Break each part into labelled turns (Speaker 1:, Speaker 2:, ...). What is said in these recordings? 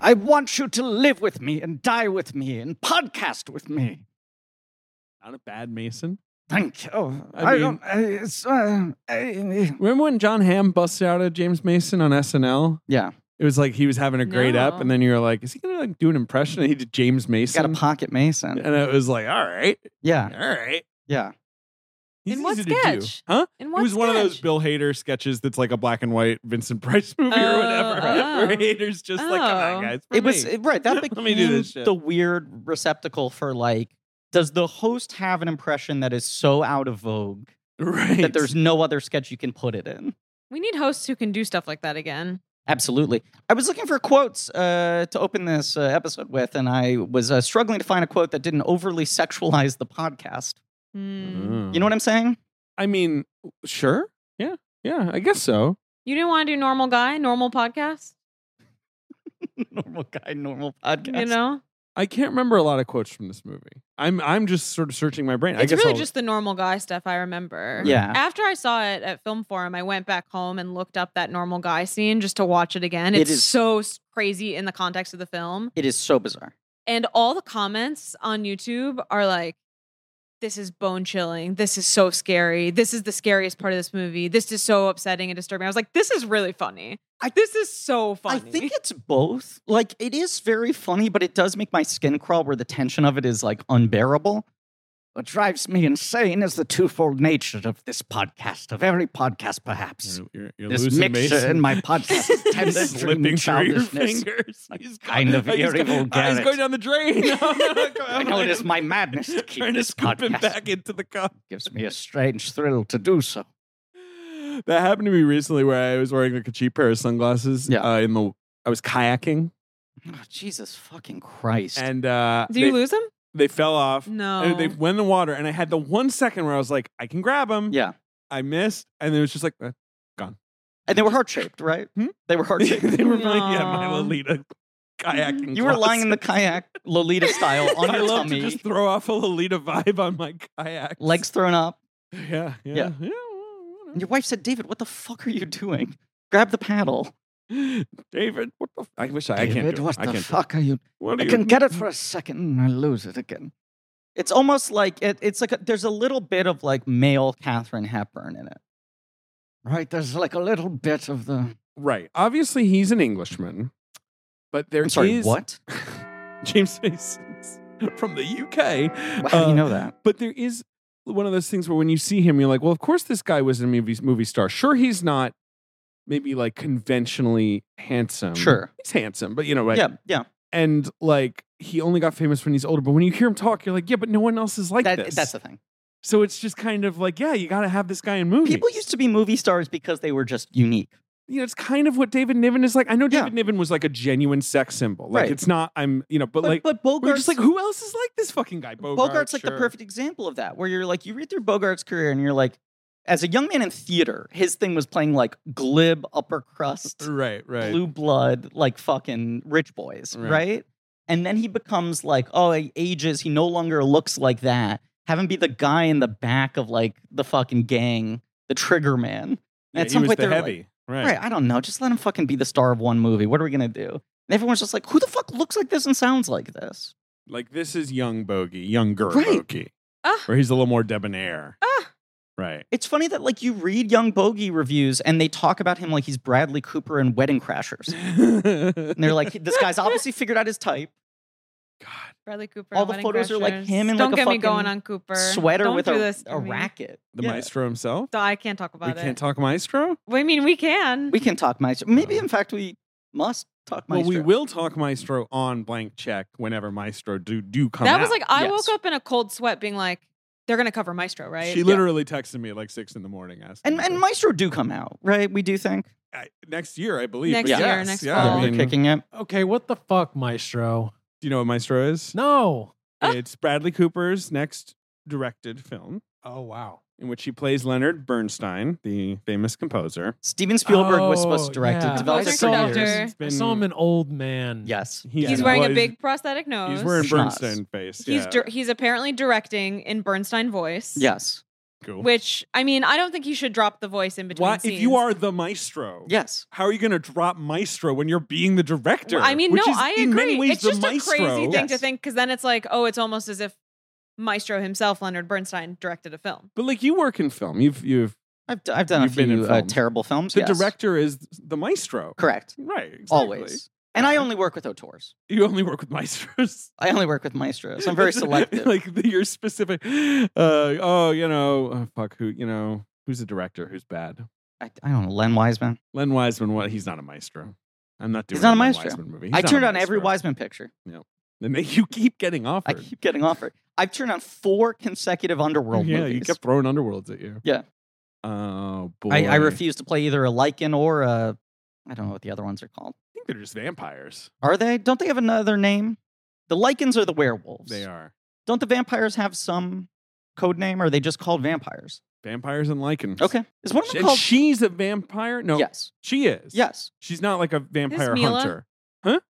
Speaker 1: I want you to live with me and die with me and podcast with me.
Speaker 2: Not a bad Mason.
Speaker 1: Thank you.
Speaker 2: Oh, I
Speaker 1: I,
Speaker 2: mean-
Speaker 1: don't. I, it's, uh, I-
Speaker 2: Remember when John Hamm busted out of James Mason on SNL?
Speaker 1: yeah,
Speaker 2: It was like he was having a great up,
Speaker 3: No.
Speaker 2: and then you were like, "Is he gonna like do an impression?" And he did James
Speaker 1: he's got a
Speaker 2: Mason,
Speaker 1: pocket mason.
Speaker 2: and it was like, "All right, all
Speaker 1: Yeah,
Speaker 2: right."
Speaker 1: yeah.
Speaker 2: He's
Speaker 3: In what
Speaker 2: easy to do.
Speaker 3: sketch?
Speaker 2: Huh?
Speaker 3: In
Speaker 2: it
Speaker 3: what
Speaker 2: was one of those
Speaker 3: sketch?
Speaker 2: Bill Hader sketches that's like a black and white Vincent Price movie or
Speaker 3: Oh,
Speaker 2: whatever.
Speaker 3: oh.
Speaker 2: Where Hader's just like, "Come on,
Speaker 3: Oh.
Speaker 2: guys." for
Speaker 1: It was
Speaker 2: me."
Speaker 1: it- right. That
Speaker 2: Let me do
Speaker 1: became
Speaker 2: this shit.
Speaker 1: the weird receptacle for like, does the host have an impression that is so out of vogue
Speaker 2: right.
Speaker 1: that there's no other sketch you can put it in?
Speaker 3: We need hosts who can do stuff like that again.
Speaker 1: Absolutely. I was looking for quotes uh, to open this uh, episode with, and I was uh, struggling to find a quote that didn't overly sexualize the podcast.
Speaker 3: Hmm.
Speaker 2: Mm.
Speaker 1: You know what I'm saying?
Speaker 2: I mean, sure. Yeah. Yeah. I guess so.
Speaker 3: You didn't want to do normal guy, normal podcast?
Speaker 1: normal guy, normal podcast.
Speaker 3: You know?
Speaker 2: I can't remember a lot of quotes from this movie. I'm I'm just sort of searching my brain. I
Speaker 3: It's
Speaker 2: guess
Speaker 3: really
Speaker 2: I'll-
Speaker 3: just the normal guy stuff I remember.
Speaker 1: Yeah.
Speaker 3: After I saw it at Film Forum, I went back home and looked up that normal guy scene just to watch it again.
Speaker 1: It
Speaker 3: It's
Speaker 1: is-
Speaker 3: so s- crazy in the context of the film.
Speaker 1: It is so bizarre.
Speaker 3: And all the comments on YouTube are like, this is bone chilling. This is so scary. This is the scariest part of this movie. This is so upsetting and disturbing. I was like, this is really funny.
Speaker 1: I-
Speaker 3: this is so
Speaker 1: I
Speaker 3: funny.
Speaker 1: think it's both. Like, it is very funny, but it does make my skin crawl where the tension of it is like unbearable. What drives me insane is the twofold nature of this podcast, of every podcast, perhaps.
Speaker 2: You're, you're, you're
Speaker 1: This
Speaker 2: losing
Speaker 1: mixture
Speaker 2: Mason.
Speaker 1: in my podcast is
Speaker 2: He's
Speaker 1: tender
Speaker 2: slipping through your
Speaker 1: childishness.
Speaker 2: fingers. He's
Speaker 1: kind of
Speaker 2: he's
Speaker 1: eerie
Speaker 2: go- Ah, he's
Speaker 1: vulgarity.
Speaker 2: going down the drain.
Speaker 1: I know it is my madness to keep
Speaker 2: Trying to
Speaker 1: this
Speaker 2: scoop him
Speaker 1: podcast.
Speaker 2: back into the cup.
Speaker 1: Gives me a strange thrill to do so.
Speaker 2: That happened to me recently, where I was wearing like a cheap pair of sunglasses.
Speaker 1: Yeah.
Speaker 2: Uh, in the I was kayaking,
Speaker 1: Oh, Jesus fucking Christ.
Speaker 2: and uh,
Speaker 3: Do you
Speaker 2: they,
Speaker 3: lose him?
Speaker 2: they fell off.
Speaker 3: No.
Speaker 2: And they went in the water, and I had the one second where I was like, I can grab them.
Speaker 1: yeah.
Speaker 2: I missed, and it was just like eh.
Speaker 1: And they were heart shaped, right?
Speaker 2: Hmm?
Speaker 1: They were heart shaped.
Speaker 2: they were really yeah, my
Speaker 3: No.
Speaker 2: Lolita kayaking.
Speaker 1: you were lying in the
Speaker 2: closet.
Speaker 1: kayak, Lolita style, on
Speaker 2: I
Speaker 1: your
Speaker 2: love
Speaker 1: tummy,
Speaker 2: to just throw off a Lolita vibe on my kayak.
Speaker 1: legs thrown up.
Speaker 2: Yeah, yeah, yeah.
Speaker 1: Yeah. And your wife said, David, what the fuck are you doing? Grab the paddle.
Speaker 2: David, what the? F- I wish I, I can't.
Speaker 1: David,
Speaker 2: do it.
Speaker 1: what
Speaker 2: I
Speaker 1: the
Speaker 2: can't do it.
Speaker 1: fuck are you
Speaker 2: What
Speaker 1: I
Speaker 2: are you-
Speaker 1: can get it for a second and I lose it again. It's almost like it, it's like a, there's a little bit of like male Catherine Hepburn in it, right? There's like a little bit of the.
Speaker 2: Right. Obviously, he's an Englishman, but there
Speaker 1: I'm sorry,
Speaker 2: is-
Speaker 1: what?
Speaker 2: James Mason's from the UK.
Speaker 1: How do
Speaker 2: Uh,
Speaker 1: you know that?
Speaker 2: But there is one of those things where when you see him, you're like, well, of course this guy was a movie movie star. Sure, he's not maybe like conventionally handsome.
Speaker 1: Sure.
Speaker 2: he's handsome, but you know, right?
Speaker 1: Yeah, yeah.
Speaker 2: And like he only got famous when he's older. But when you hear him talk, you're like, yeah, but no one else is like
Speaker 1: That,
Speaker 2: this.
Speaker 1: that's the thing.
Speaker 2: so it's just kind of like, yeah, you got to have this guy in movies.
Speaker 1: People used to be movie stars because they were just unique.
Speaker 2: you know, it's kind of what David Niven is like. I know
Speaker 1: Yeah.
Speaker 2: David Niven was like a genuine sex symbol. Like
Speaker 1: Right.
Speaker 2: it's not. I'm you know, but,
Speaker 1: But,
Speaker 2: like.
Speaker 1: but
Speaker 2: we're
Speaker 1: Bogart's
Speaker 2: just like, who else is like this fucking guy? Bogart,
Speaker 1: Bogart's like the
Speaker 2: sure.
Speaker 1: perfect example of that, where you're like, you read through Bogart's career and you're like, as a young man in theater, his thing was playing like glib upper crust
Speaker 2: Right, right.
Speaker 1: blue blood like fucking rich boys,
Speaker 2: Right.
Speaker 1: right? And then he becomes like, oh, he ages. He no longer looks like that. Have him be the guy in the back of like the fucking gang, the trigger man.
Speaker 2: Yeah,
Speaker 1: at
Speaker 2: he
Speaker 1: some
Speaker 2: was
Speaker 1: point
Speaker 2: the
Speaker 1: they were like,
Speaker 2: heavy. right.
Speaker 1: Right. I don't know. Just let him fucking be the star of one movie. What are we gonna do? And everyone's just like, who the fuck looks like this and sounds like this?
Speaker 2: Like this is young Bogey, younger
Speaker 1: Right.
Speaker 2: Bogey,
Speaker 3: Ah.
Speaker 2: where he's a little more debonair.
Speaker 3: Ah.
Speaker 2: Right.
Speaker 1: It's funny that like you read Young Bogey reviews and they talk about him like he's Bradley Cooper in Wedding Crashers. And they're like, this guy's obviously figured out his type.
Speaker 2: God,
Speaker 3: Bradley Cooper.
Speaker 1: All the
Speaker 3: and Wedding
Speaker 1: photos are like
Speaker 3: Crashers.
Speaker 1: him in,
Speaker 3: Don't
Speaker 1: like, a
Speaker 3: get me going
Speaker 1: fucking
Speaker 3: on Cooper.
Speaker 1: Sweater
Speaker 3: Don't
Speaker 1: with
Speaker 3: do
Speaker 1: a,
Speaker 3: this to
Speaker 1: a
Speaker 3: me.
Speaker 1: racket.
Speaker 2: the
Speaker 1: Yeah.
Speaker 2: maestro himself.
Speaker 3: So I can't talk about
Speaker 2: We
Speaker 3: it.
Speaker 2: can't talk maestro.
Speaker 3: Well, I mean, we can.
Speaker 1: We can talk maestro. Maybe, in fact, we must talk maestro.
Speaker 2: Well, we will talk maestro on blank check whenever maestro do do come.
Speaker 3: that was
Speaker 2: out.
Speaker 3: like I
Speaker 1: Yes.
Speaker 3: woke up in a cold sweat, being like, "They're gonna cover Maestro, right?"
Speaker 2: she literally texted me at like six in the morning asking.
Speaker 1: And,
Speaker 2: me
Speaker 1: and
Speaker 2: to-
Speaker 1: maestro do come out, right? We do think.
Speaker 2: I- next year, I believe.
Speaker 3: Next
Speaker 2: but
Speaker 3: year,
Speaker 2: yes,
Speaker 3: next
Speaker 2: yeah,
Speaker 3: fall.
Speaker 2: I
Speaker 1: they're
Speaker 2: mean,
Speaker 1: kicking it.
Speaker 4: Okay, what the fuck, Maestro?
Speaker 2: Do you know what maestro is?
Speaker 4: No.
Speaker 3: Ah.
Speaker 2: It's Bradley Cooper's next directed film.
Speaker 4: Oh wow.
Speaker 2: in which he plays Leonard Bernstein, the famous composer.
Speaker 1: Steven Spielberg was supposed to
Speaker 4: Oh,
Speaker 1: direct
Speaker 4: yeah.
Speaker 1: it. Developed it
Speaker 3: Composer,
Speaker 1: for
Speaker 3: conductor.
Speaker 1: years.
Speaker 3: It's
Speaker 4: I saw him an old man.
Speaker 1: Yes.
Speaker 2: He's,
Speaker 3: he's
Speaker 1: Yeah.
Speaker 3: wearing a
Speaker 2: well,
Speaker 3: big prosthetic nose.
Speaker 2: He's, he's wearing
Speaker 1: Schnoz.
Speaker 2: Bernstein face.
Speaker 3: He's
Speaker 2: yeah.
Speaker 3: dir- he's apparently directing in Bernstein voice.
Speaker 1: Yes.
Speaker 2: Cool.
Speaker 3: Which I mean, I don't think he should drop the voice in between.
Speaker 2: Why, if you
Speaker 3: scenes.
Speaker 2: are the maestro,
Speaker 1: Yes.
Speaker 2: how are you going to drop maestro when you're being the director?
Speaker 3: Well, I mean,
Speaker 2: Which
Speaker 3: no,
Speaker 2: is
Speaker 3: I agree.
Speaker 2: in many ways
Speaker 3: it's
Speaker 2: the
Speaker 3: just
Speaker 2: maestro.
Speaker 3: a crazy thing to
Speaker 1: Yes.
Speaker 3: think because then it's like, oh, it's almost as if Maestro himself, Leonard Bernstein, directed a film.
Speaker 2: But like you work in film, you've you've
Speaker 1: I've, d- I've done
Speaker 2: You've
Speaker 1: a
Speaker 2: been in
Speaker 1: few uh,
Speaker 2: films.
Speaker 1: terrible films.
Speaker 2: the
Speaker 1: yes.
Speaker 2: director is the maestro,
Speaker 1: Correct.
Speaker 2: right? Exactly.
Speaker 1: Always. And I only work with auteurs.
Speaker 2: You only work with maestros.
Speaker 1: I only work with maestros. I'm very
Speaker 2: It's
Speaker 1: selective.
Speaker 2: like the, your specific. Uh, oh, you know, oh, fuck who? You know, who's the director? Who's bad?
Speaker 1: I, I don't know. Len Wiseman.
Speaker 2: Len Wiseman. What? He's not a maestro. I'm not doing.
Speaker 1: not a
Speaker 2: Len
Speaker 1: maestro.
Speaker 2: Wiseman movie.
Speaker 1: I
Speaker 2: He's not
Speaker 1: turned
Speaker 2: a
Speaker 1: on every
Speaker 2: maestro.
Speaker 1: Wiseman picture.
Speaker 2: And they, you keep getting
Speaker 1: I
Speaker 2: offered.
Speaker 1: keep getting offered. I've turned on four consecutive Underworld
Speaker 2: yeah,
Speaker 1: movies.
Speaker 2: you kept throwing underworlds at you.
Speaker 1: Yeah.
Speaker 2: Oh boy.
Speaker 1: I, I refuse to play either a Lycan or a. I don't know what the other ones are called.
Speaker 2: I think they're just vampires.
Speaker 1: Are they? Don't they have another name? The Lycans are the werewolves.
Speaker 2: They are
Speaker 1: Don't the vampires have some code name? Or are they just called vampires?
Speaker 2: vampires and lichens.
Speaker 1: Okay. Is one of
Speaker 2: Sh-
Speaker 1: them
Speaker 2: And
Speaker 1: called?
Speaker 2: she's a vampire. No,
Speaker 1: Yes.
Speaker 2: she is.
Speaker 1: Yes.
Speaker 2: She's not like a vampire
Speaker 3: Mila?
Speaker 2: hunter.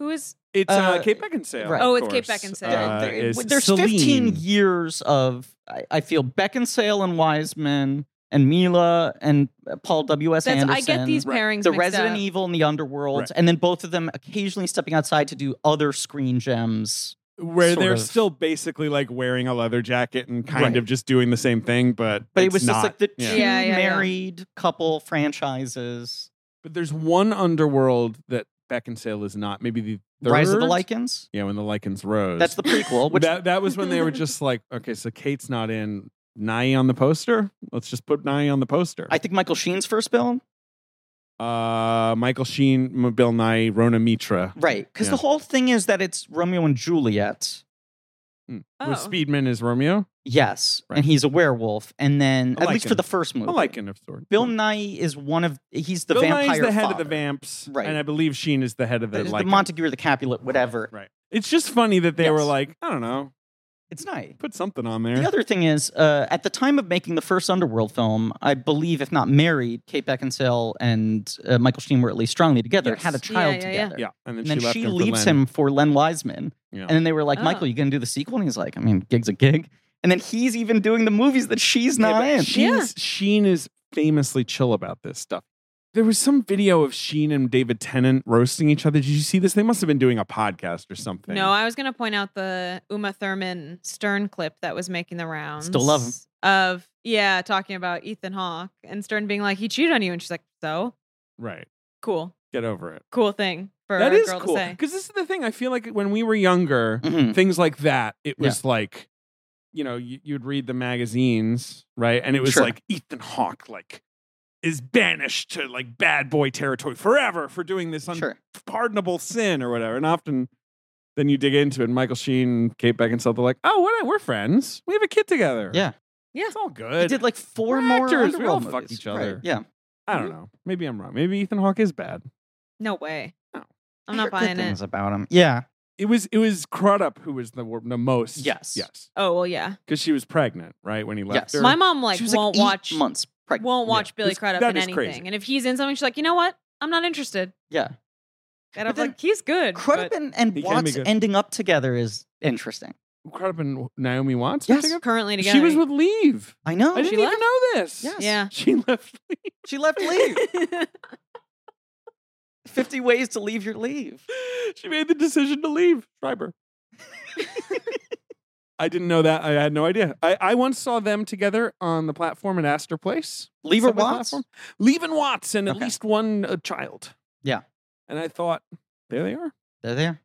Speaker 3: Who is?
Speaker 2: It's uh,
Speaker 1: Uh,
Speaker 2: Kate Beckinsale.
Speaker 1: right.
Speaker 2: of
Speaker 3: Oh, it's Kate
Speaker 2: course.
Speaker 3: Beckinsale.
Speaker 1: There-
Speaker 2: Uh,
Speaker 1: there-
Speaker 2: is
Speaker 1: there's
Speaker 2: Celine.
Speaker 1: 15 years of I, I feel Beckinsale and Wiseman and Mila and uh, Paul W S
Speaker 3: That's,
Speaker 1: Anderson.
Speaker 3: I get these
Speaker 2: Right.
Speaker 3: pairings.
Speaker 1: the
Speaker 3: mixed
Speaker 1: Resident
Speaker 3: up.
Speaker 1: Evil and the Underworld,
Speaker 2: Right.
Speaker 1: and then both of them occasionally stepping outside to do other screen gems.
Speaker 2: where
Speaker 1: sort
Speaker 2: they're
Speaker 1: of-
Speaker 2: still basically like wearing a leather jacket and kind
Speaker 1: Right.
Speaker 2: of just doing the same thing, but
Speaker 1: But it
Speaker 2: it's
Speaker 1: was
Speaker 2: not.
Speaker 1: just like the two
Speaker 2: Yeah.
Speaker 3: Yeah, yeah, yeah.
Speaker 1: married couple franchises.
Speaker 2: But there's one underworld that Beckinsale is not. Maybe the third?
Speaker 1: Rise of the Lycans.
Speaker 2: Yeah, when the lichens rose.
Speaker 1: That's the prequel. Which
Speaker 2: that that was when they were just like, okay, so Kate's not in. Nye on the poster. Let's just put Nye on the poster.
Speaker 1: I think Michael Sheen's first film.
Speaker 2: uh, Michael Sheen, M- Bill Nye, Rona Mitra.
Speaker 1: Right. Because
Speaker 2: Yeah.
Speaker 1: the whole thing is that it's Romeo and Juliet.
Speaker 3: Oh.
Speaker 2: Was Speedman is Romeo?
Speaker 1: Yes.
Speaker 2: Right.
Speaker 1: And he's a werewolf. And then,
Speaker 2: A
Speaker 1: at least for
Speaker 2: Lycan.
Speaker 1: the first
Speaker 2: A
Speaker 1: movie.
Speaker 2: lichen of sort.
Speaker 1: Oh, Bill Nye is one of he's the
Speaker 2: Bill
Speaker 1: vampire.
Speaker 2: Nye's the head of
Speaker 1: father.
Speaker 2: the vamps,
Speaker 1: Right.
Speaker 2: And I believe Sheen is the head of the,
Speaker 1: The, the
Speaker 2: lycan.
Speaker 1: Montague or the Capulet, whatever.
Speaker 2: Right. It's just funny that they were
Speaker 1: Yes.
Speaker 2: like, I don't know,
Speaker 1: It's Nye.
Speaker 2: put something on there.
Speaker 1: The other thing is, uh, at the time of making the first Underworld film, I believe, if not married, Kate Beckinsale and uh, Michael Sheen were at least strongly together.
Speaker 2: Yes.
Speaker 1: Had a
Speaker 3: Yeah,
Speaker 1: child
Speaker 3: yeah, yeah.
Speaker 1: together.
Speaker 2: yeah, and then
Speaker 1: And
Speaker 2: she,
Speaker 1: then
Speaker 2: left
Speaker 1: she
Speaker 2: him for
Speaker 1: leaves
Speaker 2: Len.
Speaker 1: him for Len Wiseman.
Speaker 2: Yeah.
Speaker 1: And then they were like,
Speaker 3: Oh.
Speaker 1: Michael, you going to do the sequel? And he's like, I mean, gig's a gig. And then he's even doing the movies that she's
Speaker 2: Yeah,
Speaker 1: not
Speaker 2: but
Speaker 1: in.
Speaker 2: Sheen's, Sheen is famously chill about this stuff. There was some video of Sheen and David Tennant roasting each other. Did you see this? They must have been doing a podcast or something.
Speaker 3: No, I was going to point out the Uma Thurman Stern clip that was making the rounds.
Speaker 1: Still love him.
Speaker 3: Of yeah, talking about Ethan Hawke and Stern being like, he cheated on you, and she's like, so
Speaker 2: right.
Speaker 3: cool,
Speaker 2: Get over it.
Speaker 3: cool thing for
Speaker 2: that
Speaker 3: a
Speaker 2: is
Speaker 3: girl
Speaker 2: cool.
Speaker 3: to say.
Speaker 2: Because this is the thing. I feel like when we were younger,
Speaker 1: Mhm.
Speaker 2: things like that, it
Speaker 1: Yeah.
Speaker 2: was like, you know, you, you'd read the magazines, right? And it was
Speaker 1: Sure.
Speaker 2: like Ethan Hawke, like, is banished to like bad boy territory forever for doing this
Speaker 1: Sure.
Speaker 2: unpardonable sin or whatever. And often, then you dig into it. And Michael Sheen, Kate Beckinsale, they're like, oh, what? We're friends. We have a kid together.
Speaker 1: Yeah.
Speaker 3: Yeah.
Speaker 2: it's all good.
Speaker 1: He did like four
Speaker 2: We're
Speaker 1: more
Speaker 2: actors. We all
Speaker 1: Underworld
Speaker 2: fuck
Speaker 1: movies.
Speaker 2: each other.
Speaker 1: Right, Yeah.
Speaker 2: I don't know. Maybe I'm wrong. Maybe Ethan Hawke is bad.
Speaker 3: No way.
Speaker 2: No.
Speaker 3: I'm
Speaker 1: I heard
Speaker 3: not
Speaker 1: Oh. good
Speaker 3: buying
Speaker 1: things
Speaker 3: it.
Speaker 1: about him. Yeah.
Speaker 2: It was it was Crudup who was the, wor- the most.
Speaker 1: Yes.
Speaker 2: yes.
Speaker 3: Oh well, yeah.
Speaker 2: because she was pregnant, right? When he
Speaker 1: Yes.
Speaker 2: left her.
Speaker 3: My mom like
Speaker 1: she was
Speaker 3: won't
Speaker 1: like eight
Speaker 3: watch
Speaker 1: months pregnant.
Speaker 3: won't
Speaker 2: Yeah.
Speaker 3: watch Billy
Speaker 2: This-
Speaker 3: Crudup
Speaker 2: that
Speaker 3: in
Speaker 2: is
Speaker 3: anything.
Speaker 2: crazy.
Speaker 3: And if he's in something, she's like, you know what? I'm not interested.
Speaker 1: yeah.
Speaker 3: And
Speaker 1: But
Speaker 3: I'm
Speaker 1: then
Speaker 3: like, he's good.
Speaker 1: Crudup
Speaker 3: but
Speaker 1: and, and
Speaker 2: He can be
Speaker 1: Watts
Speaker 2: good.
Speaker 1: ending up together is interesting.
Speaker 2: Crudup and Naomi Watts.
Speaker 1: Yes.
Speaker 2: together?
Speaker 3: currently together.
Speaker 2: She was with Leave.
Speaker 1: I know.
Speaker 2: I didn't
Speaker 1: she,
Speaker 2: even
Speaker 3: left?
Speaker 2: know this.
Speaker 1: Yes.
Speaker 3: Yeah.
Speaker 2: She left. Leave.
Speaker 1: she left leave. 50 ways to leave your leave.
Speaker 2: She made the decision to leave. Schreiber. I didn't know that. I had no idea. I, I once saw them together on the platform at Astor Place.
Speaker 1: Leave her
Speaker 2: subway
Speaker 1: Watts?
Speaker 2: platform. Leave and Watts and at
Speaker 1: Okay.
Speaker 2: least one uh, child.
Speaker 1: Yeah.
Speaker 2: And I thought, there they are.
Speaker 1: They're there.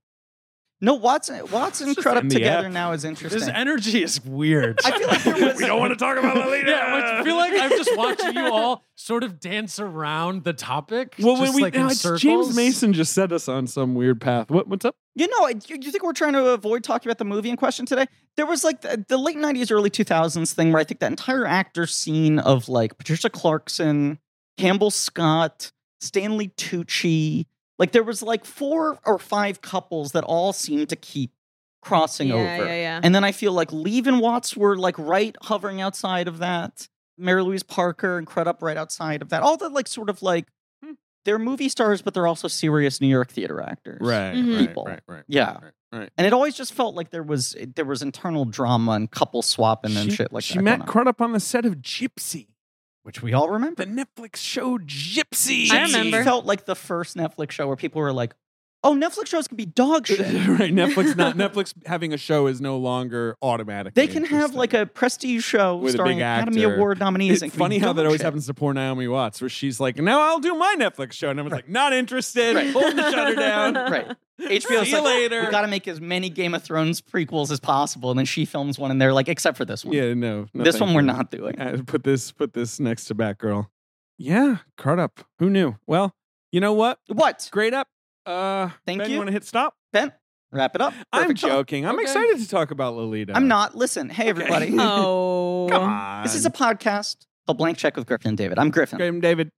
Speaker 1: No, Watson Watson
Speaker 2: Just
Speaker 1: Crudup
Speaker 2: end the
Speaker 1: together
Speaker 2: app.
Speaker 1: now is interesting.
Speaker 4: This energy is weird.
Speaker 1: I feel like there was- We don't
Speaker 2: want to talk about that later.
Speaker 4: yeah, I feel like I'm just watching you all sort of dance around the topic.
Speaker 2: Well, when
Speaker 4: just
Speaker 2: we
Speaker 4: like in
Speaker 2: now, it's James
Speaker 4: circles.
Speaker 2: Mason just set us on some weird path. What what's up?
Speaker 1: you know, I- you, you think we're trying to avoid talking about the movie in question today? There was like the, the late 90s, early 2000s thing where I think that entire actor scene of like Patricia Clarkson, Campbell Scott, Stanley Tucci, like there was like four or five couples that all seemed to keep crossing
Speaker 3: yeah,
Speaker 1: over.
Speaker 3: yeah, yeah.
Speaker 1: And then I feel like Leave and Watts were like right hovering
Speaker 3: Hmm.
Speaker 1: outside of that. Mary Louise Parker and Crudup right outside of that. All the like sort of like they're movie stars, but they're also serious New York theater actors.
Speaker 2: Right,
Speaker 3: Mhm.
Speaker 2: right,
Speaker 1: People.
Speaker 2: right, right.
Speaker 1: Yeah.
Speaker 2: Right, right.
Speaker 1: And it always just felt like there was there was internal drama and couple swapping and
Speaker 2: she,
Speaker 1: shit like
Speaker 2: she
Speaker 1: that. going
Speaker 2: met
Speaker 1: on,
Speaker 2: Crudup on the set of Gypsy,
Speaker 1: which we all remember.
Speaker 2: the Netflix show Gypsy.
Speaker 3: I
Speaker 1: Gypsy
Speaker 3: remember.
Speaker 1: felt like the first Netflix show where people were like, "Oh, Netflix shows can be dog shit."
Speaker 2: right, Netflix not Netflix having a show is no longer automatic.
Speaker 1: They can have like a prestige show
Speaker 2: With a
Speaker 1: starring
Speaker 2: big
Speaker 1: Academy
Speaker 2: actor.
Speaker 1: Award nominees.
Speaker 2: It's
Speaker 1: and it can be
Speaker 2: funny how
Speaker 1: dog
Speaker 2: that always
Speaker 1: shit.
Speaker 2: happens to poor Naomi Watts, where she's like, "Now I'll do my Netflix show," and I was
Speaker 1: Right.
Speaker 2: like, "Not interested.
Speaker 1: Right.
Speaker 2: Hold the shutter down."
Speaker 1: Right. HBO's
Speaker 2: See you
Speaker 1: like,
Speaker 2: later.
Speaker 1: we got to make as many Game of Thrones prequels as possible, and then she films one, and they're like, "Except for this one.
Speaker 2: Yeah, no, no
Speaker 1: this
Speaker 2: thank
Speaker 1: one we're
Speaker 2: you.
Speaker 1: not doing."
Speaker 2: Uh, put this, put this next to Batgirl. Yeah, card up. Who knew? Well, you know what?
Speaker 1: What?
Speaker 2: Great up. Uh,
Speaker 1: Thank
Speaker 2: ben,
Speaker 1: you.
Speaker 2: You want to hit stop?
Speaker 1: Ben, wrap it up.
Speaker 2: I'm
Speaker 1: Perfect time.
Speaker 2: joking. I'm
Speaker 4: Okay.
Speaker 2: excited to talk about Lolita.
Speaker 1: I'm not. Listen, hey
Speaker 2: Okay.
Speaker 1: everybody.
Speaker 3: Oh.
Speaker 2: Come on.
Speaker 1: This is a podcast called Blank Check with Griffin and David. I'm Griffin.
Speaker 2: Graham David.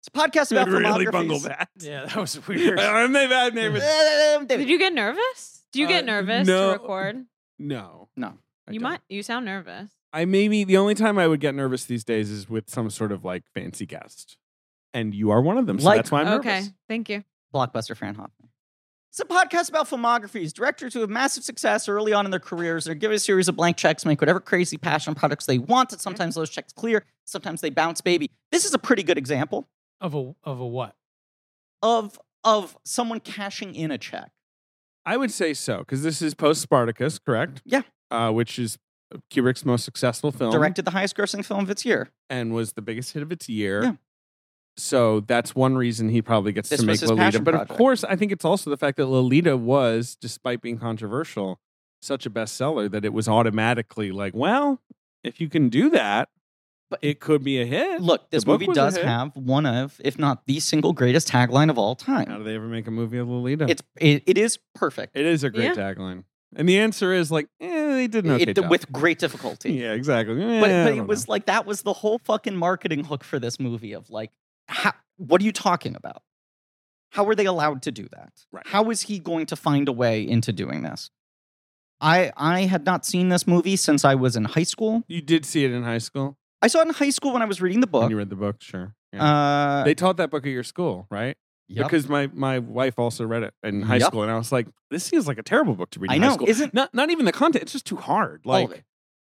Speaker 1: It's a podcast
Speaker 2: I
Speaker 1: about
Speaker 2: really
Speaker 1: filmographies.
Speaker 2: bungled that.
Speaker 4: Yeah, that was weird.
Speaker 2: I'm David. I'm David.
Speaker 1: Uh, David.
Speaker 3: Did you get nervous? Do you
Speaker 2: Uh,
Speaker 3: get nervous
Speaker 2: no.
Speaker 3: to record?
Speaker 2: No.
Speaker 1: No.
Speaker 2: I
Speaker 3: you
Speaker 2: don't.
Speaker 3: might. You sound nervous.
Speaker 2: I maybe the only time I would get nervous these days is with some sort of like fancy guest. And you are one of them. So
Speaker 1: Like-
Speaker 2: that's why I'm
Speaker 3: okay.
Speaker 2: nervous.
Speaker 3: Thank you.
Speaker 1: Blockbuster Fran Hoffman. It's a podcast about filmographies. Directors who have massive success early on in their careers are given a series of blank checks, make whatever crazy passion products they want, and sometimes those checks clear, sometimes they bounce baby. This is a pretty good example
Speaker 4: Of a of a what?
Speaker 1: of of someone cashing in a check.
Speaker 2: I would say so, because this is post Spartacus, correct?
Speaker 1: Yeah.
Speaker 2: Uh, which is Kubrick's most successful film.
Speaker 1: Directed the highest grossing film of its year.
Speaker 2: and was the biggest hit of its year.
Speaker 1: Yeah.
Speaker 2: So that's one reason he probably gets
Speaker 1: This
Speaker 2: to
Speaker 1: was
Speaker 2: make
Speaker 1: his
Speaker 2: Lolita.
Speaker 1: passion
Speaker 2: But of
Speaker 1: project.
Speaker 2: course, I think it's also the fact that Lolita was, despite being controversial, such a bestseller that it was automatically like, well, if you can do that,
Speaker 1: But-
Speaker 2: it could be a hit.
Speaker 1: Look, this
Speaker 2: The book
Speaker 1: movie
Speaker 2: was a
Speaker 1: does
Speaker 2: hit.
Speaker 1: have one of, if not the single greatest tagline of all
Speaker 2: How do
Speaker 1: time.
Speaker 2: they ever make a movie of Lolita?
Speaker 1: It's it, it is perfect.
Speaker 2: it is a great tagline, and the answer is like, eh, they did an okay
Speaker 1: It-
Speaker 2: job.
Speaker 1: with great difficulty.
Speaker 2: yeah, exactly.
Speaker 1: but,
Speaker 2: Eh, I
Speaker 1: but
Speaker 2: don't know.
Speaker 1: it was like that was the whole fucking marketing hook for this movie of like how, what are you talking about how were they allowed to do that
Speaker 2: Right.
Speaker 1: how is he going to find a way into doing this i i had not seen this movie since i was in high school
Speaker 2: you did see it in high school.
Speaker 1: i saw it in high school when i was reading the
Speaker 2: When
Speaker 1: book
Speaker 2: you read the book, sure. Yeah.
Speaker 1: uh,
Speaker 2: they taught that book at your school, right?
Speaker 1: yep.
Speaker 2: because my my wife also read it in high
Speaker 1: Yep.
Speaker 2: school, and I was like, "This seems like a terrible book to read."
Speaker 1: i
Speaker 2: in high
Speaker 1: know
Speaker 2: school.
Speaker 1: isn't
Speaker 2: not not even the content; it's just too hard.
Speaker 1: All of
Speaker 2: Like,
Speaker 1: it.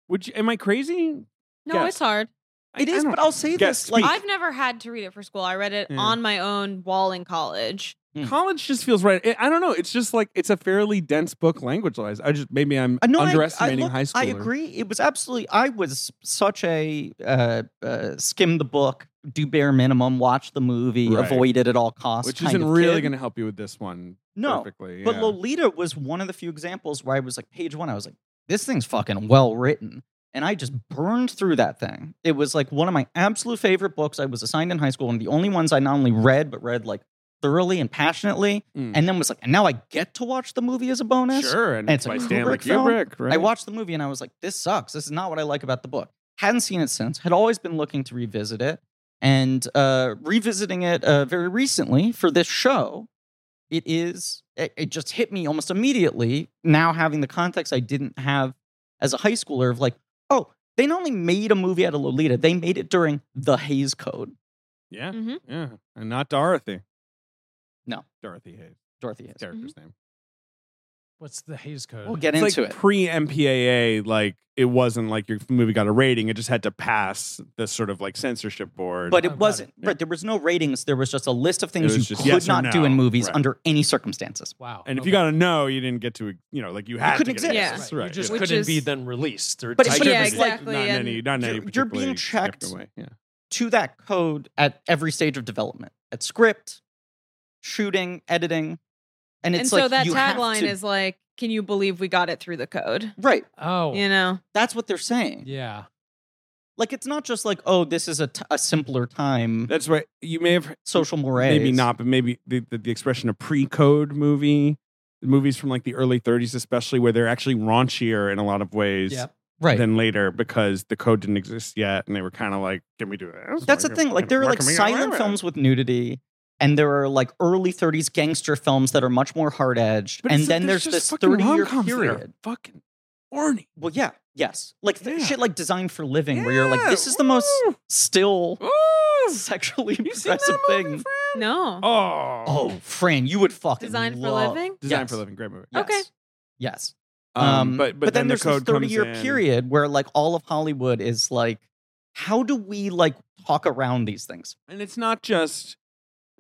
Speaker 2: would you, am I crazy?
Speaker 3: No,
Speaker 2: Guess.
Speaker 3: it's hard.
Speaker 2: I-
Speaker 1: it
Speaker 2: I
Speaker 1: is
Speaker 2: don't-
Speaker 1: but i'll say
Speaker 2: Guess,
Speaker 1: this like
Speaker 2: speak.
Speaker 3: I've never had to read it for school. I read it
Speaker 2: Yeah.
Speaker 3: on my own while in college.
Speaker 1: Mm.
Speaker 2: college just feels right. I- I don't know. It's just like it's a fairly dense book language wise. I just maybe I'm
Speaker 1: Uh, no, I- I
Speaker 2: underestimating
Speaker 1: looked-
Speaker 2: high school.
Speaker 1: I agree. It was absolutely. I was such a uh, uh, skim the book, do bare minimum, watch the movie,
Speaker 2: Right.
Speaker 1: avoid it at all costs.
Speaker 2: which
Speaker 1: kind
Speaker 2: isn't
Speaker 1: of
Speaker 2: really
Speaker 1: kid.
Speaker 2: going to help you with this one.
Speaker 1: No,
Speaker 2: perfectly.
Speaker 1: but
Speaker 2: yeah.
Speaker 1: Lolita was one of the few examples where I was like, page one, I was like, this thing's fucking well written. And I just burned through that thing. It was like one of my absolute favorite books I was assigned in high school, one of the only ones I not only read, but read like thoroughly and passionately.
Speaker 2: Mm.
Speaker 1: And then was like, and now I get to watch the movie as a bonus.
Speaker 2: sure, and,
Speaker 1: and
Speaker 2: it's
Speaker 1: it's a
Speaker 2: by Stanley
Speaker 1: Kubrick film.
Speaker 2: Kubrick. Right?
Speaker 1: I watched the movie and I was like, this sucks. This is not what I like about the book. Hadn't seen it since, had always been looking to revisit it. And uh, revisiting it uh, very recently for this show, it is, it, it just hit me almost immediately. Now, having the context I didn't have as a high schooler of like, oh, they not only made a movie out of Lolita, they made it during the Hayes Code,
Speaker 2: Yeah,
Speaker 3: Mhm.
Speaker 2: yeah, and not Dorothy.
Speaker 1: Mm-hmm. No. Mm-hmm.
Speaker 2: Dorothy Hayes,
Speaker 1: Dorothy Hayes.
Speaker 2: character's name.
Speaker 4: What's the Hayes code?
Speaker 1: We'll get
Speaker 2: it's
Speaker 1: into
Speaker 2: like
Speaker 1: it.
Speaker 2: Pre MPAA, like it wasn't like your movie got a rating; it just had to pass the sort of like censorship board.
Speaker 1: But
Speaker 4: Oh, got
Speaker 1: it
Speaker 4: it.
Speaker 1: wasn't,
Speaker 2: Yeah.
Speaker 1: right? There was no ratings. There was just a list of
Speaker 2: was
Speaker 1: things you
Speaker 2: just
Speaker 1: could
Speaker 2: yes or
Speaker 1: not do
Speaker 2: no,
Speaker 1: in movies
Speaker 2: right.
Speaker 1: under any circumstances.
Speaker 4: wow.
Speaker 2: and if
Speaker 4: okay.
Speaker 2: you got a no, you didn't get to you know like you had
Speaker 1: couldn't
Speaker 2: to get a
Speaker 3: exist.
Speaker 2: yes,
Speaker 4: right, you
Speaker 2: right,
Speaker 4: just
Speaker 2: yeah.
Speaker 3: Which
Speaker 4: couldn't be
Speaker 3: is-
Speaker 4: then released. Or
Speaker 1: But
Speaker 4: typed
Speaker 1: it's-
Speaker 4: in
Speaker 1: yeah,
Speaker 4: as,
Speaker 1: exactly.
Speaker 2: Not in
Speaker 3: and
Speaker 2: any, not in
Speaker 1: you're-
Speaker 2: any
Speaker 1: you're being
Speaker 2: particularly
Speaker 1: checked.
Speaker 2: significant Way. Yeah.
Speaker 1: to that code at every stage of development at script shooting editing and it's like
Speaker 3: and so that
Speaker 1: you have
Speaker 3: tagline
Speaker 1: to-
Speaker 3: is like, "Can you believe we got it through the code?"
Speaker 1: right
Speaker 4: Oh,
Speaker 3: You know.
Speaker 1: that's what they're saying
Speaker 4: yeah.
Speaker 1: like it's not just like oh this is a, t- a simpler time
Speaker 2: That's right. You may have
Speaker 1: social mores
Speaker 2: maybe not, but maybe the, the, the expression of pre-code movie, movies from like the early 30s, especially where they're actually raunchier in a lot of ways
Speaker 4: Yep.
Speaker 1: right
Speaker 2: than later because the code didn't exist yet, and they were kind of like, "Can we do this?"
Speaker 1: that's the
Speaker 2: Why
Speaker 1: thing
Speaker 2: can-
Speaker 1: like there are
Speaker 2: why
Speaker 1: like
Speaker 2: can we get away
Speaker 1: silent
Speaker 2: with it?
Speaker 1: films with nudity and there are like early 30s gangster films that are much more hard-edged
Speaker 2: But
Speaker 1: and
Speaker 2: it's like
Speaker 1: then there's
Speaker 2: just
Speaker 1: this
Speaker 2: fucking
Speaker 1: 30 year
Speaker 2: rom-coms that are
Speaker 1: period
Speaker 2: Fucking horny.
Speaker 1: well yeah yes like th-
Speaker 2: Yeah.
Speaker 1: shit like design for living where you're like
Speaker 2: Yeah,
Speaker 1: this is the most
Speaker 2: woo,
Speaker 1: still
Speaker 2: woo.
Speaker 1: sexually
Speaker 2: You seen that
Speaker 1: impressive
Speaker 2: movie,
Speaker 1: thing.
Speaker 3: No.
Speaker 2: Oh.
Speaker 1: Oh, Fran, you would fucking
Speaker 3: Design for
Speaker 1: love-
Speaker 3: Living?
Speaker 2: Design
Speaker 1: Yes.
Speaker 2: for a Living, great movie.
Speaker 1: Yes.
Speaker 3: Okay.
Speaker 1: Yes.
Speaker 2: Um,
Speaker 1: Um,
Speaker 2: but, but
Speaker 1: then,
Speaker 2: the
Speaker 1: there's
Speaker 2: code
Speaker 1: this
Speaker 2: comes
Speaker 1: year
Speaker 2: in.
Speaker 1: period where like all of Hollywood is like, how do we like talk around these things?
Speaker 2: and it's not just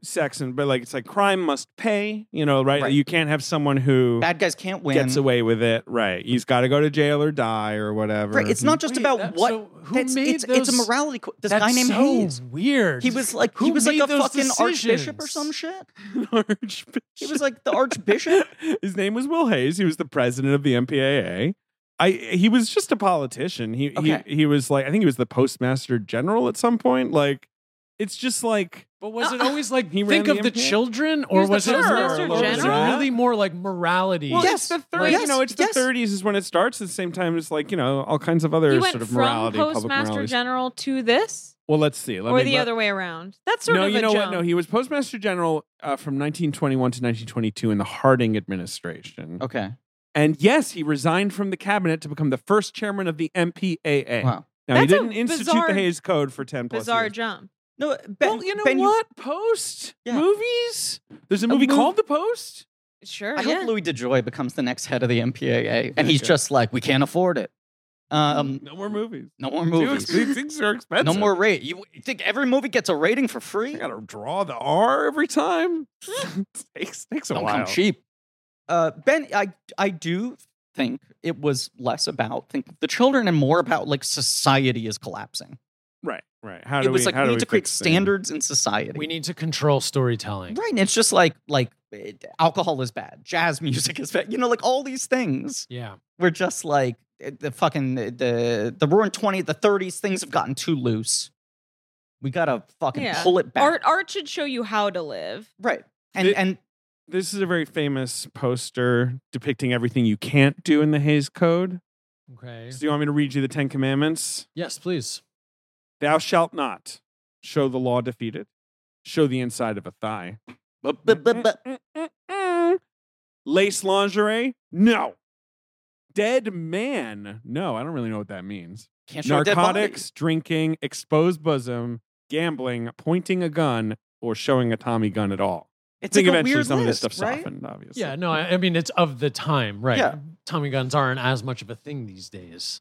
Speaker 2: sex and but like it's like crime must pay you know right,
Speaker 1: Right.
Speaker 2: you can't have someone who
Speaker 1: Bad guys can't win.
Speaker 2: gets away with it right he's got to go to jail or die or whatever
Speaker 1: Right, it's not just
Speaker 4: Wait,
Speaker 1: about
Speaker 4: that-
Speaker 1: what.
Speaker 4: so who
Speaker 1: that's-
Speaker 4: made
Speaker 1: it's, it's
Speaker 4: those?
Speaker 1: a morality. qu- this
Speaker 4: that's
Speaker 1: guy named
Speaker 4: so
Speaker 1: Hayes.
Speaker 4: Weird.
Speaker 1: He was like he
Speaker 4: Who
Speaker 1: was like
Speaker 4: made
Speaker 1: a
Speaker 4: those
Speaker 1: fucking archbishop or
Speaker 4: decisions?
Speaker 1: some shit.
Speaker 2: Archbishop.
Speaker 1: He was like the archbishop.
Speaker 2: his name was will hayes he was the president of the mpaa I, he was just a politician. He,
Speaker 1: Okay.
Speaker 2: he he was like I think he was the postmaster general at some point. Like it's just like
Speaker 4: But was it
Speaker 3: Uh,
Speaker 4: always like
Speaker 2: He
Speaker 4: think
Speaker 2: ran
Speaker 4: of
Speaker 2: the
Speaker 4: the
Speaker 2: MPA?
Speaker 4: children, or
Speaker 3: was the
Speaker 4: was it more-
Speaker 2: postmaster
Speaker 4: was it
Speaker 2: general?
Speaker 4: really more like morality?
Speaker 2: Well,
Speaker 1: Yeah.
Speaker 2: it's the
Speaker 1: Yes.
Speaker 2: thirty.
Speaker 1: Yes.
Speaker 2: You know, it's the
Speaker 1: Yes.
Speaker 2: thirties is when it starts. At the same time, it's like you know all kinds of other
Speaker 3: He
Speaker 2: sort
Speaker 3: went
Speaker 2: of
Speaker 3: from
Speaker 2: morality, public
Speaker 3: Postmaster
Speaker 2: morality.
Speaker 3: General to this,
Speaker 2: well, let's see. Let
Speaker 3: or
Speaker 2: me-
Speaker 3: the
Speaker 2: let-
Speaker 3: other way around. That's sort
Speaker 2: no,
Speaker 3: of
Speaker 2: you
Speaker 3: a
Speaker 2: know
Speaker 3: jump.
Speaker 2: what? No, he was Postmaster General uh, from 1921 to 1922 in the Harding administration.
Speaker 1: okay.
Speaker 2: And yes, he resigned from the cabinet to become the first chairman of the MPAA.
Speaker 1: Wow.
Speaker 2: Now he
Speaker 3: That's a
Speaker 2: didn't institute
Speaker 3: bizarre-
Speaker 2: the Hayes Code for 10 plus
Speaker 3: Bizarre
Speaker 2: years.
Speaker 3: jump.
Speaker 1: No, Ben.
Speaker 2: Well, you know
Speaker 1: ben,
Speaker 2: what? Post
Speaker 1: Yeah.
Speaker 2: movies. There's a movie
Speaker 1: mov-
Speaker 2: called The Post.
Speaker 3: Sure.
Speaker 1: I
Speaker 3: yeah.
Speaker 1: hope Louis DeJoy becomes the next head of the MPAA, and he's
Speaker 2: Okay.
Speaker 1: just like, we can't afford it. Um,
Speaker 2: no more movies.
Speaker 1: no more
Speaker 2: Too
Speaker 1: movies.
Speaker 2: ex- These things are expensive.
Speaker 1: No more rate. You think every movie gets a rating for free?
Speaker 2: I gotta draw the R every time. takes takes a
Speaker 1: Don't
Speaker 2: while.
Speaker 1: come cheap. Uh, ben, I I do think it was less about think the children and more about like society is collapsing.
Speaker 2: Right, right. How do
Speaker 1: It was
Speaker 2: we,
Speaker 1: like
Speaker 2: how
Speaker 1: we
Speaker 2: do
Speaker 1: need to create
Speaker 2: fix things?
Speaker 1: standards in society.
Speaker 4: We need to control storytelling.
Speaker 1: right, and it's just like like it- alcohol is bad, jazz music is bad. You know, like all these things
Speaker 4: Yeah.
Speaker 1: were just like eh, the fucking the the roaring twenty, the thirties. Things have gotten too loose. We gotta fucking
Speaker 3: Yeah.
Speaker 1: pull it back.
Speaker 3: Art, art should show you how to live.
Speaker 1: Right, and
Speaker 2: It-
Speaker 1: and
Speaker 2: This is a very famous poster depicting everything you can't do in the Hayes Code.
Speaker 4: Okay.
Speaker 2: So, do you want me to read you the Ten Commandments?
Speaker 4: Yes, please.
Speaker 2: Thou shalt not show the law defeated, show the inside of a thigh,
Speaker 1: but but but but
Speaker 2: lace lingerie. No, dead man. No, I don't really know what that means.
Speaker 1: can't show a dead body.
Speaker 2: narcotics, drinking, exposed bosom, gambling, pointing a gun, or showing a Tommy gun at all.
Speaker 1: It's
Speaker 2: I think
Speaker 1: like a
Speaker 2: eventually
Speaker 1: weird
Speaker 2: some of this
Speaker 1: list,
Speaker 2: stuff
Speaker 1: right?
Speaker 2: softened, obviously.
Speaker 4: Yeah, no, I, I mean it's of the time, right?
Speaker 1: Yeah.
Speaker 4: Tommy guns aren't as much of a thing these days.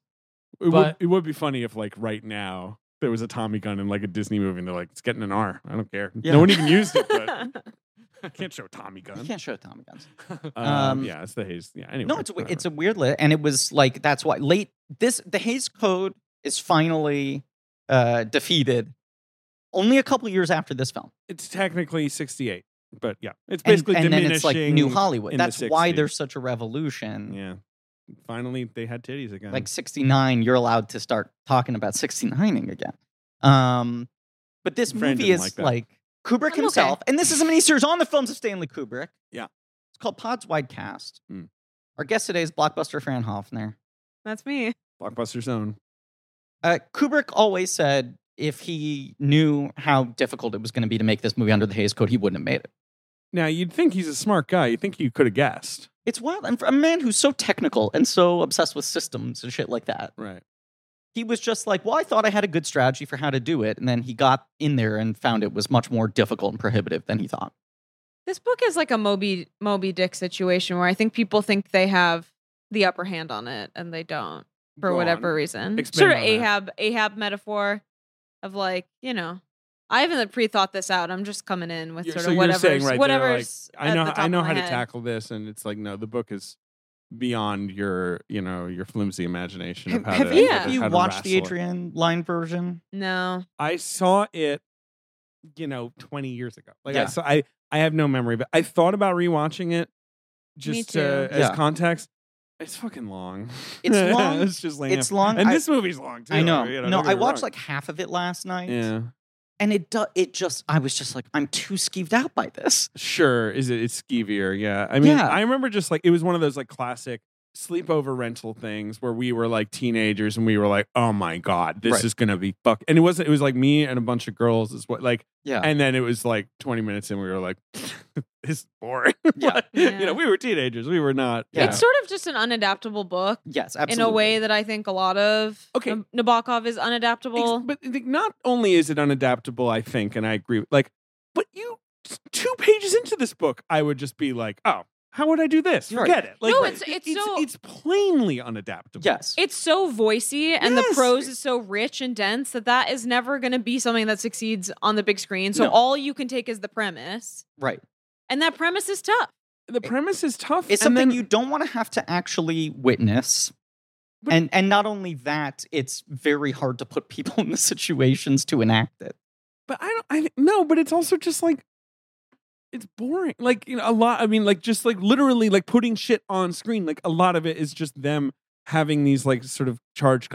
Speaker 2: it, would,
Speaker 4: but-
Speaker 2: it would be funny if, like, right now there was a Tommy gun in like a Disney movie, and they're like, "It's getting an R. I don't care.
Speaker 1: Yeah.
Speaker 2: No one even used it, but I can't show a Tommy
Speaker 1: You
Speaker 2: gun."
Speaker 1: can't show Tommy guns.
Speaker 2: Um,
Speaker 1: Um,
Speaker 2: yeah, it's the haze. Yeah, anyway,
Speaker 1: No, it's a,
Speaker 2: whatever.
Speaker 1: it's a weird lit, and it was like that's why late this the Hayes Code is finally uh, defeated. Only a couple years after this film,
Speaker 2: it's technically sixty eight, but yeah, it's
Speaker 1: and,
Speaker 2: basically
Speaker 1: and then
Speaker 2: diminishing.
Speaker 1: it's like New Hollywood.
Speaker 2: in the
Speaker 1: That's why
Speaker 2: 60s.
Speaker 1: there's such a revolution.
Speaker 2: Yeah, finally they had titties again.
Speaker 1: Like '69, you're allowed to start talking about '69ing again. Um, but this
Speaker 2: Fran
Speaker 1: movie
Speaker 2: didn't
Speaker 1: is
Speaker 2: like
Speaker 1: like,
Speaker 2: that.
Speaker 1: Kubrick
Speaker 3: I'm
Speaker 1: himself, and this is a miniseries on the films of Stanley Kubrick.
Speaker 2: Yeah.
Speaker 1: it's called Pods Wide Cast.
Speaker 2: Mm.
Speaker 1: Our guest today is blockbuster Fran Hoffner.
Speaker 3: That's me.
Speaker 2: Blockbuster Zone.
Speaker 1: Uh, Kubrick always said if he knew how difficult it was going to be to make this movie under the Hayes Code, he wouldn't have made it.
Speaker 2: Now you'd think he's a smart guy. You think you could have guessed,
Speaker 1: It's wild. And for a man who's so technical and so obsessed with systems and shit like that,
Speaker 2: right?
Speaker 1: he was just like, well, I thought I had a good strategy for how to do it. And then he got in there and found it was much more difficult and prohibitive than he thought.
Speaker 3: This book is like a Moby Moby Dick situation where I think people think they have the upper hand on it and they don't for whatever reason.
Speaker 2: Expand
Speaker 3: sort of
Speaker 2: on that.
Speaker 3: Ahab Ahab metaphor of like you know. I haven't pre thought this out. I'm just coming in with
Speaker 2: You're-
Speaker 3: sort
Speaker 2: so
Speaker 3: of
Speaker 2: you're
Speaker 3: whatever's,
Speaker 2: saying right there, like,
Speaker 3: whatever's
Speaker 2: I
Speaker 3: at
Speaker 2: know.
Speaker 3: the top
Speaker 2: I
Speaker 3: of
Speaker 2: know
Speaker 3: my
Speaker 2: how to
Speaker 3: head.
Speaker 2: tackle this, and it's like no, the book is beyond your, you know, your flimsy imagination
Speaker 1: Have,
Speaker 2: of how
Speaker 1: have
Speaker 2: to.
Speaker 1: you,
Speaker 3: Yeah.
Speaker 1: have
Speaker 2: how
Speaker 1: you
Speaker 2: to
Speaker 1: watched the
Speaker 2: wrestle it.
Speaker 1: Adrian Line version?
Speaker 3: No,
Speaker 2: I saw it, you know, twenty years ago. Like I
Speaker 1: Yeah.
Speaker 2: saw. I I have no memory, but I thought about rewatching it
Speaker 3: Me
Speaker 2: just uh,
Speaker 3: too.
Speaker 2: as
Speaker 1: Yeah.
Speaker 2: context. It's fucking long.
Speaker 1: It's long.
Speaker 2: it's just lame.
Speaker 1: It's long.
Speaker 2: and
Speaker 1: I-
Speaker 2: this movie's long too.
Speaker 1: I know.
Speaker 2: you
Speaker 1: no,
Speaker 2: don't get
Speaker 1: I
Speaker 2: me
Speaker 1: watched
Speaker 2: wrong.
Speaker 1: like half of it last night.
Speaker 2: Yeah.
Speaker 1: And it, do- it just, I was just like, I'm too skeeved out by this.
Speaker 2: Sure, is it? It's skeevier. Yeah, I mean,
Speaker 1: Yeah.
Speaker 2: I remember just like it was one of those like classic sleepover rental things where we were like teenagers and we were like, oh my god, this
Speaker 1: Right.
Speaker 2: is gonna be fuck. And it wasn't. It was like me and a bunch of girls is what like,
Speaker 1: Yeah.
Speaker 2: and then it was like twenty minutes and we were like, this is boring.
Speaker 1: Yeah.
Speaker 2: You know, we were teenagers. We were not.
Speaker 1: Yeah.
Speaker 3: It's sort of just an unadaptable book
Speaker 1: Yes, absolutely.
Speaker 3: in a way that I think a lot of
Speaker 2: Okay.
Speaker 3: Nab- Nabokov is unadaptable.
Speaker 2: Ex- But I think not only is it unadaptable, I think, and I agree. with- Like, but you two pages into this book, I would just be like, oh, how would I do this?
Speaker 1: Right.
Speaker 2: Forget it. Like,
Speaker 3: No, it's- it's so-
Speaker 2: it's plainly unadaptable.
Speaker 1: Yes.
Speaker 3: It's so voicey and
Speaker 2: Yes.
Speaker 3: the prose is so rich and dense that that is never going to be something that succeeds on the big screen. So
Speaker 1: No.
Speaker 3: all you can take is the premise.
Speaker 1: right.
Speaker 3: And that premise is tough.
Speaker 2: the premise is tough.
Speaker 1: It's
Speaker 2: and
Speaker 1: something
Speaker 2: then-
Speaker 1: you don't want to have to actually witness.
Speaker 2: But-
Speaker 1: and and not only that, it's very hard to put people in the situations to enact it.
Speaker 2: But I don't. I no. But it's also just like. It's boring. Like, you know, a lot. I mean, like, just like literally, like putting shit on screen. Like, a lot of it is just them having these, like, sort of charged
Speaker 1: The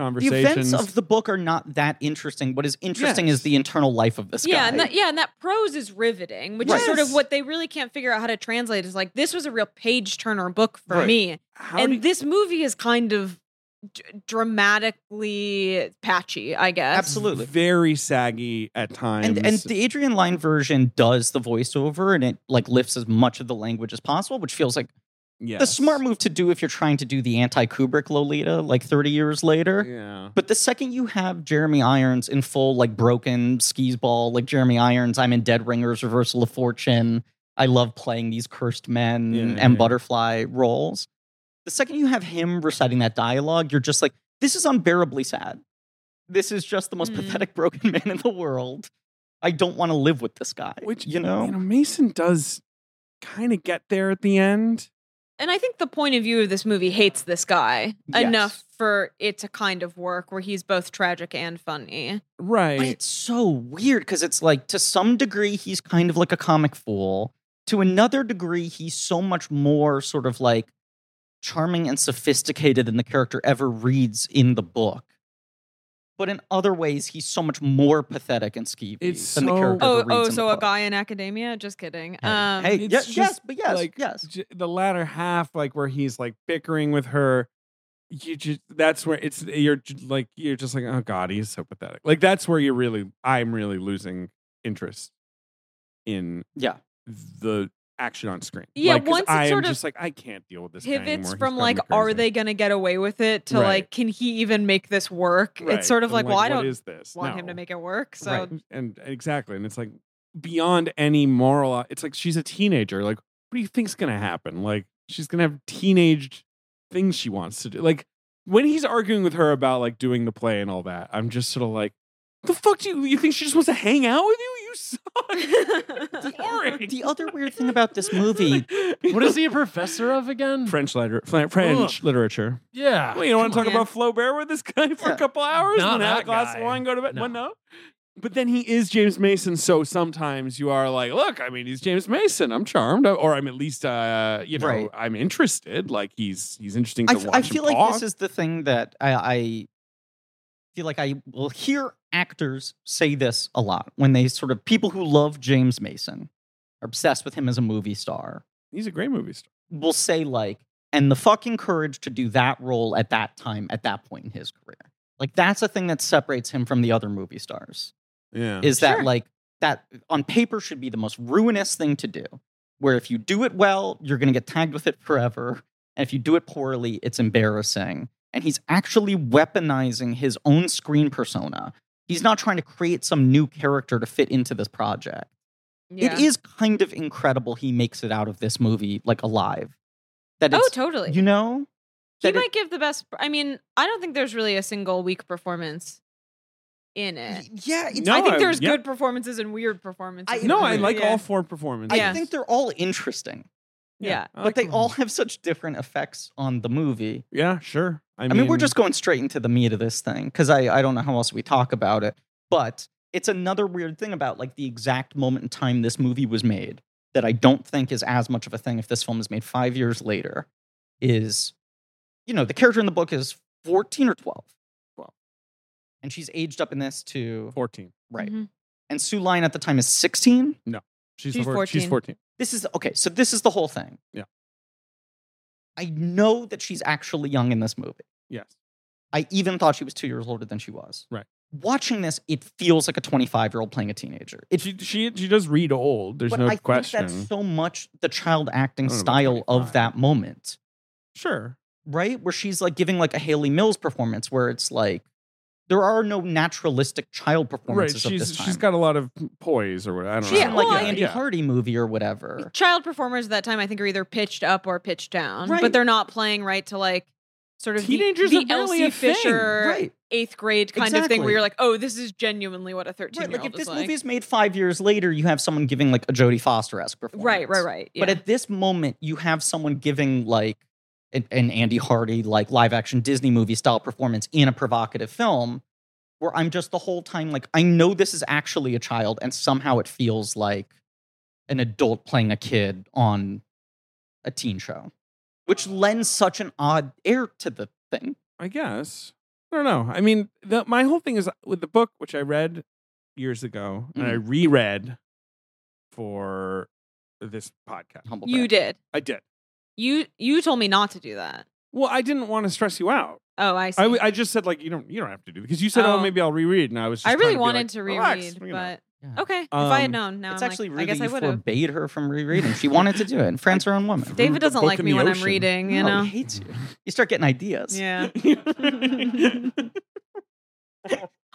Speaker 1: events
Speaker 2: conversations.
Speaker 1: of the book are not that interesting. What is interesting
Speaker 2: Yes.
Speaker 1: is the internal life of this
Speaker 3: yeah,
Speaker 1: guy.
Speaker 3: and that, yeah, and that prose is riveting, which is sort of
Speaker 2: Yes.
Speaker 3: what they really can't figure out how to translate. Is like this was a real page turner book for
Speaker 2: Right.
Speaker 3: me,
Speaker 2: How
Speaker 3: and
Speaker 2: do you-
Speaker 3: this movie is kind of d- dramatically patchy, I guess.
Speaker 1: absolutely.
Speaker 2: very saggy at times.
Speaker 1: and and the Adrian Lyne version does the voiceover and it like lifts as much of the language as possible, which feels like
Speaker 2: yes.
Speaker 1: the smart move to do if you're trying to do the anti Kubrick Lolita like 30 years later.
Speaker 2: Yeah.
Speaker 1: But the second you have Jeremy Irons in full like broken skis ball, like Jeremy Irons, I'm in Dead Ringers, Reversal of Fortune. I love playing these cursed men
Speaker 2: Yeah,
Speaker 1: and
Speaker 2: yeah, yeah.
Speaker 1: butterfly roles. The second you have him reciting that dialogue, you're just like, this is unbearably sad. This is just the most
Speaker 3: Mm.
Speaker 1: pathetic broken man in the world. I don't want to live with this guy.
Speaker 2: Which
Speaker 1: you know,
Speaker 2: you know, Mason does kind of get there at the end.
Speaker 3: And I think the point of view of this movie hates this guy
Speaker 1: Yes.
Speaker 3: enough for it to kind of work where he's both tragic and funny.
Speaker 1: But
Speaker 2: Right.
Speaker 1: it's so weird because it's like to some degree he's kind of like a comic fool. To another degree, he's so much more sort of like charming and sophisticated than the character ever reads in the book. But in other ways, he's so much more pathetic and skeevy
Speaker 2: It's
Speaker 1: than the
Speaker 2: so-
Speaker 1: character.
Speaker 3: Oh,
Speaker 1: ever reads
Speaker 3: oh,
Speaker 1: in the
Speaker 3: so a
Speaker 1: book.
Speaker 3: guy in academia? Just kidding.
Speaker 1: Hey,
Speaker 3: um,
Speaker 1: hey,
Speaker 2: It's
Speaker 1: yeah,
Speaker 2: just
Speaker 1: yes, but yes,
Speaker 2: like,
Speaker 1: yes.
Speaker 2: j- the latter half, like where he's like bickering with her. You just that's where it's you're j- like you're just like, oh god, he's so pathetic. Like that's where you're really I'm really losing interest in
Speaker 1: Yeah.
Speaker 2: the action on screen.
Speaker 3: Yeah,
Speaker 2: Like, 'cause
Speaker 3: once it
Speaker 2: I am
Speaker 3: sort of
Speaker 2: just like I can't deal with this. guy anymore.
Speaker 3: pivots
Speaker 2: He's
Speaker 3: from
Speaker 2: driving
Speaker 3: like
Speaker 2: me
Speaker 3: are
Speaker 2: crazy.
Speaker 3: they going to get away with it to
Speaker 2: Right.
Speaker 3: like can he even make this work
Speaker 2: Right.
Speaker 3: it's sort of
Speaker 2: I'm
Speaker 3: like, well i
Speaker 2: what
Speaker 3: don't
Speaker 2: is this?
Speaker 3: want him
Speaker 2: No.
Speaker 3: to make it work so
Speaker 1: Right.
Speaker 2: and exactly and it's like beyond any moral uh, it's like she's a teenager like what do you think's gonna happen like she's gonna have teenaged things she wants to do like when he's arguing with her about like doing the play and all that i'm just sort of like the fuck do you you think she just wants to hang out with you you suck boring
Speaker 1: The other weird thing about this movie,
Speaker 4: What is he a professor of again?
Speaker 2: french liter- Fran- french literature
Speaker 1: Ah,
Speaker 4: Yeah.
Speaker 2: Well, you don't want to
Speaker 3: come
Speaker 2: talk
Speaker 3: on.
Speaker 2: about Flaubert with this guy for
Speaker 1: Yeah.
Speaker 2: a couple hours
Speaker 4: Not
Speaker 2: and then have a
Speaker 4: that
Speaker 2: glass of
Speaker 4: guy.
Speaker 2: wine, go to bed. No.
Speaker 4: No.
Speaker 2: Well, no. But then he is James Mason, so sometimes you are like, look, I mean, he's James Mason. I'm charmed, or I'm at least, uh, you know,
Speaker 1: Right.
Speaker 2: I'm interested. Like he's he's interesting
Speaker 1: I
Speaker 2: to
Speaker 1: f-
Speaker 2: watch.
Speaker 1: I
Speaker 2: and
Speaker 1: feel like
Speaker 2: talk.
Speaker 1: this is the thing that I, I feel like I will hear actors say this a lot when they sort of people who love James Mason are obsessed with him as a movie star
Speaker 2: he's a great movie star.
Speaker 1: will say like and the fucking courage to do that role at that time at that point in his career like that's a thing that separates him from the other movie stars
Speaker 2: Yeah,
Speaker 1: is
Speaker 3: Sure.
Speaker 1: that like that on paper should be the most ruinous thing to do where if you do it well you're going to get tagged with it forever and if you do it poorly it's embarrassing and he's actually weaponizing his own screen persona he's not trying to create some new character to fit into this project
Speaker 3: yeah.
Speaker 1: it is kind of incredible he makes it out of this movie like alive that
Speaker 3: oh
Speaker 1: it's
Speaker 3: totally
Speaker 1: you know
Speaker 3: he
Speaker 1: that it-
Speaker 3: might give the best i mean i don't think there's really a single weak performance in it
Speaker 1: yeah it's,
Speaker 2: No,
Speaker 3: i think
Speaker 2: I-
Speaker 3: there's
Speaker 2: yeah.
Speaker 3: good performances and weird performances
Speaker 1: I
Speaker 2: no, I
Speaker 1: agree.
Speaker 2: like
Speaker 3: Yeah.
Speaker 2: all four performances.
Speaker 1: i
Speaker 3: Yeah.
Speaker 1: think they're all interesting
Speaker 3: yeah.
Speaker 2: I like
Speaker 1: but they
Speaker 2: them
Speaker 1: all have such different effects on the movie
Speaker 2: Yeah, sure. I mean,
Speaker 1: I mean, we're just going straight into the meat of this thing because I, I don't know how else we talk about it. But it's another weird thing about like the exact moment in time this movie was made that I don't think is as much of a thing if this film is made five years later. Is, you know, the character in the book is 14 or 12. 12. And she's aged up in this to,
Speaker 2: fourteen.
Speaker 1: right.
Speaker 3: Mhm.
Speaker 1: And Sue Line at the time is 16.
Speaker 2: She's,
Speaker 3: She's
Speaker 2: four- She's
Speaker 3: 14.
Speaker 2: fourteen.
Speaker 1: This is, okay, so this is the whole thing.
Speaker 2: Yeah.
Speaker 1: I know that she's actually young in this movie.
Speaker 2: Yes.
Speaker 1: I even thought she was two years older than she was.
Speaker 2: Right.
Speaker 1: watching this, it feels like a 25 year old playing a teenager. It,
Speaker 2: she she she does read old. There's
Speaker 1: but
Speaker 2: no
Speaker 1: I
Speaker 2: question.
Speaker 1: think that's so much the child acting
Speaker 2: I don't know about
Speaker 1: style of
Speaker 2: 25.
Speaker 1: that moment,
Speaker 2: sure.
Speaker 1: right? Where she's like giving like a Haley Mills performance, where it's like there are no naturalistic child
Speaker 2: Right.
Speaker 1: performances of
Speaker 2: She's
Speaker 1: this time.
Speaker 2: she's got a lot of poise or whatever. I don't
Speaker 1: She's
Speaker 3: Yeah,
Speaker 1: in
Speaker 2: know.
Speaker 1: like
Speaker 3: well,
Speaker 1: an
Speaker 3: I-
Speaker 1: Andy Hardy movie or whatever.
Speaker 3: Child performers at that time, I think, are either pitched up or pitched down,
Speaker 1: Right.
Speaker 3: but they're not playing right to like sort of the-
Speaker 2: Teenagers
Speaker 3: the,
Speaker 2: are barely
Speaker 3: Elsie
Speaker 2: a thing.
Speaker 3: Fisher
Speaker 1: Right.
Speaker 3: eighth grade kind of thing,
Speaker 1: Exactly.
Speaker 3: where you're like, oh, this is genuinely what a thirteen
Speaker 1: Right.
Speaker 3: year
Speaker 1: Like
Speaker 3: old
Speaker 1: if
Speaker 3: is
Speaker 1: this
Speaker 3: like.
Speaker 1: movie is made five years later, you have someone giving like a Jodie Foster esque performance.
Speaker 3: right, right, right. Yeah.
Speaker 1: But at this moment, you have someone giving like an, an Andy Hardy, like live action Disney movie style performance in a provocative film where I'm just the whole time like, I know this is actually a child, and somehow it feels like an adult playing a kid on a teen show, which lends such an odd air to the thing.
Speaker 2: I guess. I don't know. I mean, the, my whole thing is with the book, which I read years ago, and
Speaker 1: Mm.
Speaker 2: I reread for this podcast.
Speaker 1: Humble
Speaker 3: you
Speaker 1: brag.
Speaker 3: did.
Speaker 2: I did.
Speaker 3: You you told me not to do that.
Speaker 2: Well, I didn't want to stress you out.
Speaker 3: Oh, I see.
Speaker 2: I, w- I just said like you don't you don't have to do it because you said oh,
Speaker 3: Oh.
Speaker 2: maybe I'll reread and I was just
Speaker 3: I
Speaker 2: trying to
Speaker 3: really
Speaker 2: be,
Speaker 3: wanted
Speaker 2: like,
Speaker 3: to
Speaker 2: relax,
Speaker 3: reread,
Speaker 2: you know.
Speaker 3: but
Speaker 1: Yeah.
Speaker 3: okay. If I had
Speaker 2: Um,
Speaker 3: known, now
Speaker 1: It's
Speaker 3: I'm
Speaker 1: actually
Speaker 3: like,
Speaker 1: really
Speaker 3: I guess I
Speaker 1: you
Speaker 3: would have.
Speaker 1: forbade her from rereading. She wanted to do it, and Friends her own woman.
Speaker 2: They-
Speaker 3: David
Speaker 2: the
Speaker 3: doesn't
Speaker 2: book
Speaker 3: like
Speaker 2: in
Speaker 3: me
Speaker 2: the
Speaker 3: when I'm
Speaker 2: ocean.
Speaker 3: reading. You
Speaker 1: No,
Speaker 3: know.
Speaker 1: he hates you. You start getting ideas.
Speaker 3: Yeah.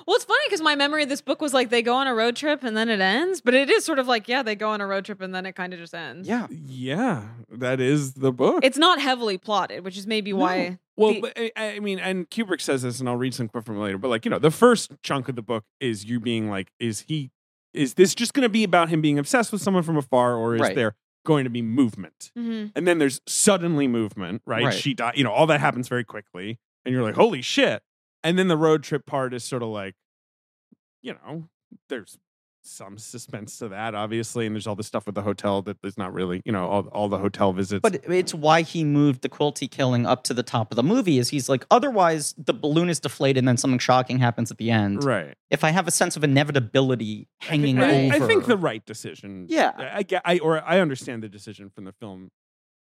Speaker 3: Well, it's funny because my memory of this book was like they go on a road trip and then it ends, but it is sort of like yeah, they go on a road trip and then it kind of just ends.
Speaker 1: Yeah.
Speaker 2: yeah, that is the book.
Speaker 3: It's not heavily plotted, which is maybe why.
Speaker 2: Well,
Speaker 3: The-
Speaker 2: but, I, I mean, and Kubrick says this, and I'll read some quote from it later. But like, you know, the first chunk of the book is you being like, is he, is this just going to be about him being obsessed with someone from afar, or is
Speaker 1: Right.
Speaker 2: there going to be movement?
Speaker 1: Mm-hmm.
Speaker 3: Mhm.
Speaker 2: And then there's suddenly movement, right?
Speaker 1: Right.
Speaker 2: She died, you know, all that happens very quickly, and you're like, holy shit! And then the road trip part is sort of like, you know, there's some suspense to that, obviously, and there's all this stuff with the hotel that there's not really, you know, all all the hotel visits.
Speaker 1: But it's why he moved the Quilty killing up to the top of the movie. Is he's like, otherwise the balloon is deflated, and then something shocking happens at the end.
Speaker 2: right.
Speaker 1: If I have a sense of inevitability hanging
Speaker 2: I,
Speaker 3: Right.
Speaker 1: over,
Speaker 2: I think the right decision.
Speaker 1: Yeah.
Speaker 2: I, I get- I or I understand the decision from the film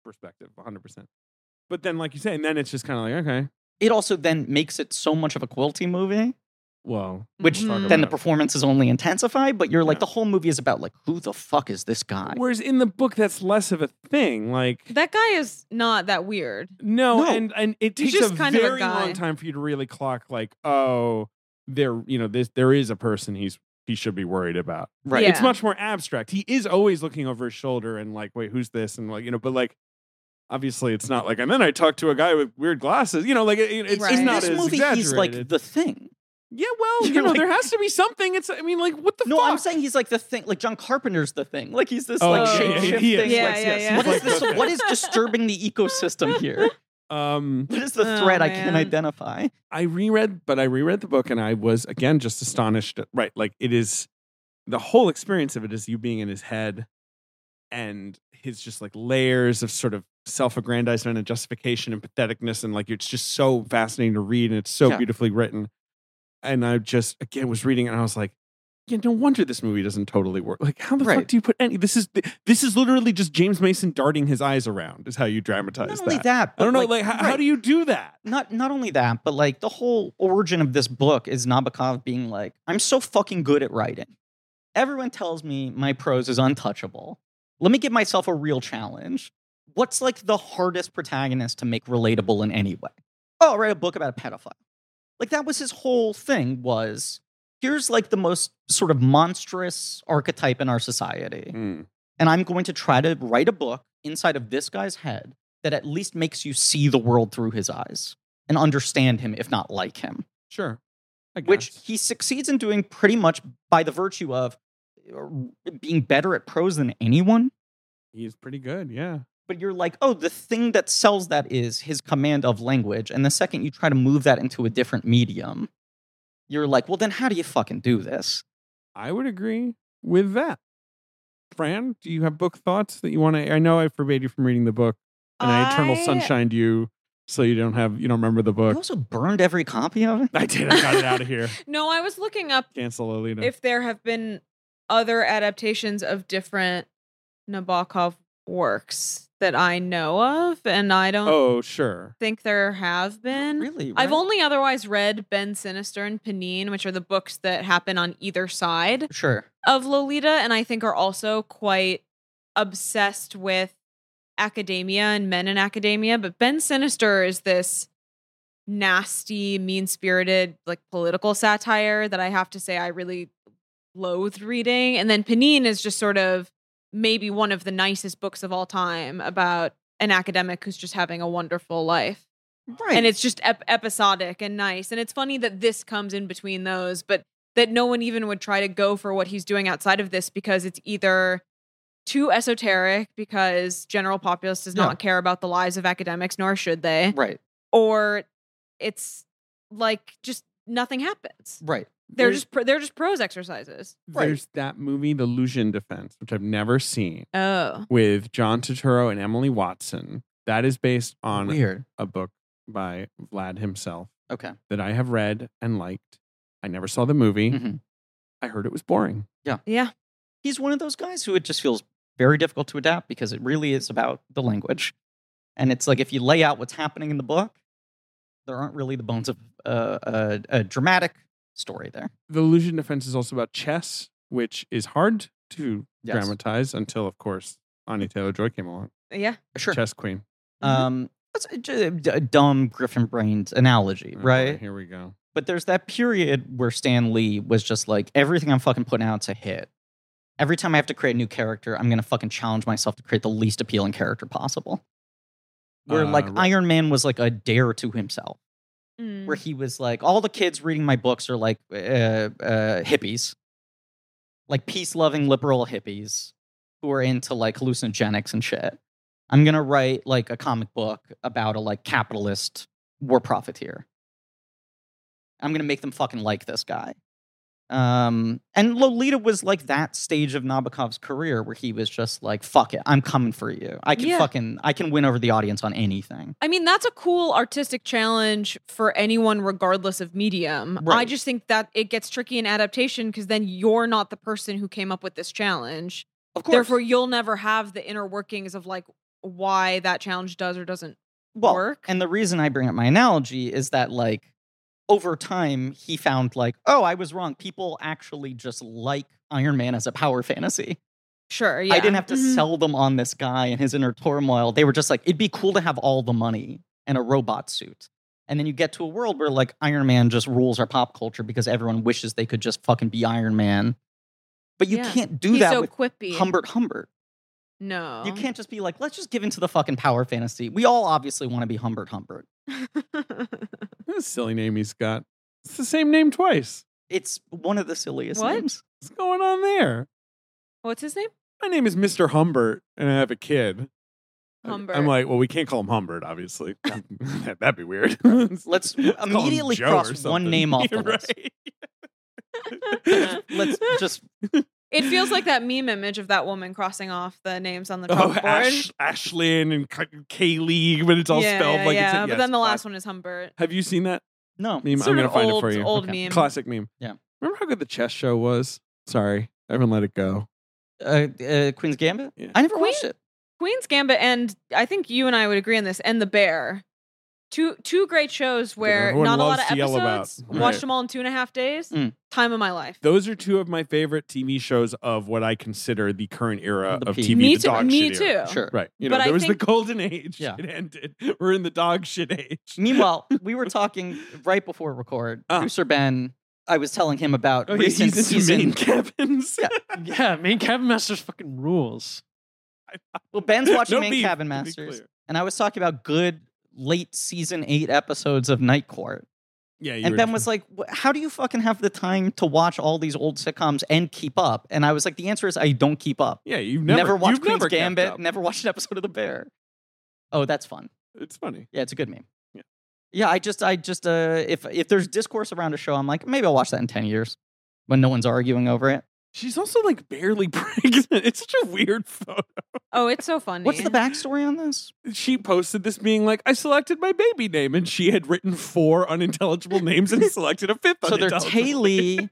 Speaker 2: perspective, 100. percent But then, like you say, and then it's just kind of like, okay,
Speaker 1: it also then makes it so much of a Quilty movie,
Speaker 2: well,
Speaker 1: which
Speaker 3: Mhm.
Speaker 1: then the
Speaker 2: about-
Speaker 1: performances only intensify. But you're like,
Speaker 2: Mm. Yeah.
Speaker 1: the whole movie is about like, who the fuck is this guy?
Speaker 2: Whereas in the book, that's less of a thing. Like,
Speaker 3: that guy is not that weird.
Speaker 2: no,
Speaker 1: No.
Speaker 2: and and it
Speaker 3: He's
Speaker 2: takes
Speaker 3: just
Speaker 2: a
Speaker 3: kind of a
Speaker 2: very
Speaker 3: guy.
Speaker 2: long time for you to really clock. Like, oh, there, you know, this there is a person he's he should be worried about.
Speaker 1: right.
Speaker 3: Yeah.
Speaker 2: It's much more abstract. He is always looking over his shoulder and like, wait, who's this? And like, you know, but like, obviously, it's not like. And then I talked to a guy with weird glasses. You know, like it, it's,
Speaker 3: Right.
Speaker 2: it's
Speaker 1: In
Speaker 2: not
Speaker 1: this
Speaker 2: as
Speaker 1: movie, he's like
Speaker 2: exaggerated.
Speaker 1: the thing.
Speaker 2: yeah, well, you
Speaker 1: You're
Speaker 2: know,
Speaker 1: like-
Speaker 2: there has to be something. It's I mean, like, what the
Speaker 1: No,
Speaker 2: fuck?
Speaker 1: I'm saying he's like the thing. Like John Carpenter's the thing. Like he's this
Speaker 2: Oh,
Speaker 1: like
Speaker 2: yeah, yeah,
Speaker 1: shape
Speaker 2: he-
Speaker 1: shifting.
Speaker 2: he is.
Speaker 3: Yeah,
Speaker 2: Yes,
Speaker 3: yeah,
Speaker 2: yes.
Speaker 3: yeah.
Speaker 2: He's
Speaker 1: What is
Speaker 2: like
Speaker 1: this?
Speaker 2: the-
Speaker 1: What is disturbing the ecosystem here?
Speaker 2: um,
Speaker 1: What is the
Speaker 3: Oh,
Speaker 1: thread I can't
Speaker 3: man.
Speaker 1: identify?
Speaker 2: I reread, but I reread the book and I was again just astonished. at- Right. Like it is the whole experience of it is you being in his head and his just like layers of sort of self aggrandizement and justification and patheticness. And like it's just so fascinating to read and it's so
Speaker 1: Yeah.
Speaker 2: beautifully written. And I just again was reading it and I was like, yeah, no wonder this movie doesn't totally work. Like, how the fuck
Speaker 1: Right.
Speaker 2: do you put any? This is this is literally just James Mason darting his eyes around. Is how you dramatize
Speaker 1: Not only that,
Speaker 2: I don't
Speaker 1: but,
Speaker 2: know. Like, how, how
Speaker 1: right.
Speaker 2: do you do that?
Speaker 1: not not only that, but like the whole origin of this book is Nabokov being like, I'm so fucking good at writing. Everyone tells me my prose is untouchable. Let me give myself a real challenge. What's like the hardest protagonist to make relatable in any way? Oh, I'll write a book about a pedophile. Like that was his whole thing was here's like the most sort of monstrous archetype in our society.
Speaker 2: Hmm.
Speaker 1: and I'm going to try to write a book inside of this guy's head that at least makes you see the world through his eyes and understand him, if not like him,
Speaker 2: Sure. I
Speaker 1: which
Speaker 2: guess.
Speaker 1: he succeeds in doing pretty much by the virtue of uh, being better at prose than anyone.
Speaker 2: He's pretty good, yeah.
Speaker 1: But you're like, oh, the thing that sells that is his command of language. And the second you try to move that into a different medium, you're like, well, then how do you fucking do this?
Speaker 2: I would agree with that. Fran, do you have book thoughts that you want to? I know I forbade you from reading the book, and I, eternal sunshined you, so you don't have you don't remember the
Speaker 1: I
Speaker 2: book.
Speaker 1: also burned every copy of it.
Speaker 2: I did. I got it out of here.
Speaker 3: No, I was looking up
Speaker 2: Cancel Lolita.
Speaker 3: if there have been other adaptations of different Nabokov works that I know of, and I don't
Speaker 2: Oh, sure.
Speaker 3: think there have been.
Speaker 1: Really?
Speaker 3: I've
Speaker 1: right?
Speaker 3: only otherwise read Ben Sinister and Panine, which are the books that happen on either side
Speaker 1: Sure.
Speaker 3: of Lolita, and I think are also quite obsessed with academia and men in academia. But Ben Sinister is this nasty, mean spirited, like political satire that I have to say I really loathed reading. And then Panine is just sort of maybe one of the nicest books of all time about an academic who's just having a wonderful life
Speaker 1: Right.
Speaker 3: and it's just ep- episodic and nice and it's funny that this comes in between those but that no one even would try to go for what he's doing outside of this because it's either too esoteric because general populace does
Speaker 1: Yeah.
Speaker 3: not care about the lives of academics nor should they
Speaker 1: right.
Speaker 3: or it's like just nothing happens
Speaker 1: Right.
Speaker 3: they're
Speaker 2: There's-
Speaker 3: just pro- they're just prose exercises
Speaker 1: Right.
Speaker 2: There's that movie, The Lucian Defense, which I've never seen,
Speaker 3: oh
Speaker 2: with John Turturro and Emily Watson. That is based on
Speaker 1: Weird.
Speaker 2: a book by Vlad himself
Speaker 1: Okay.
Speaker 2: that I have read and liked. I never saw the movie.
Speaker 1: Mhm.
Speaker 2: I heard it was boring.
Speaker 3: yeah
Speaker 1: He's one of those guys who it just feels very difficult to adapt because it really is about the language. And it's like if you lay out what's happening in the book, there aren't really the bones of uh, a, a dramatic story there.
Speaker 2: The Illusion Defense is also about chess, which is hard to
Speaker 1: Yes.
Speaker 2: dramatize until, of course, Anya Taylor Joy came along.
Speaker 3: yeah
Speaker 1: Sure.
Speaker 2: Chess Queen.
Speaker 1: Um, that's a, j- d- dumb griffin brained analogy,
Speaker 2: Oh,
Speaker 1: right?
Speaker 2: Here we go.
Speaker 1: But there's that period where Stan Lee was just like, everything I'm fucking putting out's a hit. Every time I have to create a new character, I'm gonna fucking challenge myself to create the least appealing character possible. Where
Speaker 2: Uh,
Speaker 1: like
Speaker 2: right.
Speaker 1: Iron Man was like a dare to himself,
Speaker 3: Mm.
Speaker 1: where he was like, all the kids reading my books are like uh, uh, hippies, like peace loving liberal hippies who are into like hallucinogenics and shit. I'm gonna write like a comic book about a like capitalist war profiteer. I'm gonna make them fucking like this guy. Um, and Lolita was like that stage of Nabokov's career where he was just like, "Fuck it, I'm coming for you. I can
Speaker 3: Yeah.
Speaker 1: fucking I can win over the audience on anything."
Speaker 3: I mean, that's a cool artistic challenge for anyone, regardless of medium. I
Speaker 1: Right.
Speaker 3: just think that it gets tricky in adaptation because then you're not the person who came up with this challenge.
Speaker 1: Of course,
Speaker 3: Therefore, you'll never have the inner workings of like why that challenge does or doesn't
Speaker 1: well,
Speaker 3: work.
Speaker 1: And the reason I bring up my analogy is that like over time he found like, "Oh, I was wrong. People actually just like Iron Man as a power fantasy."
Speaker 3: sure, yeah.
Speaker 1: I didn't have to
Speaker 3: Mhm.
Speaker 1: sell them on this guy and his inner turmoil. They were just like, it'd be cool to have all the money and a robot suit. And then you get to a world where like Iron Man just rules our pop culture because everyone wishes they could just fucking be Iron Man. But you
Speaker 3: Yeah.
Speaker 1: can't do
Speaker 3: He's
Speaker 1: that
Speaker 3: so
Speaker 1: with
Speaker 3: quippy.
Speaker 1: Humbert Humbert.
Speaker 3: no,
Speaker 1: You can't just be like, let's just give into the fucking power fantasy. We all obviously want to be Humbert Humbert.
Speaker 2: That's a silly name he's got. It's the same name twice.
Speaker 1: It's one of the silliest
Speaker 3: What?
Speaker 1: names.
Speaker 2: What's going on there?
Speaker 3: What's his name?
Speaker 2: My name is Mr. Humbert, and I have a kid. I-
Speaker 3: Humbert.
Speaker 2: I'm like, well, we can't call him Humbert, obviously. That'd be weird.
Speaker 1: Let's
Speaker 2: Let's call him
Speaker 1: immediately
Speaker 2: Joe or
Speaker 1: cross one
Speaker 2: something.
Speaker 1: name off the
Speaker 2: Yeah,
Speaker 1: list.
Speaker 2: right.
Speaker 1: Let's just
Speaker 3: It feels like that meme image of that woman crossing off the names on the
Speaker 2: Oh,
Speaker 3: chalkboard.
Speaker 2: Ash, Ashlyn and K- Kaylee, but it's all
Speaker 3: yeah,
Speaker 2: spelled
Speaker 3: yeah,
Speaker 2: like
Speaker 3: yeah.
Speaker 2: it's.
Speaker 3: but then the last one is Humbert.
Speaker 2: Have you seen that
Speaker 1: no.
Speaker 2: meme?
Speaker 3: Sort
Speaker 2: I'm gonna
Speaker 3: of
Speaker 2: find
Speaker 3: old,
Speaker 2: it for you.
Speaker 3: Old
Speaker 1: Okay.
Speaker 3: meme.
Speaker 2: Classic meme.
Speaker 1: Yeah.
Speaker 2: Remember how good the chess show was? Sorry, everyone let it go.
Speaker 1: Uh, uh, Queen's Gambit?
Speaker 2: Yeah.
Speaker 1: I never
Speaker 3: Queen-
Speaker 1: watched it.
Speaker 3: Queen's Gambit and I think you and I would agree on this and The Bear. Two two great shows where
Speaker 2: everyone
Speaker 3: not a lot
Speaker 2: loves
Speaker 3: of
Speaker 2: to yell about.
Speaker 3: episodes.
Speaker 2: Right.
Speaker 3: Watched them all in two and a half days.
Speaker 1: Mm.
Speaker 3: Time of my life.
Speaker 2: Those are two of my favorite TV shows of what I consider the current era
Speaker 1: The
Speaker 2: of
Speaker 1: peak.
Speaker 2: TV.
Speaker 3: me
Speaker 2: the
Speaker 3: too.
Speaker 2: dog
Speaker 3: me
Speaker 2: shit
Speaker 3: too.
Speaker 2: era.
Speaker 1: Sure.
Speaker 2: Right. You know,
Speaker 3: But I
Speaker 2: there was
Speaker 3: think-
Speaker 2: the golden age.
Speaker 1: Yeah.
Speaker 2: It ended. We're in the dog shit age.
Speaker 1: Meanwhile, we were talking right before record.
Speaker 2: Ah.
Speaker 1: Producer Ben, I was telling him about
Speaker 2: Oh, yeah,
Speaker 1: recent
Speaker 2: he's into
Speaker 1: season.
Speaker 2: main cabins.
Speaker 1: Yeah.
Speaker 4: yeah, main cabin masters fucking rules.
Speaker 1: Well, Ben's watching
Speaker 2: No
Speaker 1: Main
Speaker 2: beef,
Speaker 1: Cabin
Speaker 2: to be
Speaker 1: Masters,
Speaker 2: clear.
Speaker 1: and I was talking about good late season eight episodes of Night Court.
Speaker 2: Yeah, you
Speaker 1: And
Speaker 2: were
Speaker 1: Ben
Speaker 2: just-
Speaker 1: was like, "Wh- "How do you fucking have the time to watch all these old sitcoms and keep up?" And I was like, "The answer is I don't keep up.
Speaker 2: "Yeah, you've never,
Speaker 1: watched
Speaker 2: you've
Speaker 1: Queen's
Speaker 2: never kept
Speaker 1: Gambit.
Speaker 2: up."
Speaker 1: Never watched an episode of The Bear." Oh, that's fun.
Speaker 2: It's funny.
Speaker 1: Yeah, it's a good meme.
Speaker 2: Yeah.
Speaker 1: Yeah, I just I just uh if if there's discourse around a show, I'm like, maybe I'll watch that in 10 years when no one's arguing over it.
Speaker 2: She's also like barely pregnant. It's such a weird photo.
Speaker 3: Oh, it's so funny.
Speaker 1: What's the backstory on this?
Speaker 2: She posted this being like, I selected my baby name, and she had written four unintelligible names and selected a fifth.
Speaker 1: So they're
Speaker 2: unintelligible.
Speaker 1: Taylee,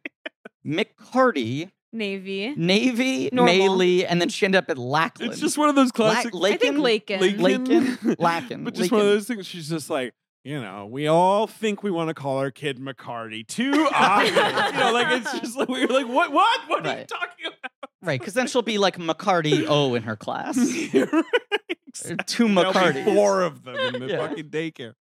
Speaker 1: Mick Carty,
Speaker 3: Navy.
Speaker 1: Navy,
Speaker 3: Normal.
Speaker 1: Melee, and then she ended up at Lackland.
Speaker 2: It's just one of those classic
Speaker 1: La-
Speaker 3: I think Lakin.
Speaker 1: Lakin. Lakin.
Speaker 2: But just one of
Speaker 1: Lakin.
Speaker 2: those things. She's just like, you know, we all think we want to call our kid McCarty. Too obvious. you know, like it's just like we were like, what, what, what are you
Speaker 1: Right.
Speaker 2: talking
Speaker 1: Right, because then she'll be like McCarty O in her class.
Speaker 2: about?
Speaker 1: Or Two
Speaker 2: There'll be
Speaker 1: McCartys.
Speaker 2: four of them in the
Speaker 1: Yeah.
Speaker 2: fucking daycare.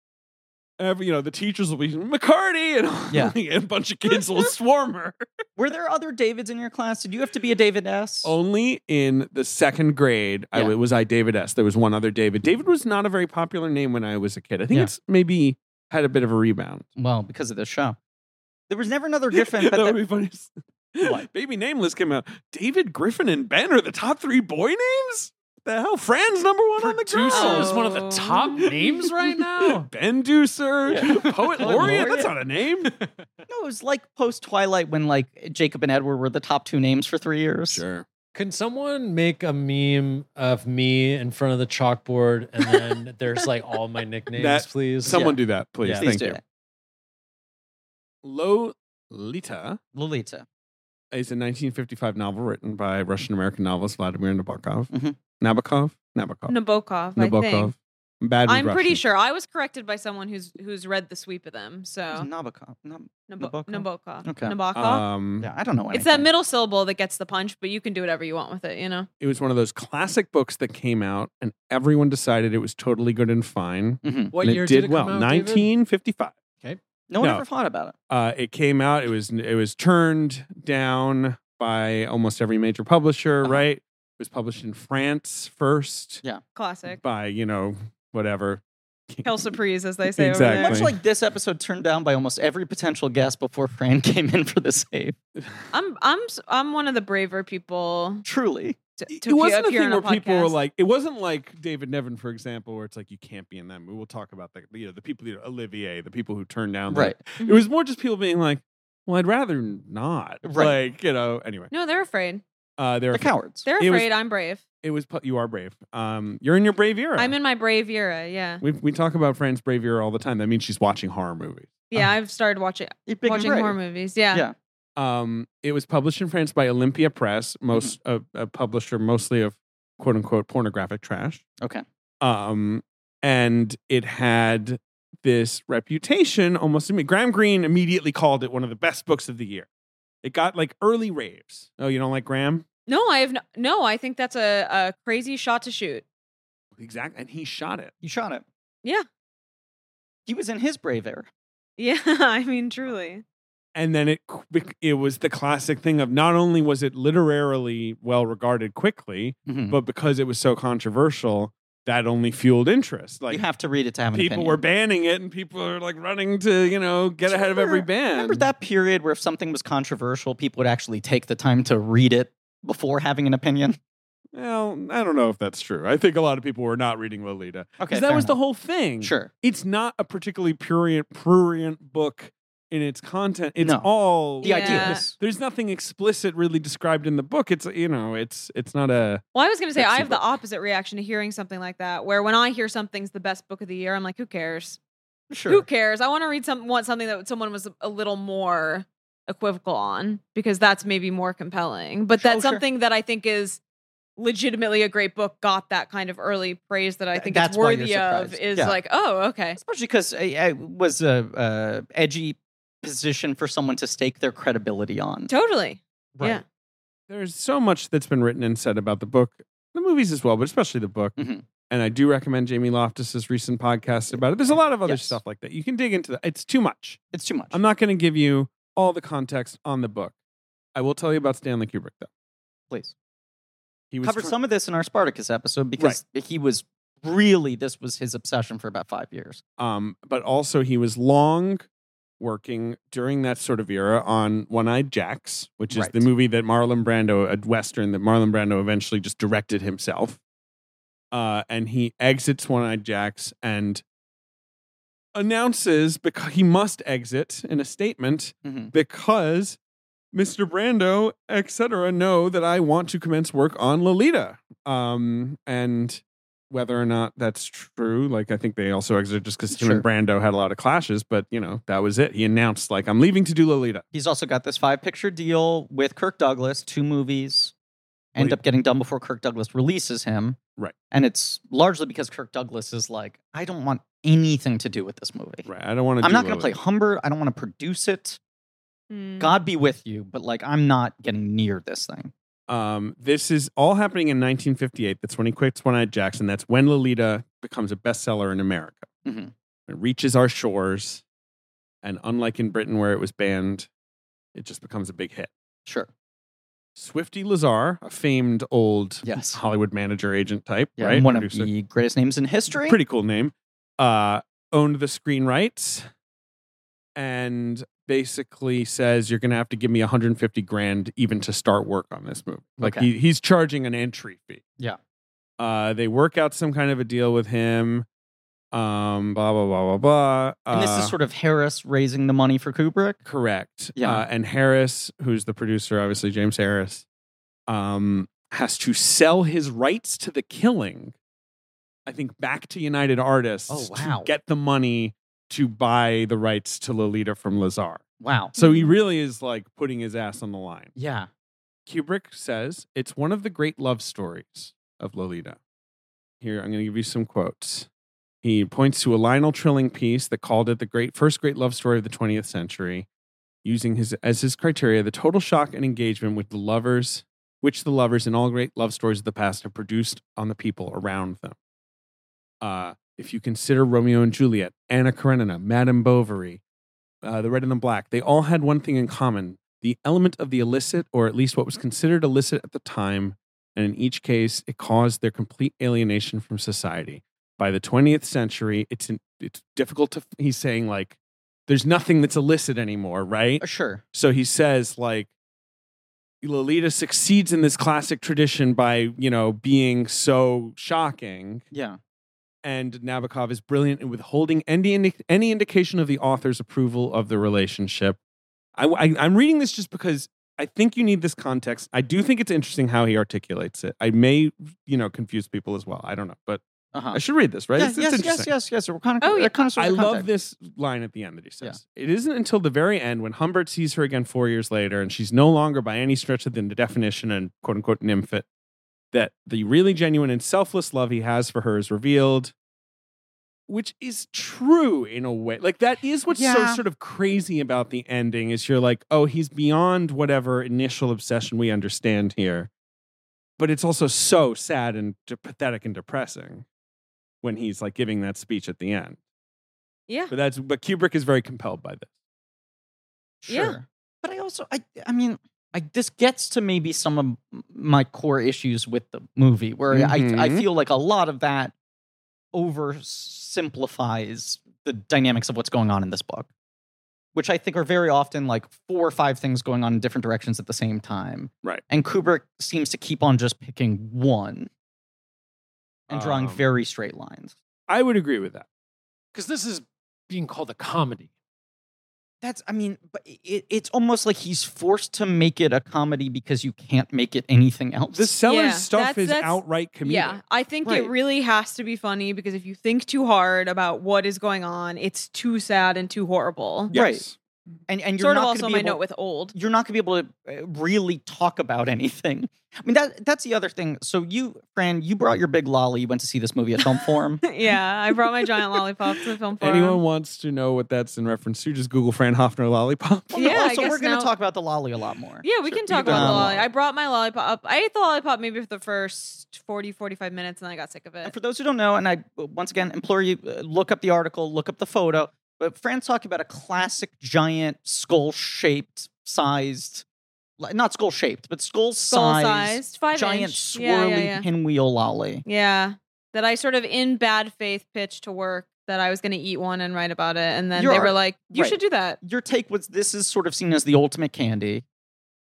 Speaker 2: Every, you know, the teachers will be McCarty, and,
Speaker 1: Yeah.
Speaker 2: and a bunch of kids will swarm her.
Speaker 1: Were there other Davids in your class? Did you have to be a David S?
Speaker 2: Only in the second grade I,
Speaker 1: Yeah.
Speaker 2: was I David S. There was one other David. David was not a very popular name when I was a kid. I think
Speaker 1: Yeah.
Speaker 2: it's maybe had a bit of a rebound.
Speaker 1: Well, because of the show. There was never another Griffin, but
Speaker 2: that
Speaker 1: the-
Speaker 2: would be funny.
Speaker 1: What?
Speaker 2: Baby Nameless came out. David Griffin and Ben are the top three boy names. The hell, Fran's number one on the girl.
Speaker 4: Producer is one of the top names right now.
Speaker 2: Ben Deucer,
Speaker 1: Yeah.
Speaker 2: poet
Speaker 1: Poet
Speaker 2: laureate.
Speaker 1: laureate.
Speaker 2: That's not a name.
Speaker 1: no, it was like post Twilight when like Jacob and Edward were the top two names for three years.
Speaker 2: Sure.
Speaker 4: Can someone make a meme of me in front of the chalkboard and then there's like all my nicknames,
Speaker 2: That-
Speaker 4: please?
Speaker 2: Someone do that, please.
Speaker 4: Yeah.
Speaker 1: Please
Speaker 2: Thank
Speaker 1: do
Speaker 2: you.
Speaker 1: it.
Speaker 2: Lolita
Speaker 1: Lolita.
Speaker 2: is a 1955 novel written by Russian American novelist Vladimir Nabokov.
Speaker 1: Mhm.
Speaker 2: Nabokov? Nabokov.
Speaker 3: Nabokov, I
Speaker 2: Nabokov.
Speaker 3: think.
Speaker 2: I'm bad with
Speaker 3: I'm pretty
Speaker 2: Russian.
Speaker 3: sure. I was corrected by someone who's who's read the sweep of them.
Speaker 1: It
Speaker 3: So
Speaker 1: was Nabokov. Nab- Nabokov?
Speaker 3: Nabo- Nabokov.
Speaker 1: Okay.
Speaker 3: Nabokov.
Speaker 2: Um,
Speaker 1: yeah, I don't know.
Speaker 3: it's that
Speaker 1: anything.
Speaker 3: middle syllable that gets the punch, but you can do whatever you want with it, you know?
Speaker 2: It was one of those classic books that came out, and everyone decided it was totally good and fine.
Speaker 4: What
Speaker 2: and
Speaker 4: year
Speaker 2: it
Speaker 4: did,
Speaker 2: did
Speaker 4: it
Speaker 2: well.
Speaker 4: come out, David?
Speaker 2: 1955.
Speaker 1: No one
Speaker 2: No.
Speaker 1: ever thought about it.
Speaker 2: Uh, it came out. It was it was turned down by almost every major publisher.
Speaker 1: Uh-huh.
Speaker 2: Right. It was published in France first
Speaker 3: Classic.
Speaker 2: by you know whatever.
Speaker 3: Hell surprise, as they say
Speaker 2: Exactly.
Speaker 3: over
Speaker 1: Much
Speaker 3: there.
Speaker 1: like this episode turned down by almost every potential guest before Fran came in for the save.
Speaker 3: I'm I'm s- I'm one of the braver people
Speaker 1: Truly.
Speaker 3: to, to
Speaker 2: it wasn't
Speaker 3: appear
Speaker 2: a thing
Speaker 3: on a
Speaker 2: where people were
Speaker 3: podcast.
Speaker 2: like, it wasn't like David Nevin, for example, where it's like you can't be in that movie. We'll talk about the you know the people, you know, Olivier, the people who turned down. the-
Speaker 1: Right.
Speaker 2: It was more just people being like, well, I'd rather not.
Speaker 1: Right.
Speaker 2: Like you know. Anyway,
Speaker 3: No, they're afraid.
Speaker 2: uh, there.
Speaker 1: They're
Speaker 2: Are,
Speaker 1: cowards.
Speaker 3: They're
Speaker 2: It was-
Speaker 3: afraid. I'm brave.
Speaker 2: it was pu- you are brave. Um, you're in your brave era.
Speaker 3: I'm in my brave era. Yeah.
Speaker 2: We we talk about Fran's brave era all the time. That means she's watching horror movies.
Speaker 3: Yeah, I've started watching
Speaker 1: You're big and
Speaker 3: watching
Speaker 1: brave.
Speaker 3: horror movies. Yeah.
Speaker 1: Yeah.
Speaker 2: Um, it was published in France by Olympia Press, most a, a publisher mostly of quote unquote pornographic trash.
Speaker 1: Okay.
Speaker 2: Um, and it had this reputation almost immediately. Graham Greene immediately called it one of the best books of the year. It got like early raves. Oh, you don't like Graham?
Speaker 3: No, I have no, no. I think that's a, a crazy shot to shoot.
Speaker 2: Exactly. And he shot it.
Speaker 1: You shot it.
Speaker 3: Yeah.
Speaker 1: He was in his brave era.
Speaker 3: Yeah, I mean, truly.
Speaker 2: and then it qu- it was the classic thing of not only was it literarily well regarded quickly,
Speaker 1: Mm-hmm.
Speaker 2: but because it was so controversial, that only fueled interest. Like
Speaker 1: you have to read it to have an
Speaker 2: people
Speaker 1: opinion.
Speaker 2: were banning it, and people are like running to you know get ahead of every
Speaker 1: Remember-
Speaker 2: ban.
Speaker 1: Remember that period where if something was controversial, people would actually take the time to read it before having an opinion?
Speaker 2: Well, I don't know if that's true. I think a lot of people were not reading Lolita
Speaker 1: Okay.
Speaker 2: because that
Speaker 1: fair
Speaker 2: was the
Speaker 1: enough.
Speaker 2: whole thing.
Speaker 1: Sure.
Speaker 2: it's not a particularly prurient, prurient book in its content. It's
Speaker 1: No.
Speaker 2: all
Speaker 1: The
Speaker 3: Yeah.
Speaker 1: idea was
Speaker 2: There's nothing explicit really described in the book. It's you know, it's it's not a
Speaker 3: Well, I was going to say
Speaker 2: That's
Speaker 3: I have
Speaker 2: super-
Speaker 3: the opposite reaction to hearing something like that, where when I hear something's the best book of the year, I'm like, who cares? Who
Speaker 1: sure.
Speaker 3: cares? I want to read some want something that someone was a little more equivocal on because that's maybe more compelling. But
Speaker 1: Sure,
Speaker 3: that's
Speaker 1: sure.
Speaker 3: something that I think is legitimately a great book got that kind of early praise that I
Speaker 1: Th-
Speaker 3: think
Speaker 1: that's
Speaker 3: it's
Speaker 1: why you're
Speaker 3: worthy of
Speaker 1: surprised.
Speaker 3: is
Speaker 1: Yeah.
Speaker 3: like, oh, okay.
Speaker 1: Especially because it was a, a edgy position for someone to stake their credibility on.
Speaker 3: Totally. Yeah.
Speaker 2: There's so much that's been written and said about the book, the movies as well, but especially the book.
Speaker 1: Mhm.
Speaker 2: And I do recommend Jamie Loftus's recent podcast about it. There's a lot of other
Speaker 1: Yes.
Speaker 2: stuff like that. You can dig into that. It's too much.
Speaker 1: It's too much.
Speaker 2: I'm not going to give you all the context on the book. I will tell you about Stanley Kubrick though.
Speaker 1: Please.
Speaker 2: He was
Speaker 1: Covered
Speaker 2: tr-
Speaker 1: some of this in our Spartacus episode because he was really, this was his obsession for about five years.
Speaker 2: um, but also he was long working during that sort of era on One Eyed Jacks, which is
Speaker 1: Right.
Speaker 2: the movie that Marlon Brando, a western that Marlon Brando eventually just directed himself. Uh, and he exits One Eyed Jacks and announces because he must exit in a statement
Speaker 1: Mhm.
Speaker 2: because Mr. Brando, etc., know that I want to commence work on Lolita. Um, and whether or not that's true. Like, I think they also exited just because him
Speaker 1: Sure.
Speaker 2: and Brando had a lot of clashes, but you know, that was it. He announced, like, I'm leaving to do Lolita.
Speaker 1: He's also got this five picture deal with Kirk Douglas, two movies end
Speaker 2: Wait.
Speaker 1: up getting done before Kirk Douglas releases him.
Speaker 2: Right.
Speaker 1: And it's largely because Kirk Douglas is like, I don't want anything to do with this movie.
Speaker 2: Right. I don't want to
Speaker 1: I'm not going to play Humbert. I don't want to produce it.
Speaker 3: Hmm.
Speaker 1: God be with you, but like, I'm not getting near this thing.
Speaker 2: Um, this is all happening in 1958. That's when he quits One Eyed Jackson. That's when Lolita becomes a bestseller in America.
Speaker 1: Mhm.
Speaker 2: It reaches our shores, and unlike in Britain where it was banned, it just becomes a big hit.
Speaker 1: Sure.
Speaker 2: Swifty Lazar, a famed old
Speaker 1: Yes.
Speaker 2: Hollywood manager agent type,
Speaker 1: Yeah.
Speaker 2: right?
Speaker 1: One of
Speaker 2: Producer.
Speaker 1: the greatest names in history.
Speaker 2: Pretty cool name. Uh, owned the screen rights and basically says you're going to have to give me 150 grand even to start work on this movie. Like
Speaker 1: Okay.
Speaker 2: he, he's charging an entry fee.
Speaker 1: Yeah.
Speaker 2: Uh, they work out some kind of a deal with him. Um, blah blah blah blah blah.
Speaker 1: And this
Speaker 2: Uh,
Speaker 1: is sort of Harris raising the money for Kubrick.
Speaker 2: Correct.
Speaker 1: Yeah.
Speaker 2: Uh, and Harris, who's the producer, obviously James Harris, um, has to sell his rights to the killing, I think, back to United Artists
Speaker 1: Oh,
Speaker 2: to
Speaker 1: wow.
Speaker 2: get the money to buy the rights to Lolita from Lazar.
Speaker 1: Wow.
Speaker 2: So he really is like putting his ass on the line.
Speaker 1: Yeah.
Speaker 2: Kubrick says it's one of the great love stories of Lolita. Here, I'm going to give you some quotes. He points to a Lionel Trilling piece that called it the great first great love story of the 20th century, using his as his criteria the total shock and engagement with the lovers, which the lovers in all great love stories of the past have produced on the people around them. Uh, if you consider Romeo and Juliet, Anna Karenina, Madame Bovary, uh, The Red and the Black, they all had one thing in common the element of the illicit, or at least what was considered illicit at the time, and in each case, it caused their complete alienation from society. By the 20th century, it's in, it's difficult to. He's saying like, there's nothing that's illicit anymore, right?
Speaker 1: Uh, Sure.
Speaker 2: So he says like, Lolita succeeds in this classic tradition by you know being so shocking
Speaker 1: Yeah.
Speaker 2: and Nabokov is brilliant in withholding any, indi- any indication of the author's approval of the relationship. I, am reading this just because I think you need this context. I do think it's interesting how he articulates it. I may, you know, confuse people as well. I don't know, but
Speaker 1: Uh-huh.
Speaker 2: I should read this, right?
Speaker 1: Yeah,
Speaker 2: It's- it's
Speaker 1: yes,
Speaker 2: interesting.
Speaker 1: yes, yes, yes. We're kind of,
Speaker 3: Oh, yeah.
Speaker 1: kind of
Speaker 2: I love this line at the end that he says. It isn't until the very end when Humbert sees her again four years later and she's no longer by any stretch of the definition and quote unquote nymphet that the really genuine and selfless love he has for her is revealed, which is true in a way. Like that is what's so
Speaker 1: Yeah.
Speaker 2: sort of crazy about the ending is you're like, oh, he's beyond whatever initial obsession we understand here. But it's also so sad and de- pathetic and depressing when he's like giving that speech at the end.
Speaker 3: Yeah.
Speaker 2: But that's but Kubrick is very compelled by this.
Speaker 3: Yeah.
Speaker 1: Sure. But I also, I, I mean, I, this gets to maybe some of m- my core issues with the movie, where I, I
Speaker 2: Mhm.
Speaker 1: feel like a lot of that oversimplifies the dynamics of what's going on in this book, which I think are very often like four or five things going on in different directions at the same time.
Speaker 2: Right.
Speaker 1: And Kubrick seems to keep on just picking one and drawing
Speaker 2: Um,
Speaker 1: very straight lines.
Speaker 2: I would agree with that.
Speaker 4: Because this is being called a comedy.
Speaker 1: That's, I mean, but it, it's almost like he's forced to make it a comedy because you can't make it anything else.
Speaker 2: The seller's
Speaker 3: Yeah,
Speaker 2: stuff
Speaker 3: that's-
Speaker 2: is
Speaker 3: that's-
Speaker 2: outright comedic.
Speaker 3: Yeah, I think
Speaker 1: Right.
Speaker 3: it really has to be funny because if you think too hard about what is going on, it's too sad and too horrible.
Speaker 1: Yeah. Right.
Speaker 2: Yes.
Speaker 1: and and you're
Speaker 3: Sort of
Speaker 1: not
Speaker 3: also
Speaker 1: going
Speaker 3: my
Speaker 1: to be
Speaker 3: note
Speaker 1: able,
Speaker 3: with old.
Speaker 1: you're not going to be able to uh, really talk about anything. I mean, that that's the other thing. So you, Fran, you brought your big lolly. You went to see this movie at Film Forum.
Speaker 3: yeah, I brought my giant lollipop to the film forum.
Speaker 2: Anyone wants to know what that's in reference to? Just Google Fran Hoffner lollipop.
Speaker 1: Well,
Speaker 3: Yeah, I
Speaker 1: so we're
Speaker 3: guess
Speaker 1: gonna
Speaker 3: now-
Speaker 1: talk about the lolly a lot more.
Speaker 3: Yeah, we
Speaker 2: Sure,
Speaker 3: can
Speaker 2: we can
Speaker 3: talk about
Speaker 1: talk
Speaker 3: the
Speaker 1: about
Speaker 3: lollipop.
Speaker 1: it.
Speaker 3: I brought my lollipop up. I ate the lollipop maybe for the first 40, 45 minutes and I got sick of
Speaker 1: And
Speaker 3: it.
Speaker 1: for those who don't know, and I uh, once again implore you, uh, look up the article, look up the photo. But Fran's talking about a classic giant skull shaped sized, li- not skull shaped, but skull
Speaker 3: Skull
Speaker 1: sized,
Speaker 3: sized, five
Speaker 1: giant
Speaker 3: inch.
Speaker 1: swirly
Speaker 3: Yeah, yeah, yeah.
Speaker 1: pinwheel lolly.
Speaker 3: Yeah. That I sort of in bad faith pitched to work that I was going to eat one and write about it. And then they
Speaker 1: You're-
Speaker 3: were like, you
Speaker 1: right.
Speaker 3: should do that.
Speaker 1: Your take was this is sort of seen as the ultimate candy.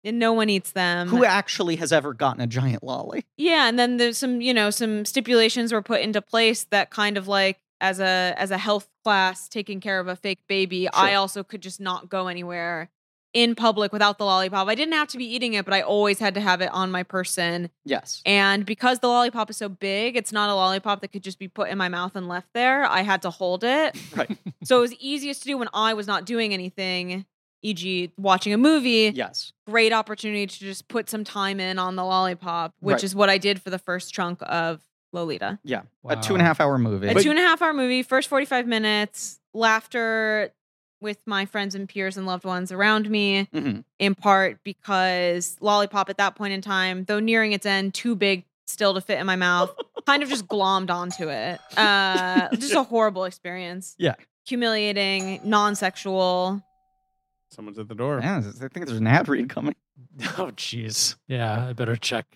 Speaker 3: And no one eats them.
Speaker 1: Who actually has ever gotten a giant lolly?
Speaker 3: yeah. And then there's some, you know, some stipulations were put into place that kind of like, as a as a health class taking care of a fake baby, I also could just not go anywhere in public without the lollipop. I didn't have to be eating it, but I always had to have it on my person.
Speaker 1: Yes.
Speaker 3: And because the lollipop is so big, it's not a lollipop that could just be put in my mouth and left there. I had to hold it.
Speaker 1: Right.
Speaker 3: so it was easiest to do when I was not doing anything, e.g., watching a movie.
Speaker 1: Yes.
Speaker 3: Great opportunity to just put some time in on the lollipop, which
Speaker 1: Right.
Speaker 3: is what I did for the first chunk of Lolita.
Speaker 1: Yeah. A
Speaker 4: Wow.
Speaker 1: two and a half hour movie.
Speaker 3: A
Speaker 2: But-
Speaker 3: two and a half hour movie, first 45 minutes, laughter with my friends and peers and loved ones around me,
Speaker 1: Mhm.
Speaker 3: in part because Lollipop at that point in time, though nearing its end, too big still to fit in my mouth, kind of just glommed onto it. Uh, just a horrible experience.
Speaker 1: Yeah.
Speaker 3: Humiliating, non sexual.
Speaker 2: Someone's at the door.
Speaker 1: Yeah, I think there's an ad read coming.
Speaker 4: Oh, jeez. Yeah, I better check.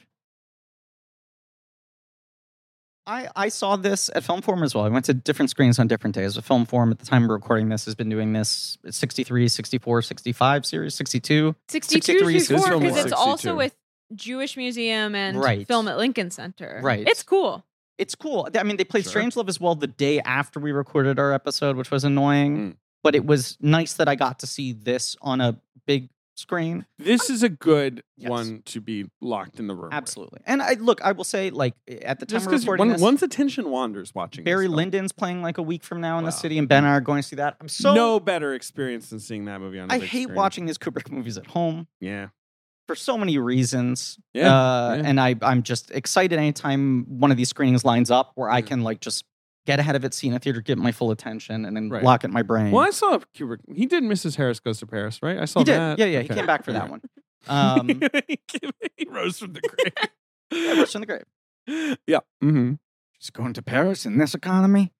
Speaker 1: I, I saw this at Film Forum as well. I went to different screens on different days. The Film Forum at the time we're recording this has been doing this 63, 64, 65 series, 62.
Speaker 3: 62
Speaker 1: 63 is his
Speaker 3: before,
Speaker 1: film
Speaker 3: because it's
Speaker 2: award. 62.
Speaker 3: also with Jewish Museum and
Speaker 1: Right.
Speaker 3: Film at Lincoln Center.
Speaker 1: Right.
Speaker 3: It's cool.
Speaker 1: It's cool. I mean, they played
Speaker 2: Sure.
Speaker 1: Strange Love as well the day after we recorded our episode, which was annoying.
Speaker 2: Mm.
Speaker 1: But it was nice that I got to see this on a big screen.
Speaker 2: This is a good
Speaker 1: Yes.
Speaker 2: one to be locked in the room. with.
Speaker 1: Absolutely. And I look, I will say, like at the time
Speaker 2: Just
Speaker 1: we're
Speaker 2: because
Speaker 1: recording this,
Speaker 2: once attention wanders watching
Speaker 1: Barry
Speaker 2: this stuff.
Speaker 1: Lyndon's playing like a week from now in the
Speaker 2: Wow.
Speaker 1: city, and Ben and I are going to see that. I'm so
Speaker 2: no better experience than seeing that movie on. a
Speaker 1: I
Speaker 2: big
Speaker 1: hate
Speaker 2: screen.
Speaker 1: watching these Kubrick movies at home.
Speaker 2: Yeah,
Speaker 1: for so many reasons.
Speaker 2: Yeah,
Speaker 1: Uh,
Speaker 2: yeah.
Speaker 1: And I, I'm just excited anytime one of these screenings lines up where I
Speaker 2: Mhm.
Speaker 1: can like just get ahead of it, see in a theater, get my full attention, and then
Speaker 2: Right.
Speaker 1: lock it in my brain.
Speaker 2: Well, I saw Kubrick. He did Mrs. Harris Goes to Paris, right? I saw
Speaker 1: He did.
Speaker 2: that.
Speaker 1: Yeah, yeah. He
Speaker 2: Okay.
Speaker 1: came back for that
Speaker 2: Alright.
Speaker 1: one. Um,
Speaker 2: he rose from the grave.
Speaker 1: yeah, Rush in the Grave.
Speaker 2: yeah. Mm-hmm.
Speaker 1: Just going to Paris in this economy.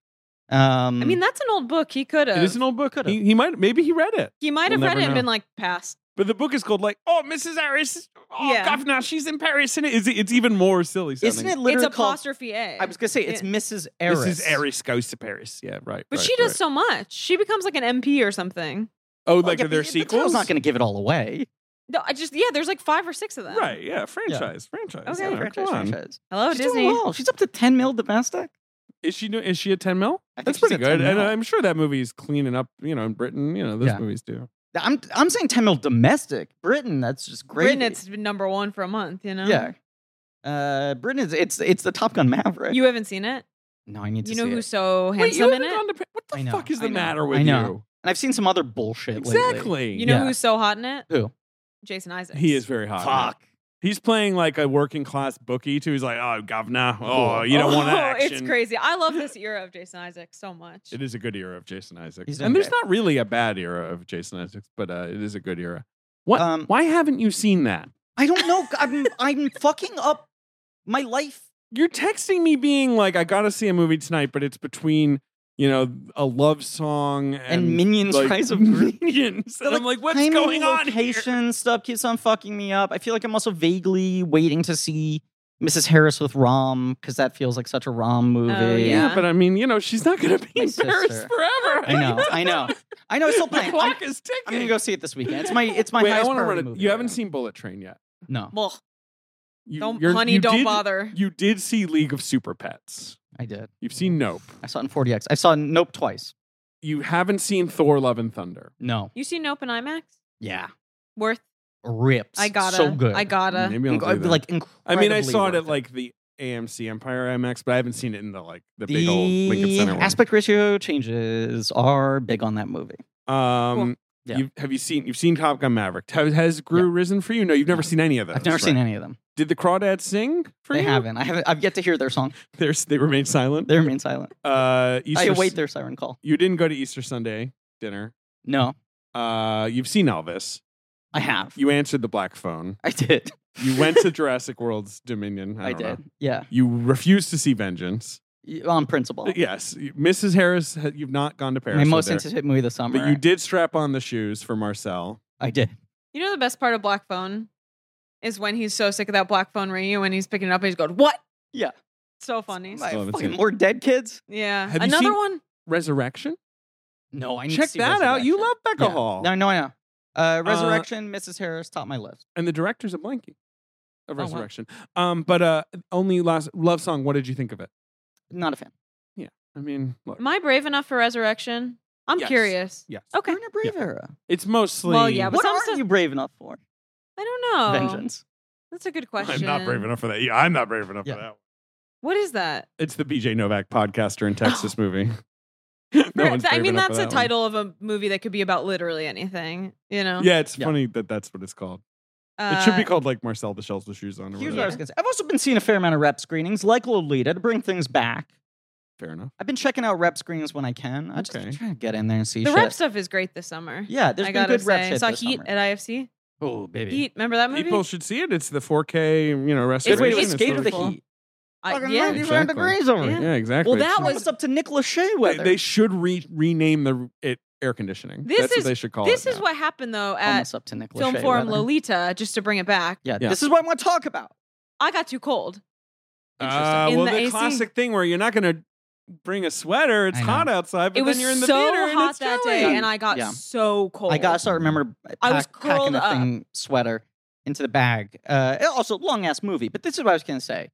Speaker 1: Um,
Speaker 3: I mean, that's an old book. He could
Speaker 2: It
Speaker 3: have.
Speaker 2: is an old book.
Speaker 1: Could've.
Speaker 2: He, he might, maybe he read it.
Speaker 3: He might
Speaker 2: We'll
Speaker 3: have read
Speaker 2: never
Speaker 3: it and
Speaker 2: know.
Speaker 3: been like, pass.
Speaker 2: But the book is called like, oh, Mrs. Harris. Oh,
Speaker 3: Yeah.
Speaker 2: God, now she's in Paris, and it is, it's even more silly. Sounding.
Speaker 1: isn't it literally
Speaker 3: it's
Speaker 1: called?
Speaker 3: apostrophe A.
Speaker 1: I was gonna say it's
Speaker 3: Yeah.
Speaker 1: Mrs. Eris.
Speaker 2: This is Harris Goes to Paris. Yeah, right.
Speaker 3: but
Speaker 2: right,
Speaker 3: she does
Speaker 2: right.
Speaker 3: so much. She becomes like an MP or something.
Speaker 2: Oh,
Speaker 1: Well,
Speaker 2: like
Speaker 1: yeah,
Speaker 2: are there
Speaker 1: but the title's
Speaker 2: sequels?
Speaker 1: not gonna give it all away.
Speaker 3: No, I just yeah. There's like five or six of them.
Speaker 2: Right. Yeah. Franchise. Franchise.
Speaker 3: Okay,
Speaker 2: yeah,
Speaker 1: franchise,
Speaker 2: Oh, come on.
Speaker 1: franchise.
Speaker 3: Hello,
Speaker 1: She's doing
Speaker 3: Oh, Disney.
Speaker 1: well. She's up to ten mil domestic.
Speaker 2: Is she doing? Is she at ten mil?
Speaker 1: I think
Speaker 2: That's
Speaker 1: she's
Speaker 2: pretty
Speaker 1: at 10
Speaker 2: good, and
Speaker 1: mil.
Speaker 2: I'm sure that movie's cleaning up. You know, in Britain, you know, those
Speaker 1: Yeah.
Speaker 2: movies do.
Speaker 1: I'm I'm saying ten mil domestic. Britain, that's just great.
Speaker 3: Britain, it's been number one for a month. You know.
Speaker 1: Yeah. Uh, Britain is it's it's the Top Gun Maverick.
Speaker 3: You haven't seen it.
Speaker 1: no, I need to
Speaker 3: You know
Speaker 1: see
Speaker 3: who's
Speaker 1: it.
Speaker 3: so
Speaker 2: Wait, you
Speaker 3: handsome in
Speaker 2: haven't
Speaker 3: it.
Speaker 2: gone to Pa- What
Speaker 1: I
Speaker 2: the
Speaker 1: know,
Speaker 2: fuck is
Speaker 1: I
Speaker 2: the
Speaker 1: know,
Speaker 2: matter
Speaker 1: I
Speaker 2: with
Speaker 1: know. And I've seen some other bullshit.
Speaker 2: you?
Speaker 1: Lately.
Speaker 2: Exactly.
Speaker 3: You know
Speaker 1: Yeah.
Speaker 3: who's so hot in it?
Speaker 1: Who?
Speaker 3: Jason Isaacs.
Speaker 2: he is very hot. man.
Speaker 1: Fuck.
Speaker 2: He's playing like a working class bookie too. He's like, oh, governor. Oh,
Speaker 1: Cool.
Speaker 2: you don't
Speaker 3: oh,
Speaker 2: want action.
Speaker 3: It's crazy. I love this era of Jason Isaacs so much.
Speaker 2: It is a good era of Jason Isaacs,
Speaker 1: He's
Speaker 2: and there's
Speaker 1: okay.
Speaker 2: not really a bad era of Jason Isaacs, but uh, it is a good era. What?
Speaker 1: Um,
Speaker 2: Why haven't you seen that?
Speaker 1: I don't know. I'm I'm fucking up my life.
Speaker 2: you're texting me being like, I gotta see a movie tonight, but it's between, you know, a love song and,
Speaker 1: And, Minions
Speaker 2: like,
Speaker 1: Rise of Green.
Speaker 2: minions. And I'm like, what's
Speaker 1: timing,
Speaker 2: going on
Speaker 1: location
Speaker 2: here?
Speaker 1: stuff keeps on fucking me up. I feel like I'm also vaguely waiting to see Mrs. Harris with Rom because that feels like such a Rom movie.
Speaker 3: Oh, Yeah.
Speaker 2: Yeah. but I mean, you know, she's not gonna be
Speaker 1: My
Speaker 2: in Paris
Speaker 1: sister.
Speaker 2: forever.
Speaker 1: I know. I know. I know. It's still
Speaker 2: the
Speaker 1: playing. I'm,
Speaker 2: clock is ticking.
Speaker 1: I'm gonna go see it this weekend. It's my it's my
Speaker 2: Wait, I
Speaker 1: highest
Speaker 2: want to run
Speaker 1: priority
Speaker 2: it.
Speaker 1: movie.
Speaker 2: You haven't seen Bullet Train yet.
Speaker 1: No,
Speaker 3: Well,
Speaker 2: You,
Speaker 3: don't,
Speaker 2: you're-
Speaker 3: honey,
Speaker 2: you
Speaker 3: don't
Speaker 2: did-
Speaker 3: bother.
Speaker 2: You did see League of Super Pets.
Speaker 1: I did.
Speaker 2: You've seen Nope.
Speaker 1: I saw it in 40x. I saw Nope twice.
Speaker 2: You haven't seen Thor: Love and Thunder.
Speaker 1: No.
Speaker 3: You seen Nope and IMAX?
Speaker 1: Yeah.
Speaker 3: Worth.
Speaker 1: Rips.
Speaker 3: I gotta.
Speaker 1: So good.
Speaker 3: I gotta.
Speaker 2: Maybe I'll
Speaker 1: Inc-
Speaker 2: do that.
Speaker 1: like incredibly
Speaker 2: I mean, I saw it
Speaker 1: worth
Speaker 2: at like the AMC Empire IMAX, but I haven't seen it in the like the,
Speaker 1: the
Speaker 2: big old Lincoln Center one.
Speaker 1: aspect ratio changes are big on that movie.
Speaker 2: Um,
Speaker 1: Cool.
Speaker 2: you, have you seen you've seen Top Gun Maverick? Has, has Gru risen for you? No, you've never seen any of those.
Speaker 1: I've never seen
Speaker 2: right?
Speaker 1: any of them.
Speaker 2: Did the Crawdads sing for
Speaker 1: They
Speaker 2: you?
Speaker 1: haven't. I haven't. I've yet to hear their song.
Speaker 2: They're, they remain silent.
Speaker 1: They remain silent.
Speaker 2: Uh, Easter,
Speaker 1: I await their siren call.
Speaker 2: You didn't go to Easter Sunday dinner.
Speaker 1: No,
Speaker 2: Uh, you've seen Elvis.
Speaker 1: I have.
Speaker 2: You answered the black phone.
Speaker 1: I did.
Speaker 2: You went to Jurassic World's Dominion. I,
Speaker 1: I,
Speaker 2: don't
Speaker 1: did.
Speaker 2: know.
Speaker 1: Yeah.
Speaker 2: You refused to see Vengeance.
Speaker 1: Y- On principle.
Speaker 2: Yes, you- Mrs. Harris, ha- you've not gone to Paris.
Speaker 1: Oh. My
Speaker 2: with
Speaker 1: most
Speaker 2: her.
Speaker 1: anticipated movie this summer.
Speaker 2: but you did strap on the shoes for Marcel.
Speaker 1: I did.
Speaker 3: You know the best part of Black Phone is when he's so sick of that Black Phone ringing when he's picking it up and he's going, "What?"
Speaker 1: Yeah.
Speaker 3: so funny.
Speaker 1: My
Speaker 2: haven't
Speaker 1: fucking
Speaker 2: seen it.
Speaker 1: Lord Dead Kids.
Speaker 3: Yeah,
Speaker 2: Have you
Speaker 3: another
Speaker 2: seen-
Speaker 3: one.
Speaker 2: Resurrection.
Speaker 1: No, I need to
Speaker 2: Check
Speaker 1: see
Speaker 2: that out. You
Speaker 1: Resurrection.
Speaker 2: love Becca Hall.
Speaker 1: No, no, I know. Uh, Resurrection, Mrs. Harris, top my list.
Speaker 2: and the director's a blankie of
Speaker 1: Oh, wow.
Speaker 2: Resurrection. Um, but uh, only last love song. What did you think of it?
Speaker 1: Not a fan.
Speaker 2: I mean, look,
Speaker 3: Am I brave enough for resurrection? I'm
Speaker 2: Yes.
Speaker 3: curious.
Speaker 2: Yes.
Speaker 3: Okay.
Speaker 1: We're in a brave era.
Speaker 2: It's mostly.
Speaker 3: Well, yeah, but
Speaker 1: What
Speaker 3: some
Speaker 1: are
Speaker 3: stuff-
Speaker 1: you brave enough for?
Speaker 3: I don't
Speaker 1: Um,
Speaker 3: know.
Speaker 1: Vengeance.
Speaker 3: That's a good question.
Speaker 2: I'm not brave enough for that. Yeah, I'm not brave enough
Speaker 1: Yeah.
Speaker 2: for that.
Speaker 3: What is that?
Speaker 2: It's the BJ Novak podcaster in Texas movie. no one's
Speaker 3: I
Speaker 2: brave
Speaker 3: mean,
Speaker 2: enough for
Speaker 3: that's a
Speaker 2: that one.
Speaker 3: title of a movie that could be about literally anything. You know.
Speaker 2: Yeah, it's
Speaker 1: Yeah.
Speaker 2: funny that that's what it's called.
Speaker 3: Uh,
Speaker 2: it should be called like Marcel the Shell's the Shoes on. Or
Speaker 1: Here's what I
Speaker 2: whatever.
Speaker 1: was gonna say. I've also been seeing a fair amount of rep screenings, like Lolita, to bring things back.
Speaker 2: Fair enough.
Speaker 1: I've been checking out rep screenings when I can. I just
Speaker 2: Okay.
Speaker 1: try to get in there and see
Speaker 3: The
Speaker 1: shit.
Speaker 3: rep stuff is great this summer.
Speaker 1: yeah, there's
Speaker 3: I
Speaker 1: been
Speaker 3: gotta
Speaker 1: good
Speaker 3: say.
Speaker 1: rep shit.
Speaker 3: I saw
Speaker 1: this
Speaker 3: Heat
Speaker 1: summer.
Speaker 3: at IFC.
Speaker 1: oh baby.
Speaker 3: Heat. Remember that movie?
Speaker 2: People should see it. It's the 4K, you know,
Speaker 1: It's
Speaker 2: restoration.
Speaker 1: wait, it was
Speaker 3: It's
Speaker 1: skate of the
Speaker 2: really cool.
Speaker 1: heat.
Speaker 3: I-
Speaker 1: Fucking
Speaker 3: yeah.
Speaker 1: 95
Speaker 2: Exactly.
Speaker 1: degrees over
Speaker 3: Yeah.
Speaker 1: here.
Speaker 2: Yeah, exactly.
Speaker 1: Well, that
Speaker 2: It's-
Speaker 3: was-
Speaker 1: was up to Nicola Shea
Speaker 2: They,
Speaker 1: weather.
Speaker 2: they should re- rename the it air conditioning.
Speaker 3: This
Speaker 2: That's
Speaker 3: is-
Speaker 2: what they should call
Speaker 3: This
Speaker 2: it.
Speaker 3: is
Speaker 2: now.
Speaker 3: what happened though at
Speaker 1: Almost up to Nicola
Speaker 3: Film
Speaker 1: Shea
Speaker 3: Forum
Speaker 1: weather.
Speaker 3: Lolita. Just to bring it back,
Speaker 1: Yeah,
Speaker 2: Yeah.
Speaker 1: this is what I want to talk about.
Speaker 3: I got too cold.
Speaker 2: Uh,
Speaker 3: In
Speaker 2: well,
Speaker 3: the
Speaker 2: the,
Speaker 3: AC.
Speaker 2: classic thing where you're not going to bring a sweater. It's
Speaker 1: I know.
Speaker 2: hot outside, but
Speaker 3: it was
Speaker 2: then you're in the
Speaker 3: so
Speaker 2: theater and
Speaker 3: hot
Speaker 2: it's
Speaker 3: that
Speaker 2: chilly.
Speaker 3: day, and I got
Speaker 1: Yeah.
Speaker 3: so cold.
Speaker 1: I gotta start remember
Speaker 3: Oh. I was
Speaker 1: pack- packing
Speaker 3: curled
Speaker 1: the thing sweater into the bag. Uh, and also long ass movie, but this is what I was gonna say.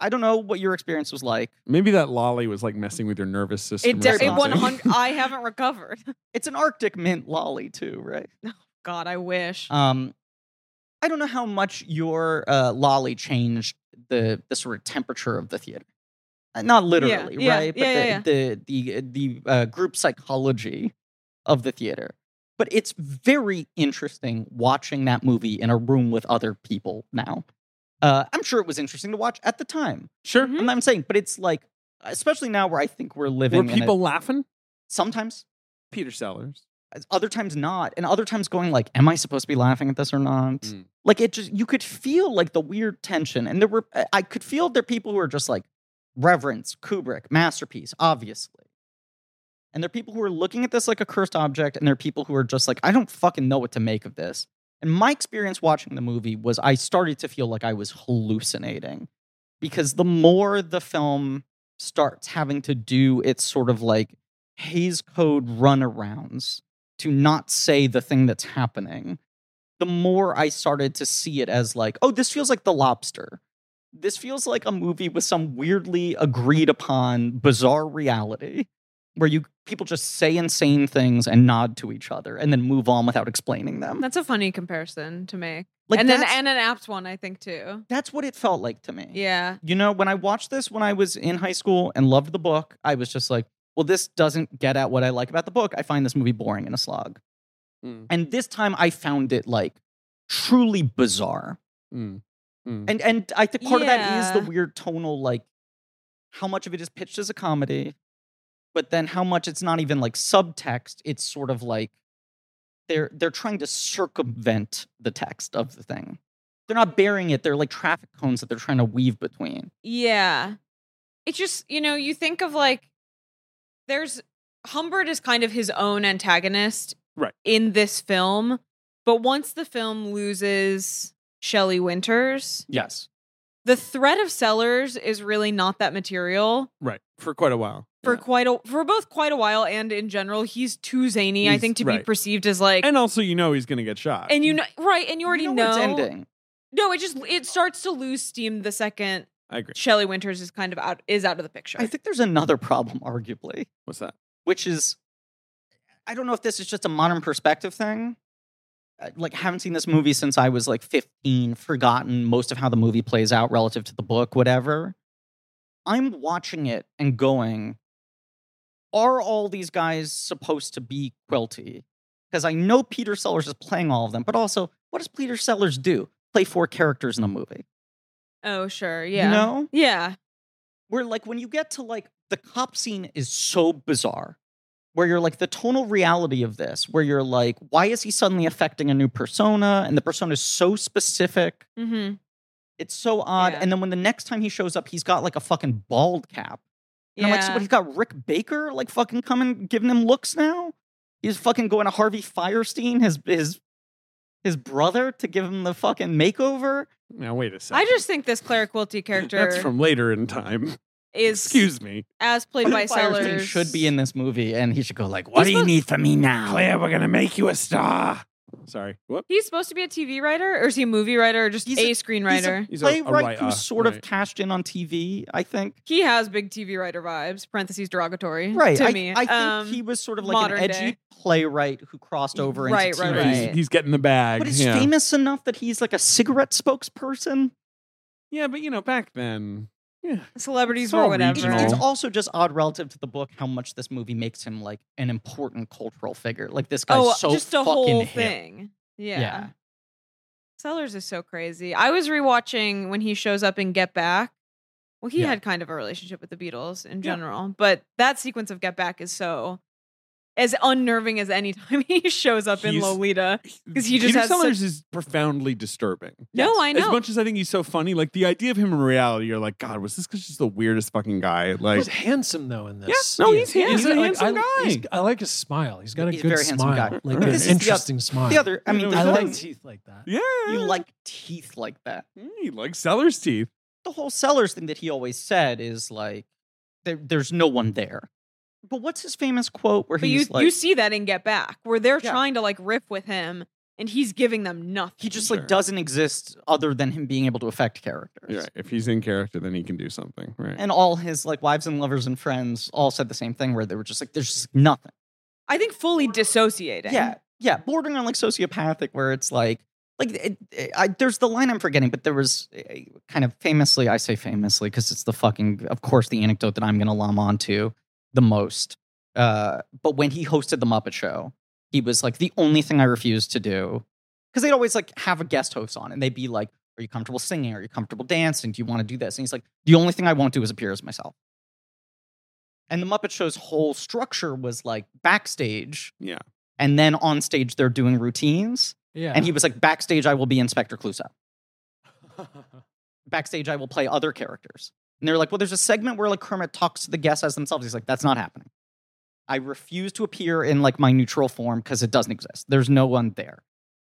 Speaker 1: I don't know what your experience was like.
Speaker 2: Maybe that lolly was like messing with your nervous system.
Speaker 3: It,
Speaker 2: or
Speaker 3: de- it
Speaker 1: something.
Speaker 3: 100. I haven't recovered.
Speaker 1: It's an Arctic mint lolly too, right?
Speaker 3: God, I wish.
Speaker 1: Um, I don't know how much your uh, lolly changed the the sort of temperature of the theater. Uh, Not literally,
Speaker 3: yeah,
Speaker 1: right?
Speaker 3: yeah, yeah,
Speaker 1: but the, the the the uh, group psychology of the theater. But it's very interesting watching that movie in a room with other people now. Uh, I'm sure it was interesting to watch at the time.
Speaker 2: Sure.
Speaker 3: Mhm.
Speaker 1: I'm not even saying, but it's like, especially now where I think we're living. in
Speaker 2: Were
Speaker 1: a-
Speaker 2: people laughing?
Speaker 1: sometimes
Speaker 2: Peter Sellers.
Speaker 1: uh, other times not and other times going like am i supposed to be laughing at this or not
Speaker 2: Mm.
Speaker 1: like it just you could feel like the weird tension and there were uh, I- i could feel there are people who are just like reverence kubrick masterpiece obviously and there are people who are looking at this like a cursed object and there are people who are just like i don't fucking know what to make of this and my experience watching the movie was i started to feel like i was hallucinating because the more the film starts having to do its sort of like haze code runarounds to not say the thing that's happening, the more I started to see it as like, oh, this feels like The Lobster. This feels like a movie with some weirdly agreed upon bizarre reality where you people just say insane things and nod to each other and then move on without explaining them.
Speaker 3: That's a funny comparison to make.
Speaker 1: like
Speaker 3: and then
Speaker 1: that's,
Speaker 3: and an apt one, I think too.
Speaker 1: that's what it felt like to me.
Speaker 3: Yeah.
Speaker 1: You know, when I watched this when I was in high school and loved the book, I was just like, well, this doesn't get at what I like about the book. I find this movie boring and a slog.
Speaker 2: Mm.
Speaker 1: And this time I found it like truly bizarre.
Speaker 2: Mm. Mm.
Speaker 1: And and I think part of that is
Speaker 3: Yeah.
Speaker 1: the weird tonal like how much of it is pitched as a comedy, but then how much it's not even like subtext, it's sort of like they're they're trying to circumvent the text of the thing. They're not burying it, they're like traffic cones that they're trying to weave between.
Speaker 3: Yeah. It just, you know, you think of like there's Humbert is kind of his own antagonist
Speaker 2: Right.
Speaker 3: in this film. But once the film loses Shelley Winters,
Speaker 1: Yes.
Speaker 3: the threat of Sellers is really not that material.
Speaker 2: right. For quite a while.
Speaker 3: For
Speaker 2: Yeah.
Speaker 3: quite a for both quite a while and in general, he's too zany, I
Speaker 2: He's-
Speaker 3: think, to be
Speaker 2: right.
Speaker 3: perceived as like
Speaker 2: And also, you know he's going to get shot.
Speaker 3: and you know right, and you already
Speaker 1: know, where it's
Speaker 3: know
Speaker 1: ending.
Speaker 3: No, it just it starts to lose steam the second
Speaker 2: I agree.
Speaker 3: Shelley Winters is kind of out is out of the picture.
Speaker 1: I think there's another problem, arguably.
Speaker 2: What's that?
Speaker 1: which is I don't know if this is just a modern perspective thing. I, Like, haven't seen this movie since I was like 15, forgotten most of how the movie plays out relative to the book, whatever. I'm watching it and going, are all these guys supposed to be Quilty? Because I know Peter Sellers is playing all of them, but also, what does Peter Sellers do? Play four characters in a movie.
Speaker 3: Oh, sure. Yeah.
Speaker 1: You know?
Speaker 3: Yeah.
Speaker 1: where like when you get to like the cop scene is so bizarre where you're like the tonal reality of this where you're like why is he suddenly affecting a new persona and the persona is so specific
Speaker 3: Mm-hmm.
Speaker 1: it's so odd
Speaker 3: Yeah.
Speaker 1: and then when the next time he shows up he's got like a fucking bald cap and
Speaker 3: Yeah.
Speaker 1: i'm like so what, he's got rick baker like fucking coming giving him looks now he's fucking going to harvey firestein his his his brother to give him the fucking makeover
Speaker 2: Now, wait a second.
Speaker 3: I just think this Claire Quilty character
Speaker 2: That's from later in time.
Speaker 3: is
Speaker 2: Excuse me.
Speaker 3: as played by
Speaker 1: firestein
Speaker 3: Sellers.
Speaker 1: should be in this movie and he should go like what do you
Speaker 3: supposed-
Speaker 1: need from me now
Speaker 2: Claire, we're going to make you a star. Sorry. Whoop.
Speaker 3: He's supposed to be a TV writer, or is he a movie writer, or just
Speaker 1: He's
Speaker 3: a,
Speaker 1: a-
Speaker 3: screenwriter?
Speaker 2: He's a- a
Speaker 1: playwright
Speaker 2: writer, uh,
Speaker 1: who's sort of
Speaker 2: right.
Speaker 1: cashed in on TV, I think.
Speaker 3: he has big TV writer vibes. Parentheses derogatory.
Speaker 1: Right.
Speaker 3: To
Speaker 1: I,
Speaker 3: me,
Speaker 1: I think
Speaker 3: Um,
Speaker 1: he was sort of like an
Speaker 3: modern
Speaker 1: edgy
Speaker 3: day.
Speaker 1: playwright who crossed over into
Speaker 3: Right,
Speaker 1: TV.
Speaker 3: right,
Speaker 2: Right, he's-
Speaker 3: right.
Speaker 2: He's, getting the bag.
Speaker 1: But he's
Speaker 2: yeah.
Speaker 1: famous enough that he's like a cigarette spokesperson.
Speaker 2: Yeah, but you know, back then. Yeah.
Speaker 3: celebrities
Speaker 2: So
Speaker 3: or whatever.
Speaker 1: It's,
Speaker 2: Original.
Speaker 1: it's also just odd relative to the book how much this movie makes him like an important cultural figure. Like this guy's
Speaker 3: oh,
Speaker 1: so
Speaker 3: just the
Speaker 1: fucking
Speaker 3: whole
Speaker 1: hip.
Speaker 3: thing. Yeah.
Speaker 1: Yeah.
Speaker 3: Sellers is so crazy. I was rewatching when he shows up in Get Back. Well, he
Speaker 1: Yeah.
Speaker 3: had kind of a relationship with the Beatles in general, but that sequence of Get Back is so as unnerving as any time he shows up in
Speaker 2: He's-
Speaker 3: Lolita. 'Cause he just
Speaker 2: Peter
Speaker 3: has
Speaker 2: Sellers is profoundly disturbing.
Speaker 3: No, I
Speaker 2: As
Speaker 3: know.
Speaker 2: much as I think he's so funny, like the idea of him in reality, you're like, God, was this guy just the weirdest fucking guy?
Speaker 4: He
Speaker 2: Like,
Speaker 4: was handsome though in this.
Speaker 2: no, he's-
Speaker 3: he's
Speaker 4: Isn't
Speaker 2: a
Speaker 4: it,
Speaker 2: handsome
Speaker 4: I,
Speaker 2: guy.
Speaker 4: he's- I like his smile. He's got a
Speaker 1: He's a
Speaker 4: good
Speaker 1: very handsome
Speaker 4: smile,
Speaker 1: guy.
Speaker 4: like
Speaker 2: Right.
Speaker 4: an
Speaker 2: This is the
Speaker 4: interesting smile.
Speaker 1: The other, I mean,
Speaker 2: other
Speaker 1: I
Speaker 4: I
Speaker 1: like
Speaker 4: like teeth like that.
Speaker 2: yeah,
Speaker 1: you like teeth like that.
Speaker 2: Mm, he likes Sellers' teeth.
Speaker 1: The whole Sellers thing that he always said is like, there, there's no one there. But what's his famous quote where
Speaker 3: But you
Speaker 1: he's like,
Speaker 3: you see that in Get Back where they're
Speaker 1: Yeah.
Speaker 3: trying to like riff with him and he's giving them nothing.
Speaker 1: he just
Speaker 2: Sure.
Speaker 1: like doesn't exist other than him being able to affect characters.
Speaker 2: Yeah, if he's in character, then he can do something, right?
Speaker 1: And all his like wives and lovers and friends all said the same thing where they were just like, there's just nothing.
Speaker 3: I think fully dissociating.
Speaker 1: Yeah, yeah, bordering on like sociopathic, where it's like, like it, it- I, there's the line I'm forgetting, but there was uh, kind of famously, I say famously because it's the fucking, of course, the anecdote that I'm going to lom onto the most. Uh, but when he hosted the Muppet Show, he was like, the only thing I refuse to do, because they'd always like have a guest host on, and they'd be like, "Are you comfortable singing? Are you comfortable dancing? Do you want to do this?" And he's like, "The only thing I won't do is appear as myself." And the Muppet Show's whole structure was like backstage, and then on stage they're doing routines.
Speaker 4: Yeah,
Speaker 1: And he was like, backstage, I will be Inspector Clouseau. Backstage, I will play other characters. And they're like, well, there's a segment where like Kermit talks to the guests as themselves. He's like, that's not happening. I refuse to appear in like my neutral form because it doesn't exist. There's no one there.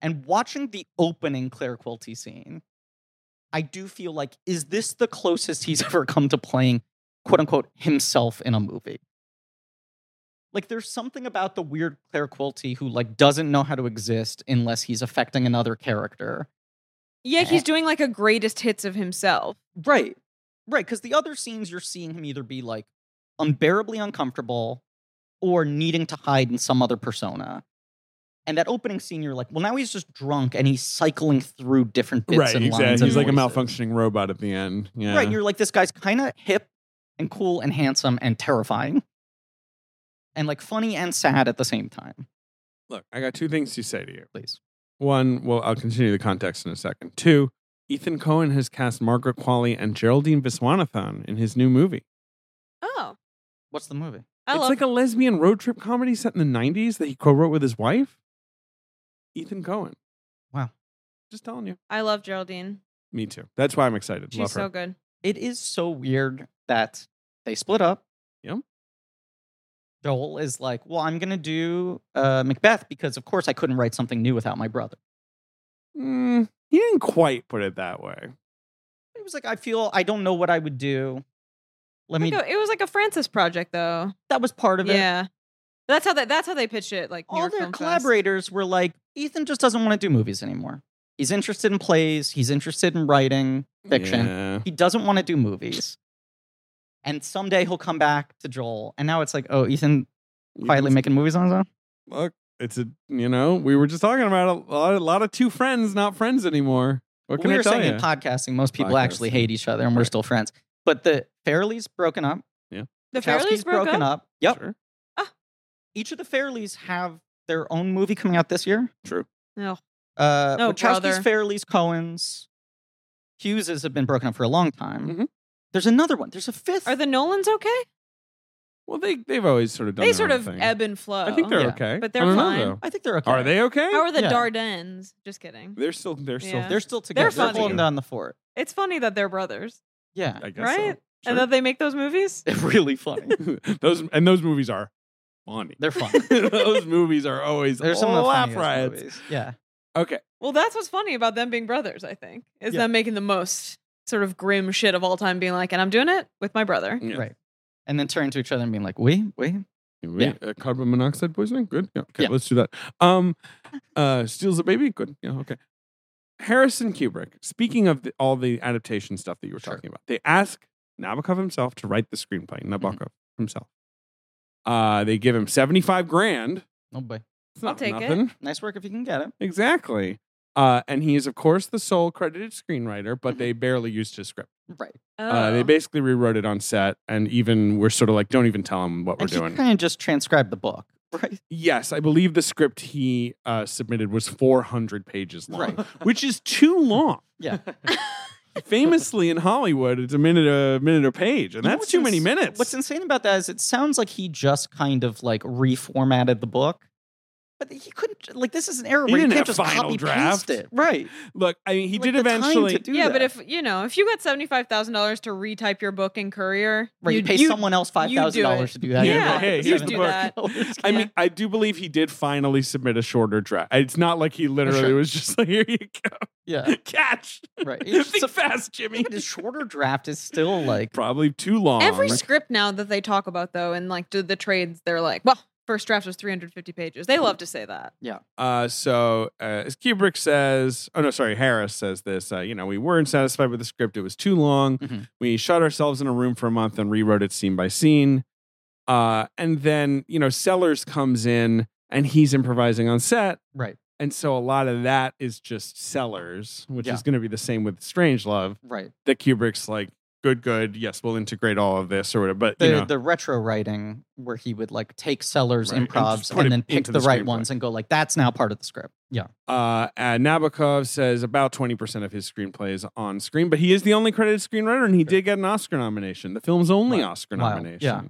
Speaker 1: And watching the opening Claire Quilty scene, I do feel like, is this the closest he's ever come to playing quote unquote himself in a movie? Like there's something about the weird Claire Quilty who like doesn't know how to exist unless he's affecting another character.
Speaker 3: Yeah, he's doing like a greatest hits of himself.
Speaker 1: Right. Right. Because the other scenes you're seeing him either be like unbearably uncomfortable or needing to hide in some other persona. And that opening scene, you're like, well, now he's just drunk and he's cycling through different bits
Speaker 2: right,
Speaker 1: and
Speaker 2: exactly.
Speaker 1: lines. and
Speaker 2: He's like a
Speaker 1: voices.
Speaker 2: malfunctioning robot at the end. Yeah.
Speaker 1: Right. You're like, this guy's kind of hip and cool and handsome and terrifying and like funny and sad at the same time.
Speaker 2: Look, I got two things to say to you.
Speaker 1: Please.
Speaker 2: One, well, I'll continue the context in a second. Two, Ethan Cohen has cast Margaret Qualley and Geraldine Viswanathan in his new movie.
Speaker 3: Oh,
Speaker 1: What's the movie?
Speaker 3: I
Speaker 2: it's
Speaker 3: love
Speaker 2: like a lesbian road trip comedy set in the 90s that he co-wrote with his wife, Ethan Cohen.
Speaker 1: Wow.
Speaker 2: Just telling you.
Speaker 3: I love Geraldine.
Speaker 2: Me too. That's why I'm excited.
Speaker 3: She's
Speaker 2: Love her.
Speaker 3: so good.
Speaker 1: It is so weird that they split up.
Speaker 2: Yep.
Speaker 1: Joel is like, well, I'm going to do uh, Macbeth because, of course, I couldn't write something new without my brother.
Speaker 2: Mm, he didn't quite put it that way.
Speaker 1: He was like, I feel I don't know what I would do. Let me.
Speaker 3: Like a- it was like a Francis project though.
Speaker 1: That was part of it.
Speaker 3: Yeah. That's how they, that's how they pitched it. Like New
Speaker 1: All
Speaker 3: York
Speaker 1: their
Speaker 3: Film Fest.
Speaker 1: collaborators were like, Ethan just doesn't want to do movies anymore. He's interested in plays. He's interested in writing fiction.
Speaker 2: Yeah.
Speaker 1: He doesn't want to do movies. And someday he'll come back to Joel. And now it's like, oh, Ethan quietly
Speaker 2: Ethan's-
Speaker 1: making movies on his own.
Speaker 2: Look, it's a, you know, we were just talking about a lot, a lot of two friends, not friends anymore. What can
Speaker 1: we
Speaker 2: I
Speaker 1: were
Speaker 2: tell
Speaker 1: saying
Speaker 2: you?
Speaker 1: in podcasting, most people actually
Speaker 2: Podcasting.
Speaker 1: hate each other, and we're
Speaker 2: Right.
Speaker 1: still friends. But the Fairleys broken up.
Speaker 3: The
Speaker 1: Wachowski's
Speaker 3: Fairleys broke
Speaker 1: broken
Speaker 3: up.
Speaker 1: up. Yep.
Speaker 2: Sure.
Speaker 1: Each of the Fairleys have their own movie coming out this year.
Speaker 2: True.
Speaker 3: No.
Speaker 1: Uh,
Speaker 3: Oh,
Speaker 1: Wachowski's,
Speaker 3: brother.
Speaker 1: Fairleys, Cohen's, Hugheses have been broken up for a long time.
Speaker 2: Mhm.
Speaker 1: There's another one. There's a fifth.
Speaker 3: Mm-hmm. Are the Nolans okay?
Speaker 2: Well, they, they've always sort of done
Speaker 3: they
Speaker 2: their
Speaker 3: sort
Speaker 2: own
Speaker 3: of
Speaker 2: thing.
Speaker 3: ebb and flow.
Speaker 2: I think they're
Speaker 1: Yeah.
Speaker 2: okay.
Speaker 3: Oh, But they're
Speaker 2: I don't know,
Speaker 3: fine.
Speaker 2: though.
Speaker 1: I think they're okay.
Speaker 2: Are they okay?
Speaker 3: How are the
Speaker 1: Yeah.
Speaker 3: Dardens? Just kidding.
Speaker 2: They're still, they're still,
Speaker 3: Yeah.
Speaker 1: They're still together. They're,
Speaker 3: funny.
Speaker 1: holding down the fort.
Speaker 3: It's funny that they're brothers,
Speaker 1: Yeah.
Speaker 2: I guess so.
Speaker 3: right? And that they make those movies.
Speaker 1: really funny.
Speaker 2: those and those movies are funny.
Speaker 1: They're fun.
Speaker 2: those movies are always
Speaker 1: They're
Speaker 2: There's
Speaker 1: some of the
Speaker 2: laugh
Speaker 1: funniest
Speaker 2: riots.
Speaker 1: movies. Yeah.
Speaker 2: Okay,
Speaker 3: Well, that's what's funny about them being brothers. I think is
Speaker 1: Yeah.
Speaker 3: them making the most sort of grim shit of all time, being like, "And I'm doing it with my brother."
Speaker 2: Yeah.
Speaker 1: Right. And then turning to each other and being like, we, we,
Speaker 2: Wait, uh, carbon monoxide poisoning. Good. Yeah. Okay.
Speaker 1: Yeah.
Speaker 2: Let's do that. Um, uh, steals a baby. Good. Yeah. Okay. Harrison Kubrick. Speaking of the, all the adaptation stuff that you were
Speaker 1: Sure. Mm-hmm.
Speaker 2: talking about, they ask Nabokov himself to write the screenplay. Nabokov himself. Uh, they give him seventy-five grand.
Speaker 1: Oh boy.
Speaker 2: It's not
Speaker 3: take it.
Speaker 2: nothing.
Speaker 1: Nice work if you can get it.
Speaker 2: Exactly. Uh, and he is, of course, the sole credited screenwriter,
Speaker 1: Mm-hmm.
Speaker 2: but they barely used his script.
Speaker 1: Right.
Speaker 2: Uh, they
Speaker 3: Oh.
Speaker 2: basically rewrote it on set, and even we're sort of like, don't even tell him what we're
Speaker 1: and
Speaker 2: doing.
Speaker 1: he kind of just transcribed the book. Right.
Speaker 2: Yes, I believe the script he uh, submitted was 400 pages long,
Speaker 1: Right.
Speaker 2: which is too long.
Speaker 1: Yeah.
Speaker 2: Famously in Hollywood, it's a minute a minute a page,
Speaker 1: You
Speaker 2: and
Speaker 1: know
Speaker 2: that's
Speaker 1: what's
Speaker 2: too many
Speaker 1: ins-
Speaker 2: minutes.
Speaker 1: What's insane about that is it sounds like he just kind of like reformatted the book, but he couldn't. Like this is an error
Speaker 2: He
Speaker 1: where you
Speaker 2: didn't
Speaker 1: can't
Speaker 2: have
Speaker 1: just
Speaker 2: final
Speaker 1: copy
Speaker 2: draft.
Speaker 1: paste it. Right.
Speaker 2: Look, I mean, he
Speaker 1: Like,
Speaker 2: did
Speaker 1: the time to
Speaker 2: eventually.
Speaker 1: do
Speaker 3: yeah, but
Speaker 1: that.
Speaker 3: if you know, if you got seventy five thousand dollars to retype your book in Courier,
Speaker 1: right, you,
Speaker 3: you'd-
Speaker 1: pay
Speaker 3: you'd-
Speaker 1: someone else five
Speaker 3: you do
Speaker 1: thousand
Speaker 3: it.
Speaker 1: dollars to do that.
Speaker 2: Yeah,
Speaker 1: You're
Speaker 2: but
Speaker 1: like,
Speaker 2: hey,
Speaker 1: "This
Speaker 2: here's
Speaker 1: is
Speaker 2: the
Speaker 1: an
Speaker 2: book."
Speaker 1: $7,000.
Speaker 2: I
Speaker 3: Yeah.
Speaker 2: mean, I do believe he did finally submit a shorter draft. It's not like he literally
Speaker 1: sure. Uh.
Speaker 2: was just like, "Here you go,
Speaker 1: yeah,
Speaker 2: catch,
Speaker 1: right. It's
Speaker 2: think
Speaker 1: so-
Speaker 2: fast, Jimmy."
Speaker 1: but his shorter draft is still like
Speaker 2: Probably too long.
Speaker 3: Every script now that they talk about though, and like do the trades, they're like, well, first draft was three hundred fifty pages. They love to say that.
Speaker 2: Uh, so uh, as Kubrick says, oh no, sorry, Harris says this. Uh, you know, we weren't satisfied with the script; it was too long.
Speaker 1: Mhm.
Speaker 2: We shut ourselves in a room for a month and rewrote it scene by scene. Uh, and then you know, Sellers comes in and he's improvising on set,
Speaker 1: right,
Speaker 2: and so a lot of that is just Sellers, which
Speaker 1: Yeah.
Speaker 2: is going to be the same with Strange Love.
Speaker 1: right.
Speaker 2: That Kubrick's like, good, good, yes, we'll integrate all of this or whatever. But
Speaker 1: The
Speaker 2: you know,
Speaker 1: the retro writing where he would like take Sellers
Speaker 2: Right, and just
Speaker 1: improvs
Speaker 2: put
Speaker 1: and,
Speaker 2: it
Speaker 1: then pick
Speaker 2: into
Speaker 1: the,
Speaker 2: the
Speaker 1: right
Speaker 2: screenplay.
Speaker 1: ones and go like that's now part of the script. Yeah,
Speaker 2: Uh, and Nabokov says about 20% of his screenplay is on screen, but he is the only credited screenwriter, and he did get an Oscar nomination. The film's only
Speaker 1: Wow.
Speaker 2: Oscar
Speaker 1: Wow.
Speaker 2: nomination.
Speaker 1: Yeah.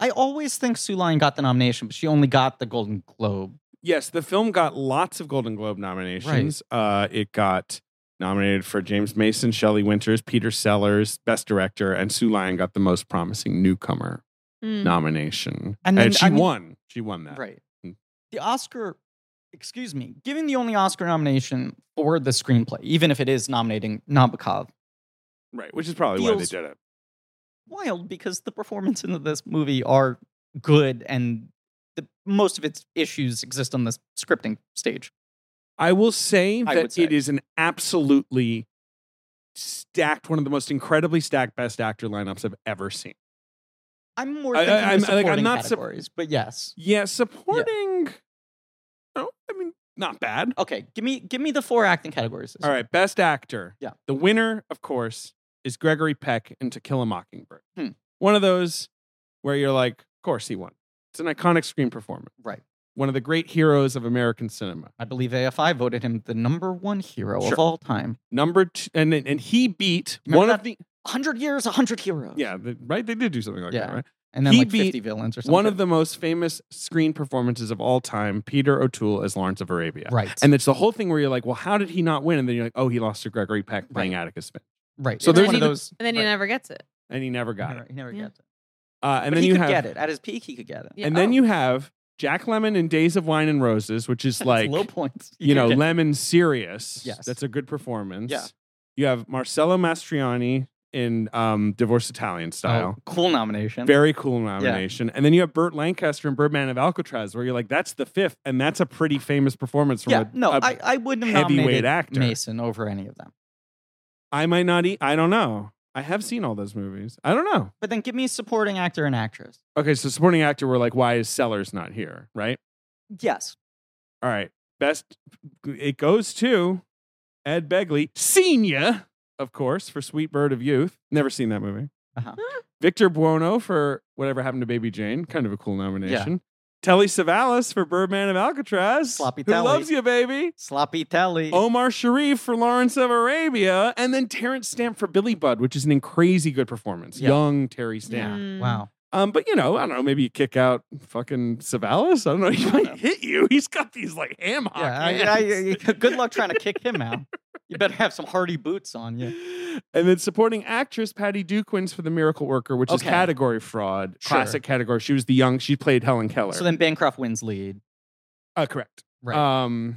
Speaker 1: I always think Sue Lyon got the nomination, but she only got the Golden Globe.
Speaker 2: Yes, the film got lots of Golden Globe nominations. Uh, it got nominated for James Mason, Shelley Winters, Peter Sellers, Best Director, and Sue Lyon got the Most Promising Newcomer
Speaker 3: Mm.
Speaker 2: nomination. And,
Speaker 1: Hmm. And then,
Speaker 2: she
Speaker 1: I mean-
Speaker 2: won. She won that.
Speaker 1: Right.
Speaker 2: Mm.
Speaker 1: Hmm. The Oscar, excuse me, giving the only Oscar nomination for the screenplay, even if it is nominating Nabokov,
Speaker 2: Right, which is probably why they
Speaker 1: Feels-
Speaker 2: did it.
Speaker 1: wild because the performances in this movie are good and the, most of its issues exist on the scripting stage.
Speaker 2: I will say
Speaker 1: I
Speaker 2: that
Speaker 1: would say.
Speaker 2: it is an absolutely stacked, one of the most incredibly stacked best actor lineups I've ever seen.
Speaker 1: I'm more
Speaker 2: I- I-
Speaker 1: thinking
Speaker 2: I'm-
Speaker 1: I'm,
Speaker 2: like, I'm
Speaker 1: supporting
Speaker 2: not sup-
Speaker 1: categories, but yes.
Speaker 2: Yeah, supporting. Oh, I mean, not bad.
Speaker 1: Okay, give me give me the four acting categories.
Speaker 2: All right, best actor.
Speaker 1: Yeah.
Speaker 2: The winner, of course, is Gregory Peck in To Kill a Mockingbird.
Speaker 1: Hmm.
Speaker 2: One of those where you're like, of course he won. It's an iconic screen performance.
Speaker 1: Right.
Speaker 2: One of the great heroes of American cinema.
Speaker 1: I believe AFI voted him the number one hero
Speaker 2: Sure.
Speaker 1: of all time.
Speaker 2: Number two, and and he beat
Speaker 1: Remember
Speaker 2: one of
Speaker 1: that-
Speaker 2: the
Speaker 1: 100 years, 100 heroes.
Speaker 2: yeah the, right they did do something like
Speaker 1: Yeah.
Speaker 2: that right
Speaker 1: And then
Speaker 2: He
Speaker 1: like
Speaker 2: beat
Speaker 1: 50 villains or something.
Speaker 2: one of the most famous screen performances of all time, Peter O'Toole as Lawrence of Arabia.
Speaker 1: Right.
Speaker 2: And it's the whole thing where you're like, well, how did he not win? And then you're like, oh, he lost to Gregory Peck playing Atticus Finch,
Speaker 1: Right.
Speaker 2: So
Speaker 1: So
Speaker 2: there's
Speaker 1: there's one of
Speaker 2: even-
Speaker 1: those.
Speaker 3: And then he
Speaker 2: Right.
Speaker 3: never gets it.
Speaker 2: and he never got it.
Speaker 1: He never
Speaker 3: Yeah.
Speaker 1: gets it.
Speaker 2: Uh, and
Speaker 1: but
Speaker 2: then
Speaker 1: he
Speaker 2: you
Speaker 1: could
Speaker 2: have,
Speaker 1: get it at his peak. He could get it.
Speaker 3: Yeah.
Speaker 2: and then
Speaker 3: Oh.
Speaker 2: you have Jack Lemon in Days of Wine and Roses, which is
Speaker 1: It's
Speaker 2: like,
Speaker 1: low points. He
Speaker 2: you
Speaker 1: could
Speaker 2: know,
Speaker 1: get it.
Speaker 2: Lemon serious.
Speaker 1: Yes.
Speaker 2: that's a good performance.
Speaker 1: Yeah.
Speaker 2: you have Marcello Mastroianni in um, Divorce Italian
Speaker 1: Oh,
Speaker 2: Style.
Speaker 1: cool nomination.
Speaker 2: Very cool nomination. And then you have Burt Lancaster and Birdman of Alcatraz, where you're like, that's the fifth, and that's a pretty famous performance from
Speaker 1: yeah.
Speaker 2: a,
Speaker 1: No,
Speaker 2: a-
Speaker 1: I, I wouldn't have
Speaker 2: heavyweight
Speaker 1: nominated
Speaker 2: actor.
Speaker 1: Mason over any of them.
Speaker 2: I might not eat. I don't know. I have seen all those movies. I don't know.
Speaker 1: But then give me supporting actor and actress.
Speaker 2: Okay, so supporting actor, we're like, why is Sellers not here? Right?
Speaker 1: Yes.
Speaker 2: All right. Best, it goes to Ed Begley, Senior, of course, for Sweet Bird of Youth. Never seen that movie.
Speaker 1: Uh-huh.
Speaker 2: Victor Buono for Whatever Happened to Baby Jane. Kind of a cool nomination. Telly Savalas for Birdman of Alcatraz.
Speaker 1: Sloppy
Speaker 2: Who
Speaker 1: Telly.
Speaker 2: loves you, baby?
Speaker 1: Sloppy Telly.
Speaker 2: Omar Sharif for Lawrence of Arabia, and then Terrence Stamp for Billy Budd, which is an crazy good performance.
Speaker 1: Yeah.
Speaker 2: Young Terry Stamp.
Speaker 3: Mm.
Speaker 1: Wow.
Speaker 2: Um, but you know, I don't know. Maybe you kick out fucking Savalas. I don't know. He might hit you. He's got these like ham hock
Speaker 1: Yeah. I,
Speaker 2: hands.
Speaker 1: I, I- good luck trying to kick him out. You better have some hardy boots on you.
Speaker 2: And then supporting actress Patty Duke wins for The Miracle Worker, which is
Speaker 1: Okay.
Speaker 2: category fraud,
Speaker 1: Sure.
Speaker 2: classic category. She was the young. She played Helen Keller.
Speaker 1: So then Bancroft wins lead.
Speaker 2: uh, correct.
Speaker 1: Right.
Speaker 2: Um,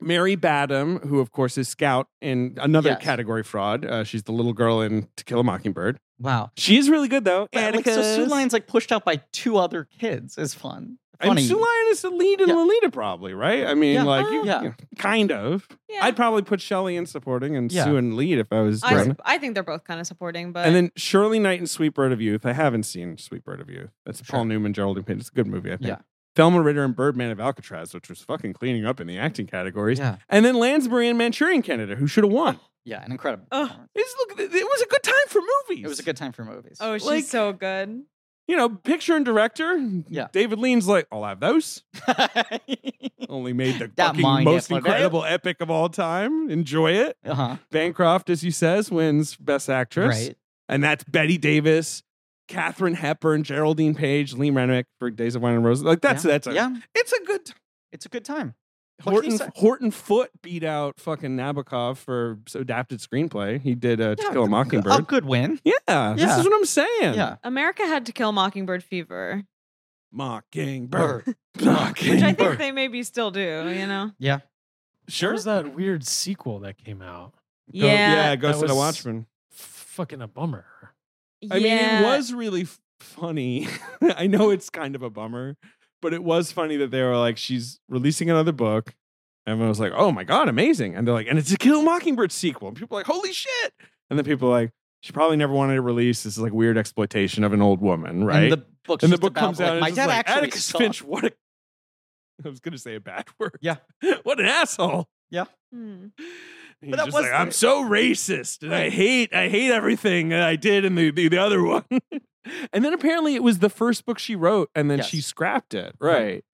Speaker 2: Mary Badham, who of course is Scout in another
Speaker 1: Yes.
Speaker 2: category fraud. Uh, she's the little girl in To Kill a Mockingbird.
Speaker 1: Wow.
Speaker 2: She is really good though.
Speaker 1: But, like, so Sue Lion's like pushed out by two other kids is fun.
Speaker 2: and
Speaker 1: Funny.
Speaker 2: Sue Lion is the lead in
Speaker 1: Yeah.
Speaker 2: Lolita, probably right? I mean,
Speaker 1: Yeah. Uh-huh.
Speaker 2: like, you,
Speaker 1: Yeah.
Speaker 2: you- kind of.
Speaker 3: Yeah.
Speaker 2: I'd probably put Shelley in supporting and
Speaker 1: Yeah.
Speaker 2: Sue in lead if I was.
Speaker 3: I,
Speaker 2: Brenna.
Speaker 3: I think they're both kind of supporting, but
Speaker 2: And then Shirley Knight and Sweet Bird of Youth. I haven't seen Sweet Bird of Youth. That's
Speaker 1: Sure.
Speaker 2: Paul Newman, Geraldine Payne. It's a good movie, I think.
Speaker 1: Yeah.
Speaker 2: Thelma Ritter and Birdman of Alcatraz, which was fucking cleaning up in the acting categories.
Speaker 1: Yeah. Oh.
Speaker 2: And then Lansbury and Manchurian Candidate, who should have won.
Speaker 1: Yeah, an incredible.
Speaker 3: Ugh.
Speaker 1: performance.
Speaker 2: It's, look, it was a good time for movies.
Speaker 1: It was a good time for movies.
Speaker 3: oh, she's
Speaker 2: like-
Speaker 3: so good.
Speaker 2: you know, picture and director.
Speaker 1: Yeah.
Speaker 2: David Lean's like, I'll have those.
Speaker 1: uh
Speaker 2: Only made the
Speaker 1: That
Speaker 2: fucking
Speaker 1: mine
Speaker 2: most
Speaker 1: effort, right?
Speaker 2: incredible epic of all time. Enjoy it.
Speaker 1: huh.
Speaker 2: Bancroft, as you says, wins Best Actress.
Speaker 1: Uh-huh. Right.
Speaker 2: And that's Betty Davis, Katherine Hepburn, Geraldine Page, Lee Renick for Days of Wine and Roses. Like that's that's a
Speaker 1: yeah.
Speaker 2: it's a good. T-
Speaker 1: It's a good time. What can you
Speaker 2: Horton
Speaker 1: say?
Speaker 2: Horton Foote beat out fucking Nabokov for s- adapted screenplay. He did uh,
Speaker 1: Yeah,
Speaker 2: To Kill a
Speaker 1: A
Speaker 2: Mockingbird.
Speaker 1: good win.
Speaker 2: yeah, this
Speaker 1: Yeah.
Speaker 2: is what I'm saying.
Speaker 1: Yeah.
Speaker 3: America had to kill Mockingbird fever,
Speaker 2: Mockingbird,
Speaker 3: which I
Speaker 2: Mockingbird.
Speaker 3: think they maybe still do. You know?
Speaker 2: Sure.
Speaker 4: There's that weird sequel that came out.
Speaker 2: Go- yeah, Ghost
Speaker 4: That
Speaker 2: of the
Speaker 4: was-
Speaker 2: Watchman.
Speaker 4: Fucking a bummer.
Speaker 3: yeah.
Speaker 2: I mean, it was really f- funny. I know it's kind of a bummer, but it was funny that they were like, she's releasing another book. Everyone was like, oh my God, amazing. And they're like, and it's a Kill a Mockingbird sequel. And people are like, holy shit. And then people are like, she probably never wanted to release. This is like weird exploitation of an old woman, right?
Speaker 1: And the book.
Speaker 2: and the book comes out
Speaker 1: Like,
Speaker 2: and
Speaker 1: my
Speaker 2: it's
Speaker 1: dad
Speaker 2: just like,
Speaker 1: actually
Speaker 2: Atticus
Speaker 1: sucked."
Speaker 2: Finch, what a. I was going to say a bad word.
Speaker 1: Yeah.
Speaker 2: what an asshole.
Speaker 3: Hmm.
Speaker 2: He's
Speaker 1: But that
Speaker 2: just
Speaker 1: was
Speaker 2: like,
Speaker 1: the-
Speaker 2: I'm so racist, and I hate, I hate everything that I did in the the, the other one. and then apparently it was the first book she wrote, and then
Speaker 1: Yes.
Speaker 2: she scrapped it,
Speaker 1: Right.
Speaker 2: right?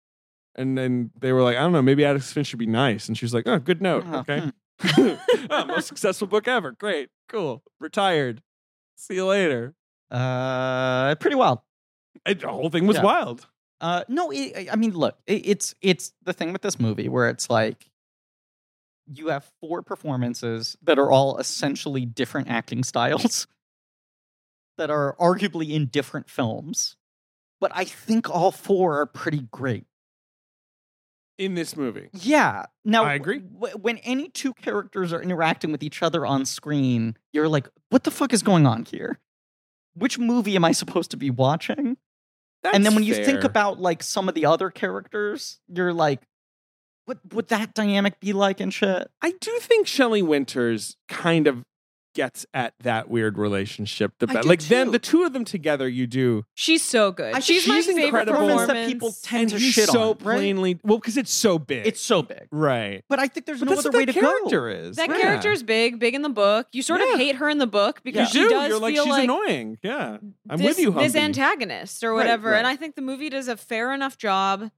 Speaker 2: And then they were like, I don't know, maybe Atticus Finch should be nice, and she was like, Oh, good note,
Speaker 1: Oh,
Speaker 2: okay,
Speaker 1: hmm.
Speaker 2: oh, most successful book ever, great, cool, retired, see you later.
Speaker 1: Uh, pretty wild.
Speaker 2: It, the whole thing was
Speaker 1: Yeah.
Speaker 2: wild.
Speaker 1: Uh, no, it, I- I mean, look, it, it's it's the thing with this movie where it's like you have four performances that are all essentially different acting styles that are arguably in different films, but I think all four are pretty great.
Speaker 2: In this movie,
Speaker 1: Yeah. Now
Speaker 2: I agree.
Speaker 1: W- when any two characters are interacting with each other on screen, you're like, "What the fuck is going on here? Which movie am I supposed to be watching?" and then when you think about like some of the other characters, you're like, what would that dynamic be like and shit?
Speaker 2: I do think Shelley Winters kind of gets at that weird relationship. The
Speaker 1: I
Speaker 2: be-
Speaker 1: do
Speaker 2: like them,
Speaker 1: too.
Speaker 2: the two of them together, you do.
Speaker 3: She's so good.
Speaker 1: I-
Speaker 3: she's, my
Speaker 2: she's
Speaker 3: favorite
Speaker 2: incredible.
Speaker 3: performance.
Speaker 2: Performance
Speaker 1: that people tend
Speaker 2: and
Speaker 1: to
Speaker 2: he's
Speaker 1: shit
Speaker 2: so
Speaker 1: on. right?
Speaker 2: plainly well because it's so big.
Speaker 1: It's so big,
Speaker 2: right.
Speaker 1: but I think there's
Speaker 2: Eh, But
Speaker 1: no
Speaker 2: that's
Speaker 1: other
Speaker 2: what
Speaker 1: way to
Speaker 2: that
Speaker 1: go.
Speaker 2: character is
Speaker 3: that
Speaker 2: Yeah.
Speaker 3: character's big, big in the book. You sort
Speaker 2: Yeah.
Speaker 3: of hate her in the book because
Speaker 2: You
Speaker 3: she
Speaker 2: do.
Speaker 3: does
Speaker 2: You're like
Speaker 3: feel
Speaker 2: she's
Speaker 3: like
Speaker 2: annoying. Yeah, I'm
Speaker 3: this,
Speaker 2: with you,
Speaker 3: this
Speaker 2: Humpy.
Speaker 3: antagonist or
Speaker 2: Right,
Speaker 3: whatever. And
Speaker 2: right.
Speaker 3: I think the movie does a fair enough job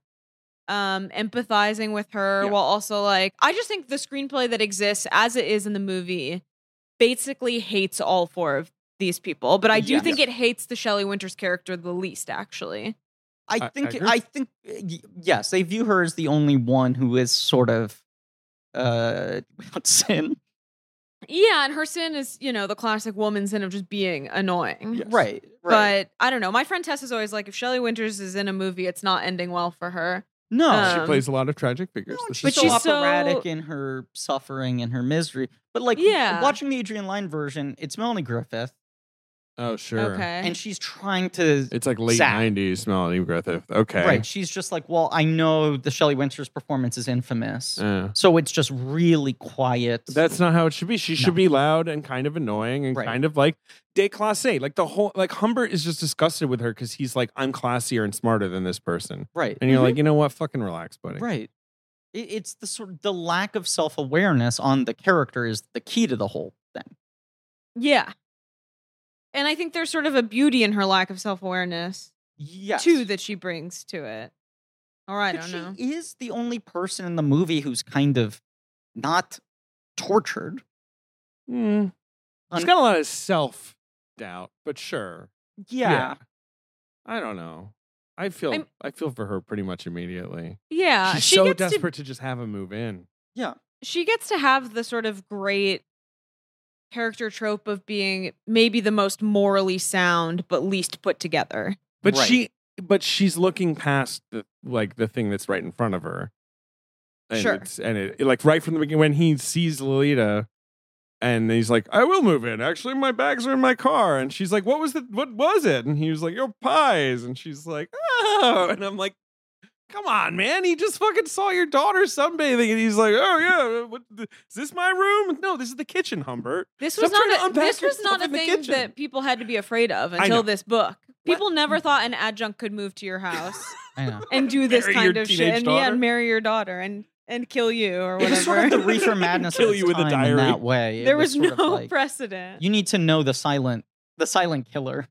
Speaker 3: um empathizing with her
Speaker 2: Yeah.
Speaker 3: while also like I just think the screenplay that exists as it is in the movie basically hates all four of these people, but I do
Speaker 1: Yeah.
Speaker 3: think it hates the Shelley Winters character the least actually.
Speaker 2: I-
Speaker 1: I
Speaker 2: I
Speaker 1: think,
Speaker 2: agree.
Speaker 1: I, think, uh, y- yes, they view her as the only one who is sort of uh, without sin,
Speaker 3: Yeah, and her sin is, you know, the classic woman sin of just being annoying.
Speaker 2: Yes.
Speaker 1: right? Right.
Speaker 3: But I don't know. My friend Tess is always like, if Shelley Winters is in a movie, it's not ending well for her.
Speaker 1: no,
Speaker 3: uh,
Speaker 2: Oh, she
Speaker 3: um,
Speaker 2: plays a lot of tragic figures.
Speaker 1: No,
Speaker 2: This
Speaker 1: she's
Speaker 2: is
Speaker 3: But
Speaker 1: so
Speaker 3: she's so-
Speaker 1: operatic in her suffering and her misery. But like,
Speaker 3: Yeah.
Speaker 1: watching the Adrian Lyne version, it's Melanie Griffith,
Speaker 2: oh sure.
Speaker 3: Okay.
Speaker 1: and she's trying to
Speaker 2: It's like late
Speaker 1: Sad.
Speaker 2: '90s Melanie Griffith. Okay.
Speaker 1: Right. She's just like, well, I know the Shelley Winters performance is infamous.
Speaker 2: Uh,
Speaker 1: so it's just really quiet.
Speaker 2: That's not how it should be. She should
Speaker 1: No.
Speaker 2: be loud and kind of annoying and
Speaker 1: Right.
Speaker 2: kind of like déclassée. Like the whole like Humbert is just disgusted with her because he's like, I'm classier and smarter than this person.
Speaker 1: right.
Speaker 2: And you're like, you know what? Fucking relax, buddy.
Speaker 1: Right. It, it's the sort the lack of self awareness on the character is the key to the whole thing.
Speaker 3: Yeah. And I think there's sort of a beauty in her lack of self awareness
Speaker 1: Yes.
Speaker 3: too that she brings to it. Or I
Speaker 1: But
Speaker 3: don't know.
Speaker 1: She is the only person in the movie who's kind of not tortured.
Speaker 2: Mm. She's
Speaker 1: Un-
Speaker 2: got a lot of self doubt, but sure.
Speaker 1: Yeah.
Speaker 2: I don't know. I feel
Speaker 3: I'm-
Speaker 2: I feel for her pretty much immediately.
Speaker 3: Yeah,
Speaker 2: She's
Speaker 3: she
Speaker 2: so
Speaker 3: gets
Speaker 2: desperate to just have him move in.
Speaker 3: to she gets to have the sort of great character trope of being maybe the most morally sound but least put together.
Speaker 2: But
Speaker 1: Right.
Speaker 2: she but she's looking past the like the thing that's right in front of her. And
Speaker 3: Sure.
Speaker 2: It's, and it, like right from the beginning, when he sees Lolita, and he's like, "I will move in. Actually, my bags are in my car." And she's like, "What was the? What was it?" And he was like, "Your pies." And she's like, "Oh." And I'm like, "Come on, man! He just fucking saw your daughter sunbathing." And he's like, "Oh yeah, what, is this my room? No, this is the kitchen, Humbert."
Speaker 3: This
Speaker 2: Stop
Speaker 3: was
Speaker 2: trying to
Speaker 3: not a,
Speaker 2: unpack
Speaker 3: this
Speaker 2: your
Speaker 3: was not
Speaker 2: stuff
Speaker 3: a
Speaker 2: in the
Speaker 3: thing
Speaker 2: kitchen.
Speaker 3: that people had to be afraid of
Speaker 2: I know. Mm.
Speaker 3: until this book. People never thought an adjunct could move to your house
Speaker 1: I know.
Speaker 3: and do this
Speaker 2: Marry
Speaker 3: kind
Speaker 2: your
Speaker 3: of shit
Speaker 2: teenage
Speaker 3: and yeah,
Speaker 2: daughter?
Speaker 3: and marry your daughter and and kill you or
Speaker 1: It
Speaker 3: whatever.
Speaker 1: was sort of the reefer madness
Speaker 2: Kill
Speaker 1: of its
Speaker 2: you with a
Speaker 1: time in
Speaker 2: diary.
Speaker 1: that way. It
Speaker 3: there was,
Speaker 1: sort of
Speaker 3: no
Speaker 1: like,
Speaker 3: precedent.
Speaker 1: You need to know the silent, the silent killer,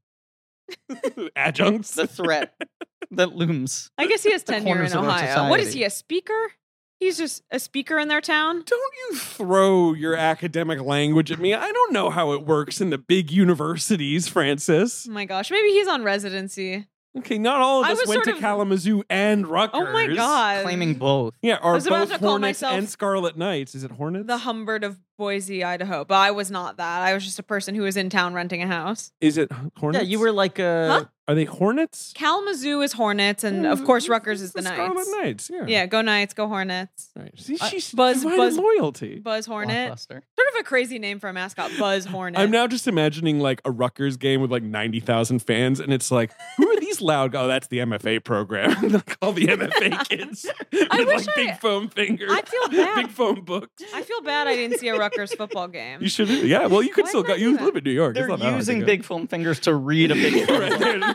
Speaker 2: Adjuncts.
Speaker 1: the threat that looms.
Speaker 3: I guess he has
Speaker 1: the
Speaker 3: tenure in
Speaker 1: corners of our
Speaker 3: Ohio. What is
Speaker 1: society.
Speaker 3: he, a speaker? He's just a speaker in their town.
Speaker 2: don't you throw your academic language at me. I don't know how it works in the big universities, Francis.
Speaker 3: Oh my gosh, maybe he's on residency.
Speaker 2: Okay, not all of
Speaker 3: I
Speaker 2: us
Speaker 3: was
Speaker 2: went
Speaker 3: sort
Speaker 2: to
Speaker 3: of-
Speaker 2: Kalamazoo and
Speaker 3: Oh
Speaker 2: Rutgers.
Speaker 3: my god,
Speaker 1: Claiming both.
Speaker 2: Yeah,
Speaker 3: I
Speaker 2: or
Speaker 3: was
Speaker 2: both
Speaker 3: about to call
Speaker 2: Hornets
Speaker 3: myself
Speaker 2: and Scarlet Knights. Is it Hornets?
Speaker 3: the Humbert of Boise, Idaho. But I was not that. I was just a person who was in town renting a house.
Speaker 2: Is it
Speaker 1: Yeah,
Speaker 2: Hornets?
Speaker 1: you were like a.
Speaker 3: Huh?
Speaker 2: Are they Hornets?
Speaker 3: Calmazoo is Hornets, and of
Speaker 2: Mm,
Speaker 3: course Rutgers is the Knights.
Speaker 2: Scarlet Knights. Yeah.
Speaker 3: Yeah, go Knights, go Hornets.
Speaker 2: Right. See,
Speaker 1: I-
Speaker 2: she's Buzz,
Speaker 3: Buzz-
Speaker 2: divided
Speaker 3: Buzz-
Speaker 2: loyalty.
Speaker 3: Buzz Hornet.
Speaker 1: Blockbuster.
Speaker 3: Sort of a crazy name for a mascot, Buzz Hornet.
Speaker 2: I'm now just imagining like a Rutgers game with like 90,000 fans, and it's like, who are these loud? Oh, that's the MFA program. like all the MFA kids.
Speaker 3: I
Speaker 2: with,
Speaker 3: wish
Speaker 2: like big
Speaker 3: I-
Speaker 2: foam fingers.
Speaker 3: I feel bad.
Speaker 2: big foam books.
Speaker 3: I feel bad I didn't see a Rutgers football game.
Speaker 2: You should. Yeah. Well, you could
Speaker 3: Why
Speaker 2: still
Speaker 3: did
Speaker 2: go.
Speaker 3: I do
Speaker 2: You
Speaker 3: that?
Speaker 2: live in New York. It's
Speaker 1: They're
Speaker 2: not that hard to
Speaker 1: using
Speaker 2: go.
Speaker 1: big foam fingers to read a big foam.
Speaker 2: Right there.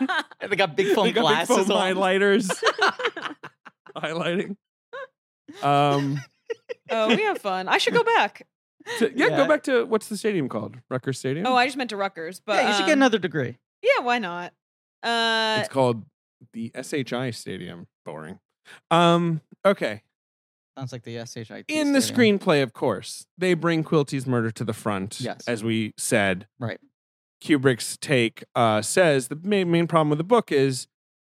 Speaker 1: They got big foam
Speaker 2: They got big
Speaker 1: glasses
Speaker 2: foam
Speaker 1: on.
Speaker 2: highlighters. Highlighting. Um.
Speaker 3: oh, we have fun. I should go back.
Speaker 2: so- yeah,
Speaker 1: Yeah.
Speaker 2: Go back to what's the stadium called? Rucker Stadium.
Speaker 3: Oh, I just meant to Rutgers, but
Speaker 1: yeah, you should get
Speaker 3: um,
Speaker 1: another degree.
Speaker 3: Yeah, why not? Uh,
Speaker 2: it's called the SHI Stadium. Boring. Um. Okay.
Speaker 1: Sounds like the SHIT.
Speaker 2: In the screenplay, of course, they bring Quilty's murder to the front.
Speaker 1: Yes.
Speaker 2: As we said.
Speaker 1: Right.
Speaker 2: Kubrick's take uh, says the main, main problem with the book is,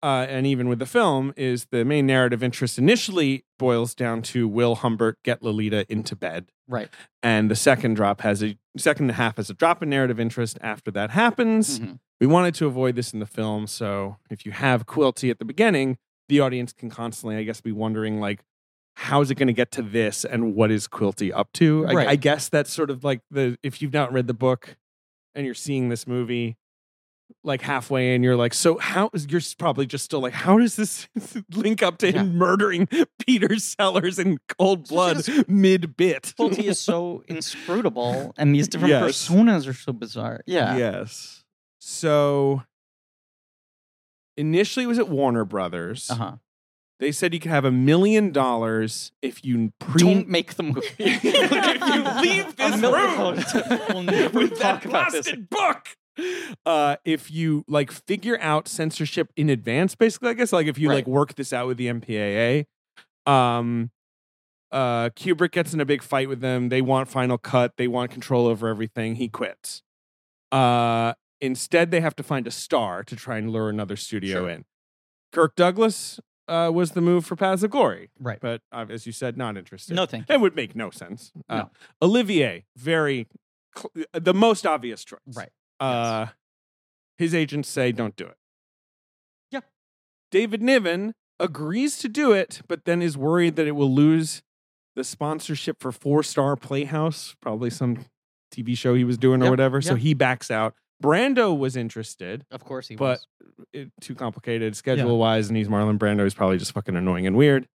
Speaker 2: uh, and even with the film, is the main narrative interest initially boils down to will Humbert get Lolita into bed?
Speaker 1: Right.
Speaker 2: And the second drop has a second half has a drop in narrative interest after that happens.
Speaker 1: Mhm.
Speaker 2: We wanted to avoid this in the film, so if you have Quilty at the beginning, the audience can constantly, I guess, be wondering like, how is it going to get to this, and what is Quilty up to? I,
Speaker 1: Right.
Speaker 2: I guess that's sort of like the if you've not read the book and you're seeing this movie like halfway in, you're like, so how is you're probably just still like, how does this link up to
Speaker 1: Yeah.
Speaker 2: him murdering Peter Sellers in cold blood
Speaker 1: Especially
Speaker 2: mid bit?
Speaker 1: Faulty is so inscrutable, and these different
Speaker 2: Yes.
Speaker 1: personas are so bizarre. Yeah.
Speaker 2: Yes. So initially it was at Warner Brothers.
Speaker 1: Uh huh.
Speaker 2: They said you could have a million dollars if you pre
Speaker 1: Don't make the movie.
Speaker 2: if you leave
Speaker 1: A
Speaker 2: this
Speaker 1: million
Speaker 2: room
Speaker 1: dollars. we'll never
Speaker 2: with
Speaker 1: talk
Speaker 2: that
Speaker 1: about this.
Speaker 2: blasted book. Uh, if you like figure out censorship in advance, basically, I guess, like if you
Speaker 1: Right.
Speaker 2: like work this out with the MPAA, um, uh, Kubrick gets in a big fight with them. They want final cut. They want control over everything. He quits. Uh, instead, they have to find a star to try and lure another studio
Speaker 1: Sure.
Speaker 2: in. Kirk Douglas uh, was the move for Paths of Glory,
Speaker 1: Right.
Speaker 2: but uh, as you said, not interested.
Speaker 1: No, thank you.
Speaker 2: It would make no sense. Uh,
Speaker 1: No.
Speaker 2: Olivier, very cl- uh, the most obvious choice.
Speaker 1: Right.
Speaker 2: Uh, His agents say, "Don't do it."
Speaker 1: Yeah.
Speaker 2: David Niven agrees to do it, but then is worried that it will lose the sponsorship for Four Star Playhouse, probably some TV show he was doing or
Speaker 1: Yep,
Speaker 2: whatever. So
Speaker 1: yep.
Speaker 2: he backs out. Brando was interested
Speaker 1: Of course he
Speaker 2: But-
Speaker 1: was.
Speaker 2: it, too complicated schedule wise, and he's Marlon Brando. He's probably just fucking annoying and weird.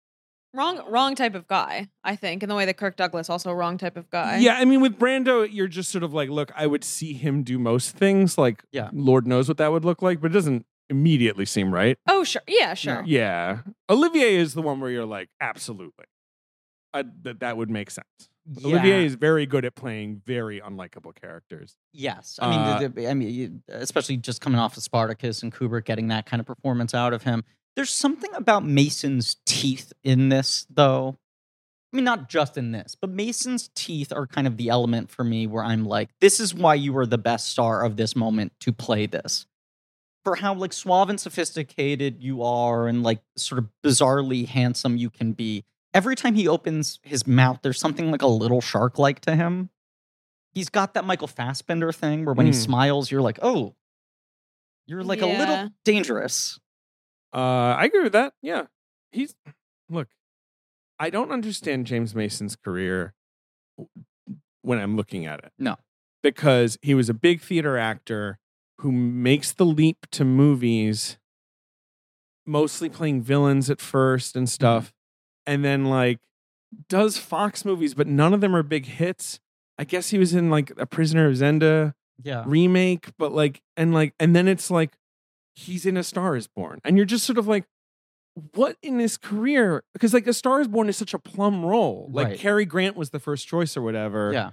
Speaker 3: wrong, wrong type of guy, I think. In the way that Kirk Douglas also a wrong type of guy.
Speaker 2: Yeah, I mean, with Brando, you're just sort of like, look, I would see him do most things. Like,
Speaker 1: Yeah.
Speaker 2: Lord knows what that would look like, but it doesn't immediately seem right.
Speaker 3: Oh sure, yeah sure.
Speaker 2: Yeah, Olivier is the one where you're like, absolutely, I, that that would make sense.
Speaker 1: Yeah.
Speaker 2: Olivier is very good at playing very unlikable characters.
Speaker 1: Yes, I mean, the, the, I mean, you- especially just coming off of Spartacus and Kubrick getting that kind of performance out of him. There's something about Mason's teeth in this, though. I mean, not just in this, but Mason's teeth are kind of the element for me where I'm like, this is why you were the best star of this moment to play this. For how like suave and sophisticated you are, and like sort of bizarrely handsome you can be. Every time he opens his mouth, there's something like a little shark like to him. He's got that Michael Fassbender thing where when he
Speaker 2: Mm.
Speaker 1: smiles, you're like, oh, you're like a
Speaker 3: Yeah.
Speaker 1: little dangerous.
Speaker 2: Uh, I agree with that. Yeah, he's look. I don't understand James Mason's career when I'm looking at it.
Speaker 1: No.
Speaker 2: Because he was a big theater actor who makes the leap to movies, mostly playing villains at first and stuff, and then like does Fox movies, but none of them are big hits. I guess he was in like a Prisoner of Zenda
Speaker 1: Yeah.
Speaker 2: remake, but like, and like, and then it's like, he's in A Star Is Born, and you're just sort of like, what in his career? Because like, A Star Is Born is such a plum role. Like,
Speaker 1: Right.
Speaker 2: Cary Grant was the first choice or whatever.
Speaker 1: Yeah.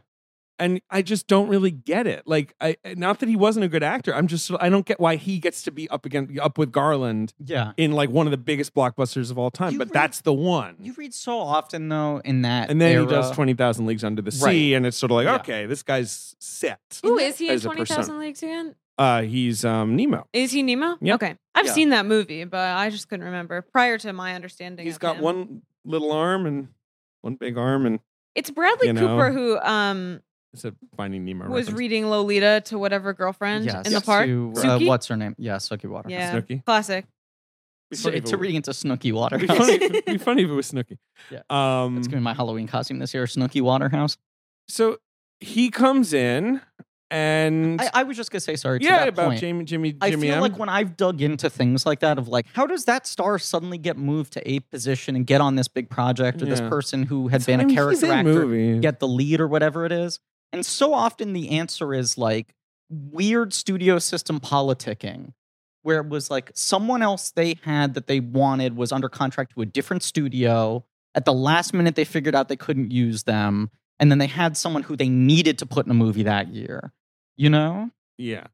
Speaker 2: and I just don't really get it. Like, I not that he wasn't a good actor. I'm just I don't get why he gets to be up again up with Garland
Speaker 1: Yeah.
Speaker 2: in like one of the biggest blockbusters of all time.
Speaker 1: You
Speaker 2: but
Speaker 1: re-
Speaker 2: that's the one.
Speaker 1: You read so often though in that
Speaker 2: and then
Speaker 1: era.
Speaker 2: he does Twenty Thousand Leagues Under the Sea,
Speaker 1: Right.
Speaker 2: and it's sort of like,
Speaker 1: Yeah.
Speaker 2: okay, this guy's set.
Speaker 3: Who is he in
Speaker 2: As a
Speaker 3: Twenty
Speaker 2: persona.
Speaker 3: Thousand Leagues again?
Speaker 2: Uh, he's um, Nemo.
Speaker 3: Is he Nemo?
Speaker 2: Yep.
Speaker 3: Okay, I've
Speaker 1: Yeah.
Speaker 3: seen that movie, but I just couldn't remember prior to my understanding.
Speaker 2: He's
Speaker 3: of
Speaker 2: got
Speaker 3: him.
Speaker 2: one little arm and one big arm, and
Speaker 3: It's Bradley
Speaker 2: you know.
Speaker 3: Cooper who um
Speaker 2: it's a Finding Nemo.
Speaker 3: was
Speaker 2: reference.
Speaker 3: reading Lolita to whatever girlfriend
Speaker 1: yes,
Speaker 3: in the park.
Speaker 1: to, uh,
Speaker 3: Suki?
Speaker 1: what's her name? Yeah, Suki Water.
Speaker 3: Yeah.
Speaker 2: Snooki.
Speaker 3: Classic.
Speaker 1: So,
Speaker 2: It'd be funny if
Speaker 1: to
Speaker 2: it-
Speaker 1: reading into Snooky Waterhouse.
Speaker 2: It'd be funny, if- it'd be funny if it was Snooki.
Speaker 1: Yeah.
Speaker 2: Um,
Speaker 1: That's gonna be my Halloween costume this year, Snooky Waterhouse.
Speaker 2: So he comes in and
Speaker 1: I, I was just gonna say sorry to
Speaker 2: yeah,
Speaker 1: that
Speaker 2: about
Speaker 1: point.
Speaker 2: Jamie Jimmy
Speaker 1: I
Speaker 2: Jimmy
Speaker 1: feel
Speaker 2: M.
Speaker 1: like when I've dug into things like that, of like, how does that star suddenly get moved to a position and get on this big project, or this
Speaker 2: Yeah.
Speaker 1: person who had
Speaker 2: I
Speaker 1: been a
Speaker 2: mean, he's
Speaker 1: character
Speaker 2: in
Speaker 1: actor
Speaker 2: movies.
Speaker 1: get the lead or whatever it is? And so often the answer is like weird studio system politicking, where it was like someone else they had that they wanted was under contract to a different studio. At the last minute, they figured out they couldn't use them. And then they had someone who they needed to put in a movie that year. You know?
Speaker 2: Yeah.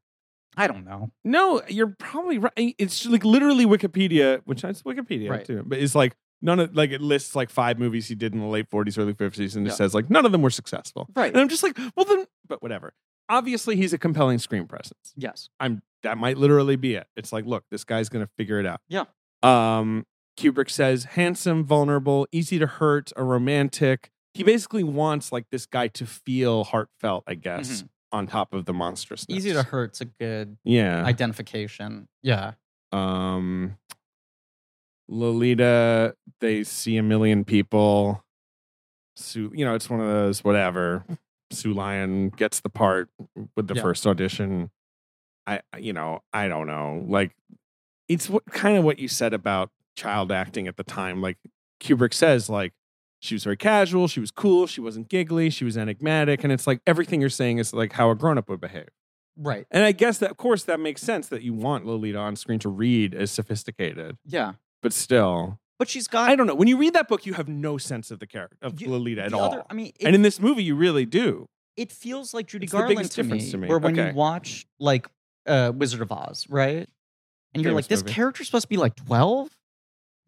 Speaker 1: I don't know.
Speaker 2: No, you're probably right. It's like literally Wikipedia, which is Wikipedia
Speaker 1: Right.
Speaker 2: too, but it's like none of like it lists like five movies he did in the late 40s, early 50s, and it
Speaker 1: Yeah.
Speaker 2: says like none of them were successful.
Speaker 1: Right.
Speaker 2: And I'm just like, well then, but whatever. Obviously, he's a compelling screen presence.
Speaker 1: Yes.
Speaker 2: I'm that might literally be it. It's like, look, this guy's gonna figure it out.
Speaker 1: Yeah.
Speaker 2: Um, Kubrick says handsome, vulnerable, easy to hurt, a romantic. He basically wants like this guy to feel heartfelt, I guess,
Speaker 1: Mhm.
Speaker 2: on top of the monstrousness.
Speaker 1: Easy to hurt's a good
Speaker 2: Yeah.
Speaker 1: identification. Yeah.
Speaker 2: um Lolita, they see a million people. Sue, you know, it's one of those whatever. Sue Lion gets the part with the
Speaker 1: Yeah.
Speaker 2: first audition. I, I- you know, I don't know. Like, it's what kind of what you said about child acting at the time. Like Kubrick says, like she was very casual, she was cool, she wasn't giggly, she was enigmatic, and it's like everything you're saying is like how a grown up would behave.
Speaker 1: Right.
Speaker 2: And I guess that, of course, that makes sense that you want Lolita on screen to read as sophisticated,
Speaker 1: Yeah.
Speaker 2: but still,
Speaker 1: But she's got
Speaker 2: I don't know. When you read that book, you have no sense of the character of
Speaker 1: You-
Speaker 2: Lolita at
Speaker 1: the
Speaker 2: all.
Speaker 1: other. I mean,
Speaker 2: and
Speaker 1: it,
Speaker 2: in this movie, you really do.
Speaker 1: it feels like Judy
Speaker 2: It's the
Speaker 1: Garland
Speaker 2: biggest
Speaker 1: to
Speaker 2: difference
Speaker 1: me,
Speaker 2: to me.
Speaker 1: Or when
Speaker 2: Okay.
Speaker 1: you watch like uh, Wizard of Oz, right? And you're
Speaker 2: Famous
Speaker 1: like, this
Speaker 2: movie.
Speaker 1: character's supposed to be like 12.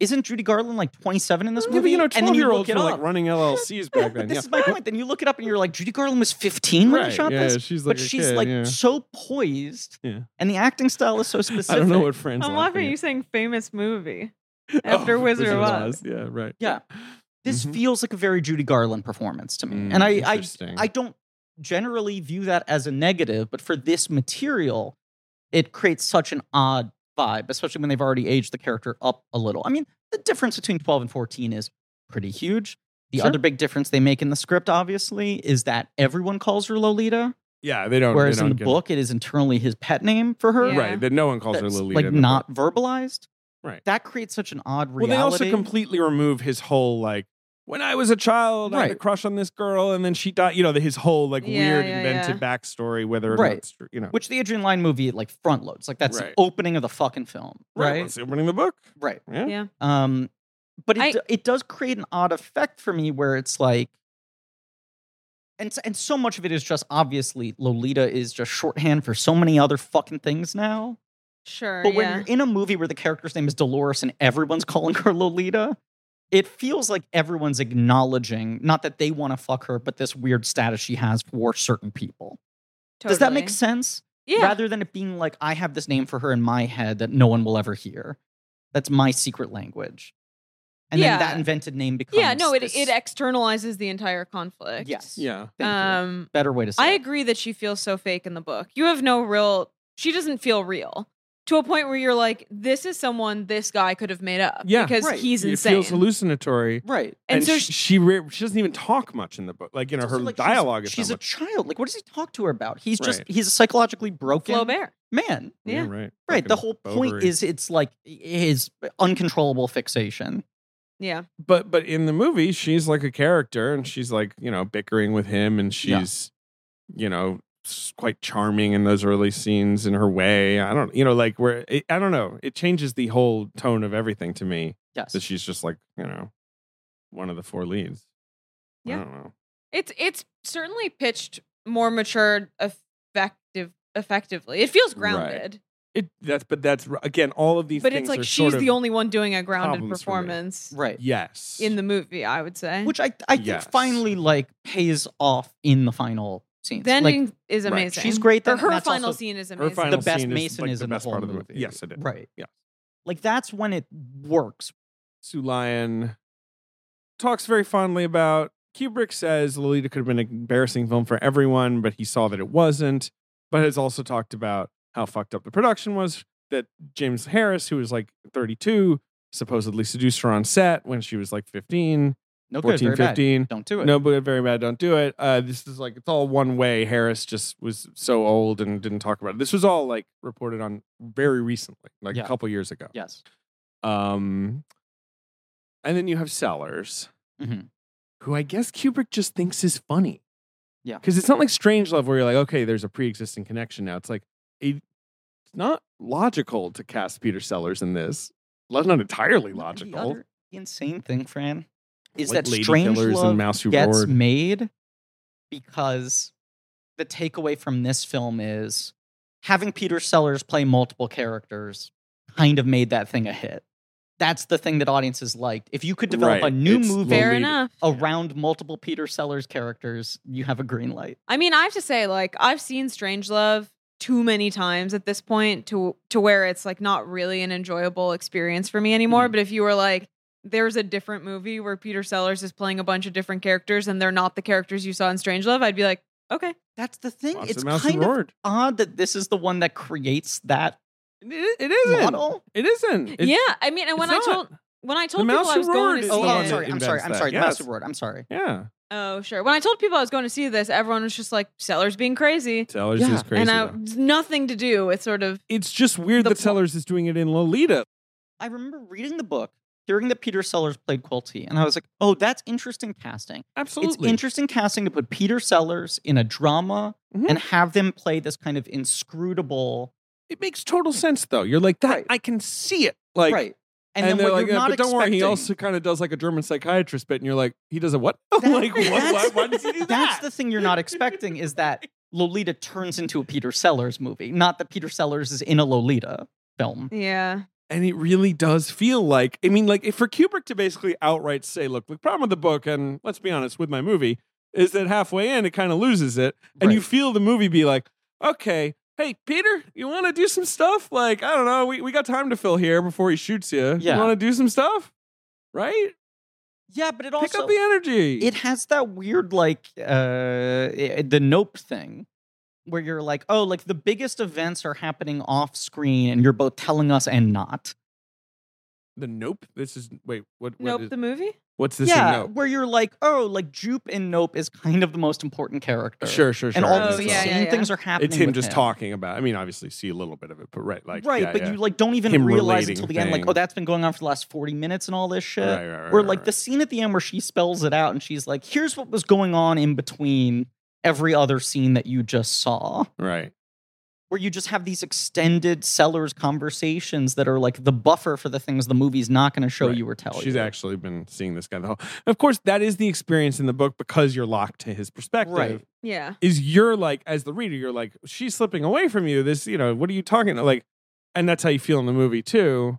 Speaker 1: Isn't Judy Garland like 27 in this
Speaker 2: Yeah,
Speaker 1: movie?
Speaker 2: but you know,
Speaker 1: and then you look
Speaker 2: twelve-year-olds
Speaker 1: it
Speaker 2: were like
Speaker 1: up.
Speaker 2: running LLCs back
Speaker 1: But
Speaker 2: then.
Speaker 1: this
Speaker 2: yeah.
Speaker 1: is my point. Then you look it up and you're like, Judy Garland was 15 when
Speaker 2: Right.
Speaker 1: they shot
Speaker 2: yeah,
Speaker 1: this.
Speaker 2: she's like,
Speaker 1: but
Speaker 2: a
Speaker 1: she's
Speaker 2: kid,
Speaker 1: like
Speaker 2: yeah.
Speaker 1: so poised,
Speaker 2: Yeah.
Speaker 1: and the acting style is so specific.
Speaker 2: I don't know what friends. Oh,
Speaker 3: I'm laughing. at You saying famous movie
Speaker 1: Oh,
Speaker 3: after Wizard of Oz.
Speaker 2: Yeah, right.
Speaker 1: Yeah. this
Speaker 2: Mhm.
Speaker 1: feels like a very Judy Garland performance to me.
Speaker 2: Mm,
Speaker 1: and I, I
Speaker 2: interesting.
Speaker 1: I don't generally view that as a negative, but for this material, it creates such an odd vibe, especially when they've already aged the character up a little. I mean, the difference between 12 and 14 is pretty huge. The
Speaker 2: Sure.
Speaker 1: other big difference they make in the script, obviously, is that everyone calls her Lolita,
Speaker 2: yeah, they don't.
Speaker 1: whereas
Speaker 2: they don't
Speaker 1: in the
Speaker 2: get-
Speaker 1: book, it is internally his pet name for her.
Speaker 3: Yeah.
Speaker 2: right? That no one calls her
Speaker 1: That's,
Speaker 2: Lolita.
Speaker 1: like
Speaker 2: in the book.
Speaker 1: not verbalized.
Speaker 2: Right.
Speaker 1: That creates such an odd
Speaker 2: Well,
Speaker 1: reality.
Speaker 2: they also completely remove his whole like when I was a child, I had a
Speaker 1: Right.
Speaker 2: crush on this girl, and then she died. You know, the, his whole like
Speaker 3: Yeah,
Speaker 2: weird
Speaker 3: yeah,
Speaker 2: invented backstory, whether or not
Speaker 1: Right.
Speaker 2: it's true. You know,
Speaker 1: which the Adrian Lyne movie like front loads. Like that's
Speaker 2: Right.
Speaker 1: the opening of the fucking film.
Speaker 2: well,
Speaker 1: Right.
Speaker 2: it's opening the book.
Speaker 1: Right.
Speaker 2: Yeah.
Speaker 3: Yeah.
Speaker 1: Um, but it,
Speaker 3: I-
Speaker 1: do- it does create an odd effect for me where it's like, and, s- and so much of it is just obviously Lolita is just shorthand for so many other fucking things now.
Speaker 3: Sure.
Speaker 1: But when
Speaker 3: yeah.
Speaker 1: you're in a movie where the character's name is Dolores and everyone's calling her Lolita, it feels like everyone's acknowledging not that they want to fuck her, but this weird status she has for certain people. Does that make
Speaker 3: Totally.
Speaker 1: sense?
Speaker 3: Yeah.
Speaker 1: rather than it being like I have this name for her in my head that no one will ever hear. That's my secret language. And
Speaker 3: Yeah.
Speaker 1: then that invented name becomes
Speaker 3: yeah. No. It
Speaker 1: this-
Speaker 3: it externalizes the entire conflict.
Speaker 1: Yes.
Speaker 2: Yeah.
Speaker 1: Thank you.
Speaker 3: Um.
Speaker 1: better way to say
Speaker 3: I
Speaker 1: it.
Speaker 3: agree that she feels so fake in the book. You have no real. She doesn't feel real. to a point where you're like, this is someone this guy could have made up.
Speaker 2: Yeah,
Speaker 3: Uh, because
Speaker 1: right.
Speaker 3: he's
Speaker 2: it
Speaker 3: insane.
Speaker 2: feels hallucinatory.
Speaker 1: Right.
Speaker 3: and, so
Speaker 2: sh-
Speaker 3: she,
Speaker 2: she, re- she doesn't even talk much in the book. Like you know,
Speaker 1: It's
Speaker 2: her
Speaker 1: also like she's-
Speaker 2: dialogue is
Speaker 1: She's
Speaker 2: not
Speaker 1: a child. Like, what does he talk to her about? He's just
Speaker 2: Right.
Speaker 1: he's a psychologically broken
Speaker 3: Flaubert.
Speaker 1: man.
Speaker 2: much.
Speaker 3: yeah.
Speaker 2: right.
Speaker 1: Right. The
Speaker 2: Fucking
Speaker 1: whole point
Speaker 2: Bovary.
Speaker 1: is it's like his uncontrollable fixation.
Speaker 3: Yeah.
Speaker 2: but but in the movie, she's like a character, and she's like you know bickering with him, and
Speaker 1: Yeah.
Speaker 2: she's you know s- quite charming in those early scenes in her way. I don't you know like where it, I don't know. It changes the whole tone of everything to me
Speaker 1: Yes.
Speaker 2: that she's just like you know one of the four leads.
Speaker 3: Yeah.
Speaker 2: I don't know.
Speaker 3: It's it's certainly pitched more mature effective effectively. It feels
Speaker 2: Right.
Speaker 3: grounded.
Speaker 2: It that's but that's r- again all of these.
Speaker 3: But
Speaker 2: things
Speaker 3: it's like
Speaker 2: are
Speaker 3: she's
Speaker 2: sort
Speaker 3: the
Speaker 2: of-
Speaker 3: only one doing a grounded
Speaker 2: problems for me.
Speaker 3: performance
Speaker 1: right.
Speaker 2: yes
Speaker 3: in the movie, I would say.
Speaker 1: Which I I think
Speaker 2: Yes.
Speaker 1: finally like pays off in the final scenes.
Speaker 3: the
Speaker 1: like,
Speaker 3: ending is
Speaker 2: right.
Speaker 3: amazing.
Speaker 1: She's great,
Speaker 3: Or
Speaker 1: and
Speaker 3: her
Speaker 1: that's
Speaker 3: final
Speaker 1: also-
Speaker 3: scene is
Speaker 2: her
Speaker 3: amazing.
Speaker 2: final
Speaker 1: the best
Speaker 2: scene is,
Speaker 1: Mason
Speaker 2: like,
Speaker 1: is
Speaker 2: the
Speaker 1: in the
Speaker 2: best
Speaker 1: whole
Speaker 2: part of the
Speaker 1: movie.
Speaker 2: movie. Yes, it is.
Speaker 1: Right.
Speaker 2: Yeah.
Speaker 1: Like that's when it works.
Speaker 2: Sue Lyon talks very fondly about. Kubrick says Lolita could have been an embarrassing film for everyone, but he saw that it wasn't. But has also talked about how fucked up the production was. That James Harris, who was like 32, supposedly seduced her on set when she was like 15,
Speaker 1: No good.
Speaker 2: 14,
Speaker 1: Very bad.
Speaker 2: 15.
Speaker 1: Don't do it.
Speaker 2: No, but very bad. Don't do it. Uh, this is like it's all one way. Harris just was so old and didn't talk about it. This was all like reported on very recently, like
Speaker 1: Yeah.
Speaker 2: a couple years ago.
Speaker 1: Yes.
Speaker 2: Um, and then you have Sellers,
Speaker 1: Mhm.
Speaker 2: who I guess Kubrick just thinks is funny.
Speaker 1: Yeah.
Speaker 2: because it's not like Strange Love where you're like, okay, there's a pre-existing connection now. It's like it, it's not logical to cast Peter Sellers in this. Well, Not entirely
Speaker 1: The
Speaker 2: logical.
Speaker 1: other insane thing, Fran, is
Speaker 2: Like
Speaker 1: that
Speaker 2: Lady
Speaker 1: strange
Speaker 2: Killers
Speaker 1: love
Speaker 2: and Mouse Who
Speaker 1: gets
Speaker 2: Roared.
Speaker 1: made because the takeaway from this film is having Peter Sellers play multiple characters kind of made that thing a hit. That's the thing that audiences liked. If you could develop
Speaker 2: Right,
Speaker 1: a new
Speaker 2: it's
Speaker 1: movie
Speaker 3: Fair
Speaker 2: Lolita.
Speaker 3: enough.
Speaker 1: around multiple Peter Sellers characters, you have a green light.
Speaker 3: I mean, I have to say, like, I've seen Strange Love too many times at this point to to where it's like not really an enjoyable experience for me anymore.
Speaker 1: Mhm.
Speaker 2: Mm-hmm.
Speaker 3: But if you were like, there's a different movie where Peter Sellers is playing a bunch of different characters and they're not the characters you saw in Strange Love, I'd be like, okay,
Speaker 1: That's the thing.
Speaker 2: Lots
Speaker 1: it's
Speaker 2: of Mouse Who
Speaker 1: kind of
Speaker 2: Roared.
Speaker 1: odd that this is the one that creates that
Speaker 2: It, it isn't.
Speaker 1: model.
Speaker 2: It isn't. It-
Speaker 3: yeah. I mean, and when I
Speaker 2: it's not.
Speaker 3: told when I told
Speaker 2: The
Speaker 3: people
Speaker 2: Mouse
Speaker 3: I
Speaker 2: Who
Speaker 3: was going
Speaker 2: Roared
Speaker 3: to
Speaker 2: is
Speaker 3: see
Speaker 2: the
Speaker 1: Oh,
Speaker 2: one
Speaker 1: I'm
Speaker 3: it-
Speaker 2: that
Speaker 1: sorry. I'm sorry. I'm
Speaker 2: invents
Speaker 1: sorry.
Speaker 2: that.
Speaker 1: Yes.
Speaker 2: Yes.
Speaker 1: Word. I'm sorry.
Speaker 2: yeah.
Speaker 3: oh sure. When I told people I was going to see this, everyone was just like, Sellers being crazy,
Speaker 2: Sellers
Speaker 1: Yeah.
Speaker 2: is crazy.
Speaker 3: and I
Speaker 2: though.
Speaker 3: nothing to do with sort of
Speaker 2: it's just weird
Speaker 3: The
Speaker 2: that
Speaker 3: pl-
Speaker 2: Sellers is doing it in Lolita.
Speaker 1: I remember reading the book, hearing that Peter Sellers played Quilty, and I was like, oh, that's interesting casting. It's
Speaker 2: Absolutely.
Speaker 1: interesting casting to put Peter Sellers in a drama
Speaker 2: Mhm.
Speaker 1: and have them play this kind of inscrutable.
Speaker 2: it makes total sense though. You're like that.
Speaker 1: Right.
Speaker 2: I can see it. Like,
Speaker 1: right. And,
Speaker 2: and,
Speaker 1: then what
Speaker 2: they're like,
Speaker 1: you're
Speaker 2: "Yeah,
Speaker 1: not
Speaker 2: but don't worry. He
Speaker 1: expecting-
Speaker 2: also kind of does like a German psychiatrist bit, and you're like, he does a what? like, what,
Speaker 1: that's-
Speaker 2: why, why does he do
Speaker 1: That's
Speaker 2: that?
Speaker 1: the thing you're not expecting is that Lolita turns into a Peter Sellers movie, not that Peter Sellers is in a Lolita film.
Speaker 3: yeah.
Speaker 2: and it really does feel like. I mean, like if for Kubrick to basically outright say, "Look, the problem with the book," and let's be honest with my movie, is that halfway in it kind of loses it, and you
Speaker 1: Right.
Speaker 2: feel the movie be like, "Okay." Hey Peter, you want to do some stuff? Like I don't know, we, we got time to fill here before he shoots you.
Speaker 1: Yeah.
Speaker 2: You want to do some stuff, right?
Speaker 1: Yeah, but it
Speaker 2: Pick
Speaker 1: also
Speaker 2: up the energy.
Speaker 1: it has that weird like uh i- the nope thing where you're like oh like the biggest events are happening off screen and you're both telling us and not
Speaker 2: The Nope. This is wait. What? what
Speaker 3: Nope,
Speaker 2: is-
Speaker 3: the movie.
Speaker 2: what's this?
Speaker 1: yeah
Speaker 2: in Nope.
Speaker 1: where you're like oh like jupe and nope is kind of the most important character
Speaker 2: Sure, sure, sure.
Speaker 1: and all
Speaker 2: I
Speaker 1: the
Speaker 3: Oh,
Speaker 1: these
Speaker 2: understand.
Speaker 3: yeah,
Speaker 1: same
Speaker 3: yeah, yeah.
Speaker 1: things are happening
Speaker 2: It's him
Speaker 1: with
Speaker 2: just talking about. I mean, obviously, see a little bit of it, but right, like
Speaker 1: right
Speaker 2: yeah,
Speaker 1: but
Speaker 2: yeah.
Speaker 1: you like don't even
Speaker 2: Him
Speaker 1: realize
Speaker 2: relating
Speaker 1: until the end like
Speaker 2: thing.
Speaker 1: oh that's been going on for the last 40 minutes and all this shit
Speaker 2: Right, right, right,
Speaker 1: Or
Speaker 2: right,
Speaker 1: like
Speaker 2: right.
Speaker 1: the scene at the end where she spells it out and she's like, here's what was going on in between every other scene that you just saw.
Speaker 2: Right.
Speaker 1: Where you just have these extended sellers conversations that are like the buffer for the things the movie's not going to show
Speaker 2: Right.
Speaker 1: you or tell
Speaker 2: She's
Speaker 1: you.
Speaker 2: actually been seeing this guy the whole. Of course, that is the experience in the book because you're locked to his perspective.
Speaker 1: Right.
Speaker 3: Yeah.
Speaker 2: Is you're like as the reader, you're like she's slipping away from you. This, you know, what are you talking? Like, and that's how you feel in the movie too.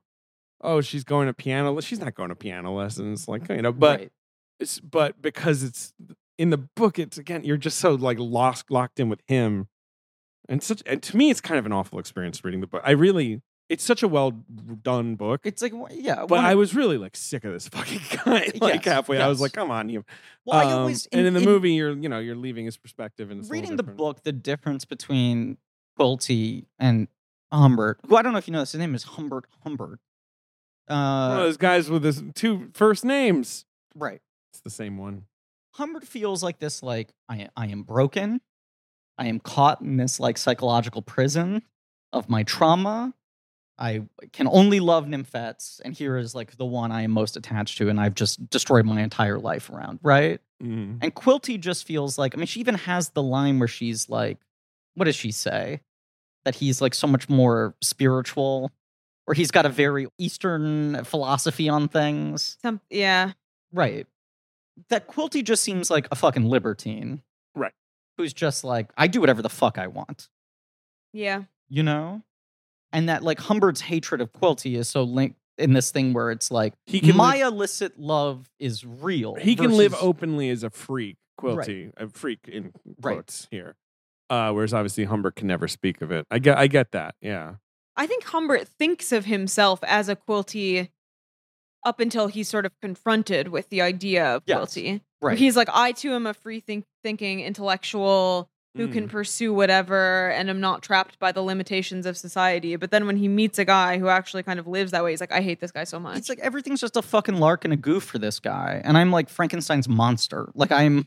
Speaker 2: Oh, she's going to piano. le- She's not going to piano lessons, like you know. But
Speaker 1: Right.
Speaker 2: it's, but because it's in the book, it's again you're just so like lost, locked in with him, and such. And to me, it's kind of an awful experience reading the book. I really, it's such a well done book.
Speaker 1: it's like, wh- yeah.
Speaker 2: but
Speaker 1: one-
Speaker 2: I was really like sick of this fucking guy. Like
Speaker 1: Yes,
Speaker 2: halfway, I was
Speaker 1: yes.
Speaker 2: like, "Come on, you."
Speaker 1: well, I
Speaker 2: Um,
Speaker 1: always,
Speaker 2: and in the movie, you're you know you're leaving his perspective and it's a little
Speaker 1: reading the
Speaker 2: different.
Speaker 1: book, the difference between Quilty and Humbert, who I don't know if you know this, his name is Humbert Humbert.
Speaker 2: One
Speaker 1: Uh,
Speaker 2: of those guys with his two first names.
Speaker 1: right.
Speaker 2: It's the same one.
Speaker 1: Humbert feels like this, like, I, I am broken. I am caught in this, like, psychological prison of my trauma. I can only love nymphets, and here is, like, the one I am most attached to, and I've just destroyed my entire life around, right?
Speaker 2: Mhm.
Speaker 1: And Quilty just feels like, I mean, she even has the line where she's like, what does she say? That he's like so much more spiritual, or he's got a very Eastern philosophy on things.
Speaker 3: Some, yeah.
Speaker 1: Right. That Quilty just seems like a fucking libertine.
Speaker 2: Right.
Speaker 1: Who's just like, I do whatever the fuck I want,
Speaker 3: Yeah.
Speaker 1: you know? And that like Humbert's hatred of Quilty is so linked in this thing where it's like,
Speaker 2: He can
Speaker 1: my illicit love is real.
Speaker 2: he can live
Speaker 1: versus-
Speaker 2: openly as a freak quilty a freak in
Speaker 1: Right.
Speaker 2: quotes here uh whereas obviously humbert can never speak of it i get i get that yeah
Speaker 3: I think Humbert thinks of himself as a Quilty up until he's sort of confronted with the idea of
Speaker 1: Yes.
Speaker 3: Quilty. where
Speaker 1: Right.
Speaker 3: He's like, I too am a free think- thinking intellectual who
Speaker 2: Mm.
Speaker 3: can pursue whatever and am not trapped by the limitations of society. But then when he meets a guy who actually kind of lives that way, he's like, I hate this guy so much.
Speaker 1: It's like everything's just a fucking lark and a goof for this guy. And I'm like Frankenstein's monster. Like I'm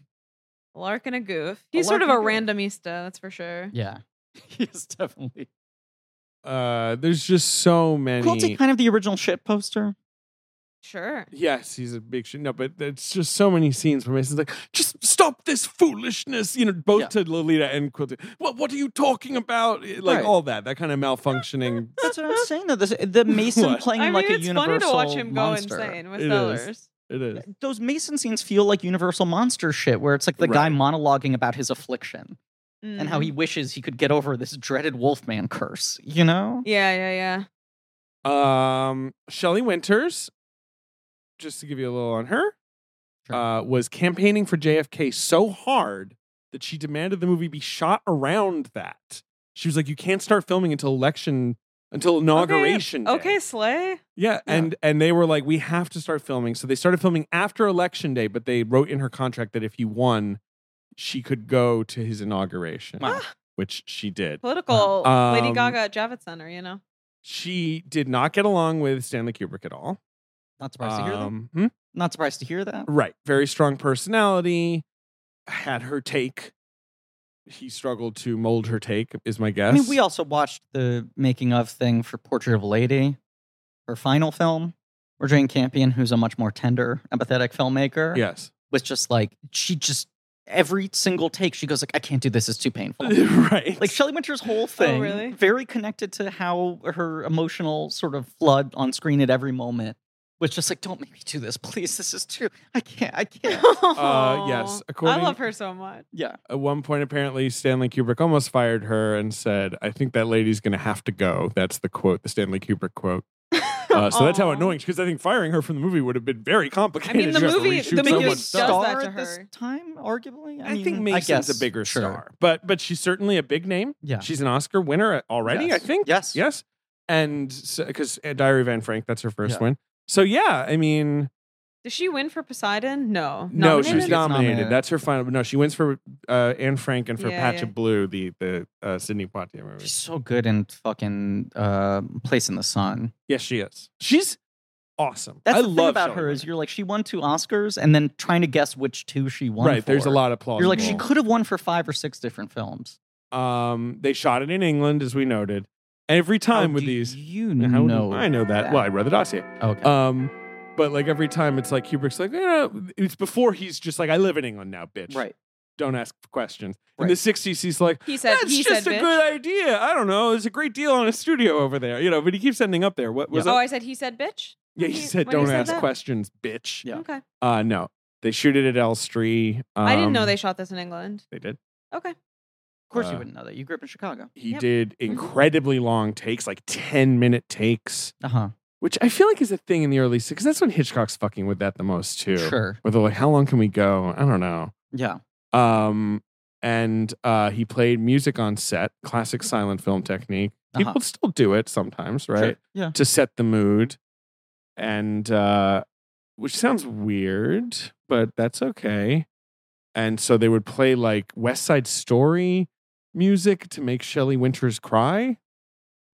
Speaker 3: a lark and a goof. He's
Speaker 1: lark
Speaker 3: sort of a
Speaker 1: and a goof.
Speaker 3: randomista, that's for sure.
Speaker 1: Yeah. He's definitely
Speaker 2: uh there's just so many
Speaker 1: Quilty kind of the original shit poster.
Speaker 3: Sure.
Speaker 2: Yes, he's a big shit. No, but it's just so many scenes where Mason's like, just stop this foolishness, you know, both
Speaker 1: Yeah.
Speaker 2: to Lolita and Quilty. What what are you talking about? Eh, Like
Speaker 1: Right.
Speaker 2: all that, that kind of malfunctioning.
Speaker 1: That's what I'm saying though. This, the Mason
Speaker 2: What?
Speaker 1: playing
Speaker 3: I
Speaker 1: him
Speaker 3: mean,
Speaker 1: like a
Speaker 3: it's funny
Speaker 1: universal
Speaker 3: to watch him
Speaker 1: monster.
Speaker 3: go insane with
Speaker 2: It is.
Speaker 3: Sellers.
Speaker 2: it is.
Speaker 1: Those Mason scenes feel like universal monster shit where it's like the guy
Speaker 2: Right.
Speaker 1: monologuing about his affliction and how
Speaker 3: Mhm.
Speaker 1: he wishes he could get over this dreaded wolfman curse, you know?
Speaker 3: Mm. Yeah, yeah, yeah.
Speaker 2: Um, Shelley Winters, just to give you a little on her,
Speaker 1: Sure.
Speaker 2: uh, was campaigning for JFK so hard that she demanded the movie be shot around that. She was like, "You can't start filming until election, until inauguration." day."
Speaker 3: Okay, Slay.
Speaker 2: Yeah, and and they were like, "We have to start filming." So they started filming after election day, but they wrote in her contract that if he won, she could go to his inauguration,
Speaker 1: Wow.
Speaker 2: which she did.
Speaker 3: Political
Speaker 1: Uh,
Speaker 3: Lady
Speaker 2: Um,
Speaker 3: Gaga at Javits Center, you know?
Speaker 2: She did not get along with Stanley Kubrick at all.
Speaker 1: Not surprised to hear that.
Speaker 2: Um, hmm?
Speaker 1: Not surprised to hear that.
Speaker 2: Right. Very strong personality. Had her take. He struggled to mold her take, is my guess.
Speaker 1: I mean, we also watched the making of thing for Portrait of a Lady, her final film, where Jane Campion, who's a much more tender, empathetic filmmaker,
Speaker 2: Yes.
Speaker 1: was just like she just every single take she goes like, I can't do this; it's too painful.
Speaker 2: right.
Speaker 1: like Shelley Winter's
Speaker 2: Oh,
Speaker 1: whole thing,
Speaker 3: really?
Speaker 1: very connected to how her emotional sort of flood on screen at every moment was just like, "Don't make me do this, please. This is too. I can't. I can't."
Speaker 2: Uh, yes.
Speaker 3: I
Speaker 2: According,
Speaker 3: love her so much.
Speaker 1: yeah,
Speaker 2: At one point, apparently, Stanley Kubrick almost fired her and said, I think that lady's going to have to go. That's the quote, the Stanley Kubrick quote. Uh, so that's how
Speaker 3: Aw.
Speaker 2: annoying, because I think firing her from the movie would have been very
Speaker 3: I
Speaker 2: complicated.
Speaker 3: mean, the
Speaker 2: You have to
Speaker 3: movie,
Speaker 2: reshoot
Speaker 3: the movie
Speaker 2: someone.
Speaker 3: does that to
Speaker 1: at this
Speaker 3: her.
Speaker 1: time, arguably. I,
Speaker 2: I,
Speaker 1: mean,
Speaker 2: think
Speaker 1: I
Speaker 2: Mason's
Speaker 1: guess,
Speaker 2: a bigger
Speaker 1: sure.
Speaker 2: star, but but she's certainly a big name.
Speaker 1: Yeah.
Speaker 2: She's an Oscar winner already, I
Speaker 1: Yes.
Speaker 2: think.
Speaker 1: Yes.
Speaker 2: Yes. And because Diary of Van Frank, that's her first
Speaker 1: Yeah.
Speaker 2: win. So yeah, I mean,
Speaker 3: Did she win for Poseidon? No.
Speaker 2: no,
Speaker 1: Nominated?
Speaker 2: she was
Speaker 1: It's
Speaker 2: nominated.
Speaker 1: nominated.
Speaker 2: That's her final. No, she wins for uh, Anne Frank and for
Speaker 3: Yeah,
Speaker 2: Patch
Speaker 3: yeah.
Speaker 2: of Blue, the the uh, Sydney Poitier movie.
Speaker 1: She's so good in fucking uh, Place in the Sun.
Speaker 2: yes, she is. She's awesome.
Speaker 1: That's
Speaker 2: I
Speaker 1: the
Speaker 2: love
Speaker 1: thing about
Speaker 2: Shelley
Speaker 1: her is
Speaker 2: Winters.
Speaker 1: you're like she won two Oscars and then trying to guess which two she won.
Speaker 2: right. There's a
Speaker 1: for.
Speaker 2: lot of plausible.
Speaker 1: You're like she could have won for five or six different films.
Speaker 2: Um, they shot it in England, as we noted. Every time
Speaker 1: How
Speaker 2: with
Speaker 1: Oh, do
Speaker 2: these,
Speaker 1: you
Speaker 2: How do
Speaker 1: know.
Speaker 2: I know that. Well, I read the dossier.
Speaker 1: Okay.
Speaker 2: Um, but like every time, it's like Kubrick's like, eh, it's before he's just like, I live in England now, bitch.
Speaker 1: right.
Speaker 2: Don't ask questions. In
Speaker 1: Right.
Speaker 2: the '60s, he's like,
Speaker 3: He said,
Speaker 2: that's
Speaker 3: he
Speaker 2: just a
Speaker 3: said, bitch.
Speaker 2: good idea. I don't know. There's a great deal on a studio over there, you know. But he keeps ending up there. What was
Speaker 3: oh,
Speaker 2: up?
Speaker 3: I said, he said, bitch.
Speaker 2: yeah, he
Speaker 3: when he-
Speaker 2: said,
Speaker 3: when he
Speaker 2: "Don't
Speaker 3: said
Speaker 2: ask
Speaker 3: that?
Speaker 2: questions, bitch."
Speaker 1: Yeah.
Speaker 3: Okay.
Speaker 2: Uh, no, they shoot it at Elstree.
Speaker 3: I didn't know
Speaker 2: Um,
Speaker 3: they shot this in England.
Speaker 2: They did.
Speaker 3: Okay.
Speaker 1: Of course
Speaker 2: Uh,
Speaker 1: you wouldn't know that. You grew up in Chicago.
Speaker 2: He
Speaker 3: Yep. Mm-hmm.
Speaker 2: did incredibly long takes, like ten minute takes,
Speaker 1: Uh huh.
Speaker 2: which I feel like is a thing in the early '60s. That's when Hitchcock's fucking with that the most too.
Speaker 1: Sure.
Speaker 2: Where they're like, "How long can we go?" I don't know.
Speaker 1: Yeah. Uh-huh.
Speaker 2: um, and uh, he played music on set, classic silent film technique.
Speaker 1: Uh-huh.
Speaker 2: People still do it sometimes,
Speaker 1: Sure.
Speaker 2: right?
Speaker 1: Yeah.
Speaker 2: To set the mood, and uh, which sounds weird, but that's okay. And so they would play like West Side Story music to make Shelley Winters cry.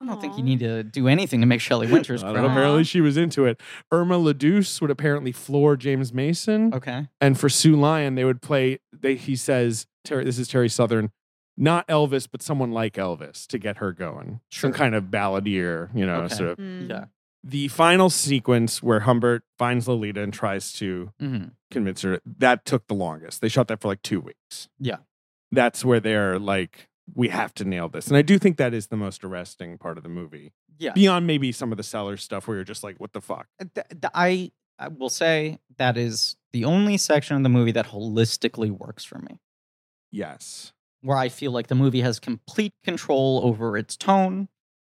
Speaker 1: I don't think you
Speaker 3: Aw.
Speaker 1: need to do anything to make Shelley Winters
Speaker 2: Well,
Speaker 1: cry.
Speaker 2: apparently she was into it. Irma LaDuce would apparently floor James Mason.
Speaker 1: Okay.
Speaker 2: And for Sue Lyon, they would play. They, he says, Terry, "This is Terry Southern, not Elvis, but someone like Elvis to get her going.
Speaker 1: Sure.
Speaker 2: Some kind of balladeer, you know."
Speaker 1: Okay.
Speaker 2: Sort of.
Speaker 3: Mm.
Speaker 1: Yeah.
Speaker 2: The final sequence where Humbert finds Lolita and tries to
Speaker 1: hmm
Speaker 2: convince her that took the longest. They shot that for like two weeks.
Speaker 1: Yeah.
Speaker 2: that's where they're like, "We have to nail this," and I do think that is the most arresting part of the movie.
Speaker 1: Yeah.
Speaker 2: Beyond maybe some of the seller stuff where you're just like, "What the fuck."
Speaker 1: Th- th- I, I will say that is the only section of the movie that holistically works for me,
Speaker 2: Yes.
Speaker 1: where I feel like the movie has complete control over its tone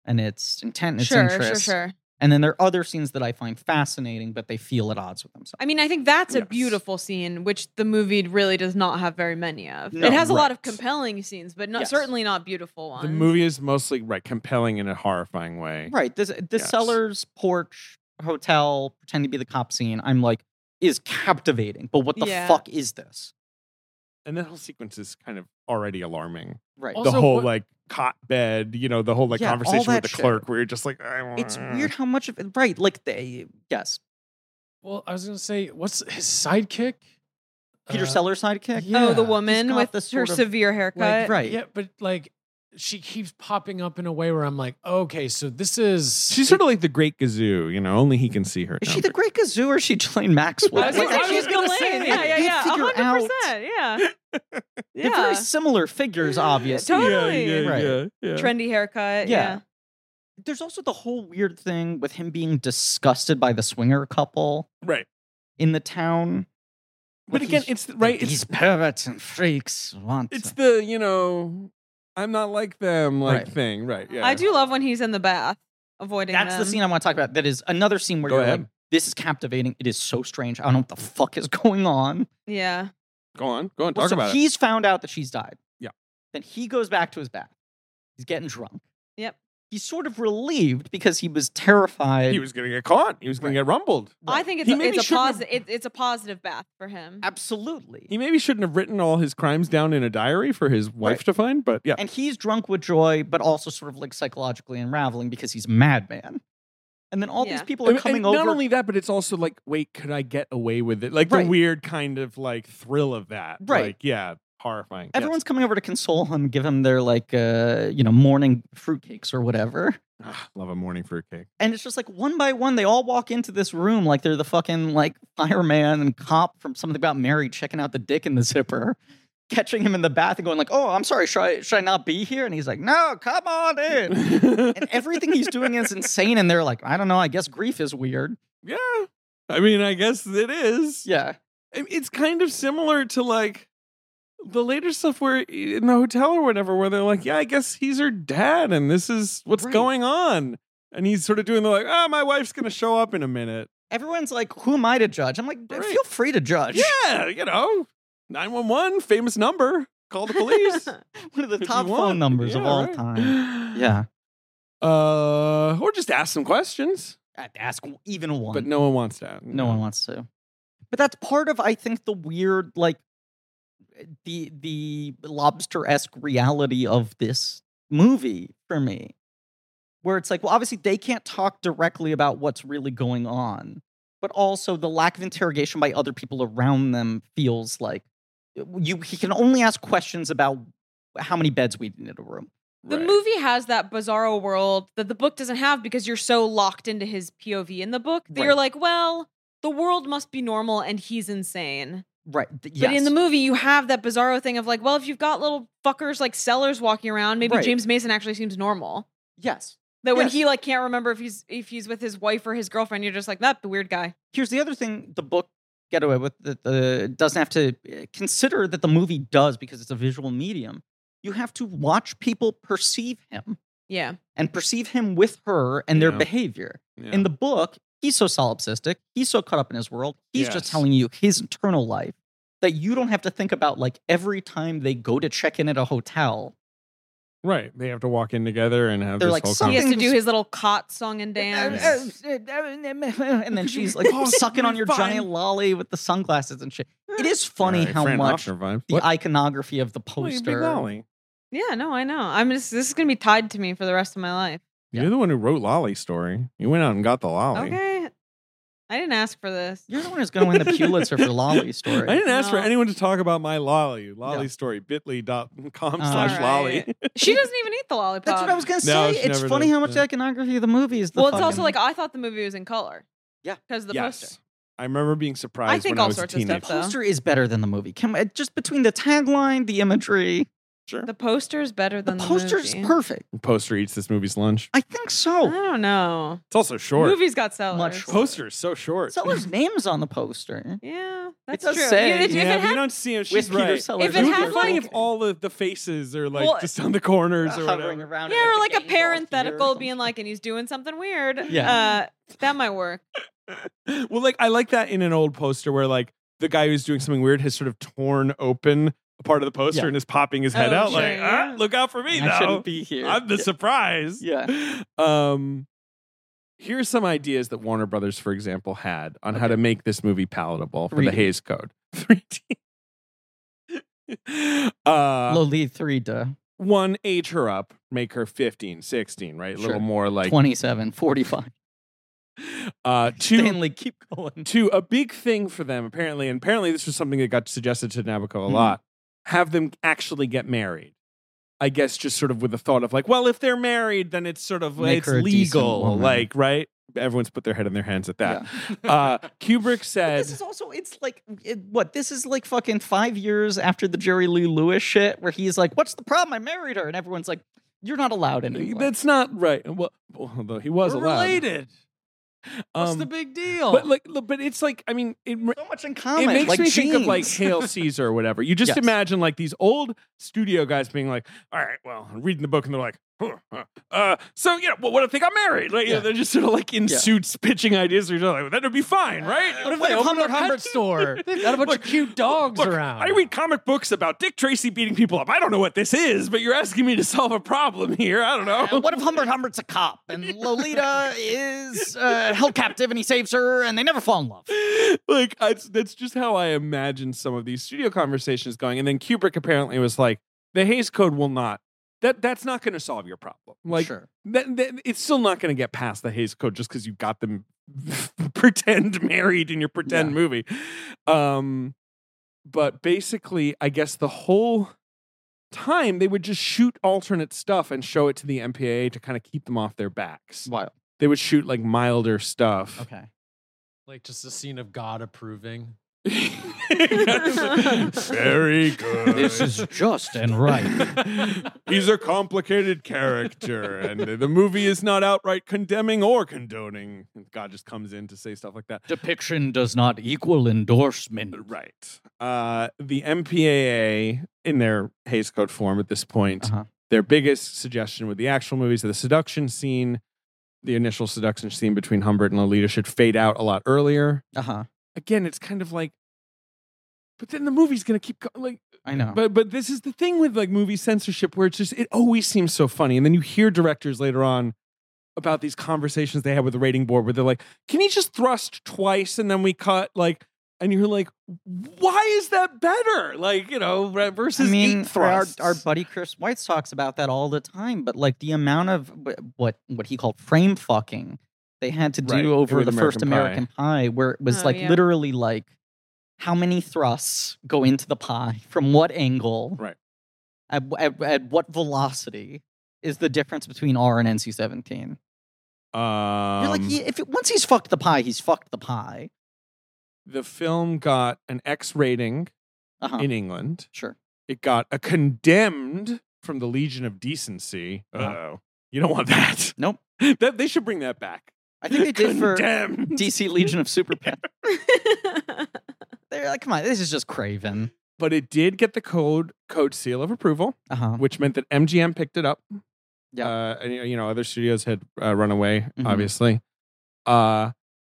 Speaker 1: and its intent and its
Speaker 3: Sure, sure,
Speaker 1: interest.
Speaker 3: sure.
Speaker 1: And then there are other scenes that I find fascinating, but they feel at odds with themselves.
Speaker 3: I mean, I think that's a
Speaker 2: Yes.
Speaker 3: beautiful scene, which the movie really does not have very many of.
Speaker 1: No,
Speaker 3: it has a lot of
Speaker 1: right.
Speaker 3: compelling scenes, but not
Speaker 1: Yes.
Speaker 3: certainly not beautiful ones.
Speaker 2: The movie is mostly right, compelling in a horrifying way.
Speaker 1: Right. This the
Speaker 2: Yes.
Speaker 1: seller's porch hotel pretend to be the cop scene. I'm like, is captivating, but what the
Speaker 3: Yeah.
Speaker 1: fuck is this?
Speaker 2: And that whole sequence is kind of already alarming.
Speaker 1: Right.
Speaker 4: Also,
Speaker 2: the whole
Speaker 4: what-
Speaker 2: like cot bed, you know, the whole like
Speaker 1: Yeah, all
Speaker 2: conversation
Speaker 1: that
Speaker 2: with the
Speaker 1: shit.
Speaker 2: clerk where you're just like, I want
Speaker 1: it's weird how much of it. Right. Like they. Yes.
Speaker 4: Well, I was gonna say, what's his sidekick?
Speaker 1: Peter
Speaker 4: Uh,
Speaker 1: Seller's sidekick.
Speaker 3: oh, the
Speaker 4: Yeah.
Speaker 1: He's
Speaker 3: woman
Speaker 1: got
Speaker 3: with
Speaker 1: the
Speaker 3: her
Speaker 1: sort of,
Speaker 3: severe
Speaker 1: Like,
Speaker 3: haircut.
Speaker 1: right.
Speaker 4: Yeah, but like she keeps popping up in a way where I'm like, okay, so this is
Speaker 2: She's sort of like the great gazoo, you know, only he can see her.
Speaker 1: Is she the Great Kazoo or is she Jane Maxwell?
Speaker 3: I was gonna
Speaker 1: Like,
Speaker 3: say
Speaker 4: I
Speaker 3: she's
Speaker 4: was gonna
Speaker 3: Ghislaine.
Speaker 4: say,
Speaker 3: Yeah, yeah,
Speaker 1: you
Speaker 3: yeah.
Speaker 1: figure
Speaker 3: hundred
Speaker 1: out-
Speaker 3: percent. Yeah.
Speaker 1: They're very
Speaker 3: yeah.
Speaker 1: similar figures, obviously.
Speaker 3: Totally.
Speaker 2: Yeah, yeah,
Speaker 1: Right.
Speaker 2: yeah, yeah.
Speaker 3: Trendy haircut.
Speaker 1: Yeah.
Speaker 3: Yeah.
Speaker 1: There's also the whole weird thing with him being disgusted by the swinger couple
Speaker 2: Right.
Speaker 1: in the town.
Speaker 2: But
Speaker 1: Like,
Speaker 2: again,
Speaker 1: he's-
Speaker 2: it's right. It's,
Speaker 1: These perverts and freaks want.
Speaker 2: it's
Speaker 1: to-
Speaker 2: the, you know, I'm not like them like
Speaker 1: Right.
Speaker 2: thing. Right. Yeah.
Speaker 3: I do love when he's in the bath, avoiding.
Speaker 1: That's the
Speaker 3: them.
Speaker 1: scene I want to talk about. That is another scene where
Speaker 2: Go
Speaker 1: you're
Speaker 2: ahead.
Speaker 1: like, this is captivating. It is so strange. I don't know what the fuck is going on.
Speaker 3: Yeah.
Speaker 2: Go on. Go on. Talk
Speaker 1: Well, so
Speaker 2: about it.
Speaker 1: he's found out that she's died.
Speaker 2: Yeah.
Speaker 1: Then he goes back to his bath. He's getting drunk.
Speaker 3: Yep.
Speaker 1: He's sort of relieved because he was terrified.
Speaker 2: He was going to get caught. He was going
Speaker 1: Right.
Speaker 2: to get rumbled.
Speaker 3: I think it's
Speaker 2: He
Speaker 3: a,
Speaker 2: maybe
Speaker 3: it's a
Speaker 2: shouldn't have-
Speaker 3: positive. It, it's a positive bath for him.
Speaker 1: Absolutely.
Speaker 2: He maybe shouldn't have written all his crimes down in a diary for his wife
Speaker 1: Right.
Speaker 2: to find, but yeah.
Speaker 1: and he's drunk with joy, but also sort of like psychologically unraveling because he's a madman. And then all these
Speaker 3: Yeah.
Speaker 1: people are
Speaker 2: And-
Speaker 1: coming
Speaker 2: and
Speaker 1: over.
Speaker 2: Not only that, but it's also like, wait, could I get away with it? Like
Speaker 1: Right.
Speaker 2: the weird kind of like thrill of that.
Speaker 1: Right.
Speaker 2: Like, yeah, horrifying. Yes.
Speaker 1: everyone's coming over to console him, give him their like uh, you know, morning fruitcakes or whatever.
Speaker 2: Ah, love a morning fruitcake.
Speaker 1: And it's just like one by one, they all walk into this room like they're the fucking like fireman and cop from something about Mary checking out the dick in the zipper, catching him in the bath and going like, "Oh, I'm sorry, should I should I not be here?" And he's like, "No, come on in." and everything he's doing is insane, and they're like, "I don't know, I guess grief is weird."
Speaker 2: yeah. I mean, I guess it is.
Speaker 1: Yeah,
Speaker 2: I mean, It's kind of similar to like the later stuff where in the hotel or whatever, where they're like, yeah, I guess he's her dad and this is what's
Speaker 1: Right.
Speaker 2: going on. And he's sort of doing the like, oh, my wife's going to show up in a minute.
Speaker 1: everyone's like, "Who am I to judge?" I'm like,
Speaker 2: Right.
Speaker 1: "Feel free to judge."
Speaker 2: Yeah, you know, 911, famous number. Call the police.
Speaker 1: one of the
Speaker 2: if you
Speaker 1: top phone
Speaker 2: want.
Speaker 1: numbers of
Speaker 2: Yeah,
Speaker 1: all
Speaker 2: right.
Speaker 1: time. Yeah,
Speaker 2: Uh, or just ask some questions,
Speaker 1: I'd ask even one.
Speaker 2: but no one wants that.
Speaker 1: no one wants to Mm-hmm. but that's part of i think the weird like eh, the the lobster-esque reality of this movie for me where it's like well obviously they can't talk directly about what's really going on but also the lack of interrogation by other people around them feels like eh, you he can only ask questions about how many beds we need in a room
Speaker 3: The movie has that bizarro world that the book doesn't have because you're so locked into his POV in the book that you're
Speaker 1: Right.
Speaker 3: like, well, the world must be normal and he's insane.
Speaker 1: right th-
Speaker 3: But in the
Speaker 1: yes.
Speaker 3: movie, you have that bizarro thing of like, well, if you've got little fuckers like sellers walking around, maybe
Speaker 1: Right.
Speaker 3: James Mason actually seems normal.
Speaker 1: yes
Speaker 3: That when
Speaker 1: Yes.
Speaker 3: he like can't remember if he's if he's with his wife or his girlfriend, you're just like, that the weird guy.
Speaker 1: here's the other thing the book get away with that the doesn't have to uh, consider that the movie does because it's a visual medium you have to watch people perceive him
Speaker 3: Yeah.
Speaker 1: and perceive him with her and their
Speaker 2: Yeah.
Speaker 1: behavior in the book he's so solipsistic he's so caught up in his world he's just
Speaker 2: Yes.
Speaker 1: telling you his internal life that you don't have to think about like every time they go to check in at a hotel
Speaker 2: right. They have to walk in together and have
Speaker 1: They're like,
Speaker 2: this whole
Speaker 1: "Some-
Speaker 3: He has to
Speaker 1: Something's-
Speaker 3: do his little cot song and dance.
Speaker 2: uh,
Speaker 1: and then
Speaker 2: Could you Oh,
Speaker 1: she's like
Speaker 2: possibly
Speaker 1: sucking on your giant
Speaker 2: find-
Speaker 1: lolly with the sunglasses and shit it is funny
Speaker 2: All right,
Speaker 1: how
Speaker 2: Fran
Speaker 1: much
Speaker 2: Hoffner vibe.
Speaker 1: the
Speaker 2: What?
Speaker 1: iconography of the
Speaker 2: Well, you big
Speaker 1: poster
Speaker 2: Ollie.
Speaker 3: Yeah, no, I know. I'm just this is gonna be tied to me for the rest of my life.
Speaker 1: Yeah.
Speaker 2: You're the one who wrote Lolly Story. You went out and got the Lolly.
Speaker 3: Okay. I didn't ask for this.
Speaker 1: You're the one who's going to win the Pulitzer for Lolly Story.
Speaker 2: I didn't ask for
Speaker 3: No.
Speaker 2: anyone to talk about my Lolly. Lolly
Speaker 1: No.
Speaker 2: Story. Bitly.com
Speaker 1: All
Speaker 2: slash Lolly.
Speaker 3: right. She doesn't even eat the lollipop.
Speaker 1: That's what I was going to
Speaker 2: No,
Speaker 1: say.
Speaker 2: it's
Speaker 1: It's
Speaker 2: never
Speaker 1: funny
Speaker 2: done.
Speaker 1: how much the
Speaker 2: Yeah.
Speaker 1: iconography of the movie is the
Speaker 3: well, it's
Speaker 1: fucking-
Speaker 3: also like I thought the movie was in color.
Speaker 1: Yeah.
Speaker 3: Because of the
Speaker 2: yes.
Speaker 3: poster.
Speaker 2: I remember being surprised
Speaker 3: I think
Speaker 2: when I
Speaker 3: all
Speaker 2: was
Speaker 3: sorts
Speaker 2: a
Speaker 3: of
Speaker 2: teenager.
Speaker 3: stuff, though.
Speaker 1: poster is better than the movie. Can we- just between the tagline, the imagery,
Speaker 2: Sure.
Speaker 3: The poster's better
Speaker 1: the
Speaker 3: than the
Speaker 1: poster's
Speaker 3: movie. Uh,
Speaker 1: perfect.
Speaker 2: Poster eats this movie's lunch.
Speaker 1: I think
Speaker 3: I
Speaker 1: so.
Speaker 3: don't know.
Speaker 2: It's also short.
Speaker 3: Movie's got sellers.
Speaker 1: Much shorter.
Speaker 2: Poster is so short.
Speaker 1: Seller's name's on the poster.
Speaker 3: Yeah, that's
Speaker 1: does
Speaker 3: true.
Speaker 1: say-
Speaker 3: You- if- if
Speaker 2: yeah,
Speaker 3: it
Speaker 2: but you
Speaker 3: had
Speaker 2: don't see him. She's
Speaker 1: With Peter
Speaker 2: right.
Speaker 1: Sellers
Speaker 3: If it
Speaker 1: on the
Speaker 3: had,
Speaker 2: It'd be funny
Speaker 1: poster.
Speaker 2: if all the, the faces are like
Speaker 3: Well, oh
Speaker 2: just on the corners or
Speaker 1: hovering
Speaker 2: whatever.
Speaker 1: around.
Speaker 3: yeah,
Speaker 1: it
Speaker 3: or like a
Speaker 1: angle here or
Speaker 3: parenthetical being
Speaker 1: something.
Speaker 3: like, and he's doing something weird.
Speaker 1: Yeah.
Speaker 3: uh, that might work.
Speaker 2: Well, like I like that in an old poster where like the guy who's doing something weird has sort of torn open a part of the poster
Speaker 1: Yeah.
Speaker 2: and is popping his head
Speaker 3: Oh,
Speaker 2: out
Speaker 3: sure,
Speaker 2: like,
Speaker 3: yeah.
Speaker 2: ah, look out for me
Speaker 1: I
Speaker 2: though.
Speaker 1: shouldn't be here.
Speaker 2: I'm the surprise.
Speaker 1: Yeah.
Speaker 2: Um here's some ideas that Warner Brothers, for example, had on how
Speaker 1: Okay.
Speaker 2: to make this movie palatable for
Speaker 1: 3D.
Speaker 2: the Hayes Code. 3D. uh
Speaker 1: low lead three to
Speaker 2: one age her up make her 15 16 right a
Speaker 1: Sure.
Speaker 2: little more like
Speaker 1: 27, 45.
Speaker 2: uh two
Speaker 1: Stanley, keep going.
Speaker 2: two a big thing for them apparently and apparently this was something that got suggested to nabucco a
Speaker 1: Mhm.
Speaker 2: lot have them actually get married i guess just sort of with the thought of like well if they're married then it's sort of
Speaker 1: Make
Speaker 2: it's
Speaker 1: her a decent
Speaker 2: legal
Speaker 1: woman.
Speaker 2: like right everyone's put their head in their hands at that
Speaker 1: Yeah.
Speaker 2: uh kubrick
Speaker 1: But
Speaker 2: said
Speaker 1: this is also it's like it, what this is like fucking five years after the Jerry Lee Lewis shit where he's like, "What's the problem? I married her," and everyone's like, "You're not allowed anymore."
Speaker 2: that's not right well although he was
Speaker 4: We're
Speaker 2: allowed
Speaker 4: related. What's
Speaker 2: Um,
Speaker 4: the big deal?
Speaker 2: but like look, but it's like i mean it
Speaker 1: so much in common.
Speaker 2: It makes
Speaker 1: like
Speaker 2: me think of like
Speaker 1: genes.
Speaker 2: Hail Caesar or whatever. You just
Speaker 1: Yes.
Speaker 2: imagine like these old studio guys being like, "All right, well, I'm reading the book," and they're like, huh, huh, "Uh, so you know, well, what if they got married?" Like, you know,
Speaker 1: Yeah.
Speaker 2: they're just sort of like in
Speaker 1: Yeah. Uh,
Speaker 2: suits pitching ideas or something. Like, that would be fine, right?
Speaker 4: what if
Speaker 2: Like,
Speaker 4: they open
Speaker 2: open
Speaker 4: their
Speaker 2: up-
Speaker 4: Humbert store? They've got a bunch
Speaker 2: Look,
Speaker 4: of cute dogs
Speaker 2: Look,
Speaker 4: around.
Speaker 2: I read comic books about Dick Tracy beating people up. I don't know what this is, but you're asking me to solve a problem here. I don't know.
Speaker 1: Uh, what if Humbert Humbert's a cop and Lolita is uh, held captive and he saves her and they never fall in love?
Speaker 2: like I, that's just how I imagine some of these studio conversations going. And then Kubrick apparently was like, "The Hayes Code will not that that's not going to solve your problem. Like
Speaker 1: sure.
Speaker 2: that, that- it's still not going to get past the Hayes Code just because you got them pretend married in your pretend
Speaker 1: Yeah.
Speaker 2: movie." Um, but basically, I guess the whole time they would just shoot alternate stuff and show it to the MPAA to kind of keep them off their backs.
Speaker 1: Wild.
Speaker 2: They would shoot like milder stuff.
Speaker 1: Okay.
Speaker 4: like just a scene of God approving.
Speaker 2: Very good.
Speaker 1: just and
Speaker 2: He's a complicated character, and the movie is not outright condemning or condoning. God just comes in to say stuff like that.
Speaker 1: Depiction does not equal endorsement.
Speaker 2: Right. Uh, the MPAA, in their Hays Code form at this point,
Speaker 1: Uh-huh.
Speaker 2: their biggest suggestion with the actual movies of the seduction scene, the initial seduction scene between Humbert and Lolita should fade out a lot earlier.
Speaker 1: Uh huh.
Speaker 2: Again, it's kind of like, but then the movie's going to keep going. Like,
Speaker 1: I know.
Speaker 2: But but this is the thing with like movie censorship where it's just it always seems so funny, and then you hear directors later on about these conversations they had with the rating board where they're like, "Can you just thrust twice and then we cut?" Like, and you're like, "Why is that better?" Like you know re- versus
Speaker 1: I mean,
Speaker 2: eight
Speaker 1: for our,
Speaker 2: thrusts.
Speaker 1: our buddy Chris Weitz talks about that all the time, but like the amount of wh- what what he called frame fucking they had to do
Speaker 2: Right,
Speaker 1: over
Speaker 2: with
Speaker 1: the first
Speaker 2: American
Speaker 1: American Pie, where it was
Speaker 3: Oh,
Speaker 1: like
Speaker 3: yeah.
Speaker 1: literally like how many thrusts go into the pie from what angle,
Speaker 2: Right.
Speaker 1: At, wh- at, at what velocity is the difference between R and NC seventeen? You're like,
Speaker 2: Um,
Speaker 1: "Yeah, if it, once he's fucked the pie, he's fucked the pie.
Speaker 2: the film got an X rating
Speaker 1: Uh-huh.
Speaker 2: in England.
Speaker 1: sure.
Speaker 2: It got a condemned from the Legion of Decency. Uh
Speaker 1: Uh-huh.
Speaker 2: oh, you don't want that.
Speaker 1: Nope.
Speaker 2: that they should bring that back.
Speaker 1: I think they did for
Speaker 2: condemned.
Speaker 1: DC Legion of Super Pets. They're like, come on, this is just Craven.
Speaker 2: but it did get the code code seal of approval,
Speaker 1: Uh huh.
Speaker 2: which meant that MGM picked it up.
Speaker 1: Yeah.
Speaker 2: uh, and you know other studios had uh, run away,
Speaker 1: Mhm.
Speaker 2: obviously. Uh,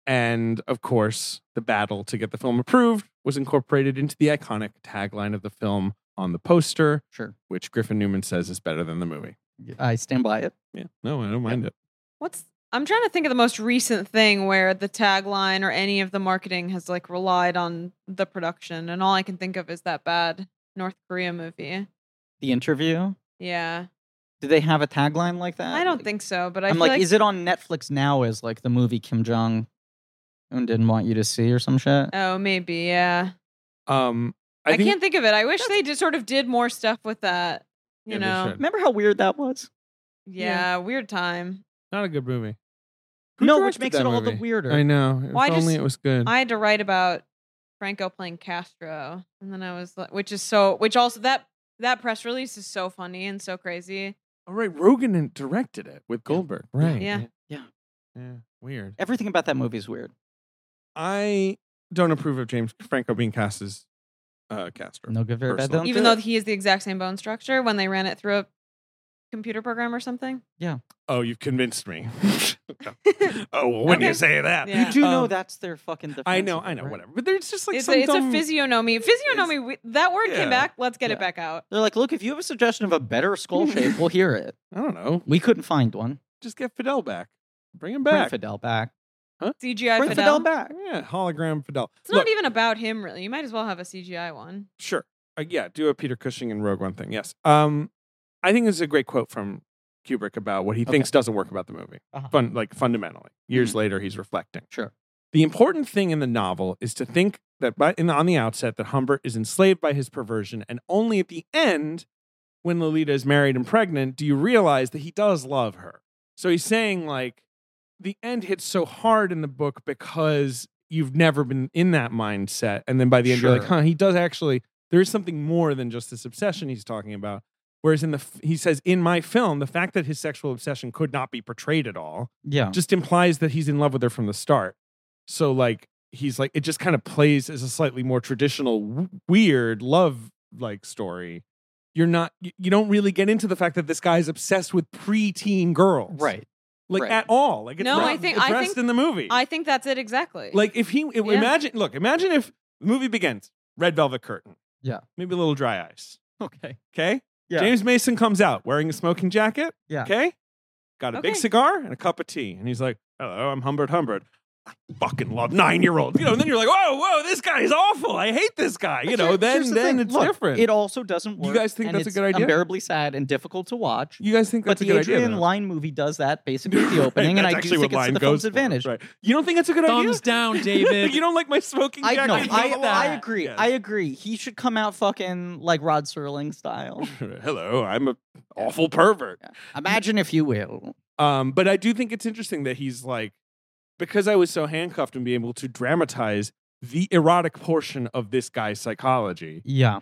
Speaker 2: and of course, the battle to get the film approved was incorporated into the iconic tagline of the film on the poster,
Speaker 1: Sure.
Speaker 2: which Griffin Newman says is better than the movie.
Speaker 1: I stand by it.
Speaker 2: Yeah, no, I don't mind it.
Speaker 3: What's I'm trying to think of the most recent thing where the tagline or any of the marketing has like relied on the production, and all I can think of is that bad North Korea movie.
Speaker 1: The interview.
Speaker 3: Yeah,
Speaker 1: Do they have a tagline like that?
Speaker 3: I don't think so, but I
Speaker 1: I'm
Speaker 3: feel
Speaker 1: like,
Speaker 3: like,
Speaker 1: is it on Netflix now? As like the movie Kim Jong Un didn't want you to see or some shit?
Speaker 3: oh maybe yeah.
Speaker 2: Um, I,
Speaker 3: I,
Speaker 2: think,
Speaker 3: can't think of it. I wish they just sort of did more stuff with that. You
Speaker 2: Yeah, they
Speaker 3: know,
Speaker 2: should.
Speaker 1: Remember how weird that was?
Speaker 3: yeah, weird time.
Speaker 2: Not a good movie.
Speaker 1: no, which
Speaker 2: directed
Speaker 1: makes it
Speaker 2: that
Speaker 1: all the
Speaker 2: movie?
Speaker 1: weirder.
Speaker 2: I know. If
Speaker 3: Well, I
Speaker 2: only
Speaker 3: just-
Speaker 2: it was good.
Speaker 3: I had to write about Franco playing Castro, and then I was like, which is so, which also that that press release is so funny and so crazy.
Speaker 2: All right, Rogan directed it with Goldberg. Right.
Speaker 3: Yeah.
Speaker 1: Yeah.
Speaker 2: Yeah. Weird.
Speaker 1: Everything about that movie is weird.
Speaker 2: I don't approve of James Franco being cast as uh, Castro.
Speaker 1: No good, very bad.
Speaker 2: Personal.
Speaker 1: Don't
Speaker 3: Even
Speaker 1: do
Speaker 3: though
Speaker 1: it.
Speaker 3: he is the exact same bone structure, when they ran it through a computer program or something.
Speaker 2: Oh, you've convinced me. oh, well, when you
Speaker 3: Okay.
Speaker 2: say that,
Speaker 3: Yeah.
Speaker 1: you do know
Speaker 2: Um,
Speaker 1: that's their fucking. Defense
Speaker 2: I know,
Speaker 1: of it,
Speaker 2: I know,
Speaker 1: right?
Speaker 2: whatever. But there's just like
Speaker 3: it's
Speaker 2: some
Speaker 3: a, it's
Speaker 2: dumb-
Speaker 3: a physiognomy. Physiognomy. We, that word
Speaker 2: Yeah.
Speaker 3: came back. Let's get
Speaker 1: Yeah.
Speaker 3: it back out.
Speaker 1: They're like, look, if you have a suggestion of a better skull shape, we'll hear it.
Speaker 2: I don't know.
Speaker 1: We couldn't find one.
Speaker 2: Just get Fidel back. Bring him
Speaker 1: Bring
Speaker 2: back.
Speaker 1: Fidel back.
Speaker 3: CGI
Speaker 1: Bring Fidel
Speaker 3: Fidel.
Speaker 1: back.
Speaker 2: Yeah, hologram Fidel.
Speaker 3: It's not
Speaker 2: Look,
Speaker 3: even about him really. You might as well have a CGI one.
Speaker 2: Sure. Uh, yeah, do a Peter Cushing and Rogue One thing. Yes. Um, I think this is a great quote from Kubrick about what he
Speaker 1: Okay.
Speaker 2: thinks doesn't work about the movie.
Speaker 1: Uh-huh.
Speaker 2: Fun, like fundamentally. Years later, he's reflecting.
Speaker 1: Mm-hmm. Sure.
Speaker 2: The important thing in the novel is to think that by, in, on the outset that Humbert is enslaved by his perversion, and only at the end, when Lolita is married and pregnant, do you realize that he does love her. So he's saying like the end hits so hard in the book because you've never been in that mindset, and then by the end you're like,
Speaker 1: Sure.
Speaker 2: huh, he does actually. There is something more than just this obsession he's talking about. Whereas in the f- he says in my film, the fact that his sexual obsession could not be portrayed at all
Speaker 1: Yeah.
Speaker 2: just implies that he's in love with her from the start. So like he's like it just kind of plays as a slightly more traditional w- weird love like story. You're not you you don't really get into the fact that this guy's obsessed with preteen girls.
Speaker 1: Right.
Speaker 2: Like
Speaker 1: right.
Speaker 2: at all. Like it's
Speaker 3: No,
Speaker 2: not
Speaker 3: I think- I
Speaker 2: addressed
Speaker 3: think-
Speaker 2: in the movie.
Speaker 3: I think that's it exactly.
Speaker 2: like if he if-
Speaker 3: Yeah.
Speaker 2: imagine look, imagine if the movie begins red velvet curtain.
Speaker 1: Yeah.
Speaker 2: Maybe a little dry ice.
Speaker 1: Okay.
Speaker 2: Okay?
Speaker 1: Yeah.
Speaker 2: James Mason comes out wearing a smoking jacket.
Speaker 1: Yeah.
Speaker 2: Okay. Got a big
Speaker 3: Okay.
Speaker 2: cigar and a cup of tea. And he's like, hello, I'm Humbert Humbert. I fucking love nine year olds. You know, and then you're like, whoa, whoa, this guy is awful. I hate this guy. You
Speaker 1: But
Speaker 2: know,
Speaker 1: here-
Speaker 2: then,
Speaker 1: here's the
Speaker 2: then
Speaker 1: thing.
Speaker 2: it's
Speaker 1: Look,
Speaker 2: different.
Speaker 1: It also doesn't
Speaker 2: You
Speaker 1: work.
Speaker 2: guys think
Speaker 1: and
Speaker 2: that's a
Speaker 1: it's
Speaker 2: good idea?
Speaker 1: Unbearably sad and difficult to watch.
Speaker 2: you guys think
Speaker 1: But
Speaker 2: that's
Speaker 1: the
Speaker 2: a good idea?
Speaker 1: Adrian
Speaker 2: though?
Speaker 1: Line movie does that basically at the
Speaker 2: Right,
Speaker 1: opening, and
Speaker 2: that's
Speaker 1: I do
Speaker 2: actually
Speaker 1: think
Speaker 2: what
Speaker 1: it's
Speaker 2: Line
Speaker 1: to the
Speaker 2: goes
Speaker 1: film's
Speaker 2: for,
Speaker 1: advantage.
Speaker 2: Right. You don't think that's a good
Speaker 4: Thumbs
Speaker 2: idea?
Speaker 4: down, David.
Speaker 2: you don't like my smoking
Speaker 1: I
Speaker 2: jacket?
Speaker 1: know.
Speaker 2: You don't
Speaker 1: I, I
Speaker 2: like-
Speaker 1: agree.
Speaker 2: Yes.
Speaker 1: I agree. He should come out fucking like Rod Serling style.
Speaker 2: Hello, I'm a awful pervert.
Speaker 1: Imagine if you will.
Speaker 2: Um, but I do think it's interesting that he's like, because I was so handcuffed and being able to dramatize the erotic portion of this guy's psychology,
Speaker 1: Yeah.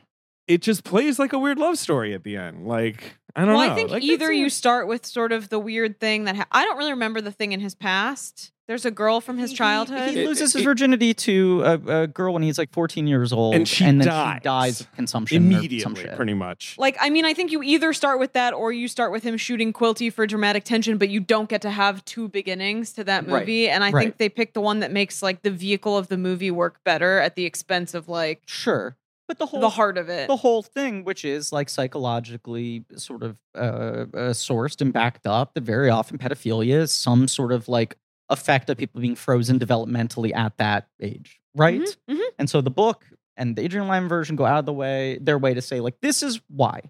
Speaker 2: it just plays like a weird love story at the end. Like, I don't
Speaker 3: well,
Speaker 2: know.
Speaker 3: I think
Speaker 2: Like,
Speaker 3: either
Speaker 2: it's-
Speaker 3: you start with sort of the weird thing that ha- I don't really remember the thing in his past. There's a girl from his
Speaker 1: He-
Speaker 3: childhood.
Speaker 1: He,
Speaker 2: It-
Speaker 1: loses
Speaker 2: it-
Speaker 1: his virginity to a, a girl when he's like 14 years old,
Speaker 2: And she
Speaker 1: then
Speaker 2: dies.
Speaker 1: she dies of consumption or some
Speaker 2: immediately,
Speaker 1: shit.
Speaker 2: pretty much.
Speaker 3: like, I mean, I think you either start with that or you start with him shooting Quilty for dramatic tension, but you don't get to have two beginnings to that
Speaker 1: Right.
Speaker 3: movie. And I
Speaker 1: Right.
Speaker 3: think they picked the one that makes like the vehicle of the movie work better at the expense of like
Speaker 1: sure, but the whole
Speaker 3: the heart of it.
Speaker 1: the whole thing, which is like psychologically sort of uh, uh, sourced and backed up, that very often pedophilia is some sort of like effect of people being frozen developmentally at that age, right?
Speaker 3: Mhm, mhm.
Speaker 1: And so the book and the Adrian Lyne version go out of the way, their way to say, like, this is why.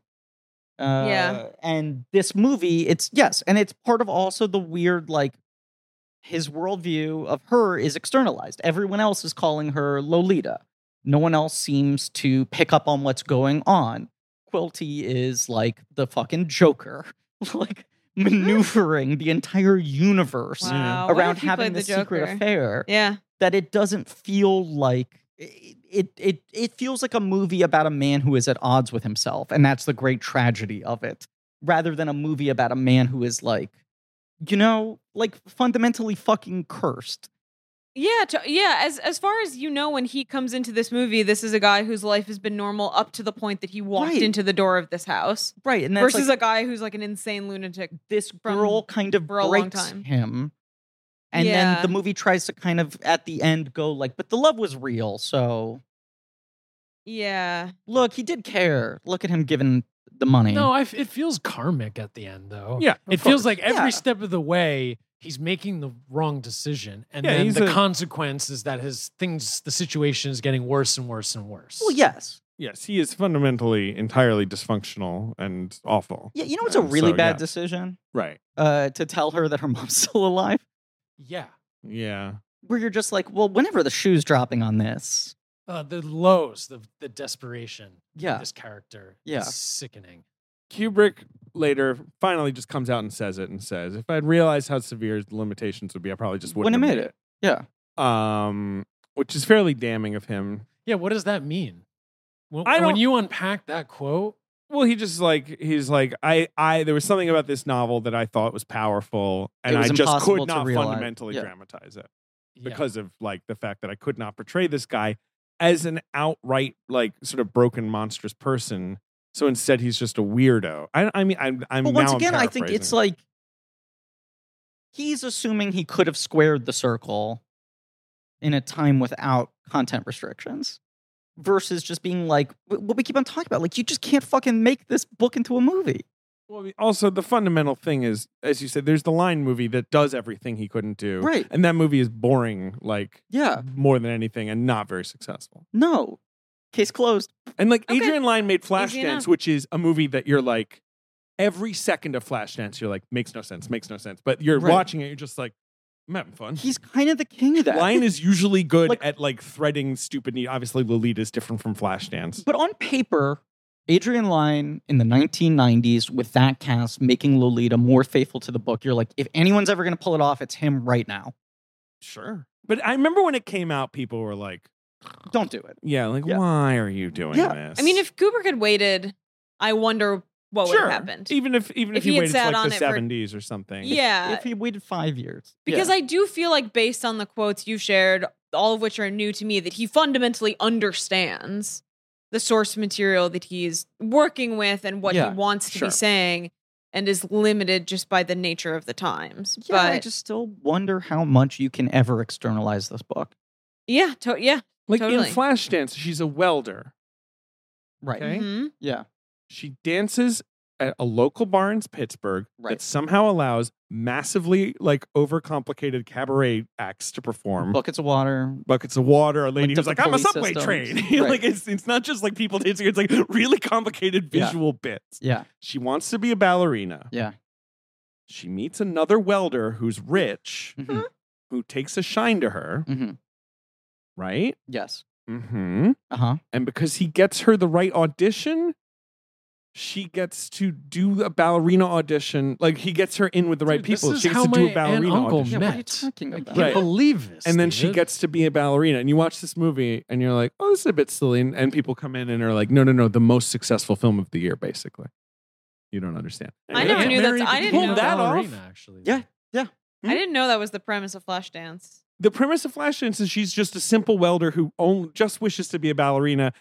Speaker 1: Uh,
Speaker 3: Yeah.
Speaker 1: And this movie, it's, yes, and it's part of also the weird, like, his worldview of her is externalized. Everyone else is calling her Lolita. No one else seems to pick up on what's going on. Quilty is like the fucking Joker, like maneuvering the entire universe
Speaker 3: Wow. What
Speaker 1: around
Speaker 3: if he
Speaker 1: having
Speaker 3: played
Speaker 1: this
Speaker 3: the
Speaker 1: secret
Speaker 3: Joker?
Speaker 1: affair
Speaker 3: Yeah.
Speaker 1: that it doesn't feel like it, it it feels like a movie about a man who is at odds with himself and that's the great tragedy of it rather than a movie about a man who is like you know like fundamentally fucking cursed
Speaker 3: Yeah, to, yeah. As as far as you know, when he comes into this movie, this is a guy whose life has been normal up to the point that he walked
Speaker 1: Right.
Speaker 3: into the door of this house,
Speaker 1: right and that's
Speaker 3: versus
Speaker 1: like,
Speaker 3: a guy who's like an insane lunatic.
Speaker 1: this
Speaker 3: from-
Speaker 1: girl kind of
Speaker 3: for a long
Speaker 1: breaks
Speaker 3: time.
Speaker 1: him and
Speaker 3: Yeah.
Speaker 1: then the movie tries to kind of at the end go like but the love was real so
Speaker 3: Yeah,
Speaker 1: look he did care look at him giving the money
Speaker 4: No, I f it feels karmic at the end, though.
Speaker 2: Yeah,
Speaker 4: it
Speaker 2: of
Speaker 4: feels
Speaker 2: course.
Speaker 4: like every
Speaker 1: Yeah.
Speaker 4: step of the way he's making the wrong decision, and
Speaker 2: Yeah,
Speaker 4: then
Speaker 2: he's
Speaker 4: the
Speaker 2: a-
Speaker 4: consequence is that his things, the situation is getting worse and worse and worse.
Speaker 1: well yes
Speaker 2: Yes, he is fundamentally entirely dysfunctional and awful.
Speaker 1: Yeah, you know what's a
Speaker 2: Uh,
Speaker 1: really
Speaker 2: so,
Speaker 1: bad
Speaker 2: yeah.
Speaker 1: decision?
Speaker 2: Right.
Speaker 1: Uh, to tell her that her mom's still alive.
Speaker 4: Yeah.
Speaker 2: Yeah.
Speaker 1: Where you're just like, well, whenever the shoe's dropping on this.
Speaker 4: Uh, the lows, the the desperation of
Speaker 1: Yeah.
Speaker 4: this character
Speaker 1: Yeah.
Speaker 4: is sickening.
Speaker 2: Kubrick later finally just comes out and says it and says, if I'd realized how severe the limitations would be, I probably just wouldn't
Speaker 1: Wouldn't
Speaker 2: have
Speaker 1: have made Yeah.
Speaker 2: it. Um, which is fairly damning of him.
Speaker 4: Yeah, what does that mean? When,
Speaker 2: I
Speaker 4: when
Speaker 2: don't-
Speaker 4: you unpack that quote,
Speaker 2: Well, he just like he's like I I there was something about this novel that I thought was powerful, and
Speaker 1: was
Speaker 2: I just
Speaker 1: impossible to
Speaker 2: could not
Speaker 1: realize.
Speaker 2: fundamentally
Speaker 1: Yeah.
Speaker 2: dramatize it
Speaker 4: yeah.
Speaker 2: because of like the fact that I could not portray this guy as an outright like sort of broken monstrous person. So instead, he's just a weirdo. I, I mean, I'm, I'm.
Speaker 1: But once
Speaker 2: now I'm
Speaker 1: again, I think it's
Speaker 2: paraphrasing.
Speaker 1: like he's assuming he could have squared the circle in a time without content restrictions versus just being like wh- what we keep on talking about like you just can't fucking make this book into a movie.
Speaker 2: Well, I mean, also the fundamental thing is, as you said, there's the line movie that does everything he couldn't do,
Speaker 1: Right.
Speaker 2: and that movie is boring, like
Speaker 1: Yeah.
Speaker 2: more than anything, and not very successful.
Speaker 1: No. Case closed.
Speaker 2: And like
Speaker 3: Okay.
Speaker 2: Adrian Lyne made
Speaker 3: Easy
Speaker 2: Flashdance,
Speaker 3: enough.
Speaker 2: which is a movie that you're like every second of Flashdance, you're like makes no sense, makes no sense. But you're
Speaker 1: Right.
Speaker 2: watching it, you're just like, I'm having fun.
Speaker 1: He's kind of the king of that.
Speaker 2: Lyne is usually good
Speaker 1: Like-
Speaker 2: at like threading stupid need. Obviously, Lolita is different from Flashdance.
Speaker 1: But on paper, Adrian Lyne in the 1990s with that cast making Lolita more faithful to the book, you're like, if anyone's ever going to pull it off, it's him right now.
Speaker 2: Sure. But I remember when it came out, people were like,
Speaker 1: Don't do it.
Speaker 2: "Yeah, like
Speaker 1: Yeah.
Speaker 2: why are you doing
Speaker 1: Yeah.
Speaker 2: this?"
Speaker 3: I mean, if Kubrick had waited, I wonder what would
Speaker 2: Sure.
Speaker 3: have happened.
Speaker 1: E
Speaker 2: Even if even if,
Speaker 3: If
Speaker 2: you
Speaker 3: he had
Speaker 2: waited
Speaker 3: sat
Speaker 2: till
Speaker 3: on
Speaker 2: like the
Speaker 3: it for-
Speaker 2: seventies or something.
Speaker 3: Yeah.
Speaker 1: if he waited five years.
Speaker 3: Uh, Because I do feel like, based on the quotes you shared, all of which are new to me, that he fundamentally understands the source material that he's working with and what
Speaker 1: Yeah,
Speaker 3: he wants to
Speaker 1: sure.
Speaker 3: be saying, and is limited just by the nature of the times.
Speaker 1: yeah, I
Speaker 3: but
Speaker 1: just still wonder how much you can ever externalize this book.
Speaker 3: yeah, to- yeah,
Speaker 2: Like
Speaker 3: Totally.
Speaker 2: in Flashdance, she's a welder.
Speaker 1: Right.
Speaker 2: Okay.
Speaker 3: mhm.
Speaker 1: Yeah.
Speaker 2: She dances at a local bar in Pittsburgh
Speaker 1: Right.
Speaker 2: that somehow allows massively like overcomplicated cabaret acts to perform.
Speaker 1: Buckets of water.
Speaker 2: Buckets of water, a lady
Speaker 1: Linked up
Speaker 2: who's like,
Speaker 1: to
Speaker 2: "I'm a
Speaker 1: police
Speaker 2: subway
Speaker 1: systems."
Speaker 2: train."
Speaker 1: Right.
Speaker 2: like it's it's not just like people dancing; it's like really complicated
Speaker 1: Yeah.
Speaker 2: visual bits.
Speaker 1: Yeah.
Speaker 2: She wants to be a ballerina.
Speaker 1: Yeah.
Speaker 2: She meets another welder who's rich,
Speaker 1: Mhm.
Speaker 2: who takes a shine to her.
Speaker 1: Mhm.
Speaker 2: Right?
Speaker 1: Yes.
Speaker 2: Mm-hmm.
Speaker 1: Uh huh.
Speaker 2: And because he gets her the right audition, she gets to do a ballerina audition. Like he gets her in with the right
Speaker 4: Dude,
Speaker 2: people.
Speaker 4: This is
Speaker 2: She gets
Speaker 4: how
Speaker 2: to do
Speaker 4: my
Speaker 2: a
Speaker 4: aunt
Speaker 2: ballerina
Speaker 4: uncle
Speaker 2: audition.
Speaker 1: Yeah, what are you
Speaker 4: met.
Speaker 1: talking
Speaker 4: I
Speaker 1: about?
Speaker 4: can't
Speaker 2: Right.
Speaker 4: believe this.
Speaker 2: And then she
Speaker 4: dude.
Speaker 2: gets to be a ballerina. And you watch this movie and you're like, oh, this is a bit silly. And, and people come in and are like, no, no, no, the most successful film of the year, basically. You don't understand.
Speaker 3: I
Speaker 2: Anyway,
Speaker 3: never
Speaker 2: yeah.
Speaker 3: knew that's- I
Speaker 4: Married
Speaker 3: didn't
Speaker 4: to
Speaker 2: know
Speaker 4: a
Speaker 2: that off.
Speaker 4: ballerina, Actually,
Speaker 1: Yeah.
Speaker 2: Hmm?
Speaker 3: I didn't know that was the premise of Flashdance.
Speaker 2: The premise of Flashdance is she's just a simple welder who only, just wishes to be a ballerina.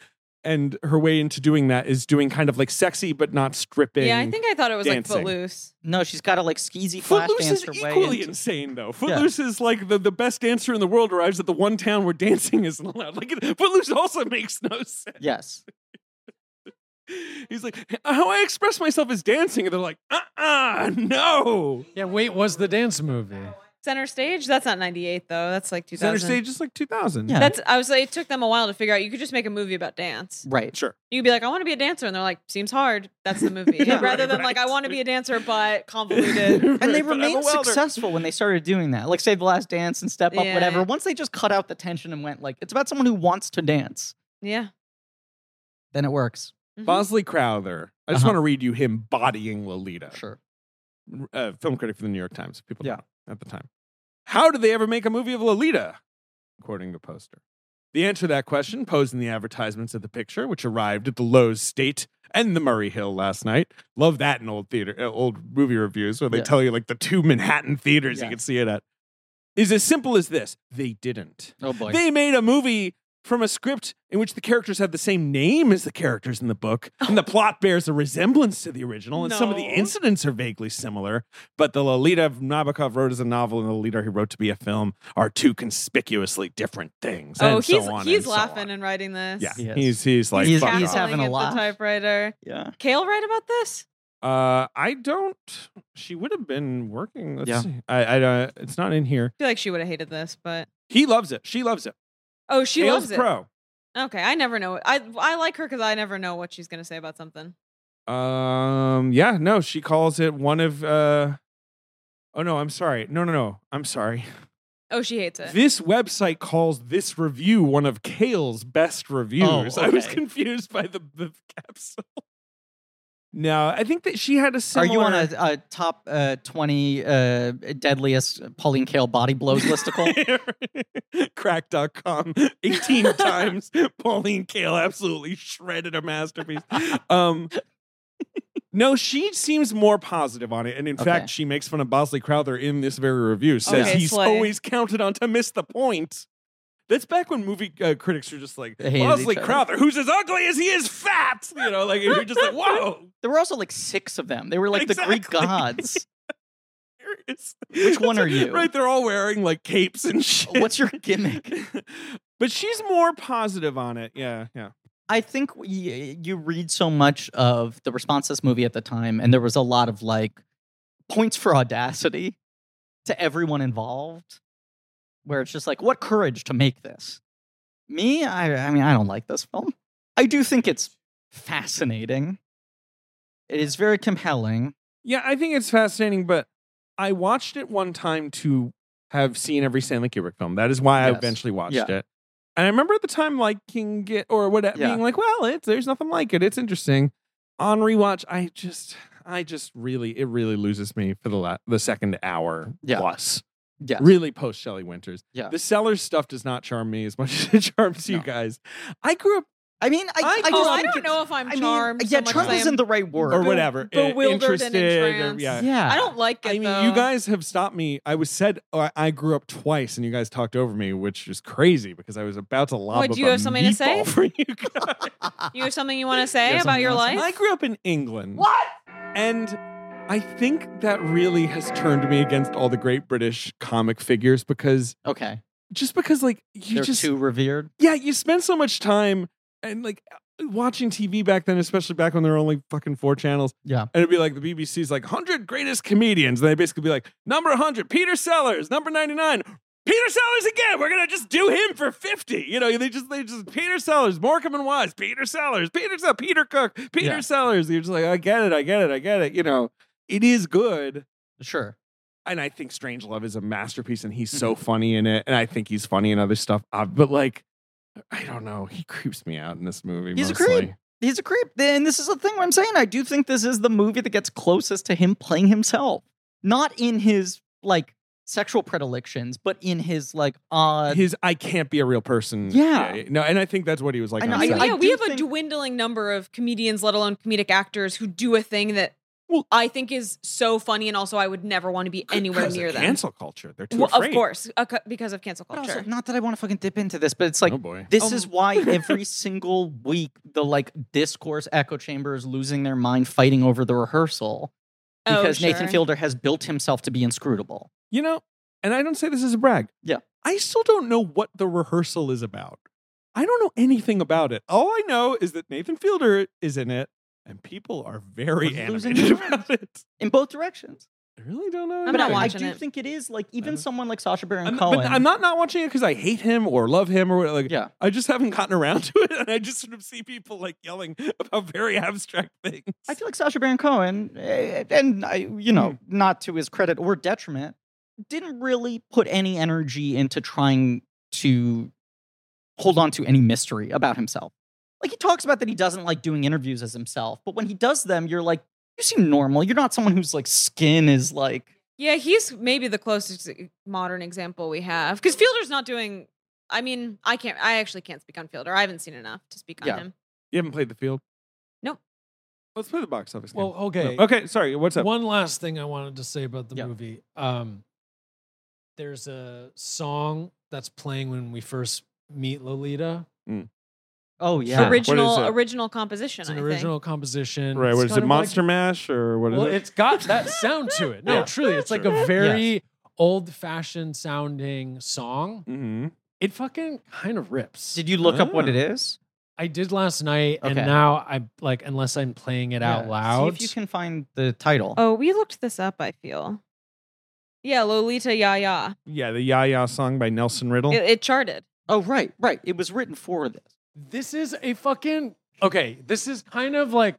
Speaker 2: And her way into doing that is doing kind of like sexy, but not stripping.
Speaker 3: Yeah, I think I thought it was
Speaker 2: dancing.
Speaker 3: like Footloose.
Speaker 1: No, she's got to like skeezy flash
Speaker 2: Footloose
Speaker 1: dance
Speaker 2: is
Speaker 1: her way.
Speaker 2: equally
Speaker 1: into-
Speaker 2: insane, though. Footloose is like the, the best dancer in the world arrives at the one town where dancing isn't allowed. Like it- Footloose also makes no sense.
Speaker 1: Yes.
Speaker 2: He's like, how I express myself is dancing, and they're like, uh, uh no.
Speaker 4: Yeah. Wait, was the dance movie?
Speaker 3: Center stage? That's not 98, though. That's like 2000.
Speaker 2: Center stage is like two thousand.
Speaker 1: Yeah.
Speaker 3: That's, I was like, it took them a while to figure out. You could just make a movie about dance.
Speaker 1: Right.
Speaker 2: sure.
Speaker 3: You'd be like, I want to be a dancer. And they're like, seems hard. That's the movie.
Speaker 1: Yeah,
Speaker 3: Rather
Speaker 2: right,
Speaker 3: than like, I
Speaker 2: right.
Speaker 3: want to be a dancer, but convoluted.
Speaker 1: And they
Speaker 2: Right, but I'm a
Speaker 1: remained
Speaker 2: welder.
Speaker 1: successful when they started doing that. Like Save the Last Dance and Step Up,
Speaker 3: Yeah.
Speaker 1: whatever. Once they just cut out the tension and went like, it's about someone who wants to dance,
Speaker 3: yeah.
Speaker 1: then it works.
Speaker 3: Mhm.
Speaker 2: Bosley Crowther. I just
Speaker 1: Uh-huh.
Speaker 2: want to read you him bodying Lolita.
Speaker 1: Sure.
Speaker 2: uh, film critic for the New York Times. People
Speaker 1: Yeah.
Speaker 2: know at the time. How did they ever make a movie of Lolita? Quoting the poster. The answer to that question, posed in the advertisements of the picture, which arrived at the Lowe's State and the Murray Hill last night. Love that in old theater, uh, old movie reviews where they
Speaker 1: Yeah.
Speaker 2: tell you like the two Manhattan theaters
Speaker 1: Yeah.
Speaker 2: you can see it at. Is as simple as this. They didn't.
Speaker 1: Oh boy.
Speaker 2: They made a movie from a script in which the characters have the same name as the characters in the book, and the plot bears a resemblance to the original, and some of the
Speaker 3: No.
Speaker 2: incidents are vaguely similar. But the Lolita of Nabokov wrote as a novel and the Lolita he wrote to be a film are two conspicuously different things.
Speaker 3: Oh,
Speaker 2: and so
Speaker 3: he's
Speaker 2: on
Speaker 3: he's
Speaker 2: and so
Speaker 3: laughing
Speaker 2: on.
Speaker 3: and writing this.
Speaker 2: yeah,
Speaker 1: He is.
Speaker 2: he's he's like
Speaker 1: He's-
Speaker 2: fuck
Speaker 3: cackling
Speaker 1: he's
Speaker 2: off.
Speaker 1: having a
Speaker 3: at
Speaker 1: laugh.
Speaker 3: The typewriter.
Speaker 1: yeah.
Speaker 3: Kale write about this?
Speaker 2: Uh, I don't. She would have been working. Let's
Speaker 1: Yeah.
Speaker 2: see. I, I don't. It's not in here.
Speaker 3: I feel like she would have hated this, but
Speaker 2: He loves it. She loves it.
Speaker 3: oh, she
Speaker 2: Kale's
Speaker 3: loves it.
Speaker 2: pro.
Speaker 3: Okay, I never know. I I like her because I never know what she's gonna say about something.
Speaker 2: Um. Yeah. No. She calls it one of. uh Oh no. I'm sorry. No. No. No. I'm sorry.
Speaker 3: Oh, she hates it.
Speaker 2: This website calls this review one of Kale's best reviews. I was
Speaker 1: okay.
Speaker 2: confused by the, the capsule. No, I think that she had a similar.
Speaker 1: Are you on a, a top uh, 20 uh, deadliest Pauline Kael body blows listicle?
Speaker 2: Crack.com 18 times. Pauline Kael absolutely shredded a masterpiece. Um, no, she seems more positive on it. And in
Speaker 1: Okay.
Speaker 2: fact, she makes fun of Bosley Crowther in this very review. Says
Speaker 3: Okay,
Speaker 2: he's
Speaker 3: slay.
Speaker 2: always counted on to miss the point. That's back when movie uh, critics were just like,
Speaker 1: They hated
Speaker 2: Bosley
Speaker 1: each other.
Speaker 2: Crowther, who's as ugly as he is fat. You know, like, you're just like, whoa.
Speaker 1: there were also like six of them. They were like the Greek
Speaker 2: Exactly.
Speaker 1: gods.
Speaker 2: Which
Speaker 1: one are you?
Speaker 2: Right, they're all wearing like capes and shit.
Speaker 1: What's your gimmick?
Speaker 2: but she's more positive on it. Yeah, yeah.
Speaker 1: I think y- you read so much of the response to this movie at the time, and there was a lot of like points for audacity to everyone involved, where it's just like, what courage to make this? Me, I, I mean, I don't like this film. I do think it's fascinating. It is very compelling.
Speaker 2: Yeah, I think it's fascinating, but I watched it one time to have seen every Stanley Kubrick film. That is why I
Speaker 1: Yes.
Speaker 2: eventually watched
Speaker 1: Yeah.
Speaker 2: it. And I remember at the time liking it or what
Speaker 1: Yeah.
Speaker 2: being like, well, it's there's nothing like it. It's interesting. On rewatch, I just I just really it really loses me for the la- the second hour
Speaker 1: Yeah.
Speaker 2: plus.
Speaker 1: Yeah.
Speaker 2: Really post Shelley Winters.
Speaker 1: Yeah.
Speaker 2: The seller's stuff does not charm me as much as it charms you
Speaker 1: No.
Speaker 2: guys. I grew up
Speaker 1: I mean, I, I,
Speaker 2: I- oh,
Speaker 1: just
Speaker 3: oh, I
Speaker 1: think
Speaker 3: don't
Speaker 1: it's-
Speaker 3: know if I'm
Speaker 1: I mean,
Speaker 3: charmed. so
Speaker 1: yeah,
Speaker 3: much
Speaker 1: charmed
Speaker 3: as I am-
Speaker 1: isn't the right word.
Speaker 2: or
Speaker 3: Be-
Speaker 2: whatever. eh,
Speaker 3: bewildered and
Speaker 2: interested. or-
Speaker 3: entranced.
Speaker 2: yeah.
Speaker 1: yeah.
Speaker 3: I don't like it.
Speaker 2: I mean,
Speaker 3: though.
Speaker 2: you guys have stopped me. I was said oh, I, I grew up twice, and you guys talked over me, which is crazy because I was about to lob
Speaker 3: What,
Speaker 2: up
Speaker 3: do you
Speaker 2: a
Speaker 3: have something to say?
Speaker 2: meatball for you guys.
Speaker 3: You have something you want to say
Speaker 1: There's
Speaker 3: about your
Speaker 1: something else.
Speaker 2: I
Speaker 3: life?
Speaker 2: grew up in England,
Speaker 1: What?
Speaker 2: and I think that really has turned me against all the great British comic figures because
Speaker 1: Okay.
Speaker 2: just because like you
Speaker 1: They're
Speaker 2: just
Speaker 1: too revered.
Speaker 2: yeah you spend so much time and like watching TV back then, especially back when there were only fucking four channels.
Speaker 1: Yeah.
Speaker 2: And it'd be like the BBC's like 100 greatest comedians. And they'd basically be like, number 100, Peter Sellers, number 99. Peter Sellers again. We're gonna just do him for fifty. You know, they just they just Peter Sellers, Morecambe and Wise, Peter Sellers, Peter Sellers, Peter Cook, Peter
Speaker 1: Yeah.
Speaker 2: Sellers. You're just like, I get it, I get it, I get it. You know, it is good,
Speaker 1: Sure.
Speaker 2: and I think Strange Love is a masterpiece, and he's so funny in it, and I think he's funny in other stuff. Uh, but like, I don't know, he creeps me out in this movie.
Speaker 1: He's a
Speaker 2: mostly.
Speaker 1: creep. he's a creep. And this is the thing where I'm saying I do think this is the movie that gets closest to him playing himself. Not in his like sexual predilections, but in his like odd
Speaker 2: his I can't be a real person.
Speaker 1: Yeah.
Speaker 2: No, and I think that's what he was like.
Speaker 1: I
Speaker 2: on
Speaker 1: know,
Speaker 3: I mean,
Speaker 2: set.
Speaker 1: I
Speaker 3: yeah, we
Speaker 1: do
Speaker 3: have a
Speaker 1: think-
Speaker 3: dwindling number of comedians, let alone comedic actors, who do a thing that
Speaker 2: Well-
Speaker 3: I think is so funny, and also I would never want to be anywhere
Speaker 2: Because of
Speaker 3: near them.
Speaker 2: Cancel culture. They're too
Speaker 3: Well,
Speaker 2: afraid.
Speaker 3: of course, uh, cu- because of cancel
Speaker 1: But also,
Speaker 3: culture.
Speaker 1: not that I want to fucking dip into this, but it's like
Speaker 2: oh boy.
Speaker 1: this
Speaker 3: Um,
Speaker 1: is why every single week the like discourse echo chamber is losing their mind fighting over the rehearsal
Speaker 3: Oh,
Speaker 1: because Nathan
Speaker 3: sure.
Speaker 1: Fielder has built himself to be inscrutable.
Speaker 2: You know, and I don't say this as a brag.
Speaker 1: Yeah.
Speaker 2: I still don't know what the rehearsal is about. I don't know anything about it. All I know is that Nathan Fielder is in it, and people are very
Speaker 1: We're losing
Speaker 2: animated
Speaker 1: our
Speaker 2: about it.
Speaker 1: In both directions.
Speaker 2: I really don't know.
Speaker 3: I'm
Speaker 1: but
Speaker 3: not
Speaker 1: I, I
Speaker 3: watching
Speaker 1: do
Speaker 3: it. Uh-huh.
Speaker 1: think it is like
Speaker 2: don't-
Speaker 1: even someone like Sasha Baron
Speaker 2: I'm,
Speaker 1: Cohen.
Speaker 2: but I'm not not watching it because I hate him or love him or what- like.
Speaker 1: yeah.
Speaker 2: I just haven't gotten around to it, and I just sort of see people like yelling about very abstract things.
Speaker 1: I feel like Sasha Baron Cohen, eh, and I, you know, not to his credit or detriment, didn't really put any energy into trying to hold on to any mystery about himself. Like he talks about that he doesn't like doing interviews as himself, but when he does them, you're like, you seem normal. You're not someone whose like skin is like
Speaker 3: Yeah, he's maybe the closest eh, modern example we have because Fielder's not doing. I mean, I can't. I actually can't speak on Fielder. I haven't seen enough to speak on
Speaker 1: Yeah.
Speaker 3: him.
Speaker 2: You haven't played the field?
Speaker 3: Nope.
Speaker 2: Let's play the box office.
Speaker 4: Well, okay.
Speaker 2: No. Okay, sorry. What's up?
Speaker 4: One last thing I wanted to say about the
Speaker 1: Yeah.
Speaker 4: movie. Um, there's a song that's playing when we first meet Lolita.
Speaker 1: oh
Speaker 2: Yeah. Sure. What is
Speaker 3: Original,
Speaker 2: it?
Speaker 3: original composition.
Speaker 4: It's an
Speaker 3: I
Speaker 4: original composition.
Speaker 2: right,
Speaker 4: It's
Speaker 2: what is
Speaker 4: kind
Speaker 2: it?
Speaker 4: of
Speaker 2: Monster
Speaker 4: Like,
Speaker 2: Mash or what is
Speaker 4: well,
Speaker 2: it?
Speaker 4: it's got that sound to it. No,
Speaker 2: Yeah.
Speaker 4: truly, it's like
Speaker 2: Sure.
Speaker 4: a very old-fashioned sounding song.
Speaker 2: Mm-hmm.
Speaker 4: It fucking kind of rips.
Speaker 1: Did you look up what
Speaker 2: Ah.
Speaker 1: it is?
Speaker 4: I did last night,
Speaker 1: Okay.
Speaker 4: and now I'm like, unless I'm playing it
Speaker 1: Yeah.
Speaker 4: out loud.
Speaker 1: See if you can find the title.
Speaker 3: Think. Oh, we looked this up. I feel. Yeah, Lolita Yaya.
Speaker 2: Yeah, the Ya Ya song by Nelson Riddle.
Speaker 3: It, it charted.
Speaker 1: Oh, right, right. It was written for this.
Speaker 4: this is a fucking okay. This is kind of like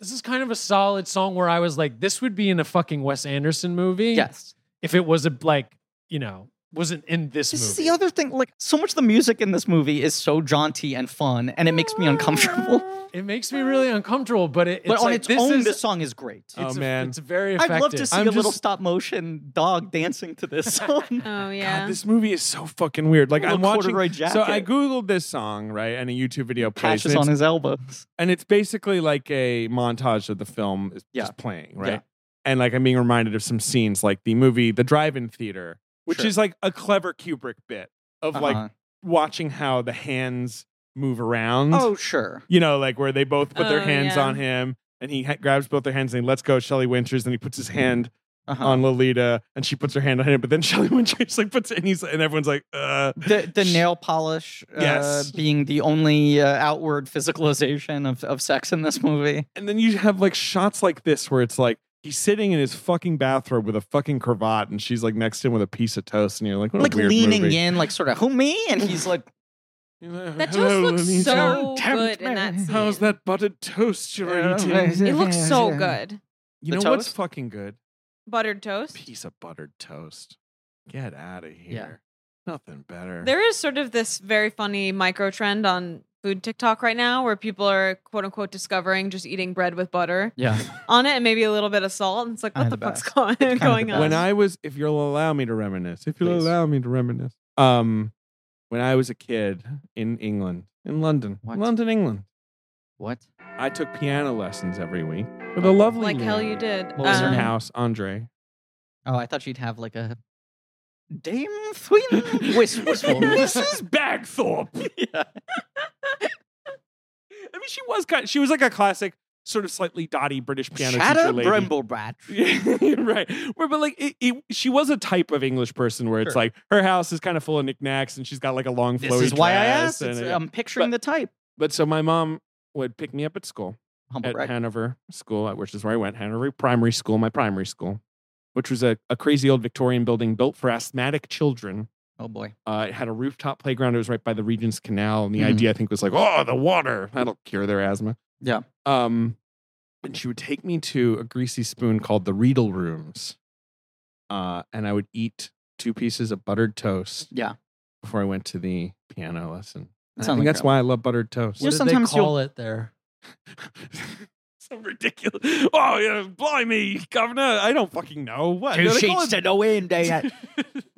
Speaker 4: this is kind of a solid song where I was like, this would be in a fucking Wes Anderson movie.
Speaker 1: Yes.
Speaker 4: if it was a like you know wasn't in this,
Speaker 1: This is
Speaker 4: movie.
Speaker 1: the other thing. Like, so much of the music in this movie is so jaunty and fun, and it makes me uncomfortable.
Speaker 4: it makes me really uncomfortable, but it, it's
Speaker 1: but on
Speaker 4: like,
Speaker 1: its
Speaker 4: this
Speaker 1: own,
Speaker 4: is,
Speaker 1: this song is great.
Speaker 2: Oh,
Speaker 4: it's a-
Speaker 2: man.
Speaker 4: it's very effective.
Speaker 1: I'd love to see
Speaker 2: I'm
Speaker 1: a little
Speaker 2: just-
Speaker 1: stop motion dog dancing to this song.
Speaker 3: Oh yeah.
Speaker 2: God, this movie is so fucking weird. Like
Speaker 1: Little
Speaker 2: I'm watching.
Speaker 1: corduroy
Speaker 2: So I
Speaker 1: jacket.
Speaker 2: googled this song right, and a YouTube video plays,
Speaker 1: Patches
Speaker 2: and
Speaker 1: on
Speaker 2: it's,
Speaker 1: his elbows.
Speaker 2: and it's basically like a montage of the film is
Speaker 1: Yeah.
Speaker 2: just playing,
Speaker 1: Yeah.
Speaker 2: right? And like I'm being reminded of some scenes, like the movie The Drive-In Theater, which
Speaker 1: Sure.
Speaker 2: is like a clever Kubrick bit of like
Speaker 1: Uh-huh.
Speaker 2: watching how the hands move around.
Speaker 1: oh sure.
Speaker 2: you know, like where they both put their
Speaker 3: Oh,
Speaker 2: hands
Speaker 3: yeah.
Speaker 2: on him, and he ha- grabs both their hands and he lets go. Shelley Winters, and he puts his hand
Speaker 1: Uh-huh.
Speaker 2: on Lolita, and she puts her hand on him. But then Shelley Winters like puts it, and he's and everyone's like, uh,
Speaker 1: the the nail polish uh,
Speaker 2: Yes.
Speaker 1: being the only uh, outward physicalization of, of sex in this movie.
Speaker 2: and then you have like shots like this where it's like he's sitting in his fucking bathrobe with a fucking cravat, and she's like next to him with a piece of toast, and you're like, what
Speaker 1: Like
Speaker 2: a weird
Speaker 1: leaning
Speaker 2: movie.
Speaker 1: in, like sort of who me, and he's like,
Speaker 2: You're like,
Speaker 3: That toast
Speaker 2: "Hello,
Speaker 3: looks
Speaker 2: Lolita.
Speaker 3: so
Speaker 1: tempt
Speaker 3: good in that
Speaker 1: me.
Speaker 3: scene.
Speaker 2: How's that buttered toast you're eating?
Speaker 3: It looks so good.
Speaker 2: You
Speaker 1: The
Speaker 2: know what's
Speaker 1: toast?
Speaker 2: fucking good?
Speaker 3: Buttered toast.
Speaker 2: Piece of buttered toast. Get out of here. Nothing better.
Speaker 3: There is sort of this very funny micro trend on food TikTok right now where people are quote unquote discovering just eating bread with butter
Speaker 1: Yeah,
Speaker 3: on it and maybe a little bit of salt. And it's like, what
Speaker 1: Kinda the
Speaker 3: the fuck's
Speaker 1: best.
Speaker 3: going,
Speaker 1: kinda the
Speaker 3: going
Speaker 1: best.
Speaker 3: on?
Speaker 2: when I was, if you'll allow me to reminisce, if you'll
Speaker 1: Please.
Speaker 2: allow me to reminisce, um, when I was a kid in England, in London,
Speaker 1: What?
Speaker 2: London, England,
Speaker 1: what?
Speaker 2: I took piano lessons every week with a lovely
Speaker 3: like hell
Speaker 2: man
Speaker 3: you did.
Speaker 1: What was her
Speaker 2: in
Speaker 1: Um,
Speaker 2: her house, Andre.
Speaker 1: Oh, I thought you'd have like a Dame Thween Wis- wistfulness.
Speaker 2: Mrs. Bagthorpe. I
Speaker 1: yeah.
Speaker 2: mean, she was kind. she was like a classic, sort of slightly dotty British piano
Speaker 1: Shadow
Speaker 2: teacher lady.
Speaker 1: Brimblebat.
Speaker 2: right. Well, But like, it, it, she was a type of English person where it's
Speaker 1: Sure.
Speaker 2: like her house is kind of full of knickknacks, and she's got like a long flowy
Speaker 1: This is why I
Speaker 2: dress
Speaker 1: asked.
Speaker 2: and
Speaker 1: It's- um,
Speaker 2: a-
Speaker 1: I'm picturing the type.
Speaker 2: But so my mom would pick me up at school
Speaker 1: Humble
Speaker 2: at
Speaker 1: brag.
Speaker 2: Hanover School, which is where I went, Hanover Primary School, my primary school, which was a, a crazy old Victorian building built for asthmatic children.
Speaker 1: Oh boy.
Speaker 2: Uh, it had a rooftop playground. It was right by the Regent's Canal, and the
Speaker 1: Mhm.
Speaker 2: idea I think was like, oh, the water that'll cure their asthma.
Speaker 1: Yeah.
Speaker 2: Um, and she would take me to a greasy spoon called the Riedel Rooms, uh, and I would eat two pieces of buttered toast
Speaker 1: Yeah.
Speaker 2: before I went to the piano lesson. And
Speaker 1: sounds
Speaker 2: I think
Speaker 1: like
Speaker 2: that's
Speaker 1: crap.
Speaker 2: why I love buttered toast.
Speaker 4: What
Speaker 1: You know,
Speaker 4: did they
Speaker 1: sometimes you'll-
Speaker 4: call it there?
Speaker 2: so ridiculous. Oh, yeah, blimey, governor. I don't fucking know. What?
Speaker 1: Two
Speaker 2: do they call
Speaker 1: sheets
Speaker 2: it?
Speaker 1: to the wind. eh?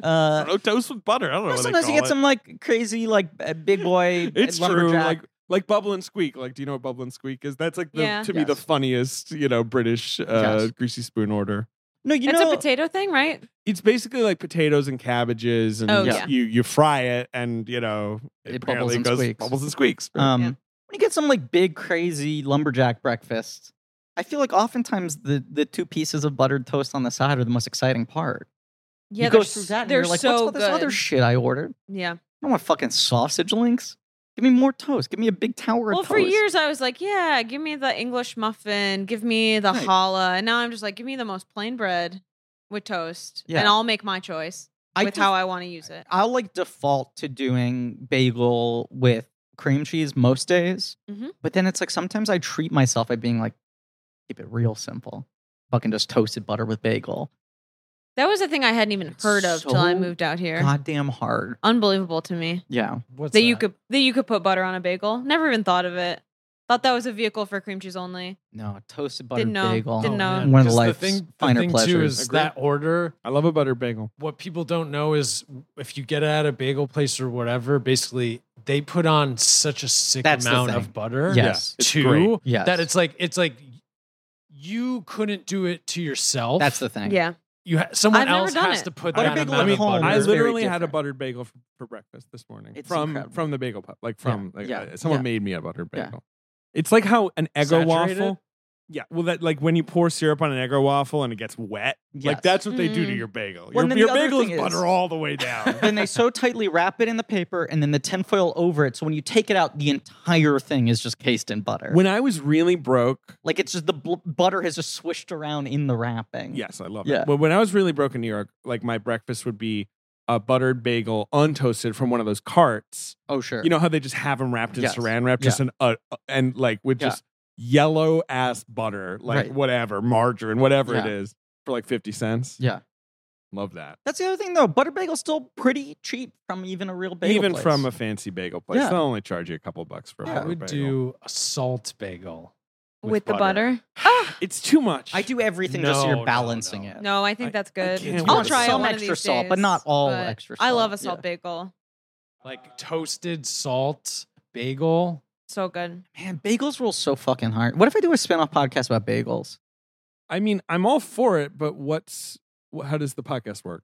Speaker 1: Uh,
Speaker 2: Throw toast with butter. I don't know
Speaker 1: Or
Speaker 2: what they
Speaker 1: sometimes you
Speaker 2: call
Speaker 1: get
Speaker 2: it.
Speaker 1: some like crazy like uh, big boy.
Speaker 2: It's
Speaker 1: uh,
Speaker 2: true.
Speaker 1: lumberjack.
Speaker 2: Like, like bubble and squeak. Like, do you know what bubble and squeak is? That's like the,
Speaker 3: Yeah.
Speaker 2: to me the
Speaker 1: Yes.
Speaker 2: funniest, you know, British uh,
Speaker 1: Yes.
Speaker 2: greasy spoon order.
Speaker 1: no, you
Speaker 3: it's
Speaker 1: know,
Speaker 3: a potato thing, right?
Speaker 2: It's basically like potatoes and cabbages, and
Speaker 3: Oh,
Speaker 1: Yeah. yeah.
Speaker 2: you you fry it, and you know,
Speaker 1: It
Speaker 2: apparently
Speaker 1: bubbles and
Speaker 2: goes
Speaker 1: squeaks.
Speaker 2: Bubbles and squeaks.
Speaker 1: Um,
Speaker 3: Yeah.
Speaker 1: when you get some like big crazy lumberjack breakfast, I feel like oftentimes the the two pieces of buttered toast on the side are the most exciting part.
Speaker 3: Yeah,
Speaker 1: you go
Speaker 3: they're
Speaker 1: through
Speaker 3: s-
Speaker 1: that and
Speaker 3: they're
Speaker 1: you're like,
Speaker 3: so
Speaker 1: what's all this
Speaker 3: good.
Speaker 1: other shit I ordered?
Speaker 3: yeah.
Speaker 1: I don't want fucking sausage links. Give me more toast. Give me a big tower
Speaker 3: Well,
Speaker 1: of toast.
Speaker 3: for years I was like, yeah, give me the English muffin, give me the
Speaker 1: Right.
Speaker 3: challah, and now I'm just like, give me the most plain bread with toast, and
Speaker 1: Yeah.
Speaker 3: I'll make my choice
Speaker 1: I
Speaker 3: with
Speaker 1: def-
Speaker 3: how I want to use it.
Speaker 1: I'll like default to doing bagel with cream cheese most days.
Speaker 3: Mhm.
Speaker 1: But then it's like sometimes I treat myself by being like, keep it real simple. Fucking just toasted butter with bagel.
Speaker 3: That was a thing I hadn't even
Speaker 1: It's
Speaker 3: heard of till I
Speaker 1: so
Speaker 3: moved out here.
Speaker 1: Goddamn hard.
Speaker 3: Unbelievable to me
Speaker 1: Yeah.
Speaker 4: What's
Speaker 3: that you
Speaker 4: that?
Speaker 3: could that you could put butter on a bagel. Never even thought of it. Thought that was a vehicle for cream cheese only.
Speaker 1: No, toasted butter
Speaker 3: Didn't know.
Speaker 1: bagel.
Speaker 3: Didn't know.
Speaker 1: One of the
Speaker 4: Because
Speaker 1: life's
Speaker 4: thing,
Speaker 1: finer
Speaker 4: Oh, the thing Too
Speaker 1: pleasures.
Speaker 4: is
Speaker 2: Agreed.
Speaker 4: that order.
Speaker 2: I love a butter bagel.
Speaker 4: What people don't know is if you get it at a bagel place or whatever, basically they put on such a sick
Speaker 1: That's the
Speaker 4: amount
Speaker 1: thing.
Speaker 4: of butter.
Speaker 1: Yes.
Speaker 2: it's
Speaker 4: too
Speaker 2: great.
Speaker 1: Yes.
Speaker 4: that it's like it's like you couldn't do it to yourself.
Speaker 1: That's the thing.
Speaker 3: Yeah,
Speaker 4: you ha- someone
Speaker 3: I've never
Speaker 4: else
Speaker 3: done
Speaker 4: has
Speaker 3: it.
Speaker 4: to put
Speaker 1: Butter
Speaker 4: that
Speaker 1: bagel
Speaker 4: amount
Speaker 1: at
Speaker 4: of
Speaker 1: home
Speaker 4: butter.
Speaker 2: I
Speaker 1: is very
Speaker 2: literally had a
Speaker 1: different.
Speaker 2: buttered bagel for, for breakfast this morning
Speaker 1: It's
Speaker 2: from
Speaker 1: incredible.
Speaker 2: from the bagel pub. Like from like
Speaker 1: Yeah.
Speaker 2: uh, someone
Speaker 1: Yeah.
Speaker 2: made me a buttered
Speaker 1: Yeah.
Speaker 2: bagel. It's like how an Eggo
Speaker 4: Saturated?
Speaker 2: waffle. Yeah, well, that like when you pour syrup on an Eggo waffle and it gets wet. Like
Speaker 1: Yes.
Speaker 2: that's what they do to
Speaker 3: Mm.
Speaker 2: your bagel.
Speaker 1: Well, and then
Speaker 2: your
Speaker 1: the
Speaker 2: your
Speaker 1: other
Speaker 2: bagel is
Speaker 1: thing is-
Speaker 2: butter all the way down.
Speaker 1: then they so tightly wrap it in the paper and then the tinfoil over it. So when you take it out, the entire thing is just cased in butter.
Speaker 2: when I was really broke,
Speaker 1: Like it's just the bl- butter has just swished around in the wrapping.
Speaker 2: yes, I love
Speaker 1: Yeah.
Speaker 2: it. But when I was really broke in New York, like my breakfast would be a buttered bagel untoasted from one of those carts.
Speaker 1: Oh, sure.
Speaker 2: You know how they just have them wrapped in
Speaker 1: Yes.
Speaker 2: saran wrap, just an uh, and like with
Speaker 1: Yeah.
Speaker 2: just yellow ass butter, like
Speaker 1: Right.
Speaker 2: whatever margarine, whatever it
Speaker 1: Yeah.
Speaker 2: is, for like fifty cents.
Speaker 1: Yeah.
Speaker 2: Love that.
Speaker 1: That's the other thing, though. Butter bagel's still pretty cheap from even a real bagel.
Speaker 2: Even
Speaker 1: place.
Speaker 2: from a fancy bagel place,
Speaker 1: Yeah.
Speaker 2: they'll only charge you a couple bucks for a
Speaker 4: I
Speaker 2: butter
Speaker 4: would
Speaker 2: bagel.
Speaker 4: do a salt bagel.
Speaker 3: with,
Speaker 2: With
Speaker 3: the
Speaker 2: butter.
Speaker 3: butter.
Speaker 2: It's too much.
Speaker 1: Ah! I do everything just so
Speaker 4: No,
Speaker 1: you're
Speaker 4: no,
Speaker 1: balancing
Speaker 4: no.
Speaker 1: it.
Speaker 3: No, I think
Speaker 2: I-
Speaker 3: that's
Speaker 2: I
Speaker 3: good.
Speaker 2: can't
Speaker 3: I'll
Speaker 2: do
Speaker 3: try
Speaker 2: it.
Speaker 3: it one
Speaker 1: Some
Speaker 3: of
Speaker 1: extra
Speaker 3: these
Speaker 1: salt, but
Speaker 3: days,
Speaker 1: not all
Speaker 3: but
Speaker 1: extra
Speaker 3: I love a
Speaker 1: salt,
Speaker 3: salt bagel.
Speaker 4: Like toasted salt bagel.
Speaker 3: So good.
Speaker 1: Man, bagels roll so fucking hard. What if I do a spin-off podcast about bagels?
Speaker 2: I mean, I'm all for it, but what's wh- how does the podcast work?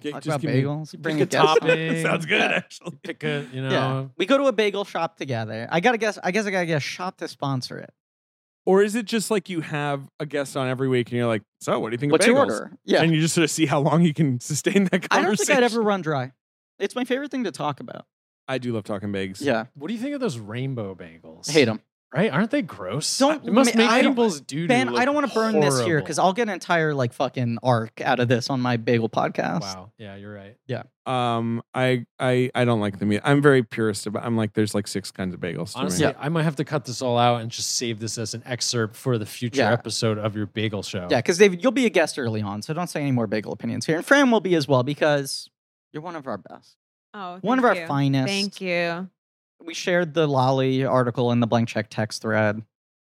Speaker 2: Get,
Speaker 1: Talk about
Speaker 2: give me-
Speaker 1: bagels.
Speaker 4: pick
Speaker 1: Bring
Speaker 4: a
Speaker 1: a guest. on.
Speaker 4: topic. uh, It sounds
Speaker 2: good, actually.
Speaker 4: Pick a, you know.
Speaker 1: Yeah. We go to a bagel shop together. I gotta guess. I guess I gotta get a shop to sponsor it.
Speaker 2: Or is it just like you have a guest on every week and you're like, so what do you think
Speaker 1: What's
Speaker 2: of bagels?
Speaker 1: your order? Yeah.
Speaker 2: And you just sort of see how long you can sustain that
Speaker 1: I
Speaker 2: conversation.
Speaker 1: don't think I'd ever run dry. It's my favorite thing to talk about.
Speaker 2: I do love talking bags.
Speaker 1: Yeah,
Speaker 4: What do you think of those rainbow bagels?
Speaker 1: hate them,
Speaker 4: Right? Aren't they gross?
Speaker 1: Don't-
Speaker 4: it must
Speaker 1: man,
Speaker 4: make
Speaker 1: I don't-
Speaker 4: people's doo
Speaker 1: Ben. I don't want to burn this here because I'll get an entire like fucking arc out of this on my bagel podcast.
Speaker 4: Wow. Yeah, you're right.
Speaker 2: Um, I, I, I don't like them. either. I'm very purist about. I'm like, there's like six kinds of bagels. to me.
Speaker 4: Honestly,
Speaker 1: Yeah.
Speaker 4: I might have to cut this all out and just save this as an excerpt for the future
Speaker 1: Yeah.
Speaker 4: episode of your bagel show.
Speaker 1: Yeah, because David, you'll be a guest early on, so don't say any more bagel opinions here. And Fran will be as well because you're one of our best,
Speaker 3: Oh, thank
Speaker 1: one of our
Speaker 3: you.
Speaker 1: finest.
Speaker 3: Thank you.
Speaker 1: We shared the Lolly article in the blank check text thread,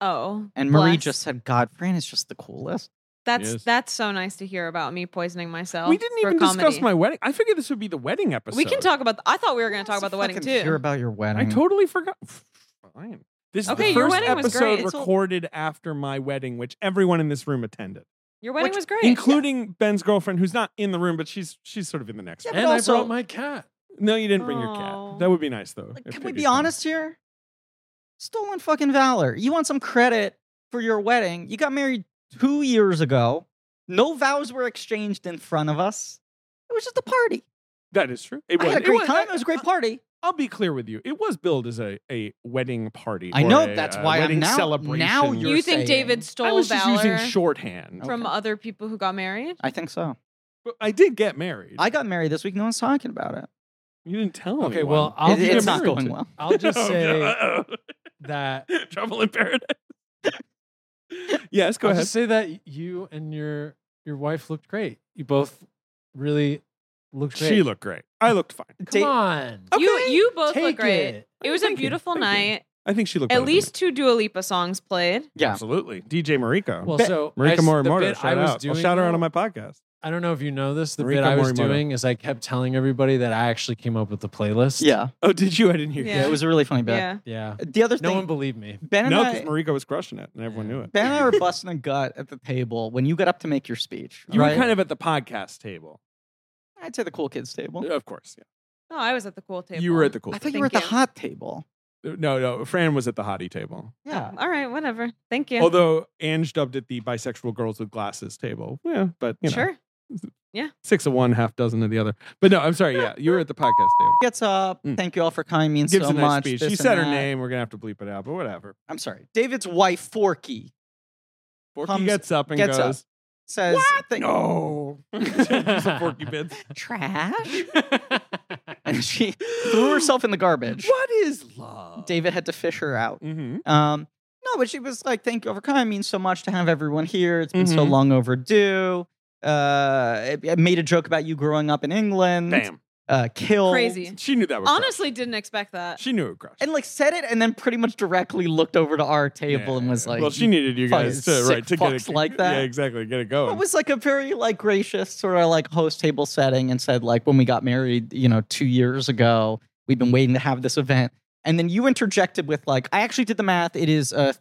Speaker 3: Oh,
Speaker 1: and Marie
Speaker 3: bless.
Speaker 1: just said, "God, Fran is just the coolest."
Speaker 3: that's
Speaker 2: Yes.
Speaker 3: that's so nice to hear about me poisoning myself.
Speaker 2: we didn't
Speaker 3: for
Speaker 2: even discuss
Speaker 3: comedy.
Speaker 2: my wedding. I figured this would be the wedding episode.
Speaker 3: We can talk about. The, I thought we were going to talk
Speaker 1: Let's
Speaker 3: about the wedding
Speaker 1: fucking Hear
Speaker 3: too.
Speaker 1: about your wedding.
Speaker 2: I totally forgot. Fine. This is
Speaker 3: Okay,
Speaker 2: the
Speaker 3: your
Speaker 2: first
Speaker 3: wedding was great.
Speaker 2: episode
Speaker 3: It's all-
Speaker 2: recorded after my wedding, which everyone in this room attended,
Speaker 3: Your wedding
Speaker 2: Which-
Speaker 3: was great.
Speaker 2: including Ben's girlfriend, who's not in the room, but she's she's sort of in the next.
Speaker 1: Yeah,
Speaker 2: room.
Speaker 1: but
Speaker 4: And I
Speaker 1: also-
Speaker 4: brought my cat.
Speaker 2: No, you didn't bring your
Speaker 3: Aw.
Speaker 2: cat. That would be nice though.
Speaker 1: Like,
Speaker 2: if
Speaker 1: can
Speaker 2: they
Speaker 1: we
Speaker 2: do
Speaker 1: be
Speaker 2: come.
Speaker 1: honest here? Stolen fucking valor. You want some credit for your wedding? You got married two years ago. No vows were exchanged in front of us. It was just a party.
Speaker 2: That is true. It
Speaker 1: I had a
Speaker 2: it
Speaker 1: great time. It
Speaker 2: I-
Speaker 1: was a great party.
Speaker 2: I'll be clear with you. It was billed as a, a wedding party.
Speaker 1: I
Speaker 2: or
Speaker 1: know,
Speaker 2: a,
Speaker 1: that's
Speaker 2: uh,
Speaker 1: why I'm
Speaker 2: wedding
Speaker 1: now-
Speaker 2: celebration.
Speaker 1: now you're-
Speaker 3: you
Speaker 1: saying-
Speaker 3: think David stole
Speaker 2: I was just
Speaker 3: valor
Speaker 2: using shorthand.
Speaker 4: Oh.
Speaker 1: Okay.
Speaker 3: from other people who got married?
Speaker 1: I think so.
Speaker 2: But I did get married.
Speaker 1: I got married this week. No one's talking about it.
Speaker 2: you didn't tell me.
Speaker 4: Okay, well, I'll
Speaker 1: It-
Speaker 4: just
Speaker 1: it's not Oh,
Speaker 2: married
Speaker 1: going
Speaker 2: to-
Speaker 1: well.
Speaker 4: I'll just say
Speaker 2: Uh-oh.
Speaker 4: that
Speaker 2: Trouble in Paradise. yes, go
Speaker 4: I'll
Speaker 2: ahead.
Speaker 4: just say that you and your your wife looked great. You both really looked great.
Speaker 2: She looked great. I looked fine.
Speaker 4: Come
Speaker 1: Da-
Speaker 4: on.
Speaker 1: Oh,
Speaker 3: You
Speaker 2: Okay.
Speaker 3: you both
Speaker 4: Take
Speaker 3: look great.
Speaker 4: it.
Speaker 3: It was a
Speaker 2: Thank you.
Speaker 3: beautiful
Speaker 2: Thank you.
Speaker 3: night.
Speaker 2: I think she looked better than
Speaker 3: At
Speaker 2: me.
Speaker 3: least two Dua Lipa songs played.
Speaker 1: Yeah.
Speaker 2: absolutely. DJ Marika.
Speaker 4: Well,
Speaker 2: Bet-
Speaker 4: so I
Speaker 2: Marika
Speaker 4: s- the
Speaker 2: Morimoto.
Speaker 4: bit
Speaker 2: Shout
Speaker 4: I was
Speaker 2: out. I'll
Speaker 4: doing,
Speaker 2: shout her out
Speaker 4: though-
Speaker 2: on my podcast.
Speaker 4: I don't know if you know this. The
Speaker 2: Marika
Speaker 4: bit I was
Speaker 2: Morimoto.
Speaker 4: doing is I kept telling everybody that I actually came up with the playlist.
Speaker 1: Yeah.
Speaker 2: Oh, did you? I didn't hear.
Speaker 3: Yeah.
Speaker 1: Yeah. It was a really funny bit.
Speaker 3: Yeah.
Speaker 4: Yeah.
Speaker 1: The other
Speaker 4: No
Speaker 1: thing,
Speaker 4: one believed me.
Speaker 1: Ben
Speaker 2: you.
Speaker 1: and
Speaker 2: No,
Speaker 1: I,
Speaker 2: because Marika was crushing it, and everyone knew it.
Speaker 1: Ben and I were busting a gut at the table when you got up to make your speech.
Speaker 2: You
Speaker 1: right?
Speaker 2: were kind of at the podcast table,
Speaker 1: I'd say the cool kids table.
Speaker 2: of course. Yeah.
Speaker 3: No, Oh, I was at the cool table.
Speaker 2: You were at the cool.
Speaker 1: I
Speaker 2: table.
Speaker 1: thought you were at
Speaker 3: Thank
Speaker 1: the
Speaker 3: you.
Speaker 1: hot table.
Speaker 2: No, no. Fran was at the hottie table.
Speaker 1: Yeah.
Speaker 3: Oh, All right, whatever. Thank you.
Speaker 2: Although Ange dubbed it the bisexual girls with glasses table. Yeah, but you know,
Speaker 3: sure.
Speaker 2: six of one, half dozen of the other. But no, I'm sorry. Yeah, you were at the podcast table.
Speaker 1: Gets up.
Speaker 2: Mm.
Speaker 1: Thank you all for coming. Means
Speaker 2: Gives
Speaker 1: so
Speaker 2: a nice
Speaker 1: much.
Speaker 2: speech.
Speaker 1: this
Speaker 2: She
Speaker 1: and
Speaker 2: said her
Speaker 1: that.
Speaker 2: name. We're gonna have to bleep it out, but whatever.
Speaker 1: I'm sorry. David's wife, Forky,
Speaker 2: Forky
Speaker 1: Comes-
Speaker 2: gets up and
Speaker 1: gets up.
Speaker 2: goes.
Speaker 1: says, "Thank-
Speaker 2: No, Some Forky bits.
Speaker 1: trash. and she threw herself in the garbage.
Speaker 2: What is love?
Speaker 1: David had to fish her out.
Speaker 2: Mm-hmm.
Speaker 1: Um, no, but she was like, thank you for coming. It means so much to have everyone here. It's been so
Speaker 2: Mhm.
Speaker 1: long overdue. Uh, it, it made a joke about you growing up in England.
Speaker 2: Bam.
Speaker 1: Uh, killed.
Speaker 3: Crazy.
Speaker 2: She knew that was
Speaker 3: Honestly, didn't expect that.
Speaker 2: She knew it crushed.
Speaker 1: And like said it and then pretty much directly looked over to our table and was like,
Speaker 2: "Well, she needed you
Speaker 1: fucking
Speaker 2: guys to
Speaker 1: sick
Speaker 2: right to get it
Speaker 1: fucks like that.
Speaker 2: Yeah, exactly. Get it going.
Speaker 1: It was like a very like gracious sort of like host table setting and said like when we got married, you know, two years ago, we've been waiting to have this event. And then you interjected with like, I actually did the math. It is uh